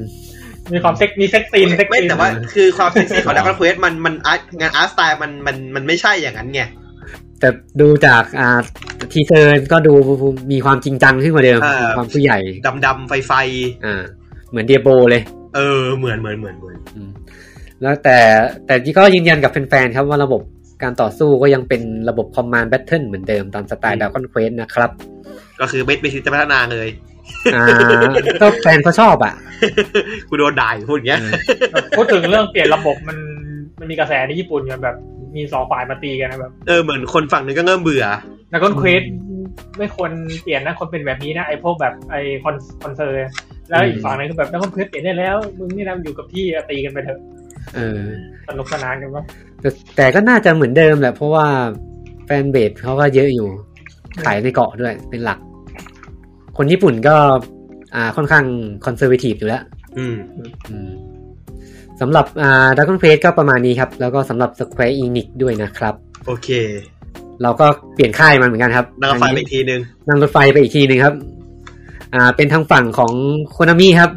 Speaker 5: มีความเซ็กมีเซ็กซีนเซ็ก
Speaker 2: ไม่
Speaker 5: ซีน
Speaker 2: แต่ว่าคือความเซ็กซี่ของดักเควสมันมันอาร์ตงานอาร์ตสไตล์มันมันมันไม่ใช่อย่างนั้นไง
Speaker 1: แต่ดูจากอ่าทีเซอร์ก็ดูมีความจริงจังขึ้นกว่าเดิมมีความผู้ใหญ่
Speaker 2: ดำดำไฟไฟ
Speaker 1: อ่าเหมือนเดียโบเลย
Speaker 2: เออเหมือนเหมือนเหมือนเหมือน
Speaker 1: อืมแล้วแต่แต่ที่ก็ยืนยันกับแฟนๆครับว่าระบบการต่อสู้ก็ยังเป็นระบบคอมมานด์แบทเทิลเหมือนเดิมตามสไตล์ดาวคอนเควสนะครับ
Speaker 2: ก็คือไม่ไม่คิดจะพัฒนาเลย *laughs*
Speaker 1: อ่ *laughs* าก็แฟนเขาชอบอ่ *laughs* ะ
Speaker 2: กูโดนด่าอยู่พูดอย่างเงี้ย
Speaker 5: พูดถึงเรื่องเปลี่ยนระบบมันมันมีกระแสในญี่ปุ่นกันแบบมีสองฝ่ายมาตีกันนะแบบ
Speaker 2: เออเหมือนคนฝั่งหนึงก็เริ่มเบื่อ
Speaker 5: นักกอนเควสไม่ควรเปลี่ยนนะคนเป็นแบบนี้นะไอพวกแบบไอคอนคอนเซอร์แล้วอีกฝั่งหนึงคือแบบนักกอนเควสเปลี่ยนได้แล้วมึงนี่นะอยู่กับที่อะตีกันไปเถอะ
Speaker 1: เออ
Speaker 5: สนุกสนานกันวะ
Speaker 1: แต่แต่ก็น่าจะเหมือนเดิมแหละ เพราะว่าแฟนเบสเขาก็เยอะอยู่ ขายในเกาะด้วยเป็นหลัก คนญี่ปุ่นก็อ่าค่อนข้างคอนเซอร์ t วทีฟอยู่แล้ว
Speaker 2: อืม
Speaker 1: อืมสำหรับอ่าดักคอนเควสก็ประมาณนี้ครับ แล้วก็สำหรับ Square Enix ด้วยนะครับ
Speaker 2: โอเค
Speaker 1: เราก็เปลี่ยนค่ายมันเหมือนกันครับ
Speaker 2: นั่งรถไฟไปอีกทีนึง
Speaker 1: นั่งรถไฟไปอีกทีหนึ่งครับ อ่า เป็นทางฝั่งของโคนามิครับ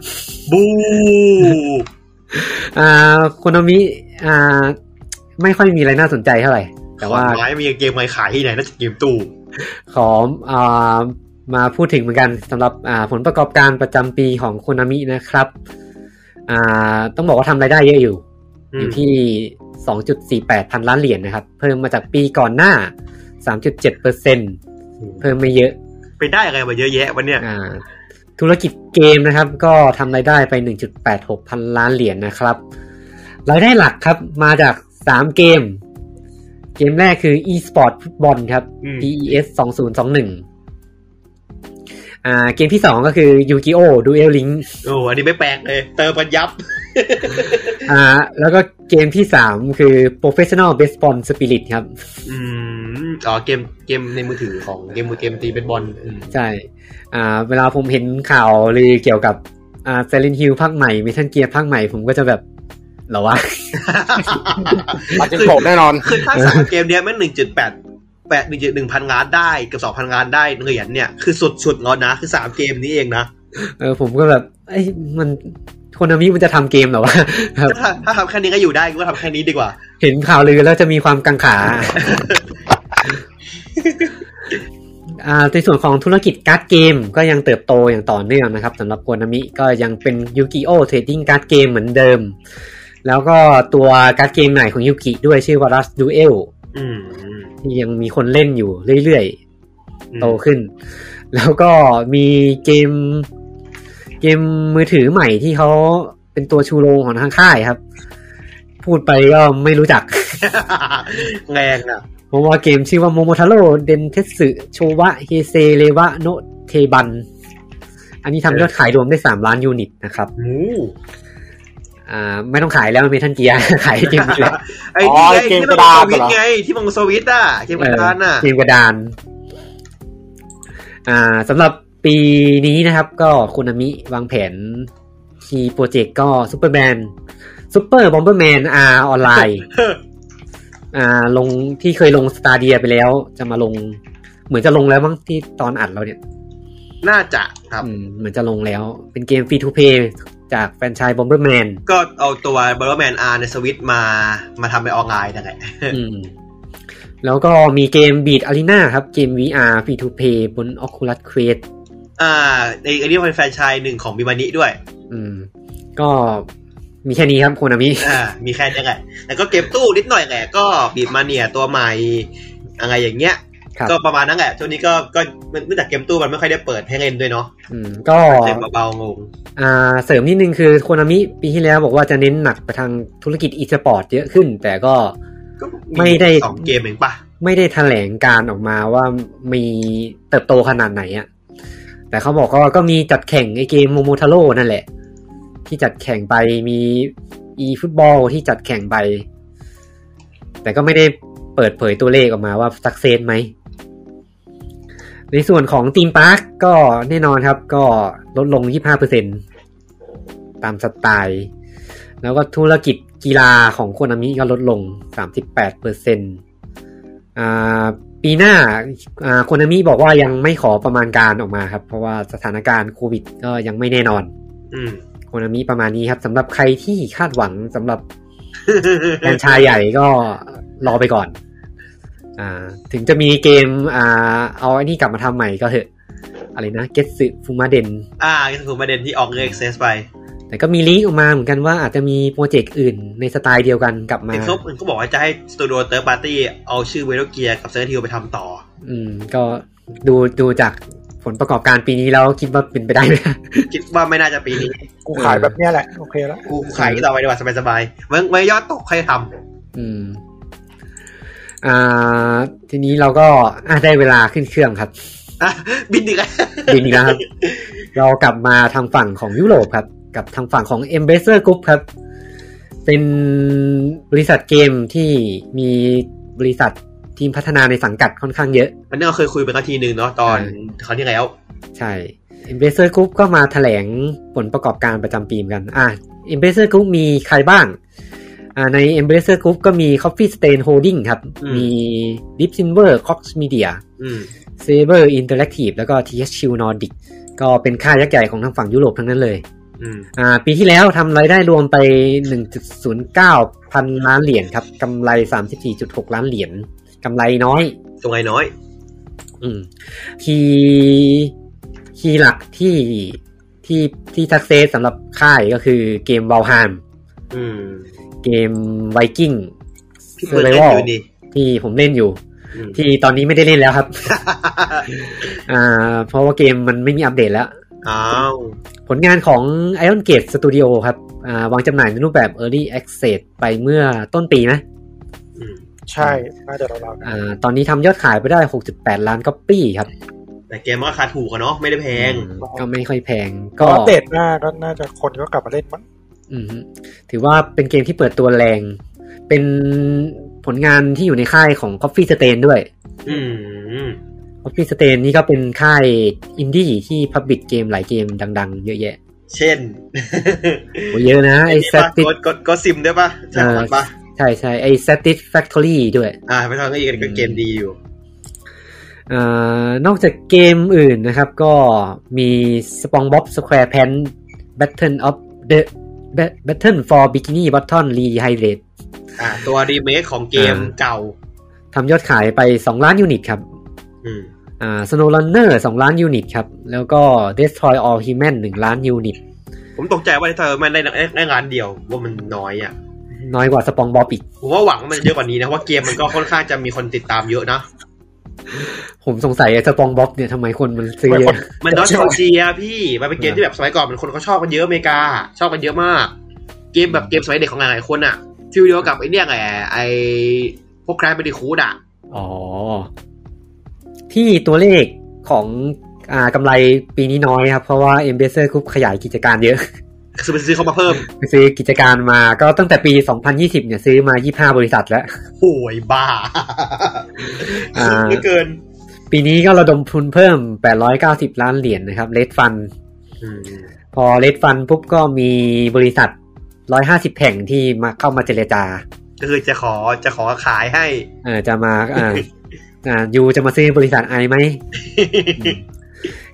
Speaker 2: บู
Speaker 1: อ่า โคนามิ อ่า ไม่ค่อยมีอะไรน่าสนใจเท่าไหร่ แต่ว่า
Speaker 2: ขอนไม้มีเกมอะไรขายที่ไหนน่าจะเกมตู้
Speaker 1: ขออ่า มาพูดถึงเหมือนกันสำหรับอ่าผลประกอบการประจำปีของโคนามินะครับอ่าต้องบอกว่าทำรายได้เยอะอยู่
Speaker 2: อื
Speaker 1: อ
Speaker 2: ม
Speaker 1: ยู่ที่ 2.48 พันล้านเหรียญนะครับ เพิ่มมาจากปีก่อนหน้า 3.7เปอร์เซ็นเพิ่มไม่เยอะ
Speaker 2: ไปได้อะไรมาเยอะแยะวันเนี้ย
Speaker 1: อ่า ธุรกิจเกมนะครับ ก็ทำรายได้ไป 1.86 พันล้านเหรียญนะครับ รายได้หลักครับมาจาก 3 เกม เกมแรกคือ eSport ฟุตบอลครับ
Speaker 2: อืม
Speaker 1: PES 2021 อ่า เกมที่ 2 ก็คือ Yu-Gi-Oh! Duel Link
Speaker 2: โอ้อันนี้ไม่แปลกเลย เติมกันยับ
Speaker 1: อ่า แล้วก็เกมที่ 3 คือ Professional Baseball Spirit ครับ
Speaker 2: อืมอ๋อเกมเกมในมือถือของเกมมือเกมตีเป็นบอลอืม
Speaker 1: ใช่ อ่า เวลาผมเห็นข่าวหรือเกี่ยวกับ อ่าเซเลนฮิลภาคใหม่เมทัลเกียร์ภาคใหม่ผมก็จะแบบเหรอวะ
Speaker 4: มาจิงโกะแน่นอน
Speaker 2: คือถ้าสามเกมเนี้ยแม่งหนึ่งจุดแปดแปดหนึ่งจุดหนึ่งพันล้านได้เกือบสองพันล้านได้เหรียญเนี่ยคือสุดสุดๆแล้วนะ คือสามเกมนี้เองนะ
Speaker 1: เออผมก็แบบไอ้ยมันโคนามิมันจะทำเกมเหรอวะ ครับ
Speaker 2: ถ้าถ้าทำแค่นี้ก็อยู่ได้กูก็ทำแค่นี้ดีกว่า
Speaker 1: เห็นข่าวลือแล้วจะมีความกังขา อ่าในส่วนของธุรกิจการ์ดเกมก็ยังเติบโตอย่างต่อเนื่องนะครับสำหรับโคนามิก็ยังเป็นยูกิโอเทรดดิ้งการ์ดเกมเหมือนเดิม แล้วก็ตัวการ์ดเกมใหม่ของยูกิด้วยชื่อว่า Rust Duel
Speaker 2: อืมอืม
Speaker 1: ที่ยังมีคนเล่นอยู่เรื่อย
Speaker 2: อื
Speaker 1: ๆ
Speaker 2: ม
Speaker 1: โตขึ้น แล้วก็มีเกม เกมมือถือใหม่ที่เขาเป็นตัวชูโรงของทางค่ายครับ พูดไปก็ไม่รู้จัก
Speaker 2: แรงนะ
Speaker 1: เพราะว่าเกมชื่อว่าโมโมทาโร่เดนเทสึโชวะเฮเซเลวะโนเทบัน อันนี้ทำยอดขายรวมได้ 3 ล้านยูนิตนะครับ
Speaker 2: หมู
Speaker 1: อ่า ไม่ต้องขายแล้วเมทันเกีย ขายเกมนี้แหละ
Speaker 2: ไอ้
Speaker 4: อ๋อ
Speaker 2: นี่ไง
Speaker 4: เกม
Speaker 2: ที่
Speaker 4: ก
Speaker 2: มันส
Speaker 4: ระดาษ
Speaker 2: วิตช์
Speaker 4: เหรอ
Speaker 2: ไงที่มังสวิตช์อ่ะเกมกระดานอ่ะ
Speaker 1: เออเกมกระดาน อ่าสำหรับปีนี้นะครับ ก็คุนามิวางแผนคีย์โปรเจกต์ก็ซูเปอร์แมนซูเปอร์บอมเบอร์แมนอาออนไล
Speaker 2: *laughs*
Speaker 1: น์อ่าลงที่เคยลงสตาเดียไปแล้ว จะมาลง เหมือนจะลงแล้วมั้งที่ตอนอัดเราเนี่ย
Speaker 2: น่าจะครับ
Speaker 1: อืมเหมือนจะลงแล้ว เป็นเกมฟรีทูเพย์จากแฟรนไชส์บอมเบอร์แม
Speaker 2: *laughs*
Speaker 1: น
Speaker 2: ก็เอาตัวบร r แมนอาร์ในสวิตมามาทำเป็นออนไลน์นั่นแหละ
Speaker 1: อืมแล้วก็มีเกม Beat Arena ครับเกม VR free to play บน Oculus Quest
Speaker 2: อ่าไอ้ไอ้นี่เป็นแฟรนไชายหนึ่งของบิมานิด้วย
Speaker 1: อืมก็มีแค่นี้ครับโคนามิ
Speaker 2: อ่า มีแค่นี้แหละแล้วก็เกมตู้นิดหน่อยแหละ ก็บีบมาเนียตัวใหม่อะไรอย่างเงี้ย
Speaker 1: ครับ
Speaker 2: ก็ประมาณนั้นแหละ ช่วงนี้ก็ก็เนื่องจากเกมตู้มันไม่ค่อยได้เปิดให้เล่นด้วยเนาะ
Speaker 1: อืมก็
Speaker 2: เล่นเบาๆงง
Speaker 1: อ่าเสริมนิดนึงคือโคนามิปีที่แล้วบอกว่าจะเน้นหนักไปทางธุรกิจอีสปอร์ตเยอะขึ้น แต่ก็
Speaker 2: ก็
Speaker 1: ไม่ได้
Speaker 2: สองเกมเองปะ
Speaker 1: ไม่ได้แถลงการออกมาว่ามีเติบโตขนาดไหนอะแต่เขาบอกว่าก็มีจัดแข่งไอเกมโมโมทาโร่นั่นแหละ ที่จัดแข่งไปมีอีฟุตบอลที่จัดแข่งไป แต่ก็ไม่ได้เปิดเผยตัวเลขออกมาว่าสักเซสไหม ในส่วนของทีมพาร์คก็แน่นอนครับก็ลดลง 25%ตามสไตล์ แล้วก็ธุรกิจกีฬาของโคนามิก็ลดลง 38%อ่าปีหน้าอ่าโคนามิบอกว่ายังไม่ขอประมาณการออกมาครับ เพราะว่าสถานการณ์โควิดก็ยังไม่แน่นอน
Speaker 2: อืม
Speaker 1: โคนามิประมาณนี้ครับสำหรับใครที่คาดหวังส *laughs* ำหรับ แฟรนไชายใหญ่ก็รอไปก่อน อ่า ถึงจะมีเกม อ่า เอาไอ้นี่กลับมาทำใหม่ก็เถอะ อะไรนะ เกตสึฟูมาเดน
Speaker 2: อ่าก็คือประเด็นที่ออกเอ็กเซสไป
Speaker 1: แต่ก็มีลีกออกมาเหมือนกันว่าอาจจะมีโปรเจกต์อื่นในสไตล์เดียวกันกลับมา
Speaker 2: เห็นเขาเห็นเขาบอกว่าจะให้สตูดิโอเตอร์ปาร์ตี้เอาชื่อเวโรเกียกับเซอร์ทิวไปทำต่อ *laughs*
Speaker 1: อืม ก็ดูดูจากผลประกอบการปีนี้แล้วคิดว่าเป็นไปได้ไหม
Speaker 2: คิดว่าไม่น่าจะปีนี้
Speaker 3: กูขายแบบเนี้ยแหละโอเคแล้ว
Speaker 2: กูขายต่อไปดีกว่าสบายๆไว้ไว้ยอดตกใครทำ
Speaker 1: อืม อ่า ทีนี้เราก็อ่ะได้เวลาขึ้นเครื่องครับ
Speaker 2: อ่ะ *laughs* บินอีกแล้ว
Speaker 1: บินอีกแล้วครับ เรากลับมาทางฝั่งของยุโรปครับ กับทางฝั่งของ e m b a s s a d o r Group ครับ เป็นบริษัทเกมที่มีบริษัททีมพัฒนาในสังกัดค่อนข้างเยอะ
Speaker 2: *laughs* มันนี้เราเคยคุยไปแล้วทีหนึ่งเนาะตอนคราวที่แล้ว
Speaker 1: ใช่ e m b a s s a d o r Group ก็มาแถลงผลประกอบการประจำปีเหมือนกัน อ่ะ e m b a s s a d o r Group มีใครบ้าง อ่าใน e m b a s s a d o r Group ก็มี Coffee Stain Holding ครับ
Speaker 2: อืม
Speaker 1: มี Deep Silver Cox Media
Speaker 2: อืม
Speaker 1: Saber Interactive แล้วก็ THQ Nordic ก็เป็นค่ายยักษ์ใหญ่ของทางฝั่งยุโรปทั้งนั้นเลย
Speaker 2: อืม
Speaker 1: อ่าปีที่แล้วทำรายได้รวมไป 1.09 พันล้านเหรียญครับกำไร 34.6 ล้านเหรียญกำไรน้อย
Speaker 2: ตรงไหนน้อย
Speaker 1: อืมคีย์คีย์หลักที่ที่ที่ทักเซสสำหรับค่ายก็คือเกมวาลฮาม
Speaker 2: อืม
Speaker 1: เกมไวกิ้ง
Speaker 2: พี่เปิดเล่นอยู่นี่
Speaker 1: ที่ผมเล่นอยู่
Speaker 2: อืม
Speaker 1: ที่ตอนนี้ไม่ได้เล่นแล้วครับ อ่า เพราะว่าเกมมันไม่มีอัปเดตแล้ว
Speaker 2: *laughs* อ้าว
Speaker 1: ผลงานของ Iron Gate Studio ครับ อ่าวางจำหน่ายในรูปแบบ Early Access ไปเมื่อต้นปีนะ
Speaker 2: อืม
Speaker 3: ใช่น่าจะราวๆกัน
Speaker 1: อ่า ตอนนี้ทำยอดขายไปได้ 68 ล้านก๊อปปี้ครับ
Speaker 2: แต่เกมมันก็ราคาถูกอะเนาะไม่ได้แพง
Speaker 1: อืมก็ไม่ค่อยแพง
Speaker 3: พ
Speaker 1: ก็
Speaker 3: ออัปเดตหน้าก็น่าจะคนก็กลับมาเล่นมั้ง
Speaker 1: อืมถือว่าเป็นเกมที่เปิดตัวแรง เป็นผลงานที่อยู่ในค่ายของ Coffee Stain ด้วย
Speaker 2: อืม
Speaker 1: Coffee Stain นี่ก็เป็นค่ายอินดี้ที่พับบิ c เกมหลายเกมดัง ๆ เยอะแยะ
Speaker 2: เช่น
Speaker 1: โอ้เยอะนะไอ้
Speaker 2: ไอ้
Speaker 1: s a
Speaker 2: ปะ
Speaker 1: t i
Speaker 2: กดกดกดซิ *laughs* มได้ปะใช่ของมันปะ
Speaker 1: ใช่ใช่ไอ้ Satisfactory ด้วย
Speaker 2: อ่าไม่ต้องก็อีกก็เกมดีอยู่
Speaker 1: เอ่อนอกจากเกมอื่นนะครับก็มี SpongeBob SquarePants Battle of the Bat- Battle for Bikini Bottom Rehydrate
Speaker 2: อ่า ตัวรีเมคของเกมเก่า
Speaker 1: ทำยอดขายไป 2 ล้านยูนิตครับ
Speaker 2: อืม
Speaker 1: อ่า Snow Runner 2 ล้านยูนิตครับ แล้วก็ Destroy All Human 1 ล้านยูนิต
Speaker 2: ผมตกใจว่าเธอไม่ได้ได้ได้งานเดียวว่ามันน้อยอ่ะ
Speaker 1: น้อยกว่า SpongeBob อีก
Speaker 2: ผมว่าหวังว่ามันจะเยอะกว่านี้นะว่าเกมมันก็ค่อนข้างจะมีคนติดตามเยอะนะ
Speaker 1: ผมสงสัยไอ้ SpongeBob เนี่ยทำไมคนมันซื้อเยอะ
Speaker 2: มันดอสโซเจียพี่มันเป็นเกมที่แบบสมัยก่อนมันคนเขาชอบกันเยอะอเมริกา ชอบกันเยอะมาก เกมแบบเกมสมัยเด็กของหลายๆคนอ่ะฟิลเดียวกับไอ้เนี่ยไงไอ้พวกแครบเบอร์คูดอ่ะ
Speaker 1: อ๋อ ที่ตัวเลขของอ่ากำไรปีนี้น้อยครับ เพราะว่า Embracer Group ขยายกิจการเยอะ
Speaker 2: คือมันซื้อเขามาเพิ่ *laughs* ม
Speaker 1: ไปซื้อกิจการมาก็ตั้งแต่ปี 2020 เนี่ยซื้อมา 25 บริษัทแล้ว
Speaker 2: ป่วยบ้า
Speaker 1: อ่า
Speaker 2: สุด *laughs* เหลือเกิน
Speaker 1: ปีนี้ก็ระดมทุนเพิ่ม 890 ล้านเหรียญนะครับเลดฟัน พอเลดฟันปุ๊บก็มีบริษัท 150 แห่งที่มาเข้ามาเจรจา
Speaker 2: ก็คือจะขอจะขอขายให้
Speaker 1: เออจะมาอ่าอ่ายูจะมาซื้อบริษัทไอไหม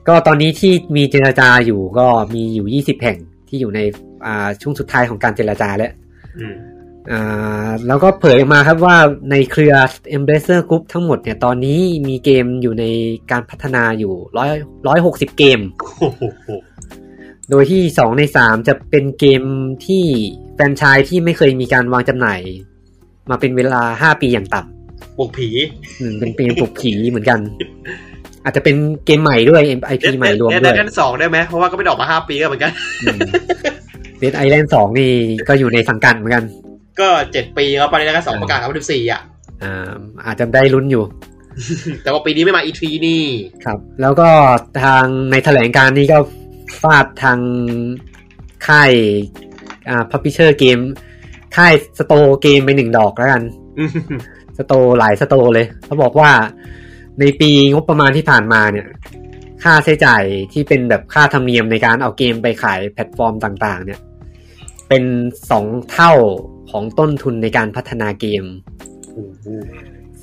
Speaker 1: ก็ตอนนี้ที่มีเจรจาอยู่ก็มีอยู่ 20 แห่งที่อยู่ในอ่าช่วงสุดท้ายของการเจรจาแล้ว
Speaker 2: อืม
Speaker 1: อ่าแล้วก็เผยออกมาครับว่าในเครือ Embracer Group ทั้งหมดเนี่ยตอนนี้มีเกมอยู่ในการพัฒนาอยู่ร้อยร้อยหกสิบเกม
Speaker 2: โอ้โห
Speaker 1: โดยที่สองในสามจะเป็นเกมที่แฟรนไชายที่ไม่เคยมีการวางจำหน่าย มาเป็นเวลาห้าปีอย่างต่ำ
Speaker 2: ปลุกผี
Speaker 1: อืมเป็นเกมปลุกผีเหมือนกัน อาจจะเป็นเกมใหม่ด้วย IP ใหม่รวม
Speaker 2: เดด
Speaker 1: ด้
Speaker 2: เด
Speaker 1: วย
Speaker 2: ดสองได้ไหมเพราะว่าก็ไม่ได้ออกมาห้าปีแล้วเหมือนกัน *laughs*
Speaker 1: เดดไอแลนด์สองนี่ก็อยู่ในสังกัดเหมือนกัน
Speaker 2: ก็เจ็ดปีแล้วไปแล้วก็สองประกาศสองพันสิบสี่อ่ะ
Speaker 1: อ่าอาจจะได้ลุ้นอยู่
Speaker 2: แต่ว่าปีนี้ไม่มาอีทีนี่
Speaker 1: ครับแล้วก็ทางในแถลงการนี้ก็ฟาดทางค่ายอ่าพับพิเชอร์เกม ค่ายสโตเกมไปหนึ่งดอกแล้วกัน
Speaker 2: อืม
Speaker 1: สโตหลายสโตเลย เขาบอกว่าในปีงบประมาณที่ผ่านมาเนี่ย ค่าใช้จ่ายที่เป็นแบบค่าธรรมเนียมในการเอาเกมไปขายแพลตฟอร์มต่างๆ เนี่ย เป็นสองเท่าของต้นทุนในการพัฒนาเกม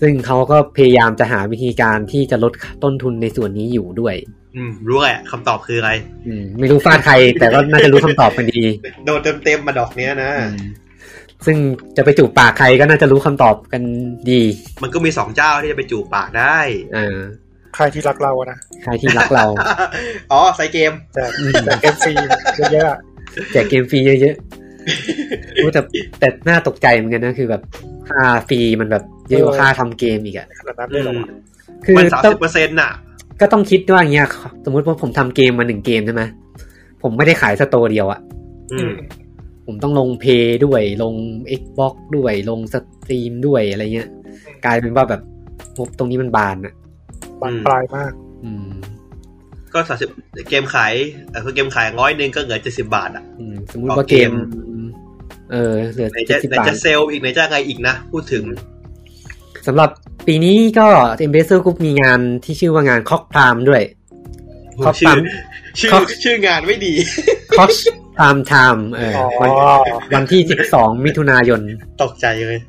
Speaker 1: ซึ่งเขาก็พยายามจะหาวิธีการที่จะลดต้นทุนในส่วนนี้อยู่ด้วย
Speaker 2: อืมรู้แหละคำตอบคืออะไร
Speaker 1: อืมไม่รู้ฟาดใคร แต่ก็น่าจะรู้คำตอบกันดี
Speaker 2: โดนเต็มๆมาดอกเนี้ยนะ
Speaker 1: อืมซึ่งจะไปจูบปากใครก็น่าจะรู้คำตอบกันดี
Speaker 2: มันก็มีสองเจ้าที่จะไปจูบปากได้
Speaker 1: อ่า
Speaker 3: ใครที่รักเราอะนะ
Speaker 1: ใครที่รักเรา
Speaker 2: *laughs* อ๋อใส่เกม
Speaker 3: แจก
Speaker 1: อืม
Speaker 3: แจกเอฟซีเยอะๆอะ
Speaker 1: แจกเกมฟรีเยอะๆรู้แต่แต่น่าตกใจเหมือนกันนะคือแบบค่าฟรีมันแบบเยอะกว่าค่าทำเกมอีกอะ
Speaker 3: ขนาดนั้นเลยเหรอวะ
Speaker 1: คือ
Speaker 2: มันสาม
Speaker 1: ต้อง
Speaker 2: สิบเปอร์เซ็นต์น่ะ
Speaker 1: ก็ต้องคิดว่าอย่างเงี้ยสมมติว่าผมทำเกมมาหนึ่งเกมใช่ไหมผมไม่ได้ขายสโตร์เดียวอะ
Speaker 2: อืม
Speaker 1: ผมต้องลงเพย์ด้วยลง Xbox ด้วยลงสตรีมด้วยอะไรเงี้ย กลายเป็นว่าแบบงบตรงนี้มันบานอะ
Speaker 3: บานปลายมาก
Speaker 1: อืม
Speaker 2: ก็สามสิบเกมขายเอ่อคือเกมขายร้อยหนึ่งก็เหลือเจ็ดสิบาทอ่ะ
Speaker 1: อืมสมมุติ
Speaker 2: ออก
Speaker 1: ว่าเกม
Speaker 2: เกม
Speaker 1: เออเหลือ
Speaker 2: ไหนจะ
Speaker 1: เจ็ดสิบ
Speaker 2: ไหน
Speaker 1: บาท
Speaker 2: จะเซลล์อีกไหนจะอะไรอีกนะ พูดถึง
Speaker 1: สำหรับปีนี้ก็ Embracer Group มีงานที่ชื่อว่างานคอกพามด้วย
Speaker 2: ผม
Speaker 1: Cock
Speaker 2: ชื่อ
Speaker 1: Palm
Speaker 2: ชื่อ
Speaker 1: Cock
Speaker 2: ชื่องานไม่ดี *laughs*
Speaker 1: คอกพามไทม์เออ
Speaker 3: อ๋อ
Speaker 1: วันวันที่ 12 มิถุนายน
Speaker 2: ตกใจเลย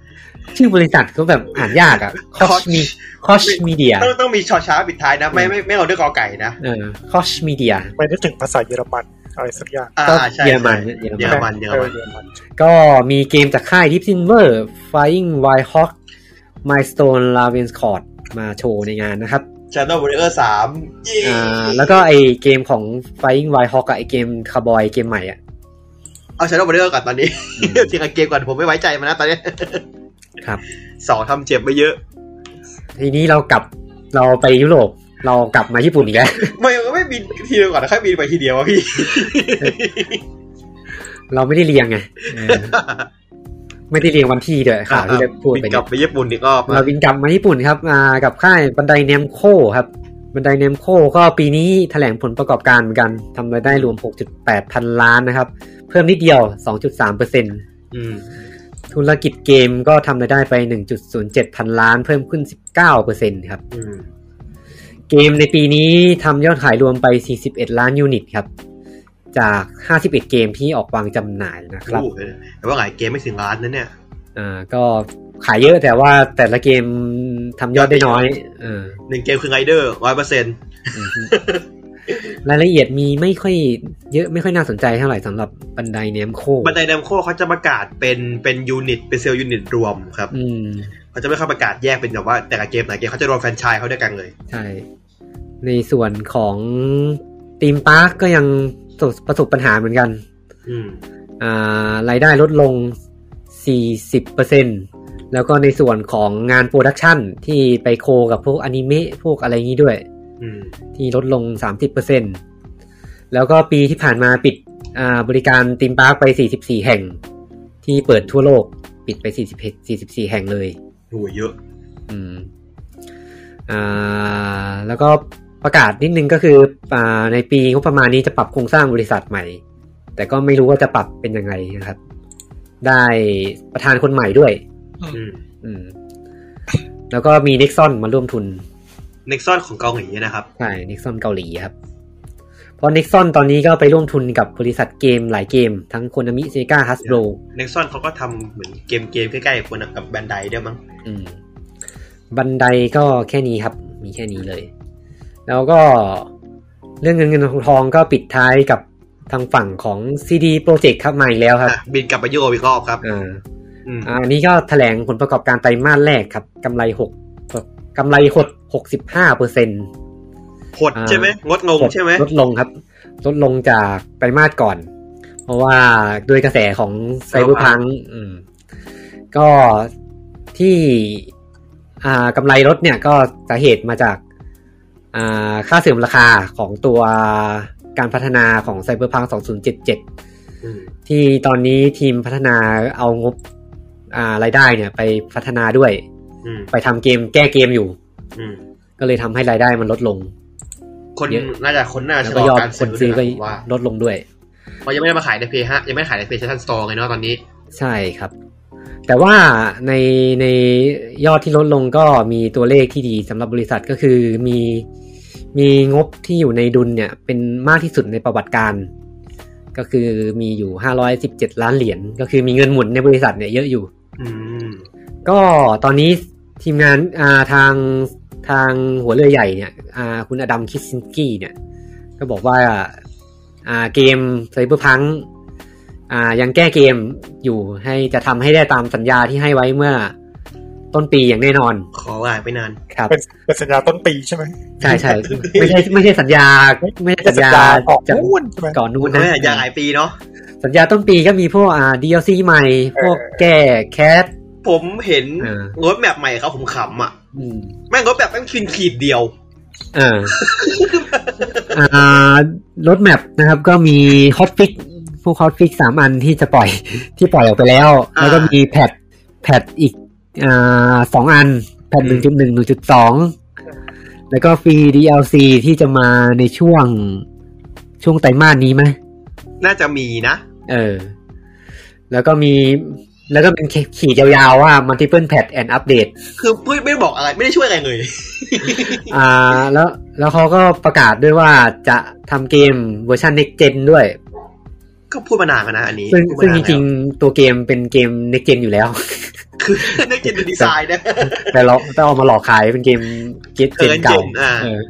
Speaker 1: ชื่อบริษัทก็แบบอ่านยากอ่ะคอ
Speaker 2: Koch
Speaker 1: ชมีคอชมีเดีย
Speaker 2: ต้องต้องมีชอช้าปิดท้ายนะ ไม่ไม่ไม่เอาด้วยกอไก่นะ
Speaker 1: เออคอชมีเดีย
Speaker 3: ไม่นึกถึงภาษาเยอรมันอะไรสักอย่าง
Speaker 2: อ่า
Speaker 1: ก็
Speaker 2: ใช่
Speaker 1: เยอรมัน
Speaker 2: ใช่
Speaker 1: เย
Speaker 2: เย
Speaker 1: อ
Speaker 2: อ
Speaker 1: ร
Speaker 2: ร
Speaker 1: มั
Speaker 2: มัน นเยอร
Speaker 3: เอ
Speaker 2: มั
Speaker 3: อน เยอรมัน
Speaker 1: ก็มีเกมจากค่าย Deep Silver Flying Wild Hawk Milestone Ravenscourt มาโชว์ในงานนะครับ
Speaker 2: Shadow Warrior สามยี่
Speaker 1: อ่าแล้วก็ไอเกมของ Flying Wild Hawk อะไอเกมคาร์บอยเกมใหม่อ่ะ
Speaker 2: เอา Shadow Warrior ก่อนตอนนี้
Speaker 1: อืม
Speaker 2: จริงๆเกมก่อนผมไม่ไว้ใจมันนะตอนนี้
Speaker 1: ครับ
Speaker 2: สองทำเจ็บไปเยอะ
Speaker 1: ทีนี้เรากลับเราไปยุโรปเรากลับมาญี่ปุ่นอีกแล้ว
Speaker 2: ไม่ไม่บินทีเดียวก่อนนะค่อยบินไปทีเดียวอะพี่
Speaker 1: เราไม่ได้เรียงไงเออไม่ได้เรียงวันที่ด้วยข่าวที่ได้พูด
Speaker 2: บิน
Speaker 1: ไป
Speaker 2: กลั
Speaker 1: เนี่
Speaker 2: บ
Speaker 1: ย
Speaker 2: ไปญี่ปุ่นอีกรอบ
Speaker 1: เราบินกลับมาญี่ปุ่นครับอ่ากับค่ายบันไดเนมโคครับ บันไดเนมโคก็ปีนี้ถแถลงผลประกอบการเหมือนกันทำรายได้รวม 6.8 พันล้านนะครับ เพิ่มนิดเดียว 2.3เปอร์เซ็นต์
Speaker 2: อืม
Speaker 1: ธุรกิจเกมก็ทำรายได้ไป 1.07 พันล้าน เพิ่มขึ้น 19%ครับ
Speaker 2: อืม
Speaker 1: เกมในปีนี้ทำยอดขายรวมไป 41 ล้านยูนิตครับ จาก 51 เกมที่ออกวางจำหน่ายนะครับ
Speaker 2: โอ้โหแต่ว่าไงเกมไม่ถึงล้านนะเนี่ย
Speaker 1: อ่าก็ขายเยอะแต่ว่าแต่ละเกมทำยอดได้น้อยเออ
Speaker 2: หนึ่งเกมคือไรเดอร์ร้อยเปอร์เซ็นต์
Speaker 1: อืมรายละเอียดมีไม่ค่อยเยอะไม่ค่อยน่าสนใจเท่าไหร่สำหรับบันไดเนมโค
Speaker 2: บันไดแนมโคเขาจะประกาศเป็นเป็นยูนิตเป็นเซลล์ยูนิตรวมครับ
Speaker 1: อืม
Speaker 2: เขาจะไม่เข้าประกาศแยกเป็นแบบว่าแต่ละเกมแต่ละเกมเขาจะรวมแฟรนไชส์เขาด้วยกันเลย
Speaker 1: ใช่ ในส่วนของทีมพาร์คก็ยังประสบปัญหาเหมือนกัน
Speaker 2: อืม
Speaker 1: อ่ารายได้ลดลง 40%แล้วก็ในส่วนของงานโปรดักชันที่ไปโคกับพวกอนิเมะพวกอะไรอย่างนี้ด้วย
Speaker 2: อืม
Speaker 1: ที่ลดลง 30%แล้วก็ปีที่ผ่านมาปิดอ่าบริการติมปาร์คไป 44 แห่ง ที่เปิดทั่วโลกปิดไป40 44 แห่งเลย
Speaker 2: โหเยอะ
Speaker 1: อืมอ่าแล้วก็ประกาศนิดนึงก็คืออ่าในปีงบประมาณนี้จะปรับโครงสร้างบริษัทใหม่ แต่ก็ไม่รู้ว่าจะปรับเป็นยังไงนะครับ ได้ประธานคนใหม่ด้วย
Speaker 2: อืม
Speaker 1: อืม แล้วก็มี Nexon มาร่วมทุน
Speaker 2: เน็กซอนของเกาหลีนะครับ
Speaker 1: ใช่ Nexon เกาหลีครับ เพราะ Nexon ตอนนี้ก็ไปร่วมทุนกับบริษัทเกมหลายเกม ทั้ง Konami, Sega, Hasbro
Speaker 2: เน็กซอนเขาก็ทำเหมือนเกมเกมใกล้ๆกับคนกับแบนไดด้วยมั้ง
Speaker 1: อืมบันไดก็แค่นี้ครับ มีแค่นี้เลย แล้วก็เรื่องเงินเงินทองทองก็ปิดท้ายกับทางฝั่งของ CD Project ครับมาอีกแล้วครับ
Speaker 2: อ่ะบินกลับไปยุโรปอีกรอบครับ
Speaker 1: อ่า
Speaker 2: อืม
Speaker 1: อาอันนี้ก็แถลงผลประกอบการไตรมาสแรกครับกำไรหกกำไรหดหกสิบห้าเปอร์เซ็นต์
Speaker 2: หดใช่ไหมงดงงใช่ไหม
Speaker 1: ลดลงครับ ลดลงจากไตรมาสก่อน เพราะว่าด้วยกระแสของไซเบอร์พังก็ที่อ่ากำไรลดเนี่ยก็สาเหตุมาจากอ่าค่าเสื่อมราคาของตัวการพัฒนาของไซเบอร์พัง2077
Speaker 2: อืม
Speaker 1: ที่ตอนนี้ทีมพัฒนาเอางบอ่ารายได้เนี่ยไปพัฒนาด้วย
Speaker 2: อืม
Speaker 1: ไปทำเกมแก้เกมอยู่
Speaker 2: อืม
Speaker 1: ก็เลยทำให้รายได้มันลดลง
Speaker 2: คน
Speaker 1: เยอะ
Speaker 2: น่าจะคนน่าจะ
Speaker 1: แล้ว
Speaker 2: ชะ
Speaker 1: ก็
Speaker 2: ลอย
Speaker 1: อด
Speaker 2: การ
Speaker 1: ค
Speaker 2: ซื้
Speaker 1: น
Speaker 2: อด้
Speaker 1: ซื้อ
Speaker 2: วย
Speaker 1: ก็
Speaker 2: นะผมว่า
Speaker 1: ลดลงด้วย
Speaker 2: เพราะยังไม่ได้มาขายในเพย์ฮะยังไม่ได้ขายใน PlayStation Store เลยเนาะตอนนี้
Speaker 1: ใช่ครับ แต่ว่าในในยอดที่ลดลงก็มีตัวเลขที่ดีสำหรับบริษัทก็คือมีมีงบที่อยู่ในดุลเนี่ย เป็นมากที่สุดในประวัติการ ก็คือมีอยู่ 517 ล้านเหรียญก็คือมีเงินหมุนในบริษัทเนี่ยเยอะอยู่
Speaker 2: อืม
Speaker 1: ก็ตอนนี้ทีมงานอ่าทางทางหัวเรือใหญ่เนี่ยอ่าคุณอดัมคิสซินกี้เนี่ย ก็บอกว่าอ่าเกมไซเบอร์พังอ่ายังแก้เกมอยู่ให้จะทำให้ได้ตามสัญญาที่ให้ไว้เมื่อต้นปีอย่างแน่นอน
Speaker 2: ขออ่านไม่นาน
Speaker 1: ครับ
Speaker 3: เป็นเป็นสัญญาต้นปีใช่ไหม
Speaker 1: ใช่ใช่ไม่ใช่ไม่ใช่สัญญาไม่ใช่
Speaker 3: เป็น
Speaker 1: สัญ
Speaker 3: สัญ
Speaker 1: ญา
Speaker 3: ญาออก
Speaker 1: จาก
Speaker 3: นู่นใช่ไหม
Speaker 1: ก่อนนู้น
Speaker 2: คุณ
Speaker 1: นะ
Speaker 2: แม่อยากหลายปีเนาะ
Speaker 1: สัญญาต้นปีก็มีพวกอ่า DLC ใหม่ พวกแก้แคส
Speaker 2: ผมเห็น
Speaker 1: เออ
Speaker 2: รถแมพใหม่เขาผมขำอ่ะ
Speaker 1: อืม
Speaker 2: แม่งรถแมพแม่งคินขีดเดียว
Speaker 1: อ่า อ่ารถแมพนะครับ ก็มีฮอตฟิกพวกฮอตฟิกสามอันที่จะปล่อย *laughs* ที่ปล่อยออกไปแล้ว
Speaker 2: อ่า
Speaker 1: แล้วก็มีแพดแพดอีกอ่าสองอัน แพดหนึ่งจุดหนึ่งหนึ่งจุดสองแล้วก็ฟรี DLC ที่จะมาในช่วงช่วงไตรมาสนี้ไหมย
Speaker 2: น่าจะมีนะ
Speaker 1: เออ แล้วก็มีแล้วก็เป็นขีดยาวๆว่า multiple patch and update
Speaker 2: คือเพื่อนไม่ได้บอกอะไรไม่ได้ช่วยอะไรเลย
Speaker 1: อ่าแล้วแล้วเขาก็ประกาศด้วยว่าจะทำเกมเวอร์ชัน next gen ด้วย
Speaker 2: ก็พูดมานานแล้วนะอันนี้
Speaker 1: ซึ่ง
Speaker 2: พูดมา
Speaker 1: ซึ่ง
Speaker 2: นา
Speaker 1: จ
Speaker 2: นแล้ว
Speaker 1: ริงๆ ตัวเกมเป็นเกม next gen อยู่แล้ว *laughs*
Speaker 2: คือนักเกมดีไซน์นะ
Speaker 1: แต่เราต้องเอามาหลอกขายเป็นเกมเกมเกม
Speaker 2: Current
Speaker 1: เก่า
Speaker 2: gen อ่า
Speaker 1: เออ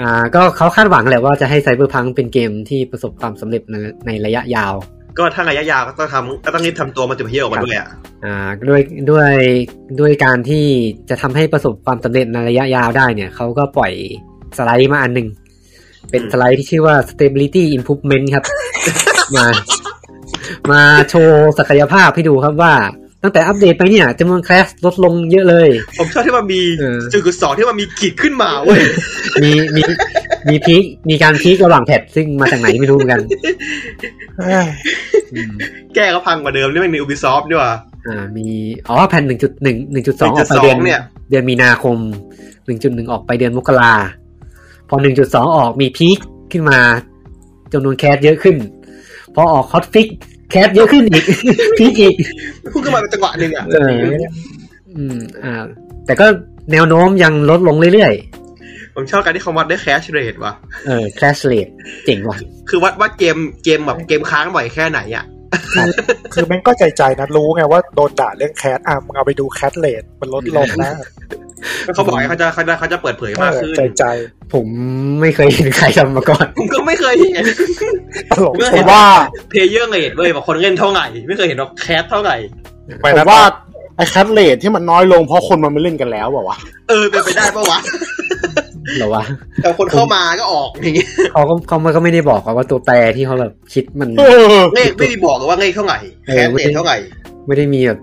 Speaker 1: อ่า ก็เขาคาดหวังแหละว่าจะให้ไซเบอร์พังเป็นเกมที่ประสบความสำเร็จในในระยะยาว
Speaker 2: ก็ถ้าระยะยาวก็ต้องทำก็ต้องรีบทำตัวมันจะเที่ยวกันด้วยอ่ะ
Speaker 1: อ่าด้วยด้วยด้วยการที่จะทำให้ประสบความสำเร็จในระยะยาวได้เนี่ย เขาก็ปล่อยสไลด์มาอันหนึ่ง เป็นสไลด์ที่ชื่อว่า stability improvement ครับ *laughs* มา มาโชว์ศักยภาพให้ดูครับว่า ตั้งแต่อัปเดตไปเนี่ยจำนวนแคลสลดลงเยอะเลย
Speaker 2: ผมชอบที่มันมี
Speaker 1: เออ
Speaker 2: จุดสองที่มันมีขีดขึ้นมาเว้ย
Speaker 1: มีมีมีพีคมีการพีคระหว่างแพทซึ่งมาจากไหนไม่รู้เหมือนกัน
Speaker 3: เอ้ย
Speaker 1: อืม
Speaker 2: แก้ก็พังกว่าเดิมนี่มันมีอุบิซอฟด้วยว่ะ
Speaker 1: อ่ามีอ๋อแพทหนึ่งจุดหนึ่งหนึ่งจุดสองออกไป
Speaker 2: 1.2
Speaker 1: เดือน
Speaker 2: เนี่ย
Speaker 1: เดือนมีนาคมหนึ่งจุดหนึ่งออกไปเดือนมกราพอหนึ่งจุดสองออกมีพีคขึ้นมาจำนวนแคสเยอะขึ้น พอออกฮอตฟิกแคสเยอะขึ้นอีก *laughs* พีคอีก
Speaker 2: พุ่งขึ้นมาเป็นจังหวะหนึ่งอ่ะ
Speaker 1: เออ อืมอ่า แต่ก็แนวโน้มยังลดลงเรื่อย
Speaker 2: ผมชอบการที่เขาวัดได้แคชเรทว่ะ
Speaker 1: ๆ เออแคสเลดเจ๋งว่ะ
Speaker 2: คือวัดว่าเกมเกมแบบเกมค้างบ่อยแค่ไหนอ่ะ
Speaker 3: คือแม่งก็ใจใจนะรู้ไงว่าโดนด่าเรื่องแคทอ่ะมึงเอาไปดูแคทเลทมันลดลงนะ
Speaker 2: เขาบอกให้เขาจะเขาจะเขาจะเปิดเผยมากขึ้น
Speaker 3: ใจใจ
Speaker 1: ผมไม่เคยเห็นใครทำมาก่อน
Speaker 2: ผมก็ไม่เคยเห็น *laughs*
Speaker 3: ตลก
Speaker 2: เออ
Speaker 4: ผมว่า
Speaker 2: เพลเยอร์เรทเว้ยบอกคนเล่นเท่าไหร่ ไม่เคยเห็นว่าแคสเท่าไหร่
Speaker 3: ไป
Speaker 4: ผ
Speaker 3: นะ
Speaker 4: มว่าไอ้คัดเลทที่มันน้อยลงเพราะคนมันไม่เล่นกันแล้วบอกว่าวะ
Speaker 2: เออเป็นไปได้ปะวะ
Speaker 1: เหรอวะ
Speaker 2: แต่คนเข้ามาก็ออกอย่างเงี้ย
Speaker 1: เขาก็เขามันก็ไม่ได้บอกว่าตัวแปรที่เขาแบบคิดมัน
Speaker 4: เออ
Speaker 2: เลขไม่ได้บอกว่าเลขเท่าไหร่แคสเรทเท่าไหร่
Speaker 1: ไม่ได้มีแบบ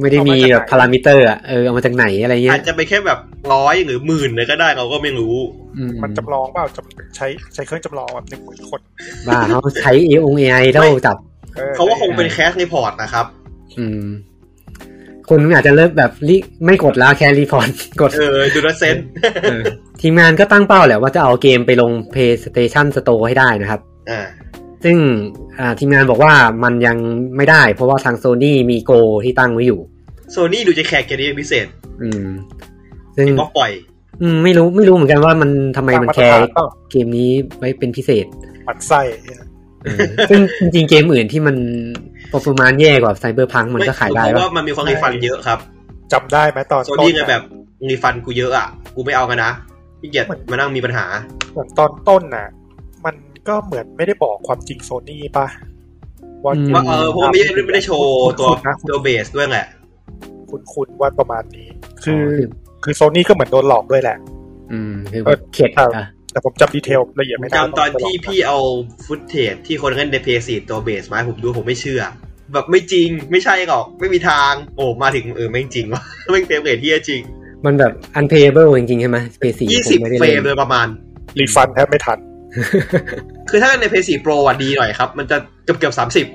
Speaker 1: ไม่ได้มีแบบพารามิเตอร์อะเออเอามาจากไหนอะไรเงี้
Speaker 2: อาจ
Speaker 1: ย
Speaker 2: จะไปแค่แบบร้อยหรือหมื่นเลยก็ได้เราก็ไม่รู้
Speaker 1: อื
Speaker 3: มันจำลองเปล่าจำใช้ใช้เครื่องจำลองแบบหนึ่งหมื่นคน
Speaker 1: บ้าเขาใช้เอองเอไอเท่าจับ
Speaker 3: ออ
Speaker 2: เขาว่าคงเป็นแคสในพอร์ตนะครับ
Speaker 1: อืม คนอาจจะเลิกแบบลิไม่กดแล้วแค่รีพอร์ตกด
Speaker 2: เออดูนะเซน
Speaker 1: เออ *laughs* ทีมงานก็ตั้งเป้าแหละว่าจะเอาเกมไปลง PlayStation Store ให้ได้นะครับ
Speaker 2: อ่า
Speaker 1: ซึ่งอ่าทีมงานบอกว่ามันยังไม่ได้ เพราะว่าทางโซ n y มีโกที่ตั้งไว้อยู่
Speaker 2: โซนี่ดูจะแคร์เกมนี้เป็นพิเศษ
Speaker 1: อืม ซึ่ง
Speaker 2: ก็ปล่อย
Speaker 1: อืมไม่รู้ไม่รู้เหมือนกันว่ามันทำไม
Speaker 3: ตาม
Speaker 1: มัน
Speaker 3: มาต
Speaker 1: แค
Speaker 3: ร
Speaker 1: ร์
Speaker 3: ฐานเปล่า
Speaker 1: เกมนี้ไว้เป็นพิเศษ *laughs*
Speaker 3: หมัดไส้
Speaker 1: เออซึ่งจริงๆเกมอื่นที่มัน performance แย่กว่าไซเบอร์พังมันก็ขายได้
Speaker 2: เพราะ
Speaker 1: ว่า
Speaker 2: ว่ามันมีความรีฟันเยอะครับ
Speaker 3: จำได้ไหมตอน
Speaker 2: โซ
Speaker 3: ต้
Speaker 2: นี่
Speaker 3: น
Speaker 2: ไงแบบรีฟันกูเยอะอ่ะกูไม่เอากันนะพี่เกียรติมานั่งมีปัญหา
Speaker 3: เหมือนตอนต้นน่ะ มันก็เหมือนไม่ได้บอกความจริงโซนี่ป่ะ
Speaker 2: ว่าเออเพราะว่าไม่ได้ไม่ได้โชว์ตัวตัวเบสด้วยแหละ
Speaker 3: คุณคุณว่าประมาณนี้ คือ
Speaker 1: คือ
Speaker 3: คือโซนี่ก็เหมือนโดนหลอกด้วยแหละ
Speaker 1: อืมคือแบบเข็ดอ่ะ
Speaker 3: แต่ผมจำดีเทลละเอียดไม่ได้
Speaker 2: จำตอนที่พี่เอาฟุตเทจที่คนเล่นในเพย์ซีตัวเบสมาให้ผมดูผมไม่เชื่อ แบบไม่จริงไม่ใช่หรอกไม่มีทางโอ้มาถึงเออไม่จริงวะ *laughs* ไม่งเฟรมเรทที่จริง
Speaker 1: มันแบบ unplayable จริงๆใช่ไหมเพย์สี่
Speaker 2: ยี่
Speaker 1: ผ
Speaker 2: สิบ
Speaker 1: มไม่ได้
Speaker 2: เฟร
Speaker 1: เล่
Speaker 2: ม
Speaker 1: น
Speaker 2: โดยประมาณ
Speaker 3: รีฟันแทบไม่ทัน
Speaker 2: คือถ้าเล่นในเพย์ซีโปรอ่ะดีหน่อยครับ มันจะเกือบเกือบสามสิบ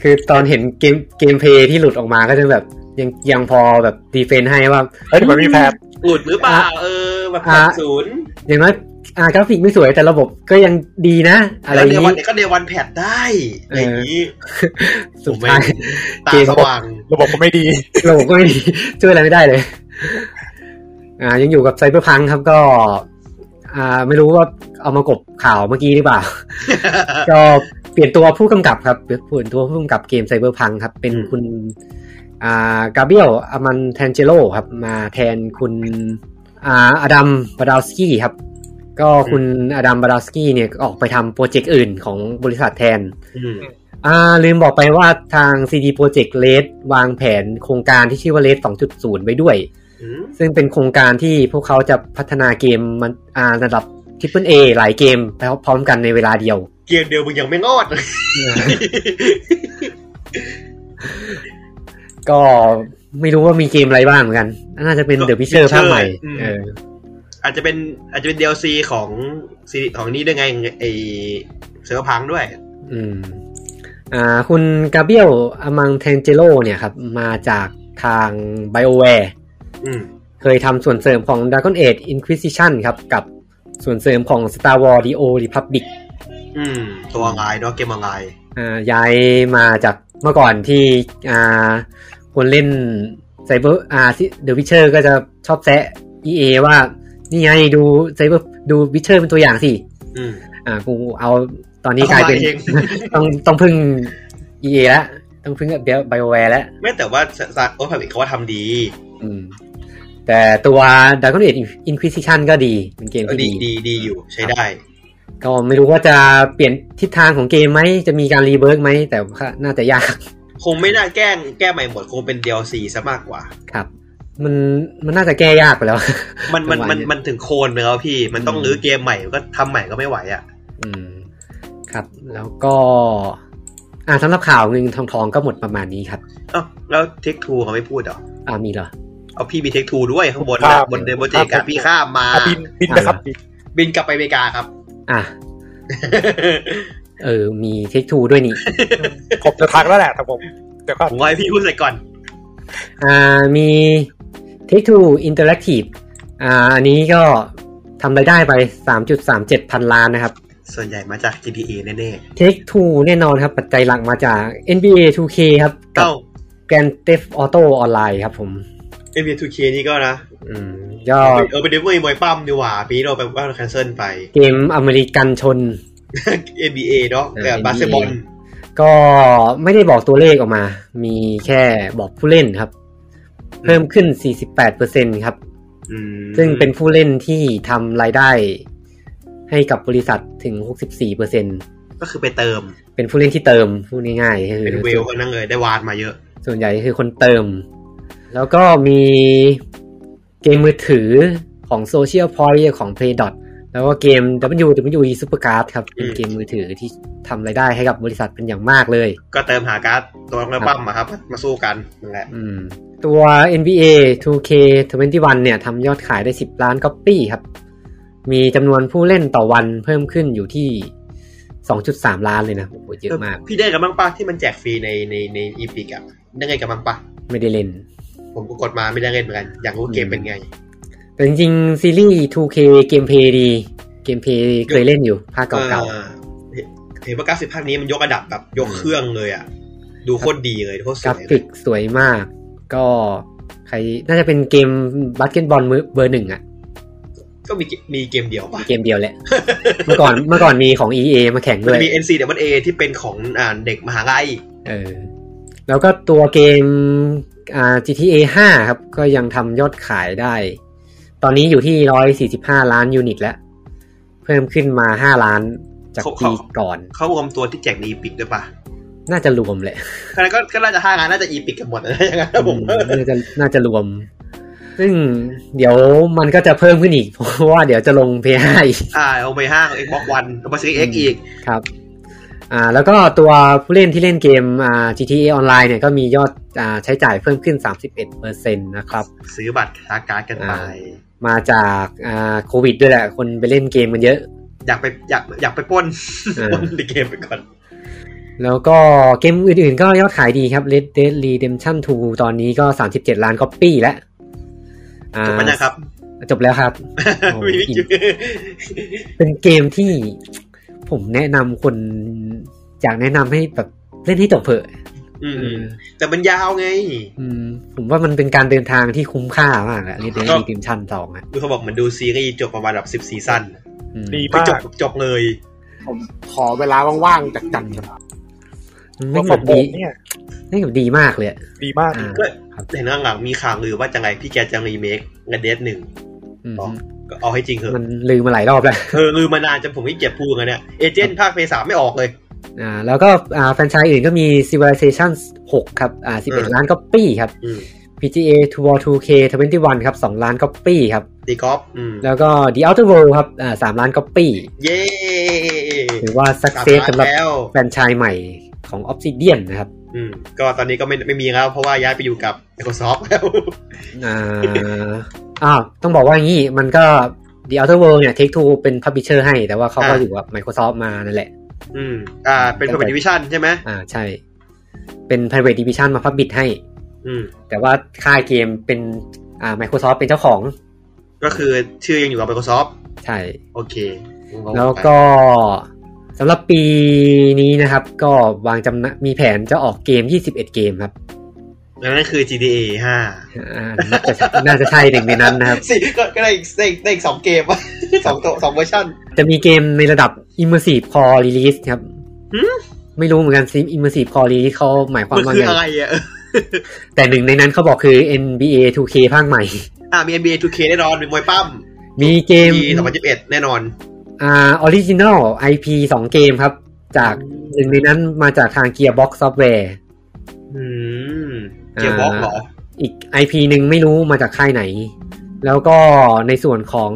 Speaker 1: คือตอนเห็นเกมเกมเพย์ที่หลุดออกมาก็จะแบบ ยังยังพอแบบดีเฟนให้ว่า
Speaker 3: เฮ้ยมันมีแพท
Speaker 2: หลุดหรือเปล่าเออแบบแปดศูนย์
Speaker 1: อย่างน้อยอากราฟิกไม่สวยแต่ระบบก็ยังดีนะ อะไร
Speaker 2: แล้วเด
Speaker 1: นี้
Speaker 2: วันก็เดวันแพดได้อะไรอย่างนี้
Speaker 1: สุดท้าย
Speaker 2: ตา
Speaker 1: เกม
Speaker 2: สว่าง *laughs*
Speaker 3: ระบบก็ไม่ดี
Speaker 1: ระบบก็ไม่ดี ช่วยอะไรไม่ได้เลย อ่า ยังอยู่กับไซเบอร์พังครับก็ อ่า ไม่รู้ว่าเอามากบข่าวเมื่อกี้หรือเปล่า ก็เปลี่ยนตัวผู้กำกับครับเปลี่ยนตัวผู้กำกับเกมไซเบอร์พังครับ เป็นคุณ อ่ากาเบียลอามันแทนเจโลครับ มาแทนคุณ อ่าอดัมบาดาวสกี้ครับ ก็คุณอดัมบาดาวสกี้เนี่ยก็ออกไปทำโปรเจกต์อื่นของบริษัทแทน
Speaker 2: อืม
Speaker 1: อ่าลืมบอกไปว่าทาง CD Projekt Red วางแผนโครงการที่ชื่อว่า Red 2.0 ไว้ด้วย
Speaker 2: อืม
Speaker 1: ซึ่งเป็นโครงการที่พวกเขาจะพัฒนาเกมมันอ่าระดับ Triple A หลายเกมไปพร้อมกันในเวลาเดียว
Speaker 2: เกมเดียวมึงยังไม่งอดเลย
Speaker 1: *laughs* ก็ไม่รู้ว่ามีเกมอะไรบ้างเหมือนกัน น่าจะเป็น The Witcher
Speaker 2: Witcher
Speaker 1: ภาคใหม่
Speaker 2: อืม
Speaker 1: เออ
Speaker 2: อาจจะเป็นอาจจะเป็น DLC ของซีรีส์ของนี่ด้วยไงไอเสือพังด้วย
Speaker 1: อืมอ่าคุณกาเบียลอมังแทนเจโลเนี่ยครับ มาจากทาง BioWare
Speaker 2: อืม
Speaker 1: เคยทำส่วนเสริมของ Dragon Age Inquisition ครับ กับส่วนเสริมของ Star Wars The Old Republic
Speaker 2: อืม ตัวออนไลน์เนาะเกมออนไลน์
Speaker 1: อ่าย้ายมาจากเมื่อก่อนที่อ่าคนเล่นไซเบอร์อ่าเดอะวิเชอร์ก็จะชอบแซะ EA ว่านี่ไงดูไซเบอร์ดูวิเชอร์เป็นตัวอย่างสิ
Speaker 2: อืม
Speaker 1: อ่ากูเอาตอนนี้กลายเป็น
Speaker 2: เอามาเอง
Speaker 1: ต้องต้องพึ่ง EA แล้วต้องพึ่งไบโอแวร์แล้ว
Speaker 2: ไม่แต่ว่าสตาร์โอพับลิกเขาว่าทำดี
Speaker 1: อืมแต่ตัว Dragon Age Inquisition ก็ดี เป็นเกม
Speaker 2: ก็
Speaker 1: ที่
Speaker 2: ดี
Speaker 1: ดี
Speaker 2: ดีดีอยู่ใช้ได้
Speaker 1: ก็ไม่รู้ว่าจะเปลี่ยนทิศทางของเกมไหม จะมีการรีเบิร์กไหม แต่ก็น่าจะยาก
Speaker 2: คงไม่น่าแก้งแก้ใหม่หมดคงเป็น DLC ซะมากกว่า
Speaker 1: ครับ มันมันน่าจะแก้ยากไปแล้ว
Speaker 2: มันมันมัน
Speaker 1: จังหวะเนี่ย
Speaker 2: มันถึงโคนเนื้อพี่ มันต้อง
Speaker 1: อืม
Speaker 2: รื้อเกมใหม่ก็ทำใหม่ก็ไม่ไหวอ่ะ
Speaker 1: อืม ครับ แล้วก็ อ่าสำหรับข่าวเงินทองทองก็หมดประมาณนี้ครับ
Speaker 2: เอ้าแล้วเทคทูเขาไม่พูดเหรอ
Speaker 1: อ่ามีเหรอ
Speaker 2: เอาพี่มีเทคทูด้วยข้างบน
Speaker 3: ครั
Speaker 2: นะ
Speaker 3: บ
Speaker 2: บนเดโมจิกะพี่ข้ามมา
Speaker 3: อ่ะบินบินไปครับบิน
Speaker 2: บินกลับไปอเมริกาครับ
Speaker 1: อ่ะ เออ มีเทคทูด้วยนี่
Speaker 3: ผมจะทักแล้วแหละแต่ผมเดี๋ยวก่อน
Speaker 2: ผมว่าให้พี่พูดเสร็จก่อน
Speaker 1: อ่ามี Take Two Interactive อ่าอันนี้ก็ทำรายได้ไป 3.37 พันล้านนะครับ
Speaker 2: ส่วนใหญ่มาจาก GTA แน่
Speaker 1: Take Two แน่นอนครับ ปัจจัยหลักมาจาก NBA 2K ครับ
Speaker 2: ๆ
Speaker 1: กับ
Speaker 2: เอ้า
Speaker 1: Grand Theft Auto Online ครับผม
Speaker 2: NBA 2K นี่ก็นะ
Speaker 1: อืมก็
Speaker 2: เออเป็นเดมวยมวยปั้มดีกว่าปีนี้เราไปว่าเราแคนเซิลไป *laughs*
Speaker 1: เกมอเมริกันชน
Speaker 2: NBA เนาะ
Speaker 1: เออ
Speaker 2: แบบ
Speaker 1: NBA
Speaker 2: บาสเกตบอล
Speaker 1: ก็ไม่ได้บอกตัวเลขออกมา มีแค่บอกผู้เล่นครับ เพิ่มขึ้น 48%ครับ
Speaker 2: อืม
Speaker 1: ซึ่งเป็นผู้เล่นที่ทำรายได้ให้กับบริษัทถึง 64%เ
Speaker 2: ก็คือไปเติม
Speaker 1: ป็นผู้เล่นที่เติมพูดง่ายๆก็คือ
Speaker 2: เป็นเวลก็นั่งเลยได้วานมาเยอะ
Speaker 1: ส่วนใหญ่คือคนเติม แล้วก็มีเกมมือถือของ Social Point ของ Play. Dot แล้วก็เกม WWE Supercard ครับ เป็น
Speaker 2: อืม
Speaker 1: เกมมือถือที่ทำรายได้ให้กับบริษัทเป็นอย่างมากเลย
Speaker 2: ก็เติมหาการ์ดตัวนักปั้มมาครับ มาสู้กันนั่นแหละ
Speaker 1: อืม ตัว NBA 2K 21เนี่ยทำยอดขายได้ 10 ล้านก๊อปปี้ครับ มีจำนวนผู้เล่นต่อวันเพิ่มขึ้นอยู่ที่ 2.3 ล้านเลยนะโอ้โหเยอะมาก
Speaker 2: พี่ได้กับบ้างปะที่มันแจกฟรีในในในอีพิกอะได้ไงกับบ้างปะ
Speaker 1: ไม่ได้เล่น
Speaker 2: ผมก็กดมาไม่ได้เล่นเหมือนกันอยากรู้ว่าเกมเป็นไง
Speaker 1: แต่จริงๆ ซีรีส์ 2K เกมเพลย์ดี เกมเพลย์เคยเล่นอยู่ ภาคเก่า
Speaker 2: ออเห็นว่ากราฟิกภาคนี้มันยกระดับแบบยกเครื่องเลยอ่ะ ดูโคตรดีเลยโคตร
Speaker 1: ๆ
Speaker 2: ส
Speaker 1: กรา
Speaker 2: วยเล
Speaker 1: ฟิ
Speaker 2: ย
Speaker 1: กสวยมาก ก็ใครน่าจะเป็นเกมบาสเกตบอลมือเบอร์หนึ่งอะ
Speaker 2: ก็มีเกมมีเกมเดียวป่ะ
Speaker 1: เกมเดียวแหละ เมื่อก่อนเมื่อก่อนมีของ EA มาแข่ง
Speaker 2: มั
Speaker 1: ด้
Speaker 2: น
Speaker 1: วย
Speaker 2: จะมี NC เดี๋ยวมัน A ที่เป็นของอ่าเด็กมหาลัย
Speaker 1: เออแล้วก็ตัวเกมอ่า GTA 5 ครับ ก็ยังทำยอดขายได้ ตอนนี้อยู่ที่ 145 ล้านยูนิตแล้ว เพิ่มขึ้นมา 5 ล้านจากปีก่อน
Speaker 2: เขารวมตัวที่แจกในอีพิกด้วยป่ะ
Speaker 1: น่าจะรวมแหละ
Speaker 2: ก็ก็ก็น่าจะห้างานน่าจะอีพิกกันหมด *laughs* นะอย่างนั้นนะผม
Speaker 1: น่าจะน่าจะรวม ซึ่งเดี๋ยวมันก็จะเพิ่มขึ้นอีก เพราะว่าเดี๋ยวจะลง PS5 อีก
Speaker 2: อ่าเอาไปห้าง Xbox One เอาไปซื้อ X อีก
Speaker 1: ครับ อ่า แล้วก็ตัวผู้เล่นที่เล่นเกมอ่า GTA ออนไลน์เนี่ยก็มียอดอ่าใช้จ่ายเพิ่มขึ้น 31%นะครับ
Speaker 2: ซื้อบัตรหาการ์ดกันไป
Speaker 1: อ่ มาจากอ่าโควิดด้วยแหละ คนไปเล่นเกมกันเยอะ
Speaker 2: อยากไปอยากอยากไปปล้น
Speaker 1: เออ
Speaker 2: *laughs* ปล้นในเกมไปก่อน
Speaker 1: แล้วก็เกมอื่นๆก็ยอดขายดีครับ Red Dead Redemption 2 ตอนนี้ก็ 37 ล้านก๊อปปี้แล้วอ่า
Speaker 2: จบมันนะครับ
Speaker 1: จบแล้วครับ โอ้
Speaker 2: *laughs* มีวิ
Speaker 1: อี
Speaker 2: จิ
Speaker 1: ก เป็นเกมที่ผมแนะนำคนอยากแนะนำให้แบบเล่นให้จบเผอะ
Speaker 2: อืม
Speaker 1: เออ
Speaker 2: แต่มันยาวไง
Speaker 1: อืมผมว่ามันเป็นการเดินทางที่คุ้มค่ามากแหละ Red Dead
Speaker 2: ก็
Speaker 1: Redemption 2อ่ะ
Speaker 2: ดูเขาบอกเหมือนดูซีรีส์จบประมาณแบบสิบซีซั่น
Speaker 1: อืม
Speaker 3: ดี
Speaker 2: ไม่
Speaker 3: มาก
Speaker 2: จบจบเลย
Speaker 4: ผมขอเวลาว่างๆจากจัดๆครับ
Speaker 1: มันเล่
Speaker 3: ว่า
Speaker 1: น
Speaker 3: ผ
Speaker 1: แบ
Speaker 3: ม
Speaker 1: บ
Speaker 3: โอ
Speaker 1: ดี
Speaker 3: มเนี่ย
Speaker 1: เล่นแบบดีมากเลยอะ
Speaker 3: ดีมาก
Speaker 1: อ่า
Speaker 2: ก็เห็นหลังๆมีข่าวลือว่าจะไงพี่แกจะรีเมคเงินเดทหนึ่ง
Speaker 1: อืม
Speaker 2: ก็เอาให้จริงเถ
Speaker 1: มัน
Speaker 2: อะ
Speaker 1: ลืมมาหลายรอบแล้ว
Speaker 2: เออลืมมานานจนผมไม่เก็บพูดกันเนี่ยเอเจนต์ภาคเพย์สามไม่ออกเลย
Speaker 1: อ่าแล้วก็อ่าแฟรนไชส์อื่นก็มี Civilization 6 ครับอ่า11 ล้านก๊อปปี้ครับ
Speaker 2: อืม
Speaker 1: PGA Tour 2K 21 ครับ 2 ล้านก๊อปปี้ครับ
Speaker 2: ตีกอล์ฟอืม
Speaker 1: แล้วก็ The Outer World ครับอ่า3ล้านก๊อปปี้
Speaker 2: เย้
Speaker 1: ถือว่า
Speaker 2: สาม
Speaker 1: success
Speaker 2: ล้าน
Speaker 1: สำหรับ
Speaker 2: แล้ว
Speaker 1: แฟรนไชส์ใหม่ของ Obsidian นะครับ
Speaker 2: อืมก็ตอนนี้ก็ไม่ไม่มีแล้ว เพราะว่าย้ายไปอยู่กับ Microsoft แล้ว *laughs*
Speaker 1: อ่าอ้าวต้องบอกว่าอย่างนี้มันก็ The Outer World เนี่ย Take Two เป็น publisher ให้ แต่ว่าเขาก็
Speaker 2: อ่า
Speaker 1: อยู่กับ Microsoft มานั่นแหละ
Speaker 2: อืมอ่าเป็นคอมเพลติวิชั่นใช่ไหม
Speaker 1: อ่าใช่ เป็น private division มา publish ให้
Speaker 2: อืม
Speaker 1: แต่ว่าค่ายเกมเป็นอ่า Microsoft เป็นเจ้าของ
Speaker 2: ก็คือชื่อยังอยู่กับ Microsoft
Speaker 1: ใช่
Speaker 2: โอเค
Speaker 1: แล้วก็สำหรับปีนี้นะครับ ก็วางจำหนามีแผนจะออกเกม 21 เกมครับ
Speaker 2: แล้วนั่นคือ GTA ห้า
Speaker 1: อ่าน่าจะใช่น่าจะใช่หนึ่งในนั้นนะครับ
Speaker 2: สี่ก็ *laughs* ก็ได้อีกได้อีกได้อีกสองเกมวะ *laughs* สองตัวสองเวอร์ชัน
Speaker 1: จะมีเกมในระดับ Immersive Core Release ครับ
Speaker 2: หืม
Speaker 1: ไม่รู้เหมือนกันซิ Immersive Core Release เขาหมายความ
Speaker 2: มัน
Speaker 1: ว่า
Speaker 2: คือ
Speaker 1: ไง
Speaker 2: อะไรอ่ะ
Speaker 1: แต่หนึ่งในนั้นเขาบอกคือ NBA 2K ภาคใหม่
Speaker 2: อ่ามี NBA 2K แน่นอนมีมวยปั้ม
Speaker 1: มีเกม
Speaker 2: ปี2021 แน่นอน
Speaker 1: อ่าออริจินอล IP สองเกมครับ จากหนึ่งในนั้นมาจากทาง Gearbox Software
Speaker 2: อืมเกียร์บ็อกเหรอ
Speaker 1: อีก IP หนึ่งไม่รู้มาจากค่ายไหน แล้วก็ในส่วนของ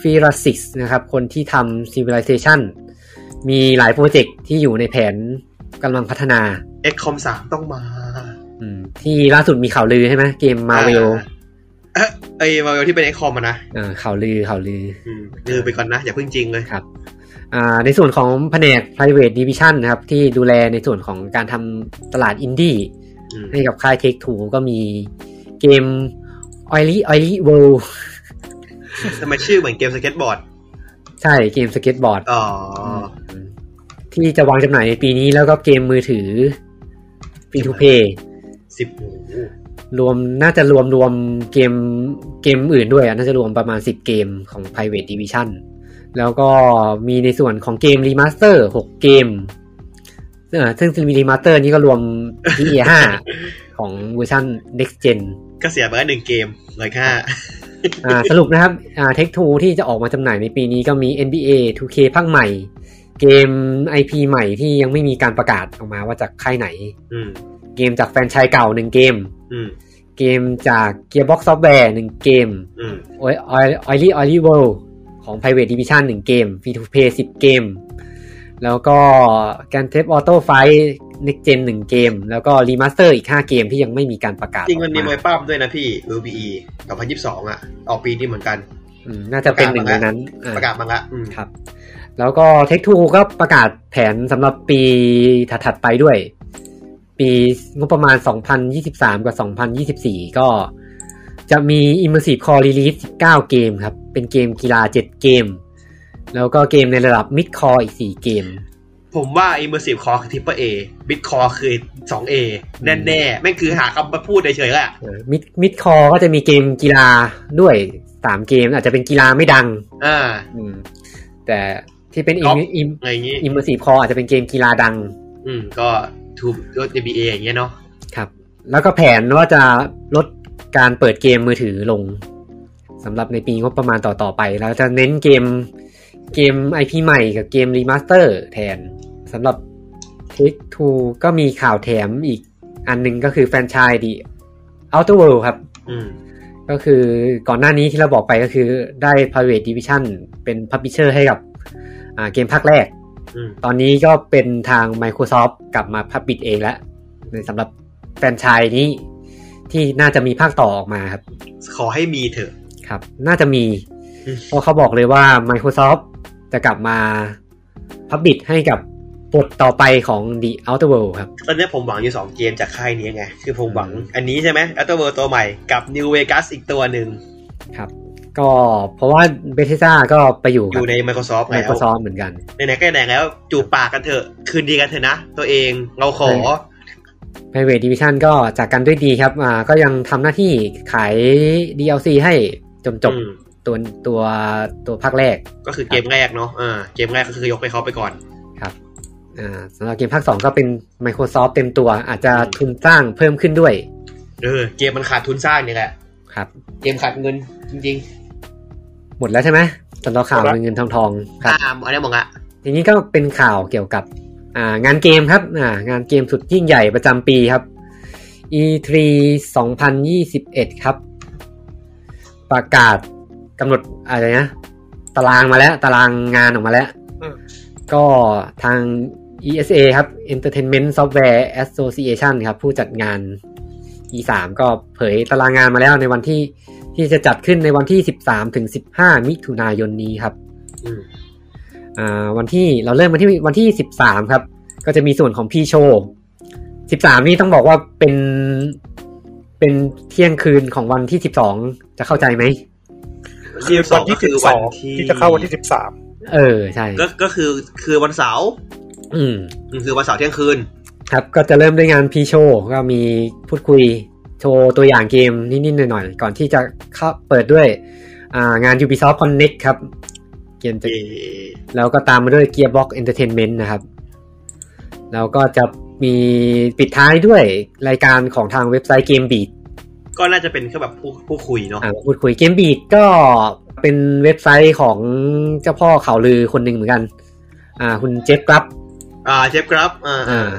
Speaker 1: f i r a s i s นะครับ คนที่ทำ Civilization มีหลายโปรเจกต์ที่อยู่ในแผนกำลังพัฒนา
Speaker 2: เอ็กคอมสามต้องมา
Speaker 1: อืมที่ล่าสุดมีข่าวลือใช่ไหมเกม Marvel
Speaker 2: อ่าเอ้ยมาเวลที่เป็นเอ็กคอมอะนะ
Speaker 1: อ่าข่าวลือข่าวลือ
Speaker 2: อืมลืมไปก่อนนะ อย่าเพิ่งจริงเลย
Speaker 1: ครับอ่าในส่วนของแผนก private division นะครับ ที่ดูแลในส่วนของการทำตลาดอินดี้
Speaker 2: อืม
Speaker 1: ให้กับค่าย Take Two ก็มีเกม Oily Oily World
Speaker 2: ทำไมชื่อเหมือนเกมสเก็ตบอร์ด
Speaker 1: ใช่เกมสเก็ตบอร์ด
Speaker 2: อ๋อ
Speaker 1: มที่จะวางจำหน่ายในปีนี้แล้วก็เกมมือถือ free to play
Speaker 2: สิบโอ้โห
Speaker 1: รวมน่าจะรวมรวมเกมเกมอื่นด้วยอะน่าจะรวมประมาณ 10 เกมของ private division แล้วก็มีในส่วนของเกมรีมาสเตอร์6เกมเอ่อซึ่งมีรีมาสเตอร์นี้ก็รวม GTA 5 ของเวอร์ชัน next gen
Speaker 2: ก็เสียไปแค่หนึ่งเกมเลยค่ะ
Speaker 1: อ่า *laughs* สรุปนะครับอ่า Take Two ที่จะออกมาจำหน่ายในปีนี้ก็มี NBA 2K ภาคใหม่ เกม IP ใหม่ที่ยังไม่มีการประกาศออกมาว่าจากค่ายไหน
Speaker 2: อืม
Speaker 1: เกมจากแฟรนไชายเก่าหนึ่งเกม
Speaker 2: อืม
Speaker 1: เกมจาก Gearbox Software หนึ่งเกม
Speaker 2: อืม
Speaker 1: โอ้ยออยลี่ออยลี่เวิลของ Private Division 1 เกม Free to Play 10 เกม แล้วก็ Grand Theft Auto 5 Next Gen 1 เกม แล้วก็ Remaster อีก 5 เกมที่ยังไม่มีการประกาศ
Speaker 2: จริงมันมี
Speaker 1: ออก
Speaker 2: ม
Speaker 1: มา
Speaker 2: วยปั้มด้วยนะพี่ UBE 2022 อ่ะ ออกปีนี้เหมือนกัน
Speaker 1: อืมน่าจะเป็นหนึ่งในนั้น
Speaker 2: ประกาศมังละอืม
Speaker 1: ครับ แล้วก็ Take Two ก็ประกาศแผนสำหรับปีถัดๆไปด้วย ปีงบประมาณ 2023 กับ 2024 ก็จะมี Immersive Core Release 19 เกมครับ เป็นเกมกีฬา 7 เกม แล้วก็เกมในระดับ Mid Core อีก 4 เกม
Speaker 2: ผมว่า Immersive Core คือ Triple A Bit Core คือ 2A แน่ๆ แม่งคือหาคำมาพูดเฉยๆแหละ
Speaker 1: Mid Mid Core ก็จะมีเกมกีฬาด้วย 3 เกม อาจจะเป็นกีฬาไม่ดัง
Speaker 2: อ่า
Speaker 1: อืมแต่ที่เป็น
Speaker 2: ครับ
Speaker 1: Im-
Speaker 2: อะไรอย่างงี้
Speaker 1: Im- Immersive Core อาจจะเป็นเกมกีฬาดัง
Speaker 2: อืม ก็ทูก็ JBA อย่างเงี้ยเนาะ
Speaker 1: ครับ แล้วก็แผนว่าจะลดการเปิดเกมมือถือลงสำหรับในปีงบประมาณต่อ ๆ ไป แล้วจะเน้นเกมเกม IP ใหม่กับเกมรีมาสเตอร์แทนสำหรับ Take Two ก็มีข่าวแถมอีกอันหนึงก็คือแฟรนไชายดี Outer World ครับ
Speaker 2: อืม
Speaker 1: ก็คือก่อนหน้านี้ที่เราบอกไปก็คือได้ Private Division เป็น Publisher ให้กับอ่าเกมภาคแรก
Speaker 2: อืม
Speaker 1: ตอนนี้ก็เป็นทาง Microsoft กลับมาพับปิดเองแล้วในสำหรับแฟรนไชายนี้ที่น่าจะมีภาคต่อออกมาครับ
Speaker 2: ขอให้มีเถอะ
Speaker 1: ครับ น่าจะมี
Speaker 2: อืม
Speaker 1: เพราะเขาบอกเลยว่า Microsoft จะกลับมาพับบิดให้กับบทต่อไปของ The Outer World ครับ
Speaker 2: ตอนเนี้ยผมหวังอยู่สองเกมจากค่ายนี้ไง คือผมหวังอันนี้ใช่ไหม a t t e r w o r l d ตัวใหม่กับ New Vegas อีกตัวหนึ่ง
Speaker 1: ครับ ก็เพราะว่า Bethesda ก็ไปอยู่
Speaker 2: อ
Speaker 1: กับ
Speaker 2: ยู่ใน Microsoft แล้ว
Speaker 1: Microsoft เหมือนกัน
Speaker 2: ในไหนๆก็ไหนๆแล้วจูบปากกันเถอะ คืนดีกันเถอะนะ ตัวเองเราขอ
Speaker 1: ใช่ Private Division ก็จากกันด้วยดีครับอ่าก็ยังทำหน้าที่ขาย DLC ให้จนจบ
Speaker 2: อืม
Speaker 1: ตัวตัวตัวภาคแรก
Speaker 2: ก็คือเกมแรกเนาะอ่าเกมแรกก็คือยกไปเขาไปก่อน
Speaker 1: ครับอ่าสำหรับเกมภาค 2 ก็เป็น Microsoft เต็มตัว อาจจะทุนสร้างเพิ่มขึ้นด้วย
Speaker 2: เออ เกมมันขาดทุนสร้างนี่แหละ
Speaker 1: ครับ
Speaker 2: เกมขาดเงินจริง
Speaker 1: หมดแล้วใช่ไหมสำหรับข่าว
Speaker 3: หมดละ
Speaker 1: เงินเงินทองทอง
Speaker 2: ๆ
Speaker 1: ครับ
Speaker 2: อ่ามอันนี้มองอะ
Speaker 1: ทีนี้ก็เป็นข่าวเกี่ยวกับอ่างานเกมครับอ่างานเกมสุดยิ่งใหญ่ประจำปีครับ E3 2021 ครับ ประกาศกำหนดอะไรนะ ตารางมาแล้ว ตารางงานออกมาแล้ว
Speaker 3: อืม
Speaker 1: ก็ทาง ESA ครับ Entertainment Software Association ครับ ผู้จัดงาน E3 ก็เผยตารางงานมาแล้วในวันที่ที่จะจัดขึ้นในวันที่ 13ถึง15 มิถุนายนนี้ครับ
Speaker 2: อืม
Speaker 1: อ่าวันที่เราเริ่มวันที่วันที่สิบสามครับ ก็จะมีส่วนของพีโชสิบสามนี่ต้องบอกว่าเป็นเป็นเที่ยงคืนของวันที่สิบสองจะเข้าใจไหม
Speaker 3: คือ
Speaker 2: วัน
Speaker 3: วัน
Speaker 2: ที่
Speaker 3: ที่
Speaker 2: สิบบ ส
Speaker 3: สิส
Speaker 2: อ
Speaker 3: อง ง
Speaker 2: คือวันที่
Speaker 3: ที่จะเข้าวันที่สิบสาม
Speaker 1: เออใช่
Speaker 2: ก็ก็คือคือวันเสาร์
Speaker 1: อืม
Speaker 2: อืมคือวันเสาร์เที่ยงคืน
Speaker 1: ครับก็จะเริ่มด้วยงานพีโชก็มีพูดคุยโชว์ตัวอย่างเกมนิดๆหน่อยๆก่อนที่จะเข้าเปิดด้วยอ่างาน Ubisoft Connect ครับเกมจะ
Speaker 2: เออ
Speaker 1: แล้วก็ตามมาด้วย Gearbox Entertainment นะครับ แล้วก็จะมีปิดท้ายด้วยรายการของทางเว็บไซต์ Game Beat
Speaker 2: ก็น่าจะเป็นแค่แบบผู้ผู้คุยเนาะ
Speaker 1: อ่ะพูดคุยเกมบีดก็เป็นเว็บไซต์ของเจ้าพ่อข่าวลือคนหนึ่งเหมือนกัน อ่า คุณเจฟครับ
Speaker 2: อ่าเชฟครับอ่า
Speaker 1: อ่า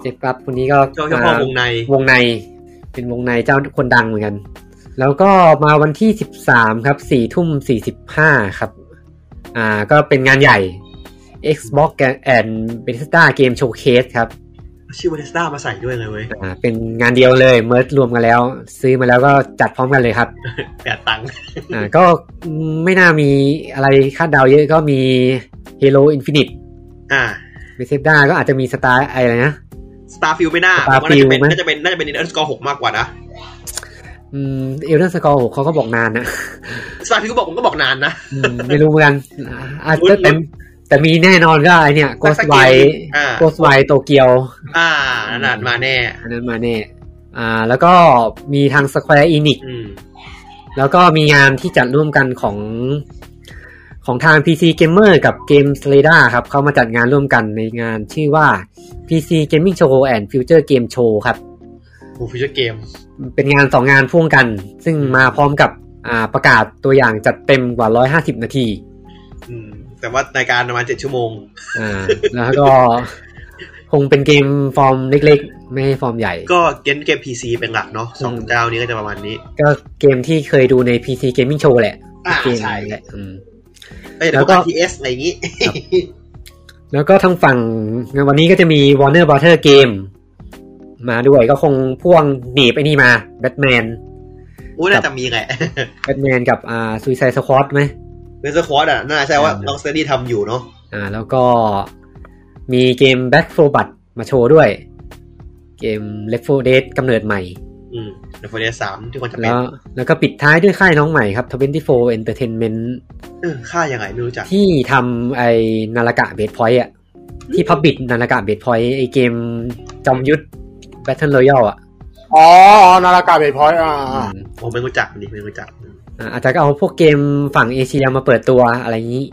Speaker 1: เจฟครับคนนี้ก็
Speaker 2: เจ้าเจ้าพ่อวงใน
Speaker 1: วงใน เป็นวงในเจ้าคนดังเหมือนกัน แล้วก็มาวันที่สิบสามครับสี่ทุ่มสี่สิบห้าครับ อ่า ก็เป็นงานใหญ่ Xbox and Bethesda Game Showcase ครับ
Speaker 2: ชื่อบริสต้ามาใส่ด้วยเลยเว้ย
Speaker 1: อ่า เป็นงานเดียวเลยเมิร์รวมกันแล้ว ซื้อมาแล้วก็จัดพร้อมกันเลยครับ
Speaker 2: แปดตังค์
Speaker 1: อ่าก็ไม่น่ามีอะไรคาดเดาเยอะก็มี Halo Infinite
Speaker 2: อ่า
Speaker 1: เบเซฟด้าก็อาจจะมีสตาร์อะไรนะ
Speaker 2: สตาร์ฟิลไม่น่าผมว่าน่า
Speaker 1: Starfield
Speaker 2: จะเป็น
Speaker 1: ไหม
Speaker 2: น่าจะเป็นน่าจะเป็นอินเอร์สกอร์หกมากกว่านะ
Speaker 1: อืมเอลเดอร์สกอร์หกเขาก็บอกนานนะ
Speaker 2: สตาร์ฟิลก็บอกผมก็บอกนานนะ
Speaker 1: อืมไม่รู้เหมือนกันอ่าอาจจะแต่
Speaker 2: ลุ้น
Speaker 1: แต่มีแน่นอนก็ไอเนี่ยโกสไว
Speaker 2: อ่า
Speaker 1: โกสไวโตเกียว
Speaker 2: อ่านานมาแน่
Speaker 1: อันนั้นมาแน่อ่า แล้วก็มีทาง Square Enix
Speaker 2: อืม
Speaker 1: แล้วก็มีงานที่จัดร่วมกันของของทาง PC Gamer กับ Games Radar ครับ เขามาจัดงานร่วมกันในงานชื่อว่า PC Gaming Show and Future Game Show ครับ
Speaker 2: ผู้ฟิชเชอร์เกม
Speaker 1: เป็นงานสองงานพ่วงกัน ซึ่งมาพร้อมกับอ่าประกาศตัวอย่างจัดเต็มกว่า 150 นาที
Speaker 2: อืม แต่ว่าในการประมาณเจ็ดชั่วโมง
Speaker 1: อ่า แล้วก็ คงเป็นเกมฟอร์มเล็กๆ ไม่ให้ฟอร์มใหญ่
Speaker 2: ก็เกมเกมพีซีเป็นหลักเนาะสอง
Speaker 1: อืม
Speaker 2: เจ้านี้ก็จะประมาณนี้
Speaker 1: ก็เกมที่เคยดูใน PC Gaming Show แหละ
Speaker 2: อ่า
Speaker 1: เกม
Speaker 2: ใช่
Speaker 1: แหละอืม
Speaker 2: ก็จะ
Speaker 1: แล้
Speaker 2: เป็
Speaker 1: วก็
Speaker 2: น RTS อะไรอย่างนี้
Speaker 1: แล้วก็ทางฝั่งวันนี้ก็จะมี Warner Brother Game มาด้วยก็คงพ่วงหนีบไอ้นี่มาแบทแมน
Speaker 2: โอ้ยน่าจะมีแหละ
Speaker 1: แบทแมนกับอ่า Suicide Squad ไหม
Speaker 2: เบนซ์คอร์ดอ่ะ น่าใช่ว่า
Speaker 1: อ่า
Speaker 2: ล็อกสเตอรี่ทำอยู่เนาะ
Speaker 1: อ่า แล้วก็มีเกม Back for b o o d มาโชว์ด้วย เกม Left 4 Dead กำเนิดใหม่
Speaker 2: อืมในโฟเดสามที่ควรจะเป็
Speaker 1: แล้
Speaker 2: น
Speaker 1: วแล้วก็ปิดท้ายด้วยค่ายน้องใหม่ครับ 24 Entertainment
Speaker 2: เออค่ายังไงไม่รู้จัก
Speaker 1: ที่ทำไอ้นารากะเบดพอยต์อะที่พับบิดนารากะเบดพอยต์ไอเกมจอมยุทธ Battle Royale อะ
Speaker 4: อ๋ออ๋อนาฬิกาเบย์พอยต์อ่า
Speaker 1: อื
Speaker 4: อ่าม
Speaker 2: ผมไม่รู้จักดิไม่รู้จักอืม
Speaker 1: อ่าอาจจะเอาพวกเกมฝั่งเอเชียมาเปิดตัวอะไรอย่างนี้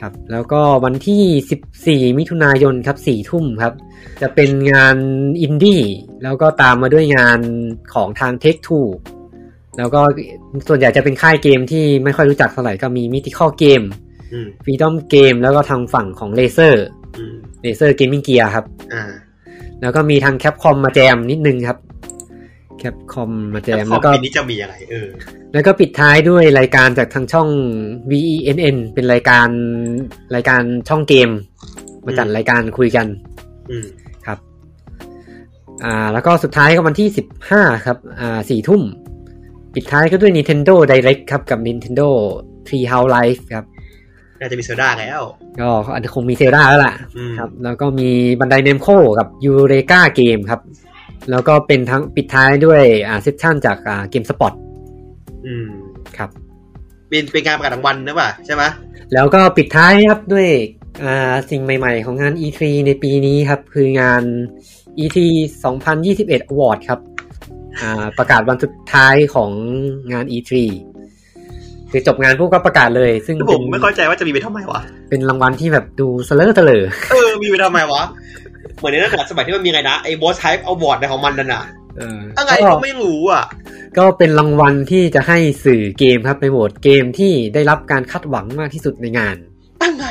Speaker 1: ครับ แล้วก็วันที่ 14 มิถุนายนครับ4ทุ่มครับ จะเป็นงานอินดี้แล้วก็ตามมาด้วยงานของทาง Take Two แล้วก็ส่วนใหญ่จะเป็นค่ายเกมที่ไม่ค่อยรู้จักเท่าไหร่ก็มี Mythical Game
Speaker 2: อืม
Speaker 1: Freedom Game แล้วก็ทางฝั่งของ Laser
Speaker 2: อืม
Speaker 1: Laser Gaming Gear ครับ
Speaker 2: อ่า
Speaker 1: แล้วก็มีทาง Capcom มาแจมนิดนึงครับ Capcom มาแจ
Speaker 2: แต่
Speaker 1: ม
Speaker 2: ขอ
Speaker 1: แล้
Speaker 2: ง
Speaker 1: วก็
Speaker 2: ปีนี้จะมีอะไร เออ
Speaker 1: แล้วก็ปิดท้ายด้วยรายการจากทางช่อง VENN เป็นรายการรายการช่องเกม มาจัด
Speaker 2: อืม
Speaker 1: รายการคุยกัน
Speaker 2: อืม
Speaker 1: ครับ อ่า แล้วก็สุดท้ายก็วันที่ 15 ครับ อ่าสี่ทุ่ม ปิดท้ายก็ด้วย Nintendo Direct ครับ กับ Nintendo Treehouse Live ครับ
Speaker 2: น่าจะมีเซอร์ด้าแล้ว
Speaker 1: ก็อันคงมีเซลดาแล้วล่ะ
Speaker 2: อืม
Speaker 1: ครับ แล้วก็มีบันไดเนมโคกับยูเรกาเกมครับ แล้วก็เป็นทั้งปิดท้ายด้วยอ่าเซสชั่นจากอ่าเกมสปอต
Speaker 2: อืม
Speaker 1: ครับ
Speaker 2: เป็นเป็นการประกาศรางวัลนะป่ะ ใช่ไหม
Speaker 1: แล้วก็ปิดท้ายครับด้วยอ่าสิ่งใหม่ๆของงาน E3 ในปีนี้ครับ คืองาน E3 2021 Award ครับอ่าประกาศวันสุดท้ายของงาน E3 คือจบงานพวกก็ประกาศเลย ซึ่ง
Speaker 2: แล้วผ
Speaker 1: เป็
Speaker 2: ม
Speaker 1: น
Speaker 2: ไม่เข้าใจว่าจะมีไปทำไมวะ
Speaker 1: เป็นรางวัลที่แบบดูเสลอเสลอ
Speaker 2: เออ มีไปทำไมวะ เหมือนในนักหนังสมัยที่มันมีไงนะ ไอ้บอสไทป์เอาบอร์ดในของมันนั่นน่ะ
Speaker 1: เออ
Speaker 2: อะไร
Speaker 1: ก็
Speaker 2: ก็ไม่รู้อ่ะ
Speaker 1: ก็เป็นรางวัลที่จะให้สื่อเกมครับไปโหวตเกมที่ได้รับการคาดหวังมากที่สุดในงาน
Speaker 2: อะไร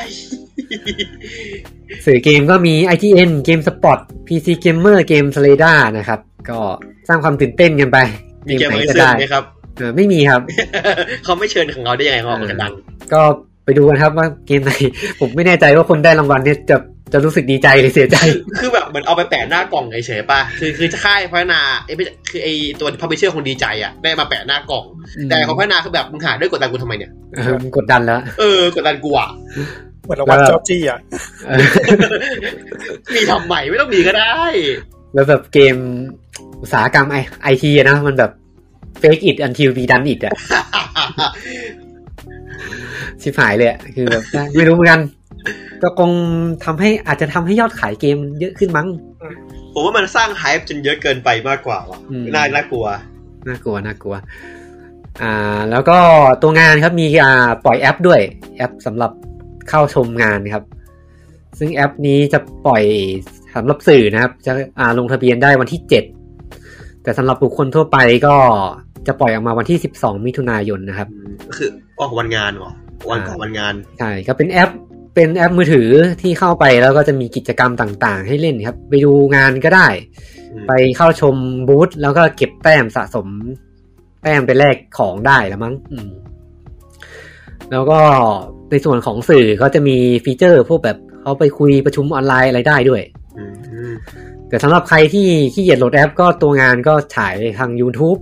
Speaker 1: สื่อเกมก็มี IGN Game Spot PC Gamer Game Slada นะครับ ก็สร้างความตื่นเต้นกันไป
Speaker 2: มีเกม
Speaker 1: ไหนก็
Speaker 2: อะไรเสื่อ
Speaker 1: ได้
Speaker 2: มไหมครับ
Speaker 1: เออไม่มีครับ
Speaker 2: เขาไม่เชิญของเราได้ยังไงเขาออกมากันดัง
Speaker 1: ก็ไปดูกันครับว่าเกมไหน *laughs* ผมไม่แน่ใจว่าคนได้รางวัลเนี่ยจะจะรู้สึกดีใจหรือเสียใจ
Speaker 2: คือแบบเหมือนเอาไปแปะหน้ากล่องเฉยๆป่ะ คือคือค่ายพัฒนาไอ้ยไม่ใช่คือไอ้ตัวพับลิเชอร์คงดีใจอ่ะ ได้มาแปะหน้ากล่อง แต่ของพัฒนาคือแบบมึงหาด้วยกดดันกูทำไมเนี่ย
Speaker 1: เออมันกดดันแล้ว *laughs*
Speaker 2: เออ กดดันกูอ่ะ
Speaker 3: เหมือนรางวัล
Speaker 1: แล้ว
Speaker 3: เจ้าจี้อ่ะ
Speaker 1: เออ
Speaker 2: มีทำไมไม่ต้องมีก็ได้
Speaker 1: *laughs* แล้วแบบเกมอุตสาหกรรมไอไอทีนะ มันแบบ fake it until we done it อะชิบหายเลยอะคือแบบ *laughs* ไม่รู้เหมือนกัน ก็คงทำให้อาจจะทำให้ยอดขายเกมเยอะขึ้นมั้ง
Speaker 2: ผมว่ามันสร้างไฮป์จนเยอะเกินไปมากกว่าว่ะ
Speaker 1: อืม
Speaker 2: น่าน่ากลัว
Speaker 1: น่ากลัวน่ากลัว อ่า แล้วก็ตัวงานครับมีอ่าปล่อยแอปด้วยแอปสำหรับเข้าชมงานครับ ซึ่งแอปนี้จะปล่อยสำหรับสื่อนะครับ จะอ่าลงทะเบียนได้วันที่ 7 แต่ แต่สำหรับบุคคลทั่วไปก็จะปล่อยออกมาวันที่ 12 มิถุนายนนะครับ
Speaker 2: ก็คือก็ของวันงานเหรอวันของวันงาน
Speaker 1: ใช่ก็เป็นแอปเป็นแอปมือถือที่เข้าไปแล้วก็จะมีกิจกรรมต่างๆ ให้เล่นครับ ไปดูงานก็ได้
Speaker 2: อืม
Speaker 1: ไปเข้าชมบูธแล้วก็เก็บแต้มสะสม แต้มไปแลกของได้แล้วมั้งอืมแล้วก็ในส่วนของสื่อก็จะมีฟีเจอร์พวกแบบเขาไปคุยประชุมออนไลน์อะไรได้ด้วย
Speaker 2: อืมอืม
Speaker 1: แต่สำหรับใครที่ขี้เกียจโหลดแอปก็ตัวงานก็ฉายทาง YouTube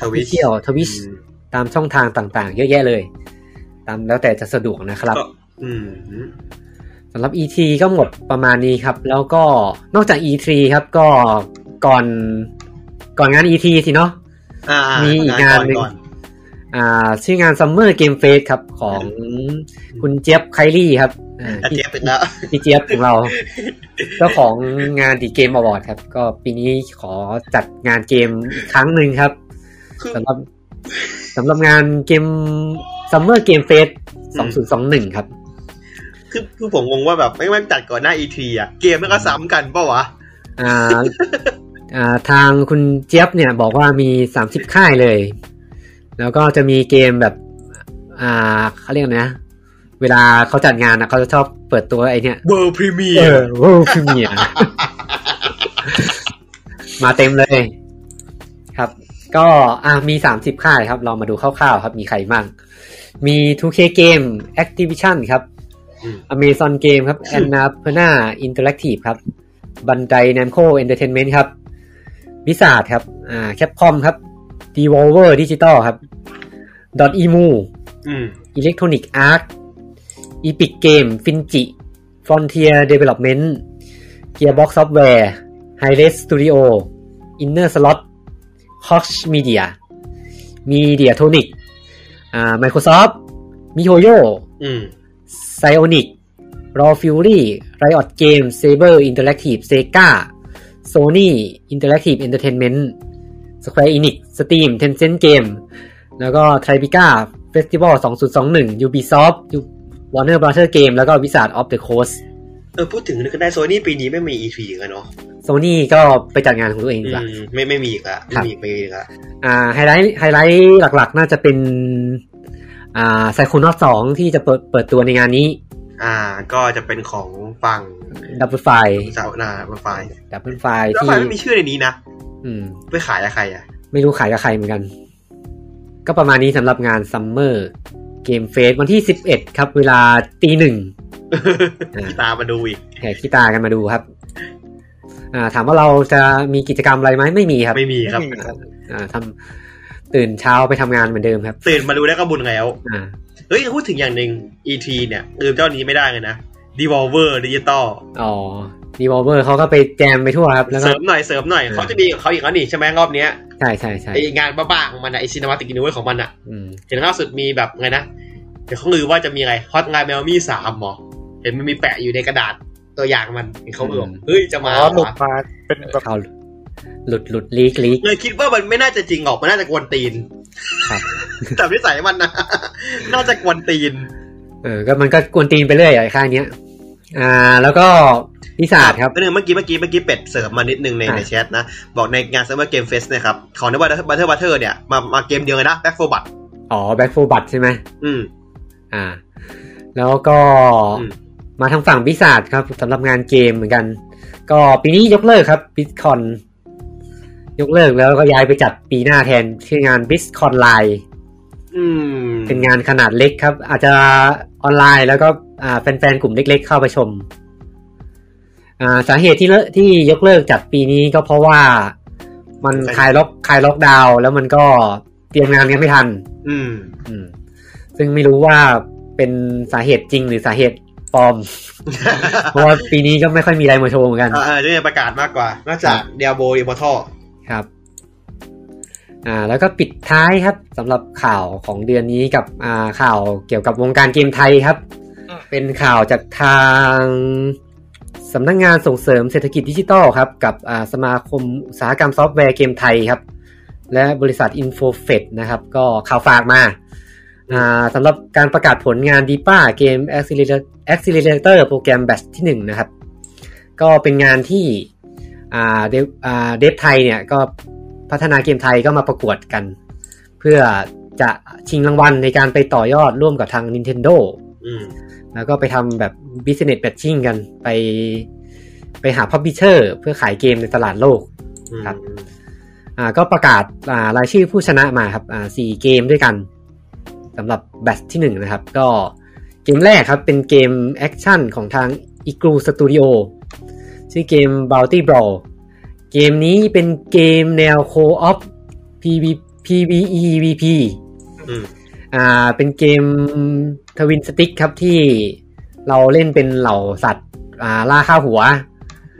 Speaker 2: ทวิช
Speaker 1: เที่ยวทวิช
Speaker 2: อืม
Speaker 1: ตามช่องทางต่างๆ เยอะแยะเลย ตามแล้วแต่จะสะดวกนะครับ
Speaker 2: ก็อืมอืม
Speaker 1: สำหรับ E3 ก็หมดประมาณนี้ครับ แล้วก็นอกจาก E3 ครับก็ก่อนก่อนงาน E3 สิเนาะ
Speaker 2: อ่า
Speaker 1: มี
Speaker 2: มี
Speaker 1: อีกงานหนึ่ง
Speaker 2: ก่อน
Speaker 1: อ่า ชื่องาน Summer Game Fest ครับ ของคุณเจี๊ยบไคลี่ครับอ่า
Speaker 2: อา
Speaker 1: พี่
Speaker 2: เจี๊ยบเป็นแล้ว
Speaker 1: พี่เจี๊ยบของเรา เจ้าของงานดีเกมอวอร์ดครับ ก็ปีนี้ขอจัดงานเกมอีกครั้งหนึ่งครับ
Speaker 2: คือ
Speaker 1: สำหรับสำหรับงานเกม Summer Game Fest 2021 ครับ
Speaker 2: คือคือผมงงว่าแบบไม่ไม่งจัดก่อนหน้าอีทีอ่ะเกมมันก็ซ้ำกันเปะวะ
Speaker 1: อ่าอ่าทางคุณเจี๊ยบเนี่ยบอกว่ามีสามสิบค่ายเลย แล้วก็จะมีเกมแบบ อ่าเขาเรียกอะไรนะ เวลาเขาจัดงานนะเขาจะชอบเปิดตัวไอเนี่ย
Speaker 2: เวอร์พรีเมีย
Speaker 1: เออ
Speaker 2: ร์
Speaker 1: โว้คือเมียมาเต็มเลย ครับ ก็อ่ามีสามสิบค่ายครับ เรามาดูคร่าวๆครับ มีใครบ้าง มี 2K Game Activision ครับ Amazon Game ครับ Annapurna Interactive ครับ Bandai Namco Entertainment ครับ Blizzard ครับ อ่า Capcom ครับ Devolver Digital ครับ Dot .emu
Speaker 2: อืม
Speaker 1: Electronic Arts Epic Game Finji Frontier Development Gearbox Software h i r e s Studio Inner Slot Koch Media Mediatonic อ่า Microsoft MiHoYo
Speaker 2: อืม
Speaker 1: Sionic Raw Fury Riot Games Saber Interactive Sega Sony Interactive Entertainment Square Enix Steam Tencent Game แล้วก็ Tribeca Festival 2021 Ubisoft U- Warner Brother Game แล้วก็ Wizard of the Coast
Speaker 2: เออพูดถึงนึกได้โซนี่ปีนี้ไม่มีอีทีกันเนาะ
Speaker 1: Sony ก็ไปจัดงานของตัวเองดีกว่า
Speaker 2: อืมไม่ไม่มีอีกละ
Speaker 1: ครับ
Speaker 2: ไม่มีอีกปีอีกละ
Speaker 1: อ่าไฮไลท์ไฮไลท์หลักๆ น่าจะเป็นอ่าไซโคนอตสองที่จะเปิดเปิดตัวในงานนี้
Speaker 2: อ่า ก็จะเป็นของฝั่ง
Speaker 1: ดับเบิลไฟ
Speaker 2: สาวนาบันไฟ
Speaker 1: ดับเบิลไฟ
Speaker 2: แล้ว
Speaker 1: ที่
Speaker 2: ไฟไม่มีชื่อในนี้นะ
Speaker 1: อืม
Speaker 2: ไปขายกับใครอ่ะ
Speaker 1: ไม่รู้ขายกับใครเหมือนกัน ก็ประมาณนี้สำหรับงานซัมเมอร์เกมเฟสวันที่ 11 ครับ เวลาตีหนึ่ง อ่า
Speaker 2: พี่ตามมาดูอีก
Speaker 1: แห่ขี้ตากันมาดูครับ อ่า ถามว่าเราจะมีกิจกรรมอะไรไหมไม่มีครับ
Speaker 2: ไม่มีครับ
Speaker 3: ไม่มีครับ
Speaker 1: อ่าทำตื่นเช้าไปทำงานเหมือนเดิมครับ
Speaker 2: ตื่นมาดูได้ก็บุญแล้ว
Speaker 1: อ่า
Speaker 2: เฮ้ยพูดถึงอย่างหนึ่ง ET เนี่ยลืมเจ้านี้ไม่ได้เลยนะ Devolver Digital
Speaker 1: อ๋อดีวอลเวอร์เขาก็ไปแจมไปทั่วครับ แล้ว
Speaker 2: เส
Speaker 1: ก็
Speaker 2: ริมหน่อยเสริมหน่อย
Speaker 1: เออ
Speaker 2: เขาจะมีของเขาอีกแล้วนี่ใช่ไหมรอบเนี้ย
Speaker 1: ใช่ใช่ใช่
Speaker 2: ไองานบ้าๆของมันอะไอซีน m มาติกินเวอร์ของมันอะ
Speaker 1: อืม
Speaker 2: เห็นล่าสุดมีแบบไงนะ เดี๋ยวเขาลือว่าจะมีอะไรฮอตไลน์แมวมี่สามหรอเห็นมันมีแปะอยู่ในกระดาษตัวอย่างมันเห็นเขาบอก
Speaker 1: อืม
Speaker 2: เฮ้ยจะ
Speaker 3: อ๋
Speaker 2: มา
Speaker 3: อหลุด
Speaker 2: วะ
Speaker 3: มาเป็นแบบ
Speaker 1: เขาหลุดหลุดลีกลีก
Speaker 2: เลยคิดว่ามันไม่น่าจะจริงหรอกมันน่าจะกวนตีน
Speaker 1: ครับ
Speaker 2: แต่นิสัยมันนะน่าจะกวนตีน
Speaker 1: เออ ก็มันก็กวนตีนไปเรื่อยอ่ะไอ้ค่ายเนี้ย อ่า แล้วก็พิศาจครับ
Speaker 2: เรื่องเมื่อกี้เมื่อกี้เมื่อกี้เป็ดเสริมมานิดนึงใน
Speaker 1: อ่ะ
Speaker 2: ในแชทนะ บอกในงานซัมเมอร์เกมเฟสนะครับของนวัตบัตเทอร์บัตเทอร์เนี่ยมามาเกมเดียวเลยนะแบ็คโฟบัต
Speaker 1: อ๋อแบ็คโฟบัตใช่ไหม
Speaker 2: อืม
Speaker 1: อ่า แล้วก็
Speaker 2: อืม
Speaker 1: มาทางฝั่งพิศาจครับสำหรับงานเกมเหมือนกัน ก็ปีนี้ยกเลิกครับบิสคอนยกเลิกแล้วก็ย้ายไปจัดปีหน้าแทนชื่องานบิสคอนไลน์
Speaker 2: อืม
Speaker 1: เป็นงานขนาดเล็กครับ อาจจะออนไลน์แล้วก็อ่าแฟนๆ กลุ่มเล็กๆ เข้าไปชม อ่าสาเหตุที่เลที่ยกเลิกจัดปีนี้ก็เพราะว่ามัน
Speaker 2: ใช่
Speaker 1: คลายล็อกคลายล็อกดาวน์แล้วมันก็เตรียมงานกันไม่ทัน
Speaker 2: อืม
Speaker 1: อืมซึ่งไม่รู้ว่าเป็นสาเหตุจริงหรือสาเหตุปลอม *laughs* เพราะว่าปีนี้ก็ไม่ค่อยมีอะไรมาโชว์เหมือนกัน
Speaker 2: เออเออจะมีประกาศมากกว่า นอกจากเดียโบอิมอร์ทัล
Speaker 1: ครับ อ่า แล้วก็ปิดท้ายครับสำหรับข่าวของเดือนนี้กับอ่าข่าวเกี่ยวกับวงการเกมไทยครับ เป็นข่าวจากทางสำนักงานส่งเสริมเศรษฐกิจดิจิทัลครับ กับอ่าสมาคมอุตสาหกรรมซอฟต์แวร์เกมไทยครับ และบริษัท i n f o f e t นะครับ ก็ข่าวฝากมาอ่าสำหรับการประกาศผลงาน d i p a เกม Accelerator- Accelerator โปรแกรม Batch ที่ 1 นะครับ ก็เป็นงานที่ อ่าเดฟอ่าเดฟไทยเนี่ยก็ พัฒนาเกมไทยก็มาประกวดกัน เพื่อจะชิงรางวัลในการไปต่อยอดร่วมกับทาง Nintendo
Speaker 2: อืม
Speaker 1: แล้วก็ไปทำแบบ business matching กันไป ไปหา publisher เพื่อขายเกมในตลาดโลก
Speaker 2: อืม
Speaker 1: ครับ อ่าก็ประกาศอ่ารายชื่อผู้ชนะมาครับอ่าสี่เกมด้วยกันสำหรับแบทที่หนึ่งนะครับ ก็เกมแรกครับเป็นเกมแอคชั่นของทาง i g l o o Studio ชื่อเกม Bounty Brawl เกมนี้เป็นเกมแนว Co-op PV PVE VP
Speaker 2: อืม
Speaker 1: อ่าเป็นเกมทวินสติ๊กครับที่เราเล่นเป็นเหล่าสัตว์อ่าล่าข้าหัว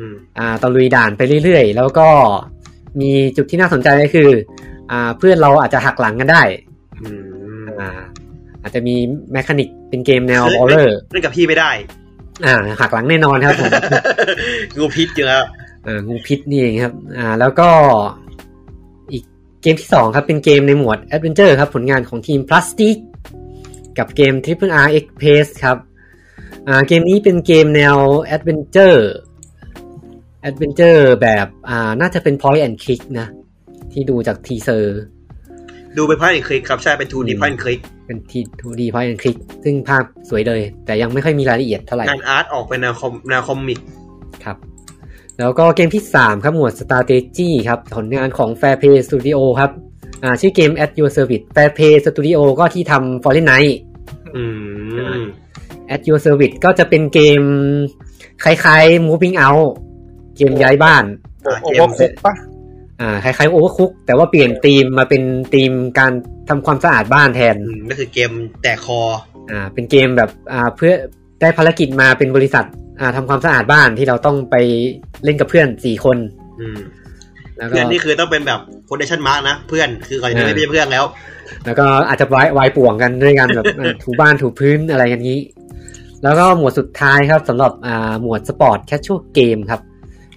Speaker 2: อืม
Speaker 1: อ่าตะลุยด่านไปเรื่อยๆ แล้วก็มีจุดที่น่าสนใจก็คืออ่าเพื่อนเราอาจจะหักหลังกันได้
Speaker 2: อืม
Speaker 1: อ่าอาจจะมีแมคานิกเป็นเกมแนวบอลเลอร์
Speaker 2: เล่นกับพี่ไม่ได้ *laughs*
Speaker 1: อ่าหักหลังแน่นอนครับผม
Speaker 2: กูพิษจริงแล้ว
Speaker 1: อ่างูพิษนี่เองครับอ่าแล้วก็อีกเกมที่สองครับเป็นเกมในหมวดแอดเวนเจอร์ครับผลงานของทีม Plastic กับเกม Triple R X Pace ครับอ่าเกมนี้เป็นเกมแนวแอดเวนเจอร์แอดเวนเจอร์แบบอ่าน่าจะเป็น Point and Click นะ ที่ดูจากทีเซอร์
Speaker 2: ดูไปพันคลิกครับใช่ไปทูดี
Speaker 1: อืม
Speaker 2: พันคลิก
Speaker 1: เป็นที 2D Point and Click ซึ่งภาพสวยเลย แต่ยังไม่ค่อยมีรายละเอียดเท่าไหร่
Speaker 2: งานอาร์ตออกเป็นแนวคอมแนวคอมิก
Speaker 1: ครับ แล้วก็เกมที่ 3 ครับ หมวด Strategy ครับ ผลงานของ Fairplay Studio ครับ อ่า ชื่อเกม At Your Service Fairplay Studio ก็ที่ทำ Fallen Night
Speaker 2: อืม
Speaker 1: At Your Service ก็จะเป็นเกม คล้ายๆ Moving Out เกมย้ายบ้าน
Speaker 3: โอเวอร์คุกปะ
Speaker 1: อ่า คล้ายๆ Overcook แต่ว่าเปลี่ยนธีมมาเป็นธีมการทำความสะอาดบ้านแทน
Speaker 2: อืมนั่นคือเกมแตกคอ
Speaker 1: อ่า เป็นเกมแบบ อ่า เพื่อได้ภารกิจมาเป็นบริษัท อ่าทำความสะอาดบ้านที่เราต้องไปเล่นกับเพื่อนสี่คน
Speaker 2: อืม
Speaker 1: แล้วก็
Speaker 2: เพื่อนนี่คือต้องเป็นแบบโคเดชันมาร์กนะ เพื่อนคือก่อนจะ
Speaker 1: เอ
Speaker 2: ไม่
Speaker 1: อ
Speaker 2: เป็นเพื่อนแล้ว
Speaker 1: แล้วก็อาจจะวายวายป่วงกันด้วยกันแบบ *laughs* เออถูบ้านถูพื้นอะไรกันนี้ แล้วก็หมวดสุดท้ายครับสำหรับอ่าหมวดสปอร์ตแคชชวลเกมครับ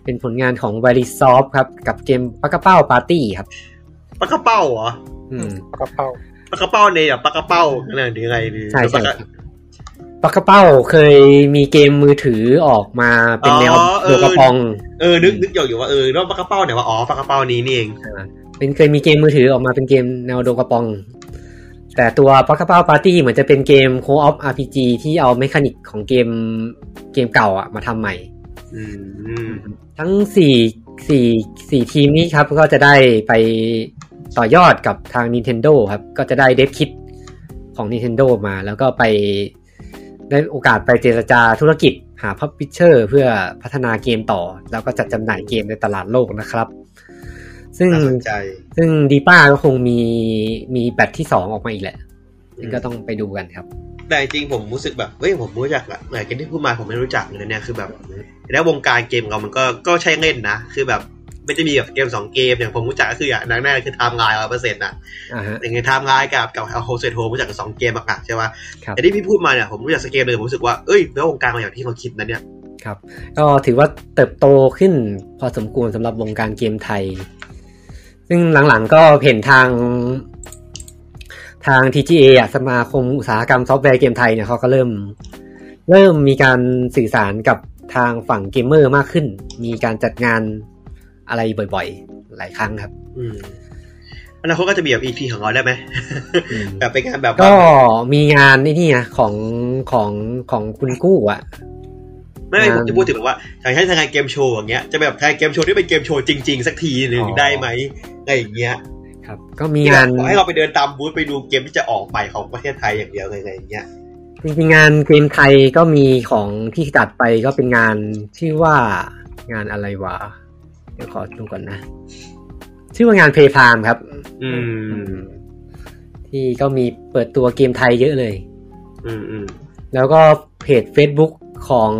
Speaker 1: เป็นผลงานของ v a r i s o f t ครับ กับเกมปักกะเป้าปาร์ตี้ครับ
Speaker 2: ปลากระเป้าเหรอ
Speaker 1: อืม
Speaker 3: ปากกระเป้า
Speaker 2: ปลากระเป้าในแบบปลากระเป้าอะไรหรือไงหรือ
Speaker 1: ใช่
Speaker 2: ปลา
Speaker 1: ใช่
Speaker 2: กระ
Speaker 1: ครับปักกะเป้าเคยมีเกมมือถือออกมาเป็นแนว
Speaker 2: อ๋อเอ
Speaker 1: ตัว
Speaker 2: อ
Speaker 1: กระปอง
Speaker 2: เออ นึกนึกอยู่ว่าเออแล้วปลากระเป้าเนี่ยว่าอ๋อปลากระเป้านี้นี่เอง
Speaker 1: เป็นเคยมีเกมมือถือออกมาเป็นเกมแนวโดกระปอง แต่ตัวปักกะเป้าปาร์ตี้เหมือนจะเป็นเกมโคออฟอาร์พีจีที่เอาเมคานิกของเกมเกมเก่าอะมาทำใหม่
Speaker 2: อืม
Speaker 1: ทั้งสี่สี่สี่ทีมนี้ครับ ก็จะได้ไปต่อยอดกับทาง Nintendo ครับ ก็จะได้เดฟคิดของ Nintendo มา แล้วก็ไปได้โอกาสไปเจรจาธุรกิจหาพับพิเชอร์เพื่อพัฒนาเกมต่อ แล้วก็จัดจำหน่ายเกมในตลาดโลกนะครับ ซึ่ง
Speaker 2: น่าสนใจ
Speaker 1: ซึ่งดีป้าก็คงมีมีแบตที่สองออกมาอีกแหละซึ่งก็ต้องไปดูกันครับ
Speaker 2: แต่จริงๆผมรู้สึกแบบเฮ้ยผมรู้จักละหลายเกมที่พูดมาผมไม่รู้จักเลยนะเนี่ยคือแบบแล้ววงการเกมเรามันก็ก็ใช้เล่นนะ คือแบบไม่จะมีแบบเกมสองเกมอย่างผมรู้จักก็คืออย่างแรกๆคือไทม์ไลน์ร้อยเปอร์เซ็นต์นะ
Speaker 1: อ่าฮะ
Speaker 2: อย่างไงไทม์ไลน์กับกับเอาโฮสเซตโฮรู้จักกันสองเกมหลักๆใช่ป่ะ
Speaker 1: ครับ
Speaker 2: แต่ที่พี่พูดมาเนี่ยผมรู้จักสกเกมเลยผมรู้สึกว่าเอ้ยแล้ววงการมันอย่างที่เขาคิดนะเนี่ย
Speaker 1: ครับก็ถือว่าเติบโตขึ้นพอสมควรสำหรับวงการเกมไทย ซึ่งหลังๆก็เห็นทางทาง TGA อะสมาคมอุตสาหกรรมซอฟต์แวร์เกมไทยเนี่ยเขาก็เริ่ม เริ่มมีการสื่อสารกับทางฝั่งเกมเมอร์มากขึ้น มีการจัดงานอะไรบ่อยๆ หลายครั้งครับ
Speaker 2: อืมอนาคตก็จะมีแบบ EP ของเราได้ไหม *laughs*
Speaker 1: อืม
Speaker 2: แบบเป็นการแบบ
Speaker 1: ก็มีงานไอ้นี่นะของของของคุณกู้อ่ะ
Speaker 2: ไม่ไม่ผมจะพูดถึงแบบว่าอย่างเช่นทางานเกมโชว์อย่างเงี้ยจะแบบทางเกมโชว์ที่เป็นเกมโชว์จริงๆ สักทีหนึ่ง
Speaker 1: อ๋อ
Speaker 2: ได้ไหมอะไรอย่างเงี้ย
Speaker 1: ครับ ก็มีงาน
Speaker 2: ขอให้เราไปเดินตามบูธไปดูเกมที่จะออกใหม่ของประเทศไทยอย่างเดียวอะไรอย่างเงี้ย
Speaker 1: จริงๆงานเกมไทยก็มีของที่จัดไปก็เป็นงานชื่อว่างานอะไรวะ เดี๋ยวขอดูก่อนนะ ชื่อว่างานเพย์พามครับ
Speaker 2: อืม
Speaker 1: ที่ก็มีเปิดตัวเกมไทยเยอะเลย
Speaker 2: อืมอืม
Speaker 1: แล้วก็เพจ Facebook ของ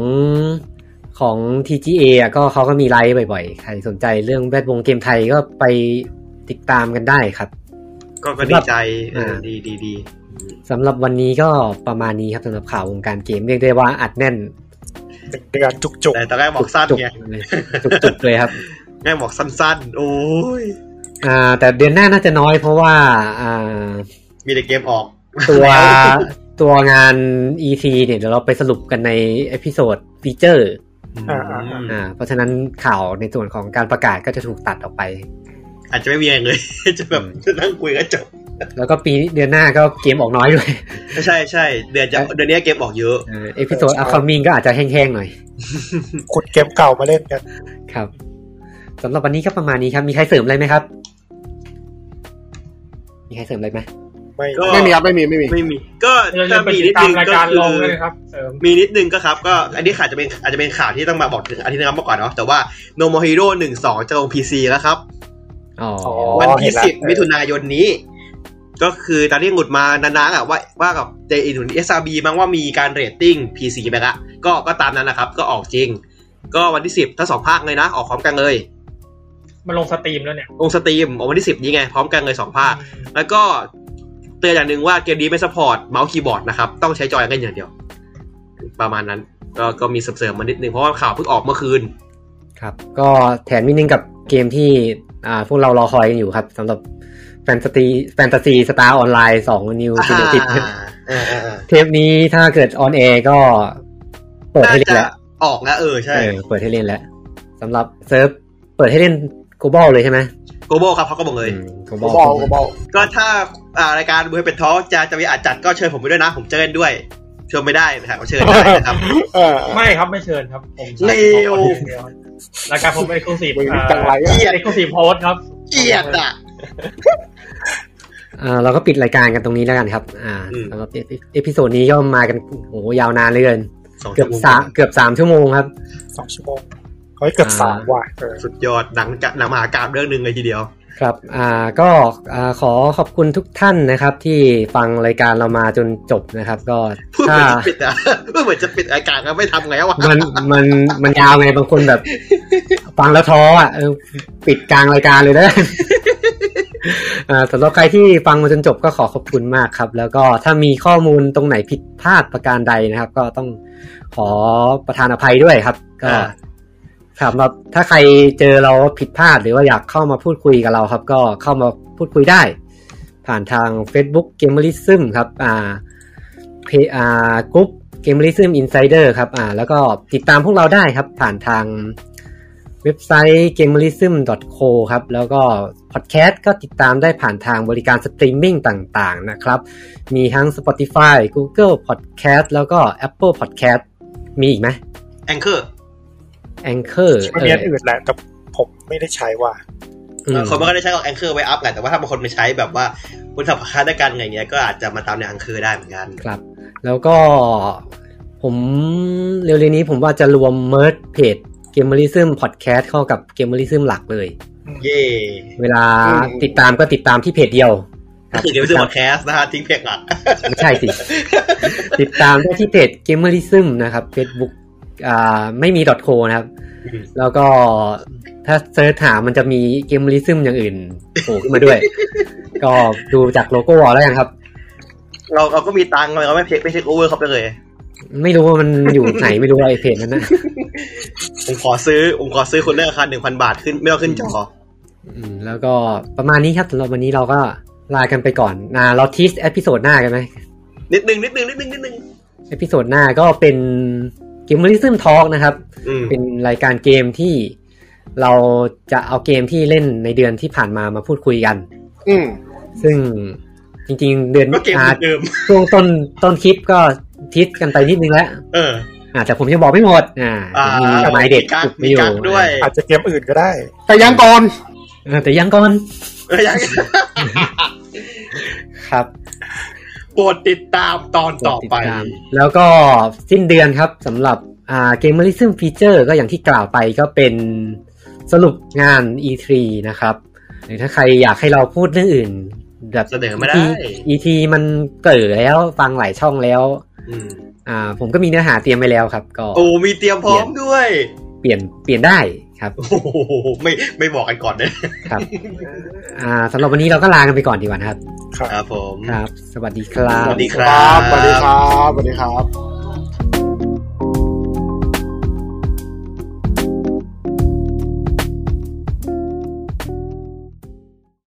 Speaker 1: ของ TGA อะก็เขาก็มีไลฟ์บ่อยๆ ใครสนใจเรื่องแวดวงเกมไทยก็ไปติดตามกันได้ครับ
Speaker 2: ก็ก็ดีใจเออ
Speaker 1: อ่า
Speaker 2: ดีดีดีอืม
Speaker 1: สำหรับวันนี้ก็ประมาณนี้ครับสำหรับข่าววงการเกมเรียกได้ว่าอัดแน่น
Speaker 3: หนึ่งเดือนจุก
Speaker 2: แต่ตอนแรกบอกสั้น
Speaker 1: จุก
Speaker 2: ไง
Speaker 1: ๆเลยจุกๆเลยครับ
Speaker 2: แม่งบอกสั้นๆ โอ้ย
Speaker 1: อ่าแต่เดือนหน้าน่าจะน้อยเพราะว่าอ่า
Speaker 2: มีแต่เกมออก
Speaker 1: *laughs* ตัวตัวงาน E3 เนี่ยเดี๋ยวเราไปสรุปกันในเอพิโซดฟีเจอร์
Speaker 3: ๆอ่า
Speaker 2: อืม
Speaker 1: อ่าเพราะฉะนั้นข่าวในส่วนของการประกาศก็จะถูกตัดออกไป
Speaker 2: อาจจะไม่มีอะไรเลย *laughs* จะแบบนั่งคุยก็จบ
Speaker 1: แล้วก็ปีเดือนหน้าก็เกมออกน้อยด้วย *laughs*
Speaker 2: ใช่ใช่เดือนจะเดือนนี้เกมออกเยอะ
Speaker 1: เอพิโซดอัพคอมมิ่งก็อาจจะแห้งๆหน่อย
Speaker 3: ขุดเกมเก่ามาเล่นกัน
Speaker 1: ครับสำหรับวันนี้ก็ประมาณนี้ครับ มีใครเสริมอะไรไหมครับ มีใครเสริมอะไรไหม
Speaker 3: ไม่
Speaker 2: ก็
Speaker 4: ไม่มีครับไม่มีไม่มี
Speaker 2: ไม่มี ก็
Speaker 5: เราจะ
Speaker 2: ถ้า
Speaker 5: ไป
Speaker 2: มี
Speaker 5: ติ
Speaker 2: นิ
Speaker 5: ด
Speaker 2: ดนึง
Speaker 5: ตามราย
Speaker 2: ก็
Speaker 5: การ
Speaker 2: คื
Speaker 5: ลง
Speaker 2: อ
Speaker 5: ด้วยนะครับ เสริม
Speaker 2: มีนิดนึงก็ครับก็อันนี้ขาจจะเป็นอาจจะเป็นข่าวที่ต้องมาบอกถึงอาทิตย์หนึงมาก่อนเนาะแต่ว่า No More Hero 1 2 จะลง PC แล้วครับ
Speaker 1: อ๋อ
Speaker 2: วัน
Speaker 3: เห็
Speaker 2: ที่
Speaker 3: ละ
Speaker 2: 10 มิถุนายนนี้ ก็คือตอนที่หงุดมานานๆอะว่าว่ากับเจอินถึง SRB มั้งว่ามีการเรตติ้ง PC ไปละก็ก็ตามนั้นนะครับ ก็ออกจริง ก็วันที่ 10 ทั้งสองภาคเลยนะ ออกพร้อมกันเลย
Speaker 5: มันลงสตรีมแล้วเนี่ย
Speaker 2: องค์สตรีมออกวันที่ 10 นี้ไง พร้อมกันเลยสองภาค แล้วก็เตือนอย่างหนึ่งว่าเกมนี้ไม่สปอร์ตเมาส์คีย์บอร์ดนะครับ ต้องใช้จอยกันอย่างเดียว ประมาณนั้นก็ก็มีเสริมๆมานิดนึงเพราะว่าข่าวเพิ่งออกเมื่อ
Speaker 1: *laughs*
Speaker 2: คืน
Speaker 1: ครับ ก็แถมนิดนึงกับเกมที่ อ่า พวกเรารอคอยกันอยู่ครับสำหรับแฟนตาซีแฟนตาซีสตาร์ออนไลน์สองนิ
Speaker 2: *laughs*
Speaker 1: วซีติด
Speaker 2: อ่าอ่าอ่า
Speaker 1: เทปนี้ถ้าเกิดออนแอร์ก็เปิด
Speaker 2: น่า
Speaker 1: ให้เล่น
Speaker 2: จะ
Speaker 1: แล้ว
Speaker 2: ออกแล้วเออ ใช่
Speaker 1: เออเปิดให้เล่นแล้วสำหรับเซิร์ฟเปิดให้เล่น global เลยใช่ไหม
Speaker 2: โกโบครับเขาก็บอกเลย
Speaker 1: อืม
Speaker 4: ก็
Speaker 1: global
Speaker 4: บอกก็บอก
Speaker 2: ก็ถ้าอ่ารายการบุยเป็นท้อจะจะมีอาจจัดก็เชิญผมไปด้วยนะ ผมจะเล่นด้วยเชิญไม่ได้แต่ก็เชิญได้นะครับ
Speaker 4: เออ
Speaker 5: ไม่ครับไม่เชิญครับ ผม
Speaker 2: เลว
Speaker 5: รายการผมเอ็กซ์คลูซีฟ
Speaker 4: มึงจังไร
Speaker 2: เก
Speaker 4: อะ
Speaker 2: ลียด
Speaker 5: เอ็กซ์คลูซีฟโฮสครับ
Speaker 2: เกลียดอ่ะ
Speaker 1: อ่าเราก็ปิดรายการกันตรงนี้แล้วกันครับ อ่า
Speaker 2: อืม
Speaker 1: สำหรับเอพิโซดนี้ก็มากันโหยาวนานเหลยเกิน เกือบสาม
Speaker 2: ชั่วโ
Speaker 1: เกือบสามชั่วโมงครับ
Speaker 3: สองชั่วโมงเฮ้ยเกือบ
Speaker 1: อ่า
Speaker 3: สามว่ะเออ
Speaker 2: มงสุดยอดหนังจะหนังมหากราบเรื่องหนึ่งเลยทีเดียว
Speaker 1: ครับ อ่า ก็อ่าขอขอบคุณทุกท่านนะครับ ที่ฟังรายการเรามาจนจบนะครับ ก็
Speaker 2: พูดเห
Speaker 1: ถ้า
Speaker 2: มือนจะปิดอ่ะ พูดเหมือนจะปิดรายการก็ไม่ทำแล้วอ่ะ
Speaker 1: มันมันมันยาวไงบางคนแบบ ฟังแล้วท้ออ่ะเออปิดกลางรายการเลยนะ *laughs* อ่าสำหรับใครที่ฟังมาจนจบก็ขอขอบคุณมากครับ แล้วก็ถ้ามีข้อมูลตรงไหนผิดพลาดประการใดนะครับ ก็ต้องขอประทานอภัยด้วยครับ ก็สำหรับถ้าใครเจอเราผิดพลาดหรือว่าอยากเข้ามาพูดคุยกับเราครับ ก็เข้ามาพูดคุยได้ ผ่านทาง Facebook g a m e r i s m ครับ อ่าเพจอ่ากรุ๊ป g a m e r i s m Insider ครับ อ่า แล้วก็ติดตามพวกเราได้ครับ ผ่านทางเว็บไซต์ g a m e r i s m c o ครับ แล้วก็พอดแคสต์ก็ติดตามได้ผ่านทางบริการสตรีมมิ่งต่างๆนะครับ มีทั้ง Spotify Google Podcast แล้วก็ Apple Podcast มีอีกไหม
Speaker 2: แองเกอร์
Speaker 1: Anchor
Speaker 3: มันมีอันอื่นแหละแต่ผมไม่ได้ใช้ว่ะ
Speaker 1: อืม
Speaker 2: คนมันก็ได้ใช้กับแองเกอร์ไว้อัพไงแต่ว่าถ้าบางคนไม่ใช้แบบว่าคุณทำค่าด้วยกันอะไรเงี้ยก็อาจจะมาตามในแองเกอร์ได้เหมือนกัน
Speaker 1: ครับ แล้วก็ผมเร็วๆนี้ผมว่าจะรวมเมิร์ดเพจ g a m e r i s m Podcast เข้ากับ g a m e r i s m หลักเลย
Speaker 2: เย่
Speaker 1: เวลาติดตามก็ติดตามที่เพจเดียวครับ
Speaker 2: เดี๋ยวไปซื้อพอดแคสต์นะฮะทิ้งเพลงหลัก
Speaker 1: ไม่ใช่
Speaker 2: *laughs*
Speaker 1: สิ ติดตามได้ที่เพจ g a m e r i s m นะครับ Facebook อ่าไม่มี .co นะครับ
Speaker 2: อืม
Speaker 1: แล้วก็ถ้าเซิร์ชหามันจะมี g a m e r i s m อย่างอื่นโผล่ขึ้นมาด้วย ก็ดูจากโลโก้แล้วกันครับ
Speaker 2: เราเราก็มีตังค์เราไม่เพไม่เช็คโอเวอร์เขาไปเลย
Speaker 1: ไม่รู้ว่ามันอยู่ไหนไม่รู้ไอเพจนั้นนะ
Speaker 2: ผมขอซื้อ ผมขอซื้อคนแรกราคาหนึ่งพันบาทขึ้นไม่ต้องขึ้นจอ
Speaker 1: อืมแล้วก็ประมาณนี้ครับสำหรับวันนี้เราก็ลากันไปก่อนนะเราทีสเอพิโซดหน้ากันไหม
Speaker 2: นิดนึงนิดนึงนิดนึงนิดนึง
Speaker 1: เอพิโซดหน้าก็เป็นเกม e r ิซึมทอ l k นะครับ
Speaker 2: อืม
Speaker 1: เป็นรายการเกมที่เราจะเอาเกมที่เล่นในเดือนที่ผ่านมามาพูดคุยกัน
Speaker 4: อืม
Speaker 1: ซึ่งจริงๆเดือน
Speaker 2: ก็เกม
Speaker 1: อ่า
Speaker 2: เดิม
Speaker 1: ช่วงต้นต้นคลิปก็ทิสกันไปนิดนึงแล้ว
Speaker 2: เออ
Speaker 1: อ่าแต่ผมยังบอกไม่หมดอ่า
Speaker 2: อ่า
Speaker 1: เดี๋ยวมีหมายเด็
Speaker 2: มี
Speaker 1: ด
Speaker 2: กัก
Speaker 1: จุดไป
Speaker 2: มี
Speaker 1: อยู่
Speaker 2: กักด้วย
Speaker 3: อาจจะเกมอื่นก็ได้
Speaker 4: แต่ยังก่อน
Speaker 1: อ่าแต่ยังก่อน
Speaker 2: เออยัง
Speaker 1: ครับ
Speaker 2: โปรดติดตามตอนต่อไป
Speaker 1: ติดตามแล้วก็สิ้นเดือนครับสำหรับอ่าเกมเมอริซึมฟีเจอร์ก็อย่างที่กล่าวไปก็เป็นสรุปงาน E3 นะครับ หรือถ้าใครอยากให้เราพูดเรื่องอื่น แบบ
Speaker 2: เสนอมาได้
Speaker 1: E- E3 มันเกิดแล้วฟังหลายช่องแล้ว
Speaker 2: อืม
Speaker 1: อ่า ผมก็มีเนื้อหาเตรียมไว้แล้วครับ ก็
Speaker 2: โอ้มีเตรียมพร้อมด้วย
Speaker 1: เปลี่ยนเปลี่ยนได้ครับ
Speaker 2: โอ้โหไม่ไม่บอกกันก่อนนะครับ
Speaker 1: อ่าสำหรับวันนี้เราก็ลากันไปก่อนดีกว่านะครับ
Speaker 2: ครับผม
Speaker 1: ครับ สวัสดีครับ
Speaker 2: สวัสดีค
Speaker 4: ค
Speaker 2: รั
Speaker 4: รับ บสวัสดีครับสวัสดีครับ